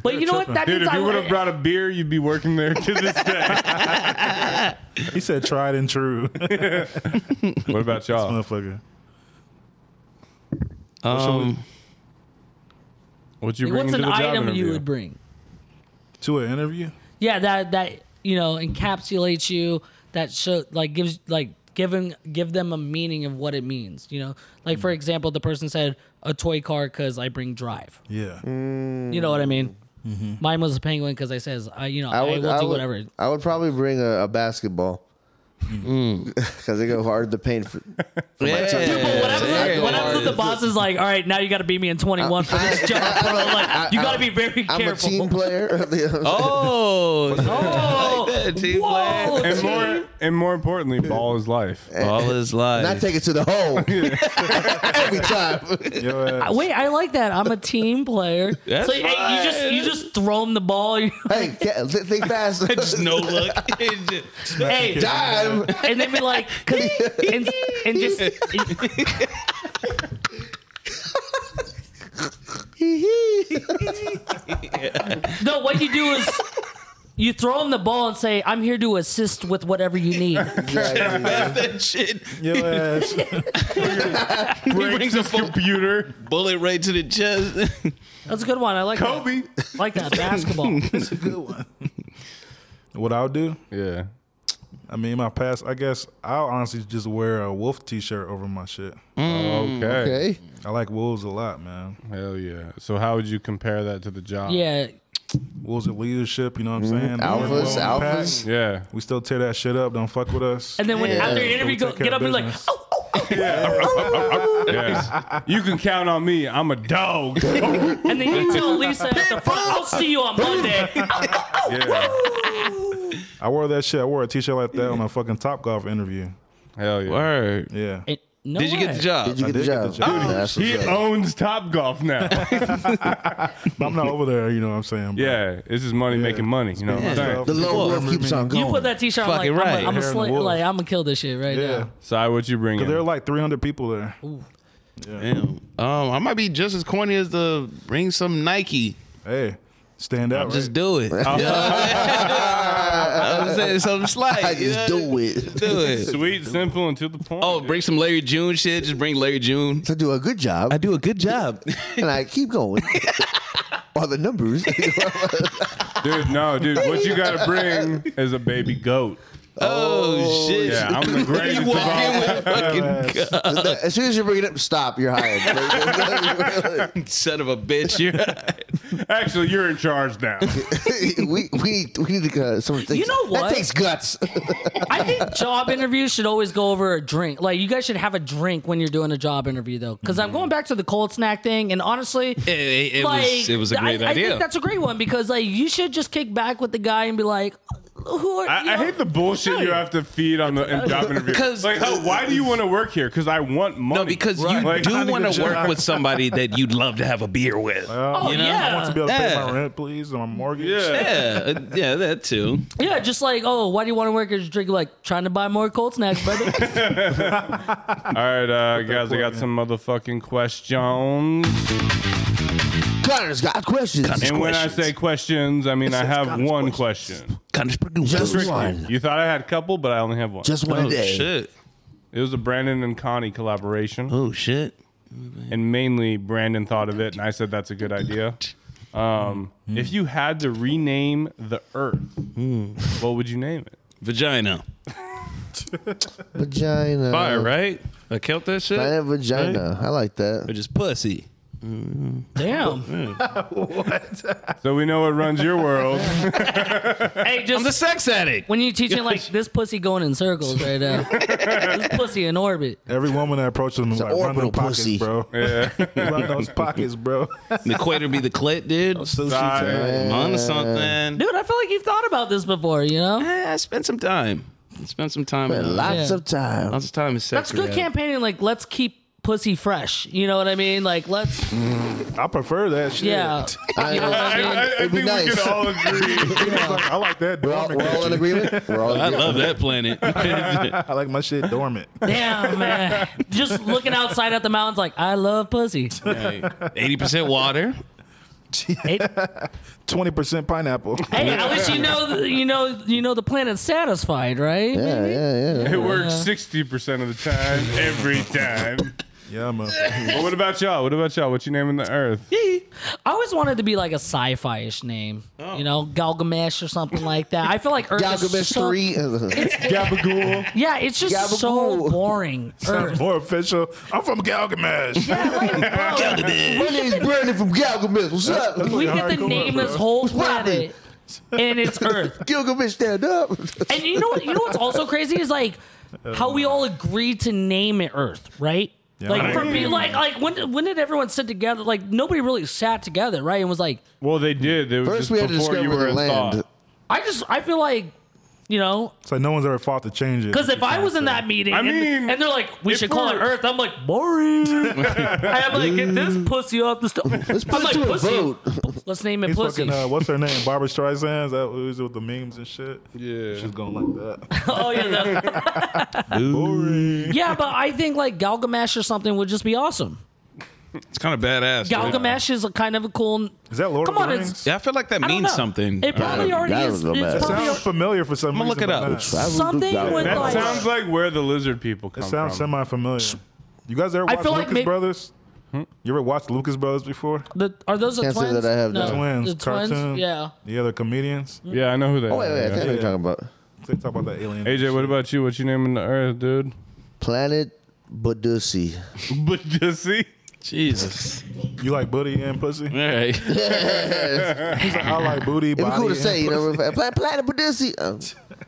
Speaker 4: but you know what? That
Speaker 1: Dude,
Speaker 4: means
Speaker 1: if
Speaker 4: I
Speaker 1: you would have
Speaker 4: would.
Speaker 1: brought a beer, you'd be working there to this day.
Speaker 3: He said tried and true.
Speaker 1: what about y'all?
Speaker 3: Motherfucker.
Speaker 5: um,
Speaker 1: What you bringing
Speaker 4: What's
Speaker 1: to
Speaker 4: an
Speaker 1: the job
Speaker 4: item
Speaker 1: interview?
Speaker 4: you would bring?
Speaker 3: To an interview?
Speaker 4: Yeah, that that you know encapsulates you. That show like gives like giving give them a meaning of what it means. You know, like
Speaker 2: Mm.
Speaker 4: for example, the person said a toy car because I bring drive.
Speaker 3: Yeah.
Speaker 2: Mm.
Speaker 4: You know what I mean? Mine was a penguin because I says, I, you know, I, will do whatever.
Speaker 2: Mm-hmm. I would probably bring a, a basketball. Because they go hard to paint. For,
Speaker 5: yeah.
Speaker 4: What happens,
Speaker 5: There
Speaker 4: what
Speaker 5: you
Speaker 4: happens if
Speaker 5: are.
Speaker 4: the boss is like, all right, now you got to beat me in 21 for this job, bro? Like, you got to be very
Speaker 2: I'm a
Speaker 4: careful.
Speaker 2: team player.
Speaker 5: Oh, oh, like that, team
Speaker 4: Whoa,
Speaker 5: player.
Speaker 1: And more, and more importantly, ball is life.
Speaker 5: All his
Speaker 2: Not
Speaker 5: life.
Speaker 2: take it to the hole every time.
Speaker 3: Yo,
Speaker 4: Uh,
Speaker 3: ass.
Speaker 4: Wait, I like that. I'm a team player.
Speaker 5: That's
Speaker 4: so hey, you just
Speaker 5: right.
Speaker 4: you just throw him the ball. You-
Speaker 2: Hey, ca- th- think fast.
Speaker 5: Just no look. It just-
Speaker 4: hey,
Speaker 2: Dive.
Speaker 4: and then be like, 'cause- and, and just no. What you do is you throw him the ball and say, "I'm here to assist with whatever you need."
Speaker 5: that shit.
Speaker 3: Yo, ass.
Speaker 5: He brings a full
Speaker 1: Computer,
Speaker 5: bullet right to the chest.
Speaker 4: That's a good one. I like that.
Speaker 1: Kobe.
Speaker 4: I like that basketball.
Speaker 3: What I'll do?
Speaker 1: Yeah.
Speaker 3: I mean, in my past, I guess I'll honestly just wear a wolf T-shirt over my shit.
Speaker 1: Okay.
Speaker 2: Okay.
Speaker 3: I like wolves a lot, man.
Speaker 1: Hell yeah. So how would you compare that to the job?
Speaker 4: Yeah,
Speaker 3: Wolves of leadership, you know what I'm saying?
Speaker 2: Mm. Alphas,
Speaker 3: Well, pack.
Speaker 2: alphas.
Speaker 1: Yeah.
Speaker 3: We still tear that shit up. Don't fuck with us.
Speaker 4: and then when
Speaker 2: Yeah.
Speaker 4: after your interview,
Speaker 3: We'll
Speaker 4: go,
Speaker 3: take care
Speaker 4: get up
Speaker 3: of
Speaker 4: and be like,
Speaker 3: business.
Speaker 4: "Oh, oh, oh,"
Speaker 1: Yeah. you can count on me. I'm a dog.
Speaker 4: and then you tell Lisa at the front, "I'll see you on Monday."
Speaker 1: Yeah.
Speaker 3: I wore that shit. I wore a T-shirt like that on a fucking Top Golf interview.
Speaker 1: Hell yeah.
Speaker 5: Word.
Speaker 3: Yeah.
Speaker 4: It- no
Speaker 5: Did you get
Speaker 4: way.
Speaker 5: the job?
Speaker 2: Did you
Speaker 3: I
Speaker 2: get the
Speaker 3: did get the
Speaker 2: job?
Speaker 3: job. Oh,
Speaker 2: That's what's
Speaker 1: He
Speaker 2: up.
Speaker 1: owns Top Golf now.
Speaker 3: But I'm not over there, you know what I'm saying? bro.
Speaker 1: yeah. This is money making money. You know what I'm
Speaker 3: Yeah.
Speaker 1: saying?
Speaker 2: The lone wolf keeps on going.
Speaker 4: You put that T-shirt. on, like,
Speaker 5: Fucking right.
Speaker 4: I'm, I'm, a
Speaker 3: Hair and
Speaker 4: sli-
Speaker 3: wolf.
Speaker 4: like, I'm gonna kill this shit right
Speaker 3: Yeah.
Speaker 4: now.
Speaker 1: Sai, what you bringing?
Speaker 3: There are like 300 people there.
Speaker 5: Damn. Um, I might be just as corny as the bring some Nike.
Speaker 3: Hey, stand out.
Speaker 5: Just
Speaker 3: right?
Speaker 5: do it. I'm saying something slight.
Speaker 2: I
Speaker 5: you
Speaker 2: just
Speaker 5: know?
Speaker 2: do it.
Speaker 5: Do it.
Speaker 1: Sweet, simple, and to the point.
Speaker 5: Oh, bring some Larry June shit. Just bring Larry June.
Speaker 2: I do a good job,
Speaker 5: do a good job.
Speaker 2: and I keep going. All the numbers.
Speaker 1: dude, no, dude. What you gotta bring is a baby goat.
Speaker 5: Oh, shit!
Speaker 1: Yeah, I'm the greatest
Speaker 5: you
Speaker 1: of
Speaker 5: walk
Speaker 1: all
Speaker 5: in with fucking
Speaker 2: As soon as you bring it up, stop. You're hired.
Speaker 5: God, son of a bitch. You're right.
Speaker 1: Actually, you're in charge now.
Speaker 2: we we we need to go. Someone thinks,
Speaker 4: know what?
Speaker 2: That takes guts.
Speaker 4: I think job interviews should always go over a drink. Like you guys should have a drink when you're doing a job interview though, because I'm going back to the cold snack thing. And honestly,
Speaker 5: Mm-hmm. It, it- it
Speaker 4: like
Speaker 5: was it was a
Speaker 4: I-
Speaker 5: great
Speaker 4: I,
Speaker 5: idea.
Speaker 4: think that's a great one because like you should just kick back with the guy and be like, "Who are?" you
Speaker 1: I, I
Speaker 4: know?
Speaker 1: hate the bullshit you have to feed on the in job interview.
Speaker 5: 'Cause-
Speaker 1: like, oh, why do you want to work here? Because I want money.
Speaker 5: no, because
Speaker 1: Right.
Speaker 5: you
Speaker 1: Like,
Speaker 5: do
Speaker 1: I need
Speaker 5: want
Speaker 1: a
Speaker 5: to
Speaker 1: job.
Speaker 5: work with somebody that you'd love to have a beer with.
Speaker 4: Oh,
Speaker 5: you know?
Speaker 3: I want to be able to pay
Speaker 2: Uh,
Speaker 5: Yeah.
Speaker 3: my rent, please, and my mortgage.
Speaker 1: Yeah.
Speaker 5: yeah, uh, yeah, that too.
Speaker 4: Yeah, just like, oh, why do you want to work at a drink? Like, trying to buy more cold snacks, brother.
Speaker 1: All right, uh, guys, I got some motherfucking questions.
Speaker 2: Connor's got questions.
Speaker 1: And when I say questions, I mean I have one question.
Speaker 2: Just
Speaker 1: Tricky.
Speaker 2: one.
Speaker 1: You thought I had a couple, but I only have one.
Speaker 2: Just one
Speaker 5: Oh
Speaker 2: a day.
Speaker 5: shit!
Speaker 1: It was a Brandon and Connie collaboration.
Speaker 5: Oh shit!
Speaker 1: and mainly Brandon thought of it, and I said that's a good idea. Um, If you had to rename the Earth, what would you name it?
Speaker 5: Vagina.
Speaker 2: Vagina.
Speaker 5: Fire,
Speaker 4: Oh.
Speaker 5: right? I killed that shit.
Speaker 2: I have vagina. I like
Speaker 5: Or
Speaker 2: that.
Speaker 5: just pussy.
Speaker 4: Damn.
Speaker 1: So we know what runs your world.
Speaker 4: hey,
Speaker 5: I'm
Speaker 4: just
Speaker 5: the sex addict.
Speaker 4: when you're teaching, like, this pussy going in circles right now. this pussy in orbit.
Speaker 3: Every woman that approaches them is
Speaker 2: an
Speaker 3: like, run
Speaker 2: orbital
Speaker 3: those
Speaker 2: pussy.
Speaker 3: pockets, bro. run those pockets, bro.
Speaker 5: The equator be the clit, dude.
Speaker 3: Sushi
Speaker 1: Sorry.
Speaker 3: time.
Speaker 5: On to something.
Speaker 4: Dude, I feel like you've thought about this before, you know?
Speaker 5: Eh, I spent some time. I spent some time. in lots,
Speaker 2: Lots
Speaker 4: Yeah.
Speaker 2: of time.
Speaker 5: lots of time in sex.
Speaker 4: That's good campaigning. Like, let's keep pussy fresh. You know what I mean? Like, let's,
Speaker 3: I prefer that shit.
Speaker 4: yeah.
Speaker 2: I,
Speaker 4: You know what
Speaker 1: I,
Speaker 4: I
Speaker 1: I,
Speaker 4: mean?
Speaker 1: I
Speaker 2: It'd
Speaker 1: think
Speaker 2: be
Speaker 1: we
Speaker 2: nice.
Speaker 1: can all agree.
Speaker 3: It's like, I like that
Speaker 2: We're all,
Speaker 3: dormant.
Speaker 2: we're all in agreement. We're all in
Speaker 5: I
Speaker 2: agreement.
Speaker 5: love that planet.
Speaker 3: I like my shit dormant.
Speaker 4: Damn, man. Just looking outside at the mountains, like, I love pussy.
Speaker 5: Eighty percent water.
Speaker 4: Hey,
Speaker 3: Twenty percent pineapple.
Speaker 4: hey, at least you know, you know, you know, the planet's satisfied, right?
Speaker 2: Yeah, yeah, yeah.
Speaker 1: It works sixty percent of the time, every time.
Speaker 3: yeah, man.
Speaker 1: But what about y'all? What about y'all? What you naming the Earth?
Speaker 4: I always wanted to be like a sci-fi ish name, you know, Galgamesh or something like that. I feel like Earth is
Speaker 2: Galgamesh
Speaker 4: so,
Speaker 2: three.
Speaker 3: Gabagool.
Speaker 4: Yeah, it's just so
Speaker 2: Gabagool.
Speaker 4: boring.
Speaker 3: Sounds
Speaker 4: Earth.
Speaker 3: more official. I'm from Galgamesh.
Speaker 2: My name's Brandon from Galgamesh. What's up?
Speaker 4: We get to
Speaker 3: Hardcore,
Speaker 4: name
Speaker 3: bro.
Speaker 4: this whole
Speaker 2: poppin'?
Speaker 4: planet, and it's Earth.
Speaker 2: Gilgamesh, stand up.
Speaker 4: And you know what? You know what's also crazy is like how we all agreed to name it Earth, right? Like for me, like like when when did everyone sit together? Like nobody really sat together, right? And was like,
Speaker 1: Well, they did. It was
Speaker 2: First,
Speaker 1: just
Speaker 2: we had to
Speaker 1: before you
Speaker 2: discover
Speaker 1: were
Speaker 2: the
Speaker 1: in
Speaker 2: land.
Speaker 1: thought.
Speaker 4: I just I feel like, you know,
Speaker 3: It's like no one's ever fought to change it.
Speaker 4: Because if I was in that meeting,
Speaker 1: I
Speaker 4: and-
Speaker 1: mean,
Speaker 4: and, they're like, "We
Speaker 1: if
Speaker 4: should call it
Speaker 1: we're-
Speaker 4: Earth," I'm like, "Boring." I'm like, "Get this pussy off the stove."
Speaker 2: Let's put
Speaker 4: I'm
Speaker 2: it
Speaker 4: like,
Speaker 2: to a
Speaker 4: "Pussy."
Speaker 2: vote.
Speaker 4: Let's name it
Speaker 3: He's
Speaker 4: pussy.
Speaker 3: fucking, uh, what's her name? Barbara Streisand? Is that who's with the memes and shit?
Speaker 1: Yeah.
Speaker 3: She's going like that.
Speaker 4: oh yeah, that- yeah, but I think like Galgamesh or something would just be awesome.
Speaker 5: It's kind of badass. dude.
Speaker 4: Galgamesh is a kind of a cool.
Speaker 3: Is that Lord
Speaker 4: Come
Speaker 3: of
Speaker 4: on,
Speaker 3: the
Speaker 4: it's-
Speaker 3: Rings?
Speaker 5: Yeah, I feel like that
Speaker 4: I don't
Speaker 5: means
Speaker 4: know.
Speaker 5: something.
Speaker 4: It probably
Speaker 2: Uh,
Speaker 4: already is.
Speaker 2: Galgamesh.
Speaker 4: It's
Speaker 3: It
Speaker 4: probably
Speaker 3: sounds familiar for some
Speaker 5: I'ma look
Speaker 3: reason.
Speaker 5: it up.
Speaker 3: but not.
Speaker 4: something with
Speaker 1: That
Speaker 4: like.
Speaker 1: sounds like where the lizard people come
Speaker 3: It sounds
Speaker 1: from.
Speaker 3: semi familiar. You guys ever
Speaker 4: I
Speaker 3: watched
Speaker 4: feel like
Speaker 3: Lucas
Speaker 4: may-
Speaker 3: Brothers? You ever watched Lucas Brothers before?
Speaker 4: the, are those the
Speaker 2: Can't say
Speaker 4: twins?
Speaker 2: that I have
Speaker 4: no.
Speaker 2: that.
Speaker 3: Twins,
Speaker 4: The twins.
Speaker 3: cartoon.
Speaker 4: Yeah.
Speaker 3: The other comedians?
Speaker 4: Hmm?
Speaker 1: Yeah, I know who they
Speaker 2: Oh, wait, wait. I
Speaker 1: are.
Speaker 2: think I know what you're talking about.
Speaker 3: They talk about that alien.
Speaker 1: AJ, what about you? What you naming the Earth, dude?
Speaker 2: Planet Badusi.
Speaker 1: But just see.
Speaker 5: Jesus.
Speaker 3: You like booty and pussy?
Speaker 5: All right.
Speaker 3: He's like, I like booty,
Speaker 2: It'd
Speaker 3: body.
Speaker 2: be cool to
Speaker 3: and
Speaker 2: say, you know,
Speaker 3: pussy.
Speaker 2: Planet, Planet Badusi. Um,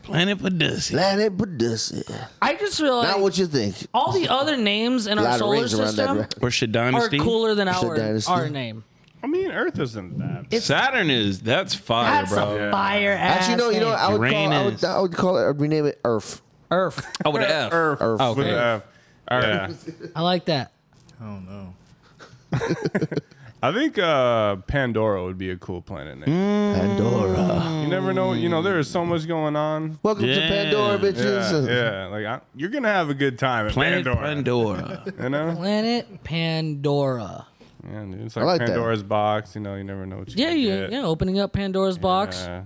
Speaker 5: Planet Padusi.
Speaker 2: Planet Badusi.
Speaker 4: I just feel like
Speaker 2: Not what you think.
Speaker 4: all the other names in
Speaker 2: A
Speaker 4: our
Speaker 2: lot of
Speaker 4: solar
Speaker 2: rings around that.
Speaker 4: system
Speaker 2: right?
Speaker 5: Or Shad
Speaker 4: are
Speaker 5: Dynasty.
Speaker 4: cooler than
Speaker 2: said
Speaker 4: our
Speaker 2: dynasty?
Speaker 4: our name.
Speaker 1: I mean, Earth isn't that.
Speaker 5: Saturn is. That's fire,
Speaker 4: That's
Speaker 5: bro.
Speaker 4: a fire ass.
Speaker 2: Actually, no, you know, what? I would, call, I,
Speaker 5: Uranus.
Speaker 2: would, I would call it, I'd rename it Earth.
Speaker 4: Earth.
Speaker 5: Oh, with an F.
Speaker 1: Earth.
Speaker 2: Earth.
Speaker 1: With
Speaker 5: Okay.
Speaker 1: an F. All right.
Speaker 4: I like that.
Speaker 3: I don't know.
Speaker 1: I think uh, Pandora would be a cool planet name.
Speaker 2: Pandora.
Speaker 1: You never know. You know, there is so much going on.
Speaker 2: Mm. Welcome to
Speaker 5: Yeah.
Speaker 2: Pandora,
Speaker 1: Yeah,
Speaker 2: bitches.
Speaker 1: yeah. Like I, you're gonna have a good time at
Speaker 5: Planet
Speaker 1: Pandora.
Speaker 5: Pandora.
Speaker 1: You know,
Speaker 4: Planet Pandora.
Speaker 1: yeah, dude, it's like,
Speaker 2: like that.
Speaker 1: Pandora's box. You know, you never know. What you
Speaker 4: Yeah,
Speaker 1: can
Speaker 4: you,
Speaker 1: get.
Speaker 4: yeah. Opening up Pandora's box.
Speaker 1: Yeah.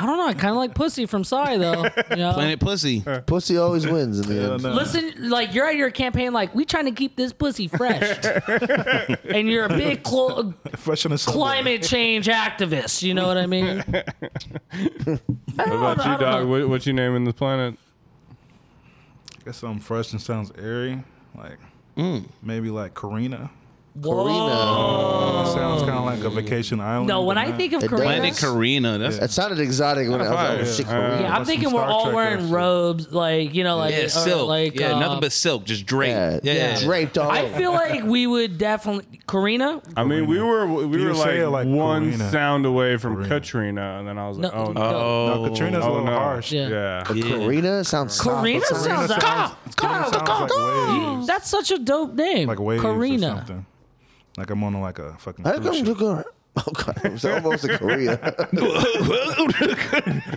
Speaker 4: I don't know. I kind of like pussy from Sorry though. You know?
Speaker 5: Planet Pussy.
Speaker 2: Pussy always wins in the end.
Speaker 3: no.
Speaker 4: Listen, like you're at your campaign, like we trying to keep this pussy fresh, and you're a big clo-
Speaker 3: Fresh in the summer.
Speaker 4: climate change activist. You know what I mean?
Speaker 1: What about you,
Speaker 4: I don't know.
Speaker 1: dog? What, what you naming the planet?
Speaker 3: Got something fresh and sounds airy, like maybe like Karina.
Speaker 2: Karina.
Speaker 3: Sounds kind of like a vacation island.
Speaker 4: Oh. No, when
Speaker 3: but
Speaker 4: I
Speaker 3: not-
Speaker 4: think of
Speaker 2: It does.
Speaker 5: Planet
Speaker 4: Koreans,
Speaker 5: Karina. That's
Speaker 2: That sounded exotic when I was like, oh,
Speaker 3: fire.
Speaker 2: shit,
Speaker 3: Yeah.
Speaker 2: Karina.
Speaker 4: yeah,
Speaker 3: That's
Speaker 4: I'm thinking
Speaker 3: some
Speaker 4: we're
Speaker 3: Star
Speaker 4: all
Speaker 3: Trek
Speaker 4: wearing
Speaker 3: action.
Speaker 4: robes, like you know, like
Speaker 5: yeah,
Speaker 4: or
Speaker 5: silk.
Speaker 4: like
Speaker 5: yeah,
Speaker 4: uh,
Speaker 5: nothing but silk, just draped. Yeah, yeah.
Speaker 2: Draped all
Speaker 4: I
Speaker 2: over.
Speaker 4: feel like we would definitely Karina.
Speaker 1: I mean, we were we
Speaker 3: You
Speaker 1: were
Speaker 3: say
Speaker 1: like,
Speaker 3: it like
Speaker 1: one
Speaker 3: Karina.
Speaker 1: sound away from Katrina, and then I was
Speaker 4: No,
Speaker 1: like, oh, no.
Speaker 4: no.
Speaker 5: Oh,
Speaker 3: No, Katrina's a
Speaker 1: oh
Speaker 3: little
Speaker 1: no,
Speaker 3: harsh.
Speaker 4: Yeah.
Speaker 1: yeah.
Speaker 2: Karina sounds soft,
Speaker 4: Karina
Speaker 2: but
Speaker 4: sounds-
Speaker 3: Karina sounds, Karina
Speaker 4: Ka-
Speaker 3: sounds
Speaker 4: ka-
Speaker 3: like
Speaker 4: ka-
Speaker 3: waves,
Speaker 4: That's such a dope name,
Speaker 3: like waves or
Speaker 4: Karina.
Speaker 3: something. Like I'm on like a fucking
Speaker 2: I come
Speaker 3: cruise
Speaker 2: to
Speaker 3: ship.
Speaker 2: Korea. Oh god, it was almost a Korea.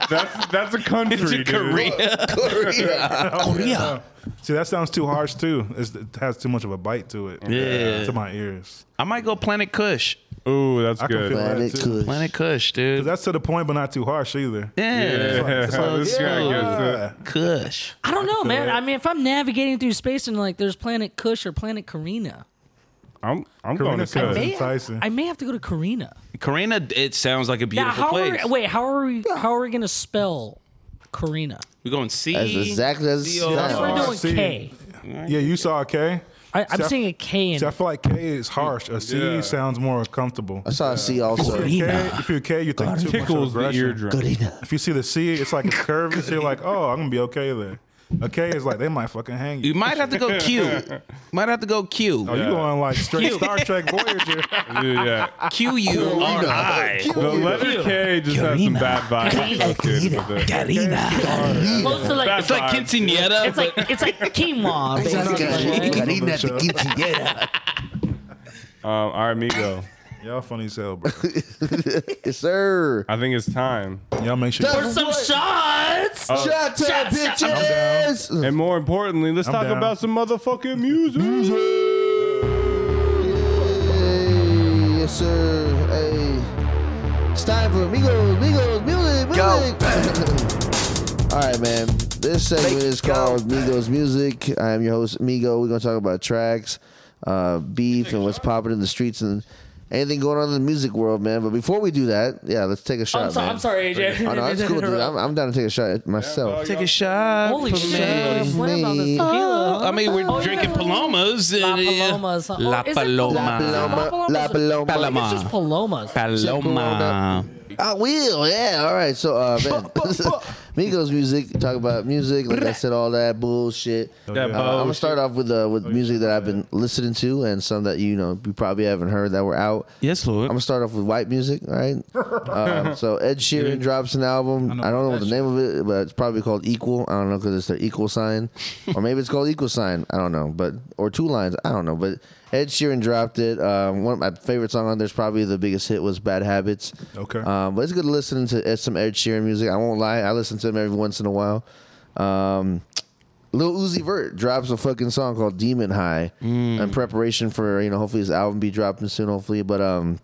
Speaker 1: That's that's a country. dude.
Speaker 5: Korea.
Speaker 2: Korea.
Speaker 5: Korea.
Speaker 3: See, that sounds too harsh too. It's, it has too much of a bite to it.
Speaker 5: Yeah.
Speaker 3: to my ears.
Speaker 5: I might go Planet Kush.
Speaker 1: Ooh, that's
Speaker 3: I can
Speaker 1: good.
Speaker 3: feel
Speaker 2: But it
Speaker 3: Too.
Speaker 2: could.
Speaker 5: Planet Kush, dude.
Speaker 3: That's to the point, but not too harsh either.
Speaker 5: yeah.
Speaker 1: Yeah,
Speaker 3: It's like-
Speaker 1: this guy gets it.
Speaker 5: Kush.
Speaker 4: I don't know, man.
Speaker 3: that.
Speaker 4: I mean, if I'm navigating through space and like there's planet Kush or planet Karina,
Speaker 1: I'm I'm
Speaker 3: Karina
Speaker 1: going to cut.
Speaker 3: sounds
Speaker 4: may-
Speaker 3: enticing.
Speaker 4: I may have to go to Karina.
Speaker 5: Karina, it sounds like a
Speaker 4: Yeah,
Speaker 5: beautiful
Speaker 4: how
Speaker 5: place.
Speaker 4: are wait, how are we how are we gonna spell Karina?
Speaker 5: We're going C.
Speaker 2: That's exactly as it
Speaker 5: D-O-
Speaker 2: sounds.
Speaker 4: We're
Speaker 3: Oh, I
Speaker 4: doing
Speaker 3: see.
Speaker 4: K.
Speaker 3: Yeah, you saw a K.
Speaker 4: I, I'm
Speaker 3: Seth-
Speaker 4: seeing a K in
Speaker 3: See, I
Speaker 4: it.
Speaker 3: feel like K is harsh. A C
Speaker 1: Yeah.
Speaker 3: sounds more comfortable.
Speaker 2: I saw a C also.
Speaker 3: If you're K, if you're K, you think too
Speaker 1: Tickles
Speaker 3: much
Speaker 1: the
Speaker 3: aggression.
Speaker 1: eardrum.
Speaker 2: Karina.
Speaker 3: If you see the C, it's like it's curvy. so you're like, oh, I'm gonna be okay there. A K is like they might fucking hang
Speaker 5: You
Speaker 3: you.
Speaker 5: might have to go Q. might have to go Q.
Speaker 3: Oh, you going like straight Star Trek Voyager?
Speaker 1: Yeah, yeah.
Speaker 5: Q U R I.
Speaker 1: The letter K just has some bad vibes associated with it.
Speaker 4: Close to like
Speaker 5: It's like quinceanera.
Speaker 4: it's like it's like quinoa. basically, right?
Speaker 2: Karina te quinceañera.
Speaker 1: Um, all right, Migo.
Speaker 3: Y'all funny as hell, bro.
Speaker 2: Yes, sir.
Speaker 1: I think it's time.
Speaker 3: Y'all make sure.
Speaker 4: Or some shots.
Speaker 2: Shut up, bitches.
Speaker 1: And more importantly, let's
Speaker 3: I'm
Speaker 1: talk
Speaker 3: down.
Speaker 1: about some motherfucking music.
Speaker 2: Hey, yes, sir. Hey. It's time for Migos, Migos, music, music. All right, man. This segment is called Migos Music. I am your host, Migo. We're going to talk about tracks, uh, beef, and what's popping in the streets and anything going on in the music world, man. But before we do that, yeah, let's take a shot.
Speaker 4: I'm, so,
Speaker 2: man.
Speaker 4: I'm sorry, AJ.
Speaker 2: Oh, no, it's cool, dude. I'm, I'm down to take a shot
Speaker 1: Oh,
Speaker 2: myself.
Speaker 5: Take a shot.
Speaker 4: Holy
Speaker 5: for
Speaker 4: shit!
Speaker 5: me.
Speaker 4: What about this tequila? Oh,
Speaker 5: I mean, we're drinking palomas.
Speaker 4: La
Speaker 5: and, uh,
Speaker 4: Paloma. is- oh,
Speaker 5: La
Speaker 4: is it
Speaker 2: La
Speaker 5: Paloma.
Speaker 2: Paloma. La Paloma.
Speaker 4: It's just palomas.
Speaker 5: Paloma.
Speaker 2: I Ah, will, yeah. All right, so uh, man, Migos music. Talk about music, like I said, all that bullshit.
Speaker 3: That
Speaker 2: Uh, I'm gonna start off with uh, with music that I've been listening to, and some that you know you probably haven't heard that were out.
Speaker 5: Yes,
Speaker 2: I'm
Speaker 5: Lord.
Speaker 2: gonna start off with white music, all right? Um, so Ed Sheeran drops an album. I, don't know what the name of it, but it's probably called Equal. I don't know because it's their equal sign, or maybe it's called Equal Sign. I don't know, but or two lines. I don't know, but Ed Sheeran dropped it. Um, one of my favorite song on there's probably the biggest hit was Bad Habits.
Speaker 3: Okay.
Speaker 2: um, but it's good listening to Ed- some Ed Sheeran music. I won't lie, I listen to him every once in a while. Um, Lil Uzi Vert drops a fucking song called Demon High in preparation for you know hopefully his album be dropping soon hopefully but um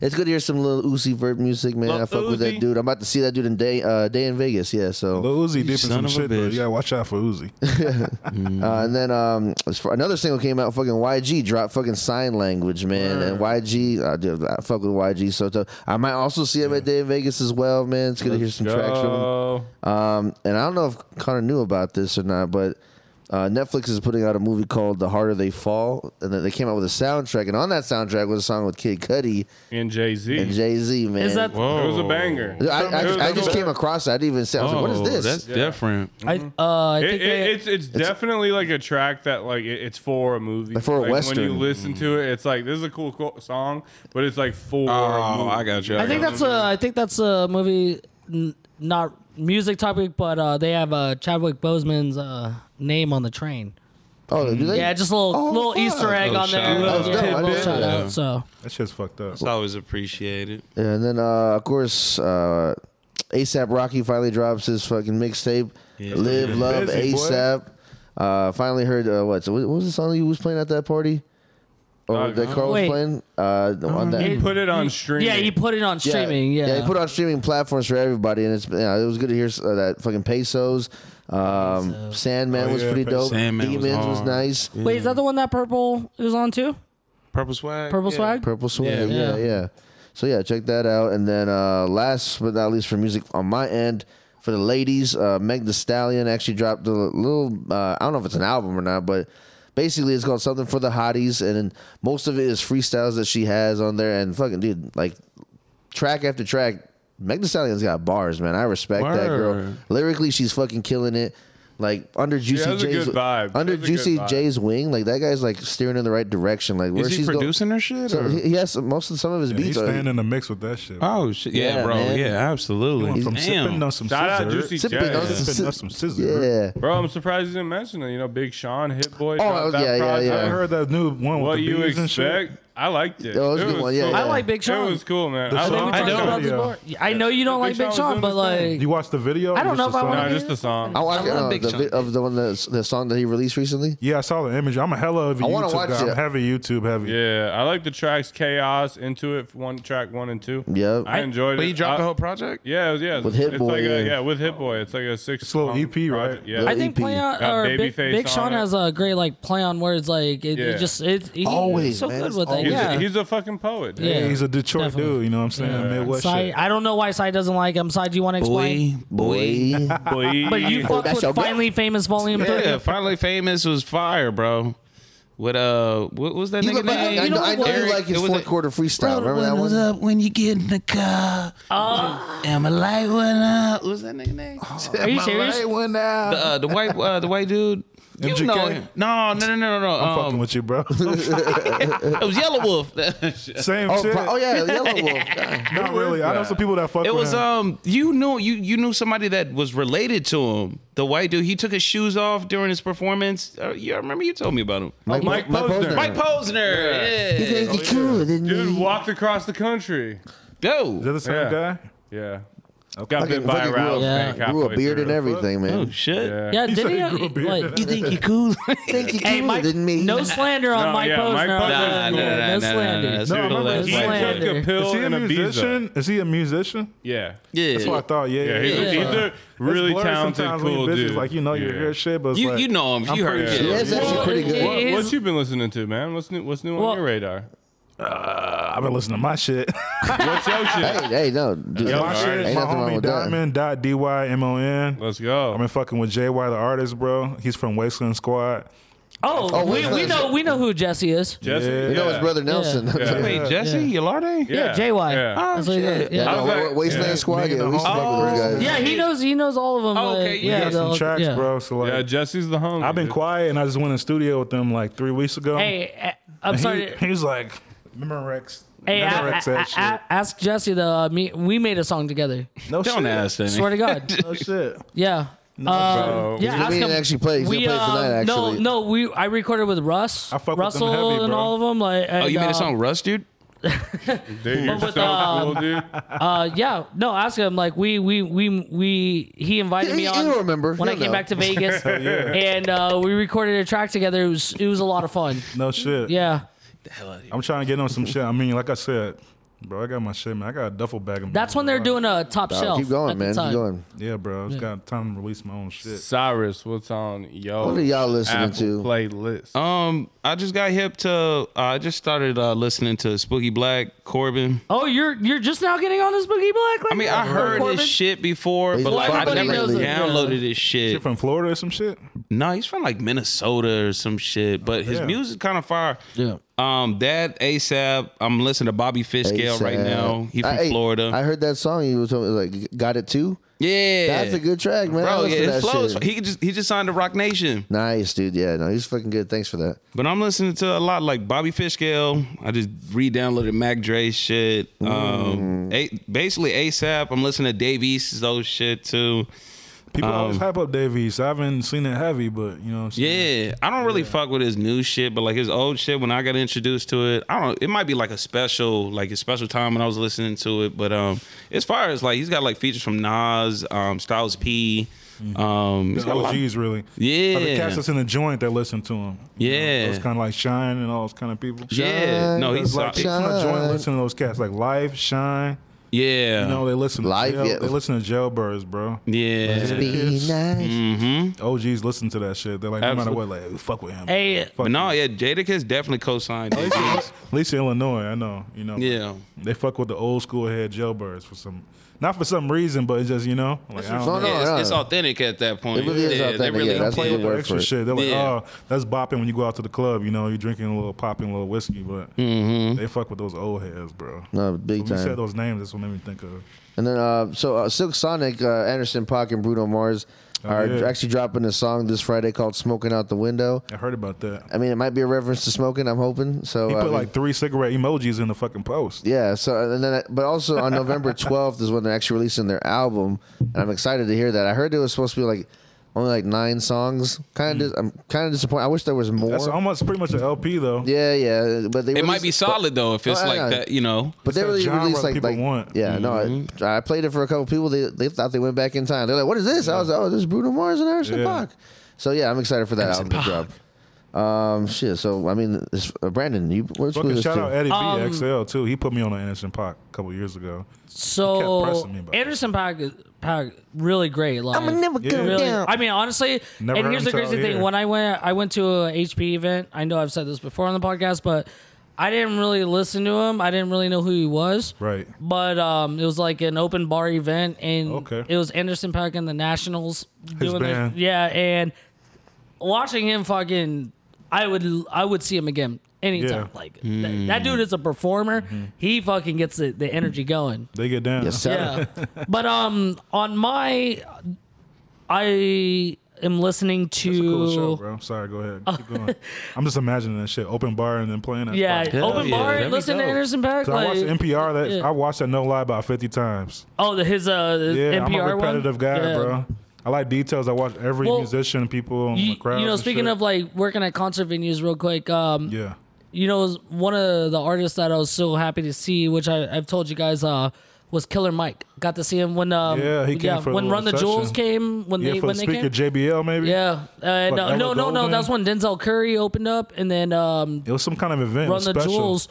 Speaker 2: it's good to hear some little Uzi Vert music man I fuck with that dude I'm about to see that dude in day uh, day in Vegas yeah so
Speaker 3: Lil Uzi dipping
Speaker 5: son of
Speaker 3: some
Speaker 5: a
Speaker 3: shit though.
Speaker 5: bitch.
Speaker 3: You gotta watch out for Uzi.
Speaker 2: uh, and then um as far, another single came out fucking YG dropped fucking sign language man and YG uh, dude, I fuck with YG so tough. I might also see him at day in Vegas as well man it's good to hear some tracks from him
Speaker 1: Go.
Speaker 2: Um, and I don't know if Connor knew about this or not, but uh, Netflix is putting out a movie called The Harder They Fall, and then they came out with a soundtrack, and on that soundtrack was a song with Kid Cudi
Speaker 1: And Jay Z.
Speaker 2: and Jay Z. Man,
Speaker 4: Is that
Speaker 1: It was a banger.
Speaker 2: I, I, I just came across that. I didn't even say. I was
Speaker 3: Oh,
Speaker 2: like, "What is
Speaker 5: Oh,
Speaker 2: this?"
Speaker 5: That's different.
Speaker 4: I, uh, I
Speaker 1: It,
Speaker 4: think
Speaker 1: it, it's it's definitely like a track that like it, it's for a movie.
Speaker 2: Like for a
Speaker 1: Like,
Speaker 2: Western.
Speaker 1: When you listen to it, it's like this is a cool, co- song, but it's like for. a
Speaker 5: Oh,
Speaker 1: movie.
Speaker 5: I got you.
Speaker 4: I think that's a I think that's a movie n- not music topic, but uh, they have uh, Chadwick Boseman's uh, name on the train.
Speaker 2: Oh, do they?
Speaker 4: Yeah, just a little
Speaker 2: Oh,
Speaker 4: little
Speaker 2: fuck.
Speaker 4: Easter egg
Speaker 5: Little
Speaker 4: on
Speaker 5: shout
Speaker 4: there.
Speaker 5: out.
Speaker 4: Yeah,
Speaker 2: Little
Speaker 4: little
Speaker 2: shout
Speaker 4: shout
Speaker 5: out.
Speaker 4: out. So
Speaker 3: That shit's fucked up.
Speaker 5: It's always appreciated.
Speaker 2: Yeah, and then uh, of course, uh, ASAP Rocky finally drops his fucking mixtape, "Live Love
Speaker 3: busy, boy.
Speaker 2: ASAP." Uh, finally heard uh, what? So what what was the song you was playing at that party? or that Carl was
Speaker 4: Wait.
Speaker 2: playing uh, on that.
Speaker 1: He put it on streaming.
Speaker 4: Yeah, he put it on streaming. Yeah,
Speaker 2: they put it on streaming platforms for everybody, and it's yeah, it was good to hear uh, that fucking pesos. Um, Sandman
Speaker 3: Oh,
Speaker 2: was
Speaker 3: yeah,
Speaker 2: pretty dope.
Speaker 5: Sandman was
Speaker 2: Demons was,
Speaker 5: hard.
Speaker 2: nice.
Speaker 4: Wait, is that the one that purple is on too?
Speaker 5: Purple swag.
Speaker 4: Purple
Speaker 5: yeah.
Speaker 4: swag.
Speaker 2: Purple Swing. Yeah. yeah,
Speaker 4: Yeah.
Speaker 2: So yeah, check that out. And then uh, last but not least for music on my end, for the ladies, uh, Meg The Stallion actually dropped a little. Uh, I don't know if it's an album or not, but basically it's called something for the hotties, and then most of it is freestyles that she has on there. And fucking dude, like track after track, Meg Thee Stallion's got bars, man. I respect that girl.
Speaker 1: Word.
Speaker 2: Lyrically, she's fucking killing it. Like under Juicy
Speaker 1: has a
Speaker 2: J's
Speaker 1: good vibe. She
Speaker 2: under
Speaker 1: has a good
Speaker 2: Juicy
Speaker 1: vibe.
Speaker 2: J's wing, like that guy's like steering in the right direction. Like where
Speaker 5: Is he
Speaker 2: she's going.
Speaker 5: producing her shit?
Speaker 2: So
Speaker 5: or-
Speaker 2: he he has some, most of some of his
Speaker 3: Yeah, he's
Speaker 2: beats
Speaker 3: staying
Speaker 2: are
Speaker 3: in the mix with that shit.
Speaker 5: oh shit! Yeah,
Speaker 2: Yeah,
Speaker 5: bro.
Speaker 2: man.
Speaker 5: Yeah,
Speaker 3: He
Speaker 5: absolutely.
Speaker 3: went from sipping
Speaker 5: Damn.
Speaker 3: on some
Speaker 1: Shout out
Speaker 3: scissor.
Speaker 1: Juicy
Speaker 2: Sipping
Speaker 1: J.
Speaker 2: on some-
Speaker 3: Sipping on some scissor.
Speaker 2: yeah.
Speaker 1: Bro, I'm surprised you didn't mention it. You know, Big Sean, Hit Boy.
Speaker 2: Oh,
Speaker 1: dropped that
Speaker 2: yeah, yeah,
Speaker 1: project.
Speaker 3: I
Speaker 2: yeah.
Speaker 3: heard that new one
Speaker 1: What
Speaker 3: with the
Speaker 1: you
Speaker 3: bees and shit.
Speaker 1: expect? I liked it.
Speaker 2: That was a
Speaker 1: It
Speaker 2: good one, yeah,
Speaker 1: cool.
Speaker 2: yeah.
Speaker 4: I like Big Sean.
Speaker 1: It was cool, man.
Speaker 3: The
Speaker 1: I,
Speaker 3: song-
Speaker 1: love
Speaker 4: I
Speaker 1: the
Speaker 4: know.
Speaker 3: don't.
Speaker 1: song.
Speaker 3: Yeah.
Speaker 4: I know you don't
Speaker 1: Big
Speaker 4: like
Speaker 1: Sean
Speaker 4: Big Sean,
Speaker 1: was
Speaker 4: but
Speaker 1: doing
Speaker 4: like,
Speaker 3: You watched the video?
Speaker 4: I don't know
Speaker 3: It's
Speaker 4: if
Speaker 3: just
Speaker 4: I
Speaker 3: a
Speaker 4: want
Speaker 1: Nah,
Speaker 4: to.
Speaker 1: just the song.
Speaker 2: I watched
Speaker 4: I love
Speaker 2: uh,
Speaker 4: Big
Speaker 2: the,
Speaker 4: Sean.
Speaker 2: vi- of the one that, the song that he released recently.
Speaker 3: Yeah, I saw the image. I'm a hella of a
Speaker 2: I wanna
Speaker 3: YouTube
Speaker 2: watch
Speaker 3: guy.
Speaker 2: it.
Speaker 3: I'm heavy YouTube heavy.
Speaker 1: Yeah, I like the tracks Chaos, Into It, one track one and two.
Speaker 2: Yep.
Speaker 1: I enjoyed it.
Speaker 5: But he dropped
Speaker 1: I-
Speaker 5: the whole project.
Speaker 1: Yeah, it was, yeah.
Speaker 2: With Hit
Speaker 1: it's
Speaker 2: Boy,
Speaker 1: like a,
Speaker 2: yeah.
Speaker 1: yeah, with Hit Boy. It's like a six.
Speaker 3: little
Speaker 1: song
Speaker 3: EP, right?
Speaker 1: project. Yeah.
Speaker 2: Yeah.
Speaker 4: I think
Speaker 2: EP.
Speaker 4: play on
Speaker 1: Got
Speaker 4: or Big,
Speaker 1: Babyface
Speaker 4: Big
Speaker 1: on
Speaker 4: Sean
Speaker 1: it.
Speaker 4: has a great like play on words. Like it,
Speaker 1: Yeah.
Speaker 4: it just it's he,
Speaker 2: Always,
Speaker 4: he's so
Speaker 2: man,
Speaker 4: good
Speaker 2: it's
Speaker 4: with that.
Speaker 2: always-
Speaker 1: He's,
Speaker 4: Yeah.
Speaker 1: a, he's a fucking poet. dude.
Speaker 4: Yeah.
Speaker 3: He's a Detroit
Speaker 4: Definitely.
Speaker 3: dude, you know what I'm saying? Midwest
Speaker 4: Sai,
Speaker 3: shit.
Speaker 4: I don't know why Sai doesn't like him. Sai, do you want to explain?
Speaker 5: Boy, boy.
Speaker 1: Boy.
Speaker 4: But you fuck
Speaker 2: that's your
Speaker 4: with
Speaker 2: girl.
Speaker 4: finally famous volume three.
Speaker 5: Yeah, finally famous was fire, bro. With uh, what was that
Speaker 2: You
Speaker 5: nigga
Speaker 2: look like,
Speaker 5: name?
Speaker 2: I, know, I know you
Speaker 5: Eric-
Speaker 2: like
Speaker 5: it
Speaker 2: his
Speaker 5: was
Speaker 2: fourth
Speaker 5: a-
Speaker 2: quarter freestyle. Remember that one?
Speaker 5: up when you get in the car. Am I light one up? What was that nigga name?
Speaker 2: Oh.
Speaker 4: Are you serious?
Speaker 5: The, uh, the white uh, the white dude. You
Speaker 3: MGK?
Speaker 5: know him. No, no, no, no, no, no.
Speaker 3: I'm fucking
Speaker 5: Um,
Speaker 3: with you, bro.
Speaker 5: it was Yellow Wolf. it
Speaker 3: Same
Speaker 2: Oh,
Speaker 3: shit.
Speaker 2: pro- oh yeah, Yellow Wolf. Yeah.
Speaker 3: Not really. I know some people that fuck with
Speaker 5: was
Speaker 3: him.
Speaker 1: uh,
Speaker 5: um. You knew you you knew somebody that was related to him. The white dude. He took his shoes off during his performance. Uh, yeah, I remember you told me about him.
Speaker 2: Mike,
Speaker 1: Mike Posner.
Speaker 5: Mike Posner. Yeah.
Speaker 2: He think he cool, didn't
Speaker 1: Dude
Speaker 2: he?
Speaker 1: walked across the country.
Speaker 5: Go.
Speaker 3: Is that the same
Speaker 1: Yeah.
Speaker 3: guy?
Speaker 1: Yeah. Got
Speaker 2: Fucking-
Speaker 1: bit by
Speaker 2: fucking
Speaker 1: a
Speaker 2: grew up-
Speaker 1: rattlesnake.
Speaker 2: Grew a
Speaker 1: halfway
Speaker 2: beard
Speaker 1: through.
Speaker 2: and everything,
Speaker 5: oh
Speaker 2: man.
Speaker 5: shit.
Speaker 1: Yeah.
Speaker 4: Yeah, did
Speaker 3: said
Speaker 4: he?
Speaker 3: he grew a beard.
Speaker 4: Like,
Speaker 5: You think you cool?
Speaker 2: Think he
Speaker 4: hey,
Speaker 2: cooler
Speaker 4: Mike,
Speaker 2: than me?
Speaker 4: no slander on
Speaker 1: No,
Speaker 4: Mike
Speaker 1: yeah,
Speaker 4: Posner.
Speaker 1: Mike
Speaker 4: on
Speaker 1: Posner's
Speaker 4: that.
Speaker 1: cool.
Speaker 4: no,
Speaker 5: Nah, nah, nah, nah,
Speaker 4: slander.
Speaker 5: nah, that's
Speaker 3: No, I
Speaker 5: cool.
Speaker 3: remember
Speaker 5: That's
Speaker 1: He
Speaker 4: He's
Speaker 5: fine.
Speaker 4: like-
Speaker 1: took a
Speaker 4: Slander.
Speaker 1: pill
Speaker 3: Is he a
Speaker 1: in Ibiza.
Speaker 3: musician? Is he a musician?
Speaker 1: Yeah.
Speaker 5: Yeah.
Speaker 3: That's what I thought. Yeah,
Speaker 1: Yeah, he's,
Speaker 4: Yeah.
Speaker 1: he's a really
Speaker 3: blurry
Speaker 1: talented,
Speaker 3: sometimes when you
Speaker 1: cool
Speaker 3: busy. It's
Speaker 1: dude.
Speaker 3: Like you know, you're
Speaker 1: Yeah.
Speaker 3: your shit, but it's
Speaker 5: You
Speaker 3: like,
Speaker 5: you know him. You heard
Speaker 3: pretty
Speaker 5: him.
Speaker 3: sure.
Speaker 2: Yeah, it's actually
Speaker 4: Well,
Speaker 2: pretty
Speaker 4: it-
Speaker 2: good.
Speaker 4: it-
Speaker 1: What, what
Speaker 4: His-
Speaker 1: you been listening to, man? What's new? What's new
Speaker 4: Well-
Speaker 1: on your radar?
Speaker 3: uh, I've been listening to my shit.
Speaker 1: What's your shit?
Speaker 2: Hey, hey, no, dude,
Speaker 1: Yo,
Speaker 3: my
Speaker 1: alright.
Speaker 3: shit,
Speaker 2: Ain't
Speaker 3: my
Speaker 2: nothing wrong
Speaker 3: homie
Speaker 2: with that.
Speaker 3: Diamond dot D Y M O N.
Speaker 1: Let's go.
Speaker 3: I've been fucking with JY the artist, bro. He's from Wasteland Squad.
Speaker 4: Oh,
Speaker 2: Oh,
Speaker 4: we,
Speaker 2: wait,
Speaker 4: we
Speaker 2: wait.
Speaker 4: know we know who Jesse is.
Speaker 1: Jesse?
Speaker 3: Yeah.
Speaker 2: you know his brother Nelson.
Speaker 1: Yeah.
Speaker 5: Wait, Jesse Yolarte?
Speaker 1: Yeah.
Speaker 4: JY.
Speaker 1: Yeah.
Speaker 5: Oh,
Speaker 4: That's what he
Speaker 5: shit.
Speaker 4: did, yeah.
Speaker 1: I
Speaker 2: No,
Speaker 1: was
Speaker 2: Wa-
Speaker 1: like-
Speaker 2: Wasteland
Speaker 3: yeah.
Speaker 2: Squad.
Speaker 3: Me and
Speaker 2: Yeah,
Speaker 3: the
Speaker 2: we used to fuck with those guys.
Speaker 4: Yeah, he knows he knows all of them.
Speaker 5: Oh,
Speaker 4: like,
Speaker 5: okay,
Speaker 4: yeah,
Speaker 5: you
Speaker 3: Got some
Speaker 4: the-
Speaker 3: tracks,
Speaker 4: yeah.
Speaker 3: bro. So like,
Speaker 1: Yeah, Jesse's the homie.
Speaker 3: I've been
Speaker 1: dude.
Speaker 3: quiet, and I just went in the studio with them like three weeks ago.
Speaker 4: Hey, eh, I'm
Speaker 3: And he,
Speaker 4: sorry.
Speaker 3: he was like, "Remember Rex?
Speaker 4: Hey,
Speaker 3: remember
Speaker 4: I, I,
Speaker 3: Rex that
Speaker 4: I- I- ask Jesse the uh, me, we made a song together.
Speaker 3: shit? No
Speaker 5: Don't
Speaker 3: shit.
Speaker 5: ask that.
Speaker 4: Swear to God.
Speaker 3: No shit.
Speaker 4: Yeah.
Speaker 1: bro.
Speaker 4: um,
Speaker 1: He's
Speaker 4: yeah.
Speaker 2: gonna
Speaker 4: ask
Speaker 2: be in
Speaker 4: him.
Speaker 2: actually play. He's
Speaker 4: we,
Speaker 2: gonna play tonight,
Speaker 4: um,
Speaker 2: actually.
Speaker 4: No, no. We I recorded with Russ,
Speaker 3: I fuck with them
Speaker 4: Russell,
Speaker 3: heavy,
Speaker 4: and
Speaker 3: bro.
Speaker 4: all of them. Like,
Speaker 5: Oh,
Speaker 4: and,
Speaker 5: you made
Speaker 4: uh,
Speaker 5: a song, Rust, dude?
Speaker 1: Dude, you're
Speaker 4: with,
Speaker 1: so
Speaker 4: um,
Speaker 1: cool, dude.
Speaker 4: Uh, yeah. No, ask him. Like, we we we we he invited
Speaker 2: He-
Speaker 4: me
Speaker 2: he'll
Speaker 4: on.
Speaker 2: remember.
Speaker 4: when I
Speaker 2: He'll
Speaker 4: came
Speaker 2: know.
Speaker 4: back to Vegas, and uh, we recorded a track together. It was it was a lot of fun.
Speaker 3: No shit.
Speaker 4: Yeah.
Speaker 3: I'm trying to get on some shit. I mean, like I said, bro, I got my shit, man. I got a duffel bag. of-
Speaker 4: That's when they're doing a top
Speaker 2: Nah,
Speaker 4: shelf.
Speaker 2: keep
Speaker 4: at
Speaker 2: going,
Speaker 4: the
Speaker 2: man. Keep
Speaker 4: time.
Speaker 2: going.
Speaker 3: Yeah, bro. It's got time to release my own shit.
Speaker 1: Cyrus, what's on yo?
Speaker 2: What are y'all listening
Speaker 1: Apple
Speaker 2: to?
Speaker 1: Playlist.
Speaker 5: Um, I just got hip to. Uh, I just started uh, listening to Spooky Black Corbin.
Speaker 4: Oh, you're you're just now getting on this boogie black? Like
Speaker 5: I mean, I
Speaker 4: that,
Speaker 5: heard
Speaker 4: Oh, Corbin?
Speaker 5: this shit before,
Speaker 2: He's
Speaker 5: but like I
Speaker 2: everybody
Speaker 5: never
Speaker 2: knows it,
Speaker 4: yeah.
Speaker 5: downloaded this shit.
Speaker 3: Shit from Florida or some shit?
Speaker 5: No, he's from like Minnesota or some shit, but his
Speaker 3: yeah.
Speaker 5: music kind of fire.
Speaker 4: Yeah.
Speaker 5: Um, that ASAP. I'm listening to Bobby Fiscale right
Speaker 2: ASAP.
Speaker 5: now. He from
Speaker 2: I- hey,
Speaker 5: Florida.
Speaker 2: I heard that song you was talking like got it too.
Speaker 5: yeah,
Speaker 2: That's a good track, man. I
Speaker 5: Bro,
Speaker 2: listen
Speaker 5: yeah,
Speaker 2: to
Speaker 5: his
Speaker 2: that
Speaker 5: flow. is-
Speaker 2: shit.
Speaker 5: He could just he just signed to Rock Nation.
Speaker 2: nice, dude. Yeah, no, he's fucking good. Thanks for that.
Speaker 5: But I'm listening to a lot like Bobby Fishgale. I just re-downloaded Mac Dre shit.
Speaker 2: Mm.
Speaker 5: Um, a- basically ASAP. I'm listening to Dave East's old shit too.
Speaker 3: People
Speaker 5: Um,
Speaker 3: always hype up Davies. I haven't seen it heavy, but you know what I'm saying?
Speaker 5: Yeah, I don't really fuck with his new shit, but like his old shit. When I got introduced to it, I don't. It might be like a special, like a special time when I was listening to it. But um, as far as like he's got like features from Nas, um, Styles P, Um,
Speaker 3: The OGs really. But the
Speaker 5: yeah,
Speaker 3: cats that's in the joint that listen to him.
Speaker 5: Yeah.
Speaker 3: It's kind of like Shine and all those kind of people.
Speaker 5: yeah. No, he's
Speaker 3: It's like
Speaker 5: solid.
Speaker 3: people in the joint
Speaker 2: Shine.
Speaker 3: listen to those cats like Life, Shine.
Speaker 5: yeah,
Speaker 3: You know they listen to
Speaker 2: Life,
Speaker 3: jail-
Speaker 2: yeah.
Speaker 3: they listen to Jailbirds, bro.
Speaker 5: yeah.
Speaker 2: Be
Speaker 3: Yes.
Speaker 5: Mm.
Speaker 2: nice.
Speaker 3: OGs listen to that shit. They're like, no
Speaker 5: Absolutely.
Speaker 3: matter what, like fuck with him.
Speaker 4: Hey,
Speaker 3: fuck
Speaker 5: But no,
Speaker 3: him.
Speaker 5: yeah, Jadakiss definitely co-signed.
Speaker 3: Oh,
Speaker 5: it.
Speaker 3: At least in Illinois, I know. You know.
Speaker 5: yeah,
Speaker 3: They fuck with the old school head jailbirds for some, not for some reason, but it's just you know, like I
Speaker 2: No,
Speaker 3: don't
Speaker 2: no,
Speaker 3: know.
Speaker 5: Yeah, it's,
Speaker 2: no.
Speaker 5: it's authentic at that point.
Speaker 2: It really is
Speaker 5: yeah, They
Speaker 2: authentic,
Speaker 5: really
Speaker 2: yeah, that's
Speaker 5: play
Speaker 2: what
Speaker 5: with
Speaker 2: it
Speaker 5: the-
Speaker 2: works.
Speaker 3: Extra shit. They're like,
Speaker 5: Yeah.
Speaker 3: oh, that's bopping when you go out to the club. You know, you're drinking a little popping, little whiskey, but
Speaker 5: Mm-hmm.
Speaker 3: they fuck with those old heads, bro.
Speaker 2: No, big
Speaker 3: When you
Speaker 2: time.
Speaker 3: said those names, that's what made me think of.
Speaker 2: And then, uh, so uh, Silk Sonic, uh, Anderson Pac, and Bruno Mars are
Speaker 3: Oh, yeah.
Speaker 2: actually dropping a song this Friday called "Smoking Out the Window."
Speaker 3: I heard about that.
Speaker 2: I mean, it might be a reference to smoking. I'm hoping. So
Speaker 3: He
Speaker 2: I
Speaker 3: put
Speaker 2: mean,
Speaker 3: like three cigarette emojis in the fucking post.
Speaker 2: Yeah. So and then, but also on November 12th is when they're actually releasing their album, and I'm excited to hear that. I heard it was supposed to be like only like nine songs. Kind of, I'm kind of disappointed. I wish there was more.
Speaker 3: Hmm. That's almost pretty much an LP though.
Speaker 2: yeah, yeah. But they
Speaker 5: It might be
Speaker 2: released-
Speaker 5: solid though if it's
Speaker 2: Oh, I
Speaker 5: like
Speaker 2: know.
Speaker 5: that. You know.
Speaker 2: But they
Speaker 3: It's that
Speaker 2: really
Speaker 3: genre
Speaker 2: released like
Speaker 3: people
Speaker 2: like
Speaker 3: want. Mm-hmm.
Speaker 2: yeah no I, I played it for a couple people they they thought they went back in time they're like what is this I was like oh this is Bruno Mars and Anderson
Speaker 3: Yeah.
Speaker 2: Paak so yeah I'm excited for that album to drop um shit so I mean this, uh, Brandon you what's with
Speaker 3: Fucking
Speaker 2: this
Speaker 3: shout
Speaker 2: to?
Speaker 3: out Eddie B XL
Speaker 5: Um,
Speaker 3: too. He put me on an Anderson Pac a couple years ago. kept
Speaker 4: So
Speaker 3: pressing me about
Speaker 4: Anderson Paak, is- Paak really great live.
Speaker 2: I'ma never go
Speaker 4: really,
Speaker 2: down.
Speaker 4: I mean, honestly,
Speaker 3: Never
Speaker 4: and
Speaker 3: heard
Speaker 4: here's
Speaker 3: him
Speaker 4: the
Speaker 3: till
Speaker 4: crazy
Speaker 3: here.
Speaker 4: thing: when I went, I went to a HP event. I know I've said this before on the podcast, but I didn't really listen to him. I didn't really know who he was.
Speaker 3: Right.
Speaker 4: But um, it was like an open bar event, and
Speaker 3: Okay.
Speaker 4: it was Anderson Paak and the Nationals
Speaker 3: His
Speaker 4: doing their-
Speaker 3: band.
Speaker 4: yeah, and watching him fucking, I would I would see him again anytime.
Speaker 3: Yeah. Mm-hmm.
Speaker 4: Like th- that dude is a performer. He fucking gets the, the energy going.
Speaker 3: They get down.
Speaker 2: Yes, sir.
Speaker 4: Yeah. but um on my I am listening to
Speaker 3: It's a cool show, bro. Sorry, go ahead. Keep going. I'm just imagining that shit. Open bar and then playing that.
Speaker 4: Yeah,
Speaker 3: fucking-
Speaker 4: open
Speaker 5: yeah,
Speaker 4: bar
Speaker 5: that'd
Speaker 4: and
Speaker 5: be
Speaker 4: listen to
Speaker 5: dope.
Speaker 4: Anderson Paak.
Speaker 3: So I watched
Speaker 4: Like,
Speaker 3: NPR. That
Speaker 4: yeah.
Speaker 3: I watched that no lie about 50 times.
Speaker 4: oh, the, his uh his
Speaker 3: Yeah,
Speaker 4: NPR
Speaker 3: I'm a repetitive
Speaker 4: one?
Speaker 3: guy,
Speaker 4: Yeah.
Speaker 3: bro. I like details. I watch every
Speaker 4: Well,
Speaker 3: musician, people,
Speaker 4: You,
Speaker 3: you, the crowd.
Speaker 4: you know, speaking of like working at concert venues, real quick, um,
Speaker 3: yeah,
Speaker 4: you know, one of the artists that I was so happy to see, which I, I've told you guys, uh, was Killer Mike. Got to see him when, um,
Speaker 3: Yeah, he came for a
Speaker 4: when
Speaker 3: little
Speaker 4: Run the
Speaker 3: session.
Speaker 4: Jewels came, when
Speaker 3: yeah,
Speaker 4: they
Speaker 3: for the
Speaker 4: when they
Speaker 3: speaker
Speaker 4: came,
Speaker 3: JBL maybe.
Speaker 4: yeah, uh, and,
Speaker 3: Like
Speaker 4: uh, no,
Speaker 3: Ella
Speaker 4: no, no,
Speaker 3: Goldman?
Speaker 4: that's when Denzel Curry opened up, and then um,
Speaker 3: it was some kind of event.
Speaker 4: Run the
Speaker 3: special.
Speaker 4: Jewels.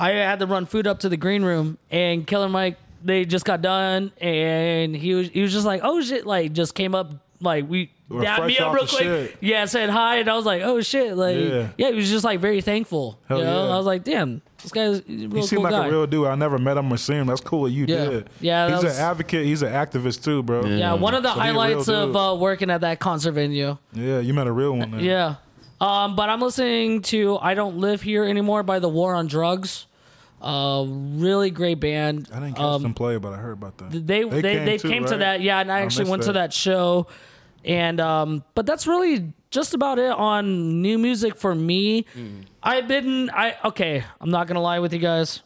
Speaker 4: I had to run food up to the green room, and Killer Mike, they just got done, and he was he was just like, oh shit, like just came up, like we.
Speaker 3: We're
Speaker 4: dabbed me
Speaker 3: fresh
Speaker 4: up
Speaker 3: off
Speaker 4: real
Speaker 3: the
Speaker 4: quick.
Speaker 3: shit.
Speaker 4: Yeah, said hi, and I was like, "Oh shit!" Like,
Speaker 3: Yeah.
Speaker 4: yeah, he was just like very thankful.
Speaker 3: Hell
Speaker 4: you know?
Speaker 3: yeah.
Speaker 4: I was like, "Damn, this guy's he's a real
Speaker 3: He
Speaker 4: cool
Speaker 3: seemed like
Speaker 4: guy."
Speaker 3: a real dude. I never met him or seen him. That's cool. That you
Speaker 4: Yeah.
Speaker 3: did.
Speaker 4: Yeah, that
Speaker 3: he's
Speaker 4: was-
Speaker 3: an advocate. He's an activist too, bro.
Speaker 4: yeah, one of the
Speaker 3: So he a real
Speaker 4: highlights of
Speaker 3: dude.
Speaker 4: uh, working at that concert venue.
Speaker 3: Yeah, you met a real one. Then.
Speaker 4: Yeah. Um, but I'm listening to I Don't Live Here Anymore by The War on Drugs. Uh, really great band.
Speaker 3: I didn't catch
Speaker 4: um,
Speaker 3: them play, but I heard about that.
Speaker 4: they they they came,
Speaker 3: too,
Speaker 4: to
Speaker 3: right?
Speaker 4: that yeah and i
Speaker 3: I
Speaker 4: actually
Speaker 3: missed
Speaker 4: went to
Speaker 3: that.
Speaker 4: that show and um but that's really just about it on new music for me
Speaker 3: Mm.
Speaker 4: i've been i okay i'm not gonna lie with you guys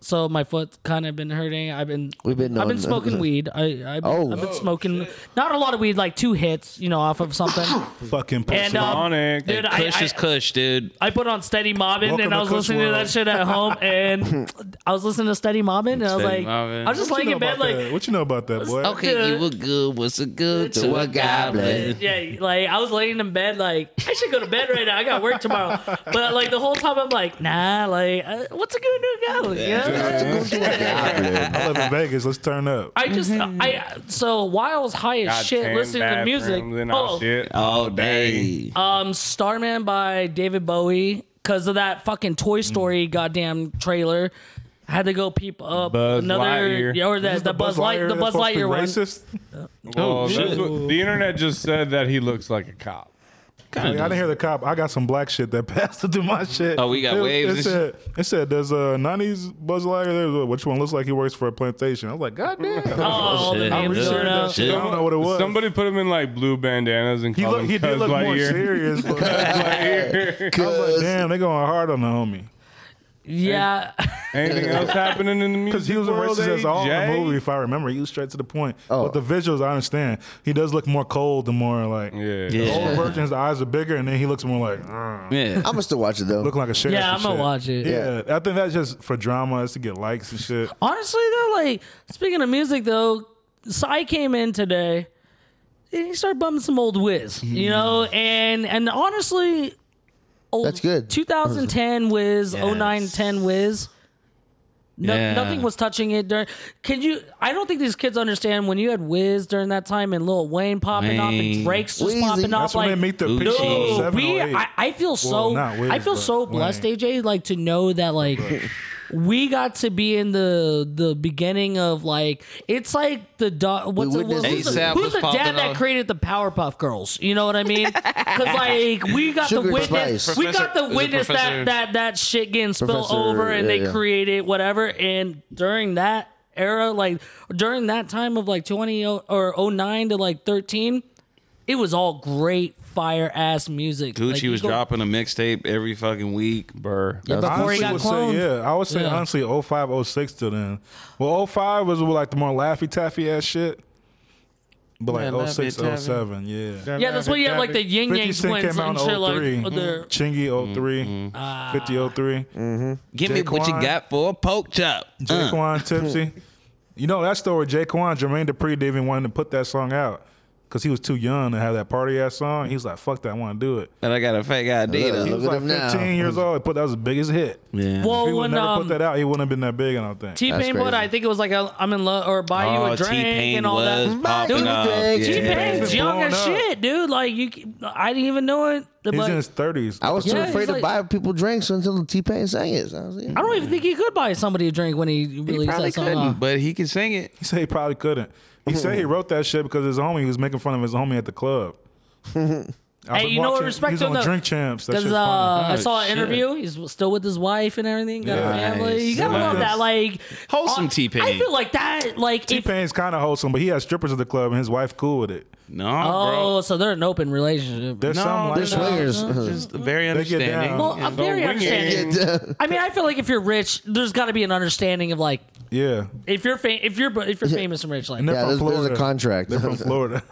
Speaker 4: so my foot kind of been hurting i've been
Speaker 2: We've been
Speaker 4: i've been
Speaker 2: on-
Speaker 4: smoking weed i i've been,
Speaker 2: Oh.
Speaker 4: I've been smoking not a lot of weed like two hits you know off of something
Speaker 3: fucking
Speaker 4: and
Speaker 3: pussy.
Speaker 4: um,
Speaker 1: Sonic.
Speaker 4: dude I,
Speaker 5: Kush is
Speaker 4: I,
Speaker 5: Kush, dude.
Speaker 4: I put on steady mobbing
Speaker 3: Welcome
Speaker 4: and I
Speaker 3: to
Speaker 4: was
Speaker 3: Kush
Speaker 4: listening to
Speaker 3: World.
Speaker 4: that shit at home and i was listening to steady mobbing and i was
Speaker 5: Steady
Speaker 4: like
Speaker 5: Mobbin'.
Speaker 4: i was just
Speaker 3: What you
Speaker 4: laying
Speaker 3: know
Speaker 4: in bed
Speaker 3: about
Speaker 4: like
Speaker 3: that? what you know about that boy?
Speaker 5: Okay, you were good. What's a good
Speaker 4: To
Speaker 5: to
Speaker 4: a
Speaker 5: a goblin?
Speaker 4: Yeah, like I was laying in bed, like I should go to bed right now. I got work tomorrow. But like the whole time, I'm like, nah, like uh, what's a good new guy? You know?
Speaker 3: I live in Vegas. Let's turn up.
Speaker 4: I just, I so while I was high as
Speaker 1: Got
Speaker 4: shit
Speaker 1: 10
Speaker 4: listening to music.
Speaker 1: bathrooms and all
Speaker 4: Oh,
Speaker 1: shit.
Speaker 5: All day.
Speaker 4: um, Starman by David Bowie because of that fucking Toy Story goddamn trailer. I had to go peep up
Speaker 1: Buzz
Speaker 4: another
Speaker 1: Lightyear.
Speaker 4: yeah, or the, the, Buzz Light, the
Speaker 3: that's
Speaker 4: Buzz
Speaker 3: supposed to be
Speaker 4: Lightyear one.
Speaker 3: Racist.
Speaker 1: Well, that's what- the internet just said that he looks like a cop.
Speaker 3: I didn't hear the cop. I got some black shit that passed through my shit.
Speaker 5: Oh, we got
Speaker 3: it,
Speaker 5: waves and
Speaker 3: It said, it said there's a '90s Buzz Lightyear. There's a, which one looks like he works for a plantation? I was like, God damn.
Speaker 4: Oh, all the
Speaker 5: Shit.
Speaker 4: names
Speaker 5: Shit.
Speaker 4: going out.
Speaker 3: I don't know what it was.
Speaker 1: Somebody put him in like blue bandanas and
Speaker 3: he
Speaker 1: called
Speaker 3: look,
Speaker 1: him
Speaker 3: he did
Speaker 1: Cuz
Speaker 3: look more
Speaker 1: Lightyear.
Speaker 3: serious. But I was like, damn, they going hard on the homie
Speaker 4: Yeah.
Speaker 1: Anything else happening in the music?
Speaker 3: because he was a
Speaker 1: world,
Speaker 3: racist as all in
Speaker 1: AJ?
Speaker 3: the movie. If I remember, he was straight to the point.
Speaker 2: Oh.
Speaker 3: But the visuals, I understand. He does look more cold, the more like
Speaker 1: Yeah.
Speaker 3: the
Speaker 5: Yeah.
Speaker 3: old version. His eyes are bigger, and then he looks more like. "Ugh."
Speaker 5: Yeah.
Speaker 2: I'm gonna still watch it though
Speaker 3: look like a sheriff.
Speaker 4: Yeah,
Speaker 3: and
Speaker 4: I'ma
Speaker 3: shit.
Speaker 4: watch it. Uh,
Speaker 3: Yeah. I think that's just for drama, it's to get likes and shit.
Speaker 4: Honestly, though, like speaking of music, though, Psy came in today, then he started bumping some old whiz,
Speaker 5: Mm.
Speaker 4: you know, and and honestly, old
Speaker 2: That's good.
Speaker 4: 2010 whiz,
Speaker 5: Yes.
Speaker 4: 0910 whiz. No,
Speaker 5: Yeah.
Speaker 4: Nothing was touching it during. Can you? I don't think these kids understand when you had Wiz during that time and Lil Wayne popping off
Speaker 5: Wayne.
Speaker 4: and Drake's just
Speaker 2: Wheezy.
Speaker 4: popping off.
Speaker 3: That's when
Speaker 4: like,
Speaker 3: they make their
Speaker 5: Gucci.
Speaker 3: picture.
Speaker 5: No,
Speaker 3: seven
Speaker 4: we,
Speaker 3: or eight.
Speaker 4: I, I feel so
Speaker 3: not Wiz,
Speaker 4: I feel
Speaker 3: but
Speaker 4: so blessed,
Speaker 3: Wayne.
Speaker 4: AJ, like to know that like we got to be in the the beginning of like it's like the do- what's the,
Speaker 2: witnessed
Speaker 4: who's,
Speaker 2: this.
Speaker 4: the,
Speaker 5: A$AP
Speaker 4: who's
Speaker 5: was
Speaker 4: the
Speaker 5: popping
Speaker 4: dad that
Speaker 5: off.
Speaker 4: created the Powerpuff Girls? You know what I mean? Because like we got
Speaker 2: Sugar
Speaker 4: the witness,
Speaker 2: Spice.
Speaker 4: we got
Speaker 5: Professor-
Speaker 4: the
Speaker 5: is it
Speaker 4: witness
Speaker 5: Professor-
Speaker 4: that that that shit getting spilled
Speaker 2: Professor-
Speaker 4: over and
Speaker 2: yeah,
Speaker 4: they
Speaker 2: yeah.
Speaker 4: created whatever. And during that era, like during that time of like twenty o- or 09 to like thirteen it was all great fire ass music.
Speaker 5: Gucci
Speaker 4: Like, you
Speaker 5: was
Speaker 4: go-
Speaker 5: dropping a mixtape every fucking week.
Speaker 1: Burr.
Speaker 4: Yeah, before he
Speaker 3: honestly
Speaker 4: got
Speaker 3: would
Speaker 4: cloned.
Speaker 3: say, yeah, I would say
Speaker 4: Yeah.
Speaker 3: honestly 05, 06 to then. Well, 05 was like the more laffy taffy ass shit. But like
Speaker 5: Yeah, laffy
Speaker 3: 06,
Speaker 5: taffy.
Speaker 3: 07, yeah.
Speaker 4: Yeah, that's when you had like the yin
Speaker 3: 50
Speaker 4: yang
Speaker 3: Cent
Speaker 4: twins
Speaker 3: came out
Speaker 4: and
Speaker 3: in Mm-hmm.
Speaker 4: shit
Speaker 3: 03.
Speaker 4: like Ah. or the-
Speaker 3: Chingy 03,
Speaker 5: Mm-hmm.
Speaker 3: 50 03,
Speaker 5: Give me what you
Speaker 3: Jaquan.
Speaker 5: got for a poke chop. Uh.
Speaker 3: Jaquan Tipsy. You know that story, Jaquan, Jermaine Dupri didn't even want to put that song out because he was too young to have that party ass song. He was like, fuck that, I want to do it.
Speaker 5: And I got a fake ID
Speaker 3: He
Speaker 5: though.
Speaker 2: Look
Speaker 3: was
Speaker 2: at
Speaker 3: like
Speaker 2: him now.
Speaker 3: 15 years old. Put that was the biggest hit.
Speaker 5: Yeah.
Speaker 4: Well,
Speaker 3: If he would
Speaker 4: when
Speaker 3: never
Speaker 4: um,
Speaker 3: put that out, he wouldn't have been that big. I don't think.
Speaker 4: T Pain
Speaker 2: That's
Speaker 4: put,
Speaker 2: crazy.
Speaker 4: I think it was like i I'm in love or buy you
Speaker 5: oh,
Speaker 4: a drink
Speaker 5: T-Pain
Speaker 4: and all
Speaker 5: was
Speaker 4: that.
Speaker 5: popping
Speaker 4: Dude,
Speaker 5: up.
Speaker 2: Drake,
Speaker 5: Yeah.
Speaker 3: T-Pain.
Speaker 4: T-Pain's
Speaker 3: Been
Speaker 4: young
Speaker 3: blowing
Speaker 4: as
Speaker 3: up.
Speaker 4: shit, dude. Like you, I didn't even know it. But
Speaker 3: He's in
Speaker 4: like,
Speaker 3: his 30s.
Speaker 2: I was too
Speaker 4: Yeah, he's
Speaker 2: afraid to
Speaker 4: like-
Speaker 2: buy people drinks until T Pain sang it. So I was like,
Speaker 4: I don't even think he could buy somebody a drink when he
Speaker 5: He
Speaker 4: released
Speaker 5: probably
Speaker 4: that song.
Speaker 5: couldn't, but he can sing it.
Speaker 3: He said he probably couldn't. He said he wrote that shit because his homie he was making fun of his homie at the club.
Speaker 4: Hey, you know what, respect
Speaker 3: He's
Speaker 4: to
Speaker 3: on
Speaker 4: him, though,
Speaker 3: Drink Champs. That
Speaker 4: Because
Speaker 3: shit's
Speaker 4: uh,
Speaker 3: funny.
Speaker 4: I
Speaker 5: Oh,
Speaker 4: saw an
Speaker 5: shit.
Speaker 4: interview. He's still with his wife and everything. Got
Speaker 3: Nice.
Speaker 4: a family. You gotta
Speaker 5: Nice.
Speaker 4: love that. Like
Speaker 5: Wholesome
Speaker 4: uh,
Speaker 5: T-Pain.
Speaker 4: I feel like that. Like
Speaker 3: T
Speaker 4: if
Speaker 3: Pain's kind of wholesome, but he has strippers at the club, and his wife cool with it.
Speaker 5: No,
Speaker 4: oh,
Speaker 5: bro.
Speaker 4: so they're an open relationship.
Speaker 3: There's
Speaker 5: No,
Speaker 3: something like
Speaker 5: there's
Speaker 3: that.
Speaker 2: swingers.
Speaker 5: Just very
Speaker 3: They get
Speaker 5: understanding.
Speaker 3: down.
Speaker 4: Well, I'm very
Speaker 1: wing it.
Speaker 4: understanding. I mean, I feel like if you're rich, there's got to be an understanding of like
Speaker 3: Yeah,
Speaker 4: if you're fa- if you're if you're famous and rich, like
Speaker 3: And they're
Speaker 2: Yeah,
Speaker 3: from
Speaker 2: there's- there's a
Speaker 3: Florida.
Speaker 2: contract.
Speaker 3: They're from Florida.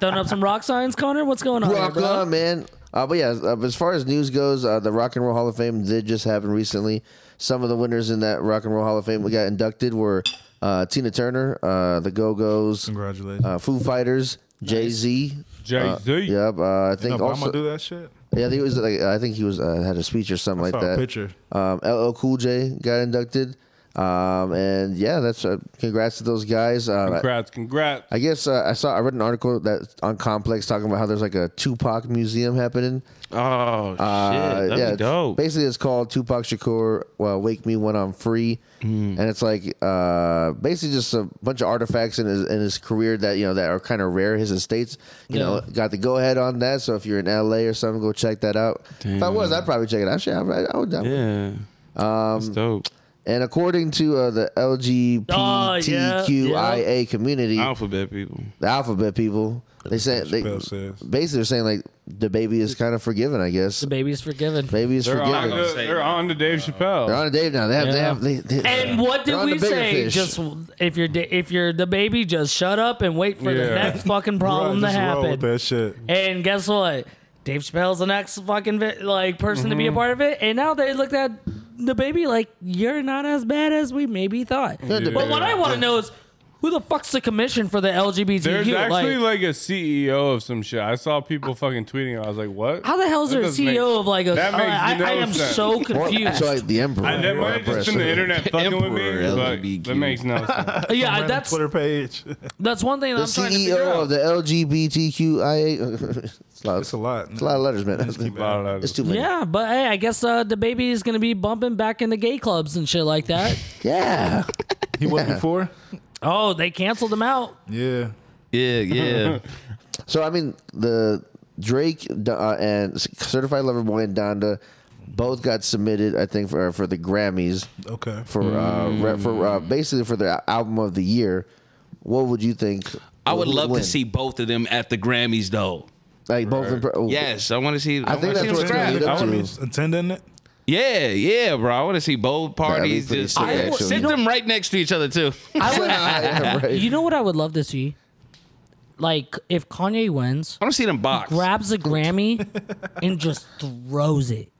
Speaker 4: throwing up some rock signs, Connor. What's going on, here,
Speaker 2: Rock
Speaker 4: bro?
Speaker 2: on, man. Uh, but yeah, uh, as far as news goes, uh, the Rock and Roll Hall of Fame did just happen recently. Some of the winners in that Rock and Roll Hall of Fame we got inducted were uh, Tina Turner, uh, the Go Go's,
Speaker 3: Congratulations.
Speaker 2: uh, Foo Fighters, Jay Z.
Speaker 1: Jay Z.
Speaker 2: Yep, uh, I think
Speaker 3: Obama
Speaker 2: also.
Speaker 3: do that shit.
Speaker 2: Yeah, I think it was like I think he was uh, had a speech or something
Speaker 3: saw
Speaker 2: like
Speaker 3: a
Speaker 2: that.
Speaker 3: picture.
Speaker 2: Um, LL Cool J got inducted, um, and yeah, that's uh, congrats to those guys. Uh,
Speaker 1: Congrats, congrats.
Speaker 2: I guess uh, I saw I read an article that on Complex talking about how there's like a Tupac museum happening. Uh,
Speaker 5: Oh shit, that'd
Speaker 2: yeah,
Speaker 5: be
Speaker 2: it's-
Speaker 5: dope.
Speaker 2: Basically, it's called Tupac Shakur. Well, Wake Me When I'm Free,
Speaker 5: Mm.
Speaker 2: and it's like uh, basically just a bunch of artifacts in his in his career that you know that are kind of rare. His estates, you know, got the go ahead on that. So if you're in LA or something, go check that out. If I was, I'd probably check it out. Shit, I, I would. I would.
Speaker 5: Yeah, that's dope.
Speaker 2: And according to uh,
Speaker 5: Oh,
Speaker 2: the LGBTQIA community,
Speaker 5: Alphabet people.
Speaker 2: the alphabet people. They say they
Speaker 3: Chappelle says.
Speaker 2: basically they're saying like the baby is kind of forgiven, I guess.
Speaker 4: The baby's forgiven.
Speaker 2: Baby is
Speaker 1: They're on,
Speaker 2: forgiven.
Speaker 1: to,
Speaker 5: say
Speaker 1: they're
Speaker 5: that.
Speaker 1: on to Dave Chappelle.
Speaker 2: They're on a date now. They have. They
Speaker 4: Uh, Yeah.
Speaker 2: have. They, they,
Speaker 4: And what
Speaker 2: they're
Speaker 4: did
Speaker 2: on
Speaker 4: we
Speaker 2: the bigger
Speaker 4: say?
Speaker 2: fish.
Speaker 4: Just if you're da- if you're the baby, just shut up and wait for the
Speaker 1: Yeah.
Speaker 4: next fucking problem
Speaker 3: Right,
Speaker 4: to
Speaker 3: just roll with
Speaker 4: happen. Uh,
Speaker 3: that shit.
Speaker 4: And guess what? Dave Chappelle's the next fucking vi- like person to be a
Speaker 3: Mm-hmm.
Speaker 4: part of it. And now they looked at the baby like you're not as bad as we maybe thought.
Speaker 2: the
Speaker 4: But what
Speaker 1: baby-
Speaker 4: I want to know is who the fuck's the commission for the LGBTQ?
Speaker 1: There's actually
Speaker 4: Like,
Speaker 1: like, a CEO of some shit. I saw people fucking tweeting. I was like, what?
Speaker 4: how the hell is
Speaker 1: That
Speaker 4: there a
Speaker 1: doesn't make-
Speaker 4: CEO of like a?
Speaker 1: That
Speaker 4: I-
Speaker 1: makes
Speaker 4: I,
Speaker 1: no
Speaker 4: I am
Speaker 1: sense.
Speaker 4: so
Speaker 2: Well,
Speaker 4: confused.
Speaker 2: so like the emperor.
Speaker 1: I, that
Speaker 2: or
Speaker 1: might have just been
Speaker 2: empress.
Speaker 1: the internet fucking with me,
Speaker 5: Emperor
Speaker 1: but
Speaker 5: LGBTQ.
Speaker 1: that makes no sense.
Speaker 4: yeah,
Speaker 3: Random
Speaker 4: that's
Speaker 3: Twitter page.
Speaker 4: that's one thing that
Speaker 2: The
Speaker 4: I'm trying to figure
Speaker 2: CEO
Speaker 4: out.
Speaker 2: of the LGBTQIA. it's,
Speaker 3: It's a lot.
Speaker 2: It's a lot of letters, man.
Speaker 3: Just keep it.
Speaker 1: Blah, blah, blah.
Speaker 2: It's too many.
Speaker 4: Yeah, but hey, I guess uh, the baby is gonna be bumping back into gay clubs and shit like that.
Speaker 2: Yeah.
Speaker 3: He was before.
Speaker 4: oh, they canceled him out.
Speaker 3: Yeah.
Speaker 5: Yeah, yeah.
Speaker 2: So I mean, the Drake uh, and Certified Lover Boy and Donda both got submitted, I think, for for the Grammys
Speaker 3: Okay.
Speaker 2: for uh, re- for
Speaker 4: Mm.
Speaker 2: uh, basically for their album of the year. What would you think?
Speaker 5: I would
Speaker 2: who
Speaker 5: love
Speaker 2: win?
Speaker 5: to see both of them at the Grammys though.
Speaker 2: like both. in pro- oh,
Speaker 5: Yes, I want to see. I,
Speaker 2: think
Speaker 5: want to see
Speaker 2: that's
Speaker 5: them
Speaker 2: what they
Speaker 5: scrap.
Speaker 2: need.
Speaker 3: I want to be attending it.
Speaker 5: Yeah, yeah, bro. I want to see both parties
Speaker 2: pretty
Speaker 5: just uh,
Speaker 2: sick,
Speaker 5: I-
Speaker 2: actually.
Speaker 5: sit them right next to each other too.
Speaker 4: I would,
Speaker 2: Yeah, right.
Speaker 4: you know what I would love to see? Like if Kanye wins,
Speaker 5: I want to see them box.
Speaker 4: grabs a Grammy, and just throws it.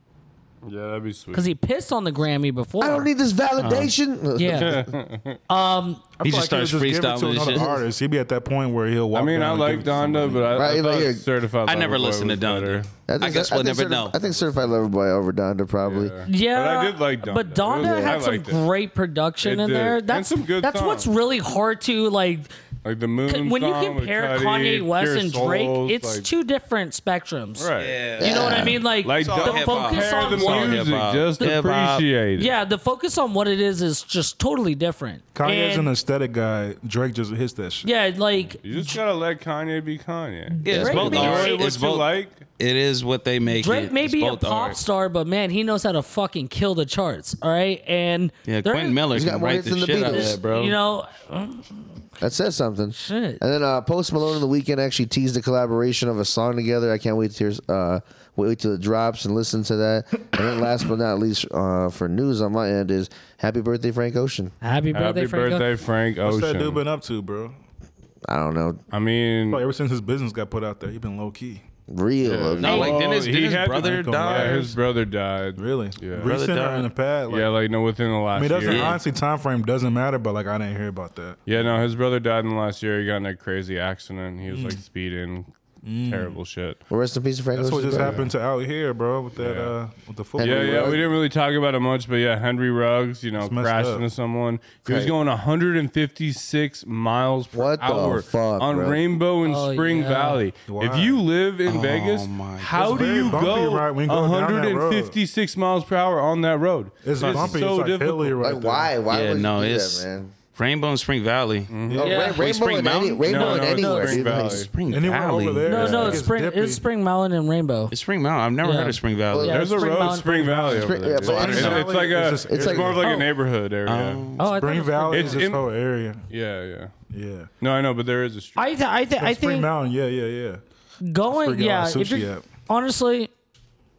Speaker 1: Yeah, that'd be sweet.
Speaker 4: because he pissed on the Grammy before.
Speaker 2: I don't need this validation.
Speaker 4: yeah,
Speaker 5: He
Speaker 3: feel
Speaker 5: just
Speaker 3: like
Speaker 5: starts
Speaker 3: he'll give it to
Speaker 5: freestyling and
Speaker 3: another
Speaker 5: shit.
Speaker 3: Artist, he'd be at that point where he'll. Walk
Speaker 1: I mean, I
Speaker 3: down and
Speaker 1: like
Speaker 3: give it to somebody.
Speaker 1: Donda, but I,
Speaker 2: Right,
Speaker 1: I
Speaker 2: like
Speaker 1: thought
Speaker 2: here.
Speaker 1: certified.
Speaker 5: I never
Speaker 1: Lover Boy
Speaker 5: listened to
Speaker 1: was better.
Speaker 5: Donda. I guess we'll
Speaker 2: think
Speaker 5: never
Speaker 2: certi-
Speaker 5: know.
Speaker 2: I think Certified Lover Boy over Donda probably.
Speaker 4: yeah.
Speaker 1: But I did like Donda.
Speaker 4: But
Speaker 1: It was-
Speaker 4: Donda
Speaker 1: I
Speaker 4: had some
Speaker 1: liked it.
Speaker 4: great production
Speaker 1: It
Speaker 4: in
Speaker 1: did.
Speaker 4: there.
Speaker 1: And
Speaker 4: That's
Speaker 1: some good
Speaker 4: That's what's
Speaker 1: songs.
Speaker 4: really hard to like.
Speaker 1: Like the moon.
Speaker 4: When you
Speaker 1: song with
Speaker 4: compare
Speaker 1: Cudi,
Speaker 4: Kanye West
Speaker 1: Pure
Speaker 4: and Drake,
Speaker 1: Souls,
Speaker 4: it's
Speaker 1: like-
Speaker 4: two different spectrums.
Speaker 1: Right.
Speaker 5: Yeah.
Speaker 4: You know what I mean? Like,
Speaker 1: Like
Speaker 5: all
Speaker 4: the
Speaker 1: don't
Speaker 5: hip hop.
Speaker 4: focus
Speaker 1: compare
Speaker 4: on
Speaker 1: the
Speaker 5: all
Speaker 1: music.
Speaker 5: hip hop.
Speaker 1: Just
Speaker 5: Hip hop.
Speaker 1: appreciate it.
Speaker 4: yeah, the focus on what it is is just totally different.
Speaker 3: Kanye's
Speaker 4: And-
Speaker 3: an aesthetic guy. Drake just hits that shit.
Speaker 4: yeah, like
Speaker 1: You just gotta let Kanye be Kanye.
Speaker 5: Yeah, it's
Speaker 4: Drake
Speaker 5: both
Speaker 4: made-
Speaker 5: art.
Speaker 1: Enjoy
Speaker 4: Right,
Speaker 1: what
Speaker 5: It's
Speaker 1: you
Speaker 5: both.
Speaker 1: like.
Speaker 5: It is what they make.
Speaker 4: Drake
Speaker 5: it.
Speaker 4: may
Speaker 5: It's
Speaker 4: be a
Speaker 5: both
Speaker 4: pop
Speaker 5: art.
Speaker 4: star, but man, he knows how to fucking kill the charts. All right, and
Speaker 5: Yeah,
Speaker 4: there-
Speaker 5: Quentin Miller
Speaker 2: He's got
Speaker 5: can
Speaker 2: more
Speaker 5: write
Speaker 2: hits
Speaker 5: the
Speaker 2: than the
Speaker 5: shit out of
Speaker 2: Beatles.
Speaker 5: that, bro.
Speaker 4: You know,
Speaker 2: That says something.
Speaker 4: Shit.
Speaker 2: And then uh, Post Malone in the weekend actually teased a collaboration of a song together. I can't wait to hear, uh, wait till it drops and listen to that. And then last but not least, uh, for news on my end is Happy Birthday Frank Ocean.
Speaker 4: happy birthday,
Speaker 1: Happy
Speaker 4: Franco.
Speaker 1: birthday, Frank
Speaker 3: What's that dude
Speaker 1: Ocean.
Speaker 3: been up to, bro?
Speaker 2: I don't know,
Speaker 1: I mean,
Speaker 3: Bro, ever since his business got put out there, he been low key.
Speaker 2: real. of
Speaker 5: No,
Speaker 2: you.
Speaker 5: like didn't his,
Speaker 1: he
Speaker 5: didn't his
Speaker 1: had to
Speaker 5: brother
Speaker 3: drink on
Speaker 5: die?
Speaker 1: yeah, his brother died.
Speaker 3: Really?
Speaker 1: Yeah.
Speaker 3: Recent or
Speaker 5: died.
Speaker 3: in the past? Like,
Speaker 1: Yeah, like no, within the last
Speaker 3: I mean, doesn't
Speaker 1: year.
Speaker 3: honestly time frame doesn't matter, but like I didn't hear about that.
Speaker 1: Yeah, no, his brother died in the last year. He got in that crazy accident. He was like speeding,
Speaker 5: Mm.
Speaker 1: terrible shit.
Speaker 2: Well, rest in peace, to Frank
Speaker 3: That's what
Speaker 2: Ocean's
Speaker 3: just
Speaker 2: brother.
Speaker 3: happened to out here, bro, with that
Speaker 1: Yeah.
Speaker 3: uh with the football.
Speaker 1: Yeah,
Speaker 2: Henry
Speaker 1: yeah,
Speaker 2: Ruggs.
Speaker 1: we didn't really talk about it much, but yeah, Henry Ruggs, you know,
Speaker 3: messed
Speaker 1: crashed
Speaker 3: up.
Speaker 1: into someone. He was
Speaker 2: Right.
Speaker 1: going 156 miles per
Speaker 2: What the
Speaker 1: hour
Speaker 2: fuck,
Speaker 1: on
Speaker 2: bro?
Speaker 1: Rainbow and
Speaker 4: Oh,
Speaker 1: Spring
Speaker 4: yeah.
Speaker 1: Valley. If
Speaker 3: Why? Oh
Speaker 1: you live in Vegas, how
Speaker 3: It's
Speaker 1: do
Speaker 3: very
Speaker 1: you
Speaker 3: bumpy,
Speaker 1: go
Speaker 3: right, when you go down that road.
Speaker 1: 156 miles per hour on that road?
Speaker 3: It's bumpy.
Speaker 1: so
Speaker 3: it's like
Speaker 1: difficult.
Speaker 3: hilly right
Speaker 2: Like,
Speaker 3: there.
Speaker 2: why? Why
Speaker 5: Yeah,
Speaker 2: would
Speaker 5: no,
Speaker 2: you do
Speaker 5: it's-
Speaker 2: that, man?
Speaker 5: Rainbow and Spring Valley.
Speaker 2: Oh,
Speaker 4: Yeah.
Speaker 2: Ra-
Speaker 4: Wait,
Speaker 2: Rainbow
Speaker 5: Spring
Speaker 2: and any,
Speaker 5: Mountain?
Speaker 2: Rainbow
Speaker 1: No,
Speaker 2: and
Speaker 1: no, it's
Speaker 2: anywhere.
Speaker 1: Spring
Speaker 2: dude, like,
Speaker 1: Valley.
Speaker 5: Spring
Speaker 3: Anywhere
Speaker 5: Valley.
Speaker 3: over there.
Speaker 4: No, no,
Speaker 3: Yeah.
Speaker 4: it's
Speaker 3: It's
Speaker 4: Spring.
Speaker 3: dippy.
Speaker 4: It's Spring Mountain and Rainbow.
Speaker 5: It's Spring Mountain. I've never
Speaker 4: Yeah.
Speaker 5: heard of Spring
Speaker 2: Well,
Speaker 5: Valley.
Speaker 1: There's a
Speaker 4: Spring
Speaker 1: road,
Speaker 4: Mountain.
Speaker 1: Spring Valley. Over
Speaker 2: Spring-
Speaker 1: there.
Speaker 2: yeah,
Speaker 1: dude.
Speaker 2: but
Speaker 1: It's-
Speaker 2: Spring
Speaker 1: it's like a,
Speaker 3: Valley is
Speaker 1: it's,
Speaker 3: just- it's like-
Speaker 1: more of like a
Speaker 4: Oh.
Speaker 1: neighborhood area.
Speaker 4: Oh,
Speaker 3: Spring
Speaker 4: I thought it was
Speaker 3: Valley
Speaker 1: It's
Speaker 3: is this
Speaker 1: in-
Speaker 3: whole area.
Speaker 1: yeah, yeah.
Speaker 3: Yeah.
Speaker 1: No, I know, but there is a street.
Speaker 4: I th- I, th- I
Speaker 3: Spring
Speaker 4: think
Speaker 3: Mountain, yeah, yeah, yeah.
Speaker 4: going.
Speaker 3: Spring
Speaker 4: Yeah,
Speaker 3: Valley
Speaker 4: if
Speaker 3: sushi
Speaker 4: you're-
Speaker 3: app.
Speaker 4: honestly,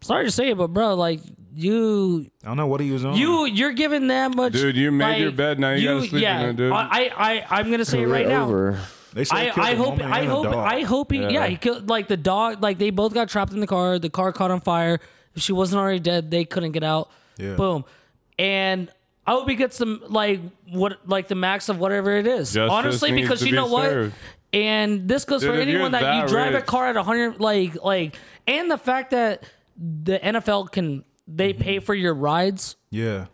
Speaker 4: sorry to say it, but bro, like you
Speaker 3: I don't know what he was on.
Speaker 4: You you're giving that much,
Speaker 1: Dude, you made
Speaker 4: like,
Speaker 1: your bed, now you gotta sleep in
Speaker 4: yeah,
Speaker 1: it, dude.
Speaker 4: I I I'm gonna say it right now.
Speaker 2: over.
Speaker 3: they said
Speaker 4: I,
Speaker 3: he killed
Speaker 4: I
Speaker 3: a
Speaker 4: hope
Speaker 3: woman
Speaker 4: I
Speaker 3: and a
Speaker 4: hope
Speaker 3: dog.
Speaker 4: I hope he yeah. he killed like the dog like they both got trapped in the car the car caught on fire if she wasn't already dead they couldn't get out
Speaker 3: Yeah.
Speaker 4: boom and I hope he gets some like what like the max of whatever it is
Speaker 1: Justice
Speaker 4: honestly
Speaker 1: needs
Speaker 4: because
Speaker 1: to
Speaker 4: you
Speaker 1: be
Speaker 4: know what
Speaker 1: served.
Speaker 4: and this goes
Speaker 1: Dude,
Speaker 4: for
Speaker 1: if you're
Speaker 4: anyone that, you
Speaker 1: that
Speaker 4: drive a
Speaker 1: rich-
Speaker 4: car at 100 like like and the fact that the NFL can they pay for your rides
Speaker 3: Yeah.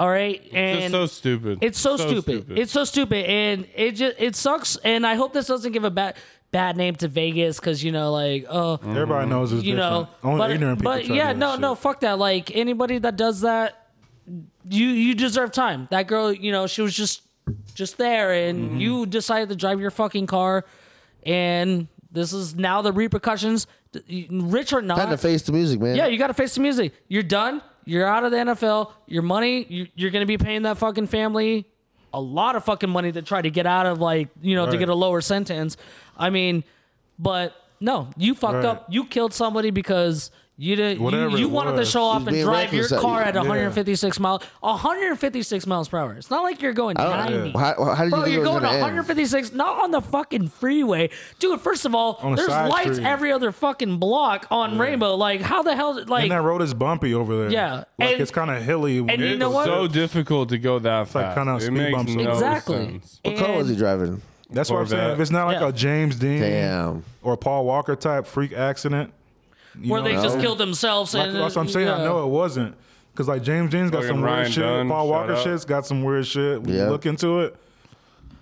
Speaker 4: all right
Speaker 1: It's just
Speaker 4: and
Speaker 1: so stupid.
Speaker 4: it's so, stupid. It's so stupid, and it just it sucks. And I hope this doesn't give a bad bad name to Vegas because you know, like, oh,
Speaker 3: Everybody
Speaker 1: Mm-hmm.
Speaker 3: knows it's
Speaker 4: you know,
Speaker 3: Mm, different. Only
Speaker 4: but,
Speaker 3: ignorant people.
Speaker 4: but
Speaker 3: try to
Speaker 4: yeah,
Speaker 3: do that
Speaker 4: no,
Speaker 3: shit.
Speaker 4: no, fuck that. Like anybody that does that, you you deserve time. That girl, you know, she was just just there, and
Speaker 3: Mm-hmm.
Speaker 4: you decided to drive your fucking car, and this is now the repercussions, rich or not.
Speaker 2: Time to face the music, man.
Speaker 4: Yeah, you got to face the music. You're done. You're out of the NFL. Your money, you, you're going to be paying that fucking family a lot of fucking money to try to get out of, like, you know, to
Speaker 3: Right.
Speaker 4: get a lower sentence. I mean, but no, you fucked
Speaker 3: Right.
Speaker 4: up. You killed somebody because you didn't.
Speaker 3: Whatever
Speaker 4: You, you
Speaker 3: it
Speaker 4: wanted to
Speaker 3: was. uh,
Speaker 4: show off
Speaker 2: He's
Speaker 4: and
Speaker 2: being
Speaker 4: drive your
Speaker 2: reckless.
Speaker 4: car at
Speaker 2: Yeah.
Speaker 4: 156 miles, 156 miles per hour. It's not like you're going
Speaker 2: I don't-
Speaker 4: 90.
Speaker 2: Oh, How, how did you think
Speaker 4: Bro, you're
Speaker 2: it was
Speaker 4: going
Speaker 2: gonna end?
Speaker 4: 156, not on the fucking freeway, dude. First of all,
Speaker 3: On a
Speaker 4: there's
Speaker 3: side
Speaker 4: lights
Speaker 3: street.
Speaker 4: every other fucking block on Rainbow. Like, how the hell? Like,
Speaker 3: And that road is bumpy over there.
Speaker 4: Yeah,
Speaker 3: Like
Speaker 4: and-
Speaker 3: it's kind of hilly.
Speaker 4: and you know what?
Speaker 1: so difficult to go that fast.
Speaker 3: like kinda
Speaker 1: it
Speaker 3: speed
Speaker 1: makes
Speaker 3: bumps.
Speaker 1: no
Speaker 4: exactly.
Speaker 1: sense.
Speaker 2: What car was he
Speaker 4: And-
Speaker 2: driving?
Speaker 3: That's what I'm saying.
Speaker 1: Corvette.
Speaker 3: If it's not like
Speaker 4: Yeah.
Speaker 3: a James Dean
Speaker 2: Damn.
Speaker 3: or Paul Walker type freak accident, you
Speaker 4: Where
Speaker 3: know,
Speaker 4: they
Speaker 3: that's-
Speaker 4: just killed themselves.
Speaker 3: Like,
Speaker 4: and,
Speaker 3: that's what I'm saying. I
Speaker 4: yeah.
Speaker 3: know it wasn't because like James Dean's got
Speaker 1: Fucking
Speaker 3: some
Speaker 1: Ryan
Speaker 3: weird shit.
Speaker 1: Dunn,
Speaker 3: Paul
Speaker 1: shout
Speaker 3: Walker
Speaker 1: out.
Speaker 3: shit's got some weird shit. When
Speaker 2: Yeah.
Speaker 3: you look into it,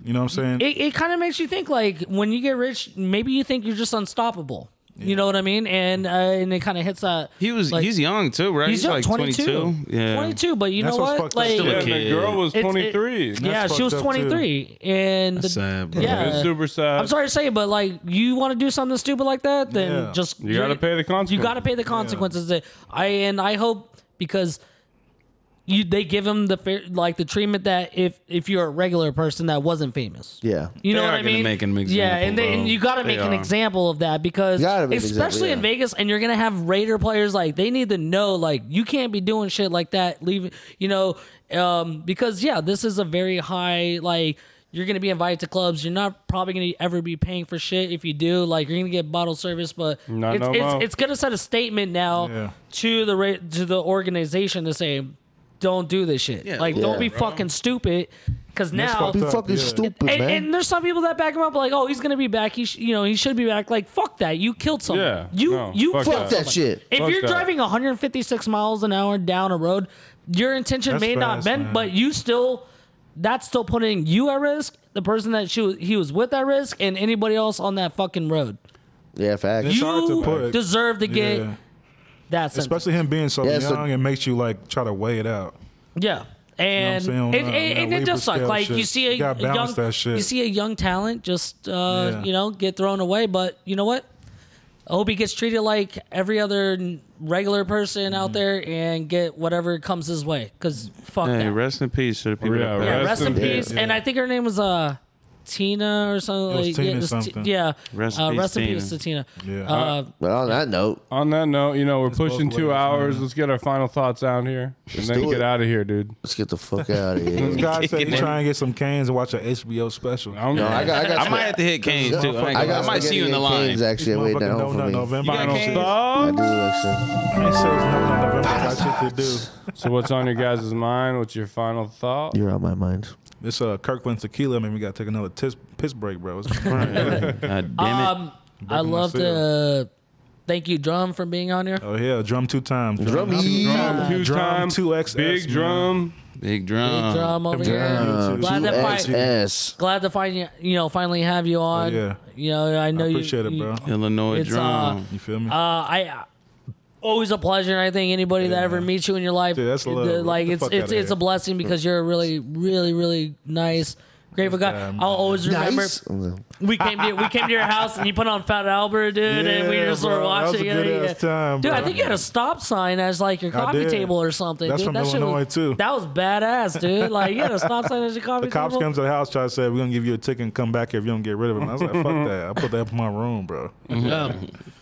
Speaker 3: you know what I'm saying?
Speaker 4: It, it kind of makes you think, like, when you get rich, maybe you think you're just unstoppable. You know what I mean? And uh, and it kind of hits that.
Speaker 5: He was
Speaker 4: like-
Speaker 5: he's young too, right?
Speaker 4: He's young,
Speaker 5: like
Speaker 4: 22.
Speaker 5: 22. Yeah.
Speaker 4: 22, but you
Speaker 3: That's
Speaker 4: know
Speaker 3: what's
Speaker 4: what?
Speaker 3: fucked up.
Speaker 4: Like,
Speaker 5: Still a
Speaker 1: Yeah, and the
Speaker 5: kid.
Speaker 1: girl was
Speaker 4: it's- it-
Speaker 1: 23.
Speaker 4: yeah,
Speaker 3: That's
Speaker 4: she was
Speaker 3: fucked up, too.
Speaker 4: 23, and the-
Speaker 5: sad, bro.
Speaker 4: yeah,
Speaker 1: it's super sad.
Speaker 4: I'm sorry to say it, but like, you want to do something stupid like that, then
Speaker 3: Yeah.
Speaker 4: just
Speaker 1: You gotta pay the consequences.
Speaker 4: You got to pay the consequences. That I and I hope because you they give him the fair, like the treatment that if if you're a regular person that wasn't famous.
Speaker 2: Yeah.
Speaker 4: You know
Speaker 5: They
Speaker 4: what
Speaker 5: are
Speaker 4: I
Speaker 5: gonna
Speaker 4: mean?
Speaker 5: make an example,
Speaker 4: yeah, and, they, and
Speaker 5: bro.
Speaker 4: you got to
Speaker 5: They
Speaker 4: make an
Speaker 5: are.
Speaker 4: example of that because
Speaker 2: Gotta make an
Speaker 4: especially
Speaker 2: example,
Speaker 4: in
Speaker 2: yeah.
Speaker 4: Vegas, and you're gonna have Raider players like they need to know like you can't be doing shit like that. Leaving, you know, um, because yeah, this is a very high like You're gonna be invited to clubs. You're not probably gonna ever be paying for shit. If you do, like you're gonna get bottle service, but
Speaker 1: Not
Speaker 4: it's,
Speaker 1: no
Speaker 4: it's,
Speaker 1: more.
Speaker 4: it's gonna set a statement now
Speaker 3: Yeah.
Speaker 4: to the ra- to the organization to say, don't do this shit.
Speaker 5: Yeah.
Speaker 4: like
Speaker 2: Yeah.
Speaker 4: don't be fucking stupid, because now
Speaker 3: fucked
Speaker 2: Be
Speaker 3: up.
Speaker 2: fucking
Speaker 3: yeah.
Speaker 2: stupid,
Speaker 4: and,
Speaker 2: man.
Speaker 4: and there's some people that back him up like, oh, he's gonna be back. He, sh- you know, he should be back. Like, fuck that. You killed someone.
Speaker 1: Yeah,
Speaker 4: You,
Speaker 1: no,
Speaker 4: you
Speaker 1: fuck
Speaker 2: Fuck that shit.
Speaker 4: If
Speaker 1: Fuck
Speaker 4: you're
Speaker 1: that.
Speaker 4: driving 156 miles an hour down a road, your intention
Speaker 3: That's
Speaker 4: may not
Speaker 3: fast,
Speaker 4: been,
Speaker 3: man.
Speaker 4: but you still, that's still putting you at risk. The person that she, he was with at risk, and anybody else on that fucking road.
Speaker 2: Yeah, facts.
Speaker 3: It's hard to
Speaker 4: You
Speaker 3: put.
Speaker 4: deserve to get
Speaker 3: Yeah.
Speaker 4: that sentence.
Speaker 3: Especially him being so
Speaker 2: Yeah,
Speaker 3: young,
Speaker 2: so-
Speaker 3: it makes you like try to weigh it out.
Speaker 4: Yeah. And
Speaker 3: You know what I'm saying? On
Speaker 4: it, it,
Speaker 3: that- on
Speaker 4: and
Speaker 3: that
Speaker 4: it
Speaker 3: labor
Speaker 4: does suck.
Speaker 3: scale
Speaker 4: Like
Speaker 3: shit.
Speaker 4: you see a
Speaker 3: You gotta balance
Speaker 4: young,
Speaker 3: that shit.
Speaker 4: you see a young talent just uh,
Speaker 3: Yeah.
Speaker 4: you know get thrown away. But you know what? I hope he gets treated like every other n- regular person
Speaker 3: Mm.
Speaker 4: out there and get whatever comes his way. Cause fuck
Speaker 5: Hey,
Speaker 4: that.
Speaker 5: rest in peace to the people.
Speaker 1: Yeah,
Speaker 5: that-
Speaker 4: yeah, rest, in
Speaker 1: Yeah.
Speaker 4: peace. And I think her name was uh Tina or something.
Speaker 3: It was
Speaker 4: like,
Speaker 3: Tina
Speaker 4: yeah, this Ti-
Speaker 3: something.
Speaker 4: yeah.
Speaker 5: Rest in
Speaker 4: uh,
Speaker 5: peace,
Speaker 4: rest in
Speaker 5: Tina.
Speaker 4: peace to Tina.
Speaker 3: Yeah.
Speaker 4: Uh,
Speaker 2: But on that note,
Speaker 1: On that note, you know, we're pushing
Speaker 3: both
Speaker 1: two
Speaker 3: ways,
Speaker 1: hours. Let's get our final thoughts out here and then
Speaker 2: do
Speaker 1: get
Speaker 2: it.
Speaker 1: out of here, dude.
Speaker 2: let's get the fuck out of here.
Speaker 3: This
Speaker 4: um,
Speaker 3: guy said he trying to get some canes and watch an HBO special.
Speaker 1: I'm
Speaker 2: No, I got, I got,
Speaker 5: I might have to hit Canes too. I, ain't
Speaker 2: I
Speaker 5: gonna- I
Speaker 2: got
Speaker 5: might see you in the
Speaker 2: spaghetti
Speaker 5: line.
Speaker 2: and Cane's actually
Speaker 3: Motherfucking
Speaker 2: waiting at
Speaker 3: no
Speaker 2: home
Speaker 3: nut
Speaker 2: for me.
Speaker 3: November.
Speaker 5: You
Speaker 1: final
Speaker 5: got Canes?
Speaker 1: thoughts.
Speaker 2: I do actually.
Speaker 3: He says no nut November. I got shit to do.
Speaker 1: So, what's on your guys' mind? What's your final thought?
Speaker 2: You're on my mind.
Speaker 3: This uh, Kirkland tequila made me got to take another tis- piss break, bro. It's-
Speaker 5: God damn it.
Speaker 4: um, I
Speaker 3: Breaking
Speaker 4: love to thank you, Drum, for being on here.
Speaker 3: oh yeah, drum two times.
Speaker 2: Drum
Speaker 3: two-
Speaker 1: Drum, two
Speaker 3: Drum,
Speaker 1: time,
Speaker 3: two XS,
Speaker 1: big
Speaker 3: man.
Speaker 1: drum.
Speaker 5: Big drum.
Speaker 4: Big Uh, Drum over here.
Speaker 3: Drum,
Speaker 4: Glad
Speaker 3: two-
Speaker 4: that
Speaker 3: two-
Speaker 4: fight- glad to find you you know finally have you on
Speaker 3: Oh, yeah.
Speaker 4: you know i know
Speaker 3: I
Speaker 4: you
Speaker 3: appreciate it,
Speaker 4: you-
Speaker 3: bro.
Speaker 5: Illinois
Speaker 4: It's,
Speaker 5: drum.
Speaker 3: You feel me?
Speaker 4: uh i always a pleasure i think anybody that
Speaker 3: Yeah.
Speaker 4: ever meets you in your life
Speaker 3: Dude, that's love,
Speaker 4: the-
Speaker 3: bro.
Speaker 4: like
Speaker 3: Get the
Speaker 4: it's
Speaker 3: fuck
Speaker 4: it's
Speaker 3: outta
Speaker 4: it's
Speaker 3: here.
Speaker 4: a blessing because you're a really really really nice grateful guy
Speaker 3: Yeah, man.
Speaker 4: i'll always remember
Speaker 2: Nice.
Speaker 4: we came to we came to your house and you put on fat albert dude and we
Speaker 3: Yeah,
Speaker 4: just were
Speaker 3: bro. That was
Speaker 4: watching
Speaker 3: a
Speaker 4: it
Speaker 3: good-ass time,
Speaker 4: dude i
Speaker 3: bro.
Speaker 4: think you had a stop sign as like your
Speaker 3: I
Speaker 4: coffee
Speaker 3: did.
Speaker 4: table or something
Speaker 3: That's
Speaker 4: dude
Speaker 3: from
Speaker 4: that shit
Speaker 3: Illinois,
Speaker 4: was,
Speaker 3: too.
Speaker 4: that was badass dude like you had a stop sign as your coffee
Speaker 3: The cops
Speaker 4: table
Speaker 3: comes to the house, try to say, we're going to give you a ticket and come back here if you don't get rid of him. I was like, fuck that. I put that up in my room, bro.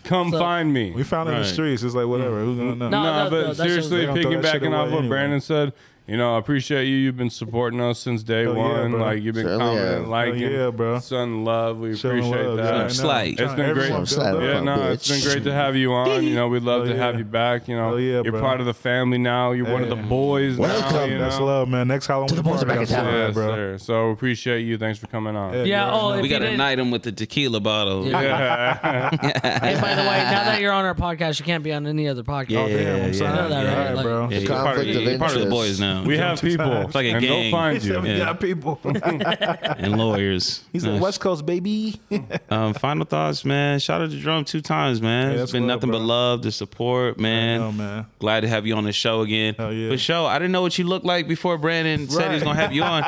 Speaker 1: Come find me.
Speaker 3: We found it in the
Speaker 5: Right.
Speaker 3: streets. It's like, whatever. Who's going to know?
Speaker 1: no,
Speaker 4: No, no, no,
Speaker 1: but
Speaker 4: that shit was
Speaker 1: seriously,
Speaker 3: great. Don't throw that shit
Speaker 1: piggybacking off
Speaker 3: away
Speaker 1: what
Speaker 3: anyway.
Speaker 1: Brandon said, you know, I appreciate you. You've been supporting us since day
Speaker 3: Hell yeah,
Speaker 1: one.
Speaker 3: bro.
Speaker 1: like you've been
Speaker 2: Hell
Speaker 1: commenting,
Speaker 2: yeah.
Speaker 1: liking,
Speaker 3: Hell yeah, bro.
Speaker 1: son, love. We
Speaker 3: Showing
Speaker 1: appreciate
Speaker 3: love,
Speaker 1: that.
Speaker 3: yeah, I know.
Speaker 5: Slight. It's
Speaker 3: Trying-
Speaker 1: been great.
Speaker 3: everyone
Speaker 1: I'm
Speaker 3: built
Speaker 2: slide
Speaker 3: up.
Speaker 1: Yeah,
Speaker 2: Oh,
Speaker 1: no,
Speaker 2: bitch.
Speaker 1: it's been great to have you on. You know, we'd love
Speaker 3: Hell
Speaker 1: to have
Speaker 3: yeah.
Speaker 1: you back. You know,
Speaker 3: Hell yeah,
Speaker 1: you're
Speaker 3: bro.
Speaker 1: part of the family now. You're one of the
Speaker 3: Hey.
Speaker 1: boys now.
Speaker 2: Welcome.
Speaker 1: You
Speaker 3: That's
Speaker 1: know?
Speaker 3: love, man. Next Halloween, to the
Speaker 2: boys are back in town.
Speaker 1: Yes, sir. So appreciate you. Thanks for coming on.
Speaker 4: yeah, oh, if
Speaker 5: we
Speaker 4: you
Speaker 5: got to
Speaker 4: didn't-
Speaker 5: knight him with the tequila bottle.
Speaker 4: Yeah.
Speaker 1: Yeah.
Speaker 4: And by the way, now that you're on our podcast, you can't be on any other podcast.
Speaker 5: Yeah.
Speaker 3: Oh, damn. I'm sorry.
Speaker 4: Yeah, yeah,
Speaker 3: All
Speaker 4: yeah.
Speaker 3: right, bro.
Speaker 5: Yeah, you're
Speaker 2: conflict
Speaker 5: part, of,
Speaker 2: of
Speaker 5: you're part of the
Speaker 2: interest.
Speaker 5: boys now.
Speaker 1: we have people,
Speaker 3: It's
Speaker 1: like
Speaker 5: like a
Speaker 1: and they'll
Speaker 5: gang.
Speaker 1: find
Speaker 3: He said,
Speaker 1: you.
Speaker 3: we
Speaker 5: Yeah.
Speaker 3: got people.
Speaker 5: and lawyers.
Speaker 3: He's like,
Speaker 5: Uh,
Speaker 3: West Coast, baby.
Speaker 5: um, final thoughts, man. Shout out to Drum two times, man.
Speaker 3: Yeah,
Speaker 5: it's
Speaker 3: that's
Speaker 5: been
Speaker 3: love,
Speaker 5: nothing but
Speaker 3: bro.
Speaker 5: love, the support, man.
Speaker 3: know, man.
Speaker 5: Glad to have you on the show again.
Speaker 3: Hell yeah.
Speaker 5: But show, I didn't know what you looked like before Brandon said he was
Speaker 3: Right.
Speaker 5: gonna have you on,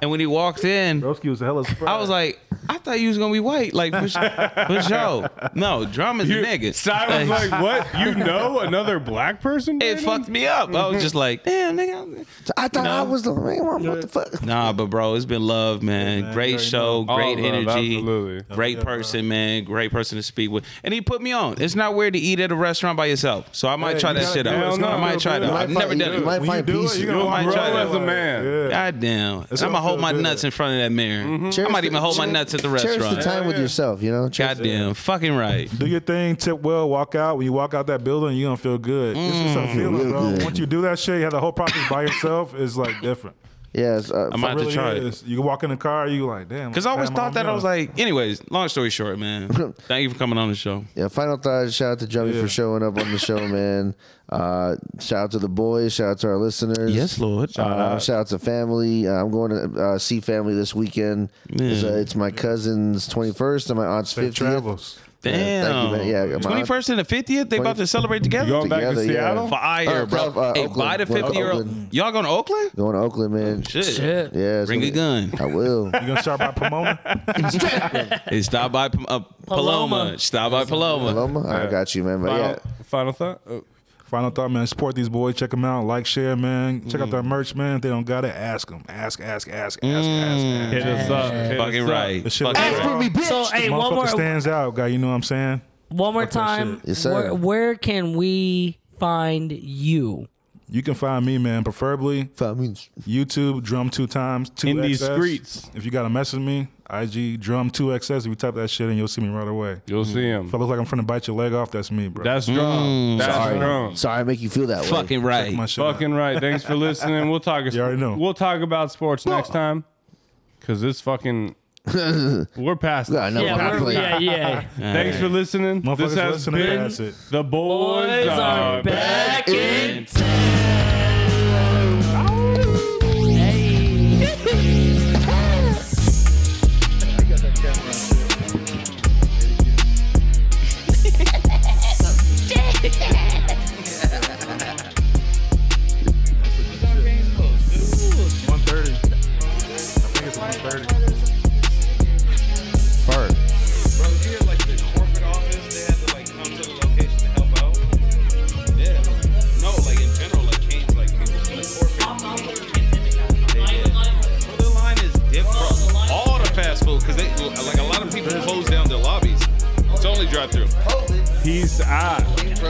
Speaker 5: and when he walked in,
Speaker 3: Broski was a hella surprise.
Speaker 5: I was like, I thought you was gonna be white, like for, for show. No, Drum is a nigga.
Speaker 1: Simon's
Speaker 5: Like,
Speaker 1: like, what? You know another black person?
Speaker 5: it
Speaker 1: Brandon?
Speaker 5: fucked me up. I was just like, damn, nigga.
Speaker 2: I thought I was the man. What the fuck?
Speaker 5: Nah, but bro, it's been love, man.
Speaker 3: man, you
Speaker 5: great
Speaker 3: already
Speaker 5: show,
Speaker 1: All
Speaker 5: great
Speaker 1: love,
Speaker 5: energy.
Speaker 1: Absolutely.
Speaker 5: Great
Speaker 3: Yeah, bro.
Speaker 5: person, man. Great person to speak with. And he put me on. It's not weird to eat at a restaurant by yourself. So I might
Speaker 3: Hey,
Speaker 5: try
Speaker 3: you
Speaker 5: that
Speaker 3: gotta-
Speaker 5: shit
Speaker 1: Hell
Speaker 5: out.
Speaker 1: no,
Speaker 5: I might try
Speaker 1: you
Speaker 5: that. I've never
Speaker 2: find,
Speaker 5: done
Speaker 2: You
Speaker 5: it.
Speaker 2: might
Speaker 3: When you
Speaker 2: find
Speaker 3: do
Speaker 2: peace.
Speaker 3: it, you
Speaker 2: in
Speaker 3: gonna
Speaker 2: it.
Speaker 5: might
Speaker 3: grow
Speaker 5: try that.
Speaker 3: as a man. Yeah.
Speaker 5: God damn.
Speaker 3: It's
Speaker 5: I'm
Speaker 3: gonna
Speaker 5: gonna hold
Speaker 3: feel
Speaker 5: my
Speaker 3: good.
Speaker 5: nuts in front of that mirror. I
Speaker 2: Cherish
Speaker 5: might even
Speaker 2: the-
Speaker 5: hold my
Speaker 2: cherish-
Speaker 5: nuts at the
Speaker 2: Cherish the
Speaker 5: restaurant.
Speaker 2: time with yourself, you know? Cherish-
Speaker 5: God damn. Fucking right.
Speaker 3: Do your thing, tip well, walk out. When you walk out that building, you're gonna feel good. It's just a feeling,
Speaker 2: Mm. Real
Speaker 3: bro.
Speaker 2: good.
Speaker 3: Once you do that shit, you have the whole process by yourself, it's like different.
Speaker 2: Yes. Uh,
Speaker 5: I'm out to
Speaker 3: Really
Speaker 5: try it.
Speaker 3: is. You can walk in the car, you like, damn.
Speaker 5: Because I always
Speaker 3: damn,
Speaker 5: thought that I
Speaker 3: know.
Speaker 5: was like, anyways, long story short, man. Thank you for coming on the show.
Speaker 2: Yeah, final thought. Shout out to Jummy
Speaker 3: Yeah.
Speaker 2: for showing up on the show, man. Uh, shout out to the boys. Shout out to our listeners.
Speaker 5: Yes, Lord.
Speaker 2: Uh, shout out to family. Uh, I'm going to uh, see family this weekend. It's, uh,
Speaker 5: Yeah.
Speaker 2: it's my cousin's 21st and my aunt's
Speaker 3: Safe
Speaker 2: 50th.
Speaker 3: travels.
Speaker 2: Yeah,
Speaker 5: Damn.
Speaker 2: thank you, man. Yeah, my-
Speaker 5: 21st and the 50th, they about to celebrate together?
Speaker 1: You going back to
Speaker 2: Together, yeah.
Speaker 1: Seattle?
Speaker 5: Fire,
Speaker 2: Uh,
Speaker 5: bro.
Speaker 2: Cal- uh,
Speaker 5: hey,
Speaker 2: Oakland.
Speaker 5: buy the
Speaker 2: Well,
Speaker 5: 50 year old.
Speaker 2: Oakland.
Speaker 5: Y'all going to Oakland?
Speaker 2: Going to Oakland, man.
Speaker 5: Shit.
Speaker 4: Shit.
Speaker 2: Yeah, it's
Speaker 5: Bring a
Speaker 2: gonna
Speaker 5: gun.
Speaker 2: be- I will.
Speaker 3: You gonna start by Pomona?
Speaker 5: Hey, stop by P- uh, Paloma.
Speaker 4: Paloma.
Speaker 5: Stop by Paloma.
Speaker 2: Paloma, I got you, man. But
Speaker 1: Final,
Speaker 2: yeah,
Speaker 1: final thought? Oh,
Speaker 3: Final thought, man. Support these boys. Check them out. Like, share, man. Check
Speaker 2: Mm.
Speaker 3: out their merch, man. If they don't got it, ask them. Ask, ask, ask, ask,
Speaker 2: Mm.
Speaker 3: ask,
Speaker 1: hit
Speaker 3: ask.
Speaker 1: us up. Hit
Speaker 5: Fucking
Speaker 1: us up.
Speaker 5: right.
Speaker 3: This shit
Speaker 5: Fucking
Speaker 3: was-
Speaker 5: right.
Speaker 4: So hey, one
Speaker 3: Motherfucker
Speaker 4: more
Speaker 3: stands out, guy. You know what I'm saying?
Speaker 4: one more
Speaker 3: that
Speaker 4: time.
Speaker 3: shit.
Speaker 2: Yes, sir.
Speaker 4: where, where can we find you?
Speaker 3: You can find me, man. Preferably
Speaker 2: Five minutes.
Speaker 3: YouTube drum two times two
Speaker 1: In these
Speaker 3: XS.
Speaker 1: streets.
Speaker 3: If you gotta message me, IG drum two XS. If you type that shit in, you'll see me right away.
Speaker 1: You'll see him.
Speaker 3: If I look like I'm finna bite your leg off, that's me, bro.
Speaker 1: That's strong. That's
Speaker 2: Sorry.
Speaker 1: strong.
Speaker 2: Sorry, I make you feel that way.
Speaker 5: Fucking right.
Speaker 3: my shit.
Speaker 1: Fucking right. Thanks for listening. We'll talk.
Speaker 3: You already know.
Speaker 1: We'll talk about sports next time. Cause this fucking, we're past.
Speaker 2: God,
Speaker 1: it.
Speaker 2: no,
Speaker 4: Yeah,
Speaker 2: yeah,
Speaker 4: we're- yeah, yeah.
Speaker 1: Thanks for listening.
Speaker 3: Motherfuckers
Speaker 1: This has
Speaker 3: listening,
Speaker 1: been
Speaker 3: that's it.
Speaker 1: the boys,
Speaker 4: Boys are back in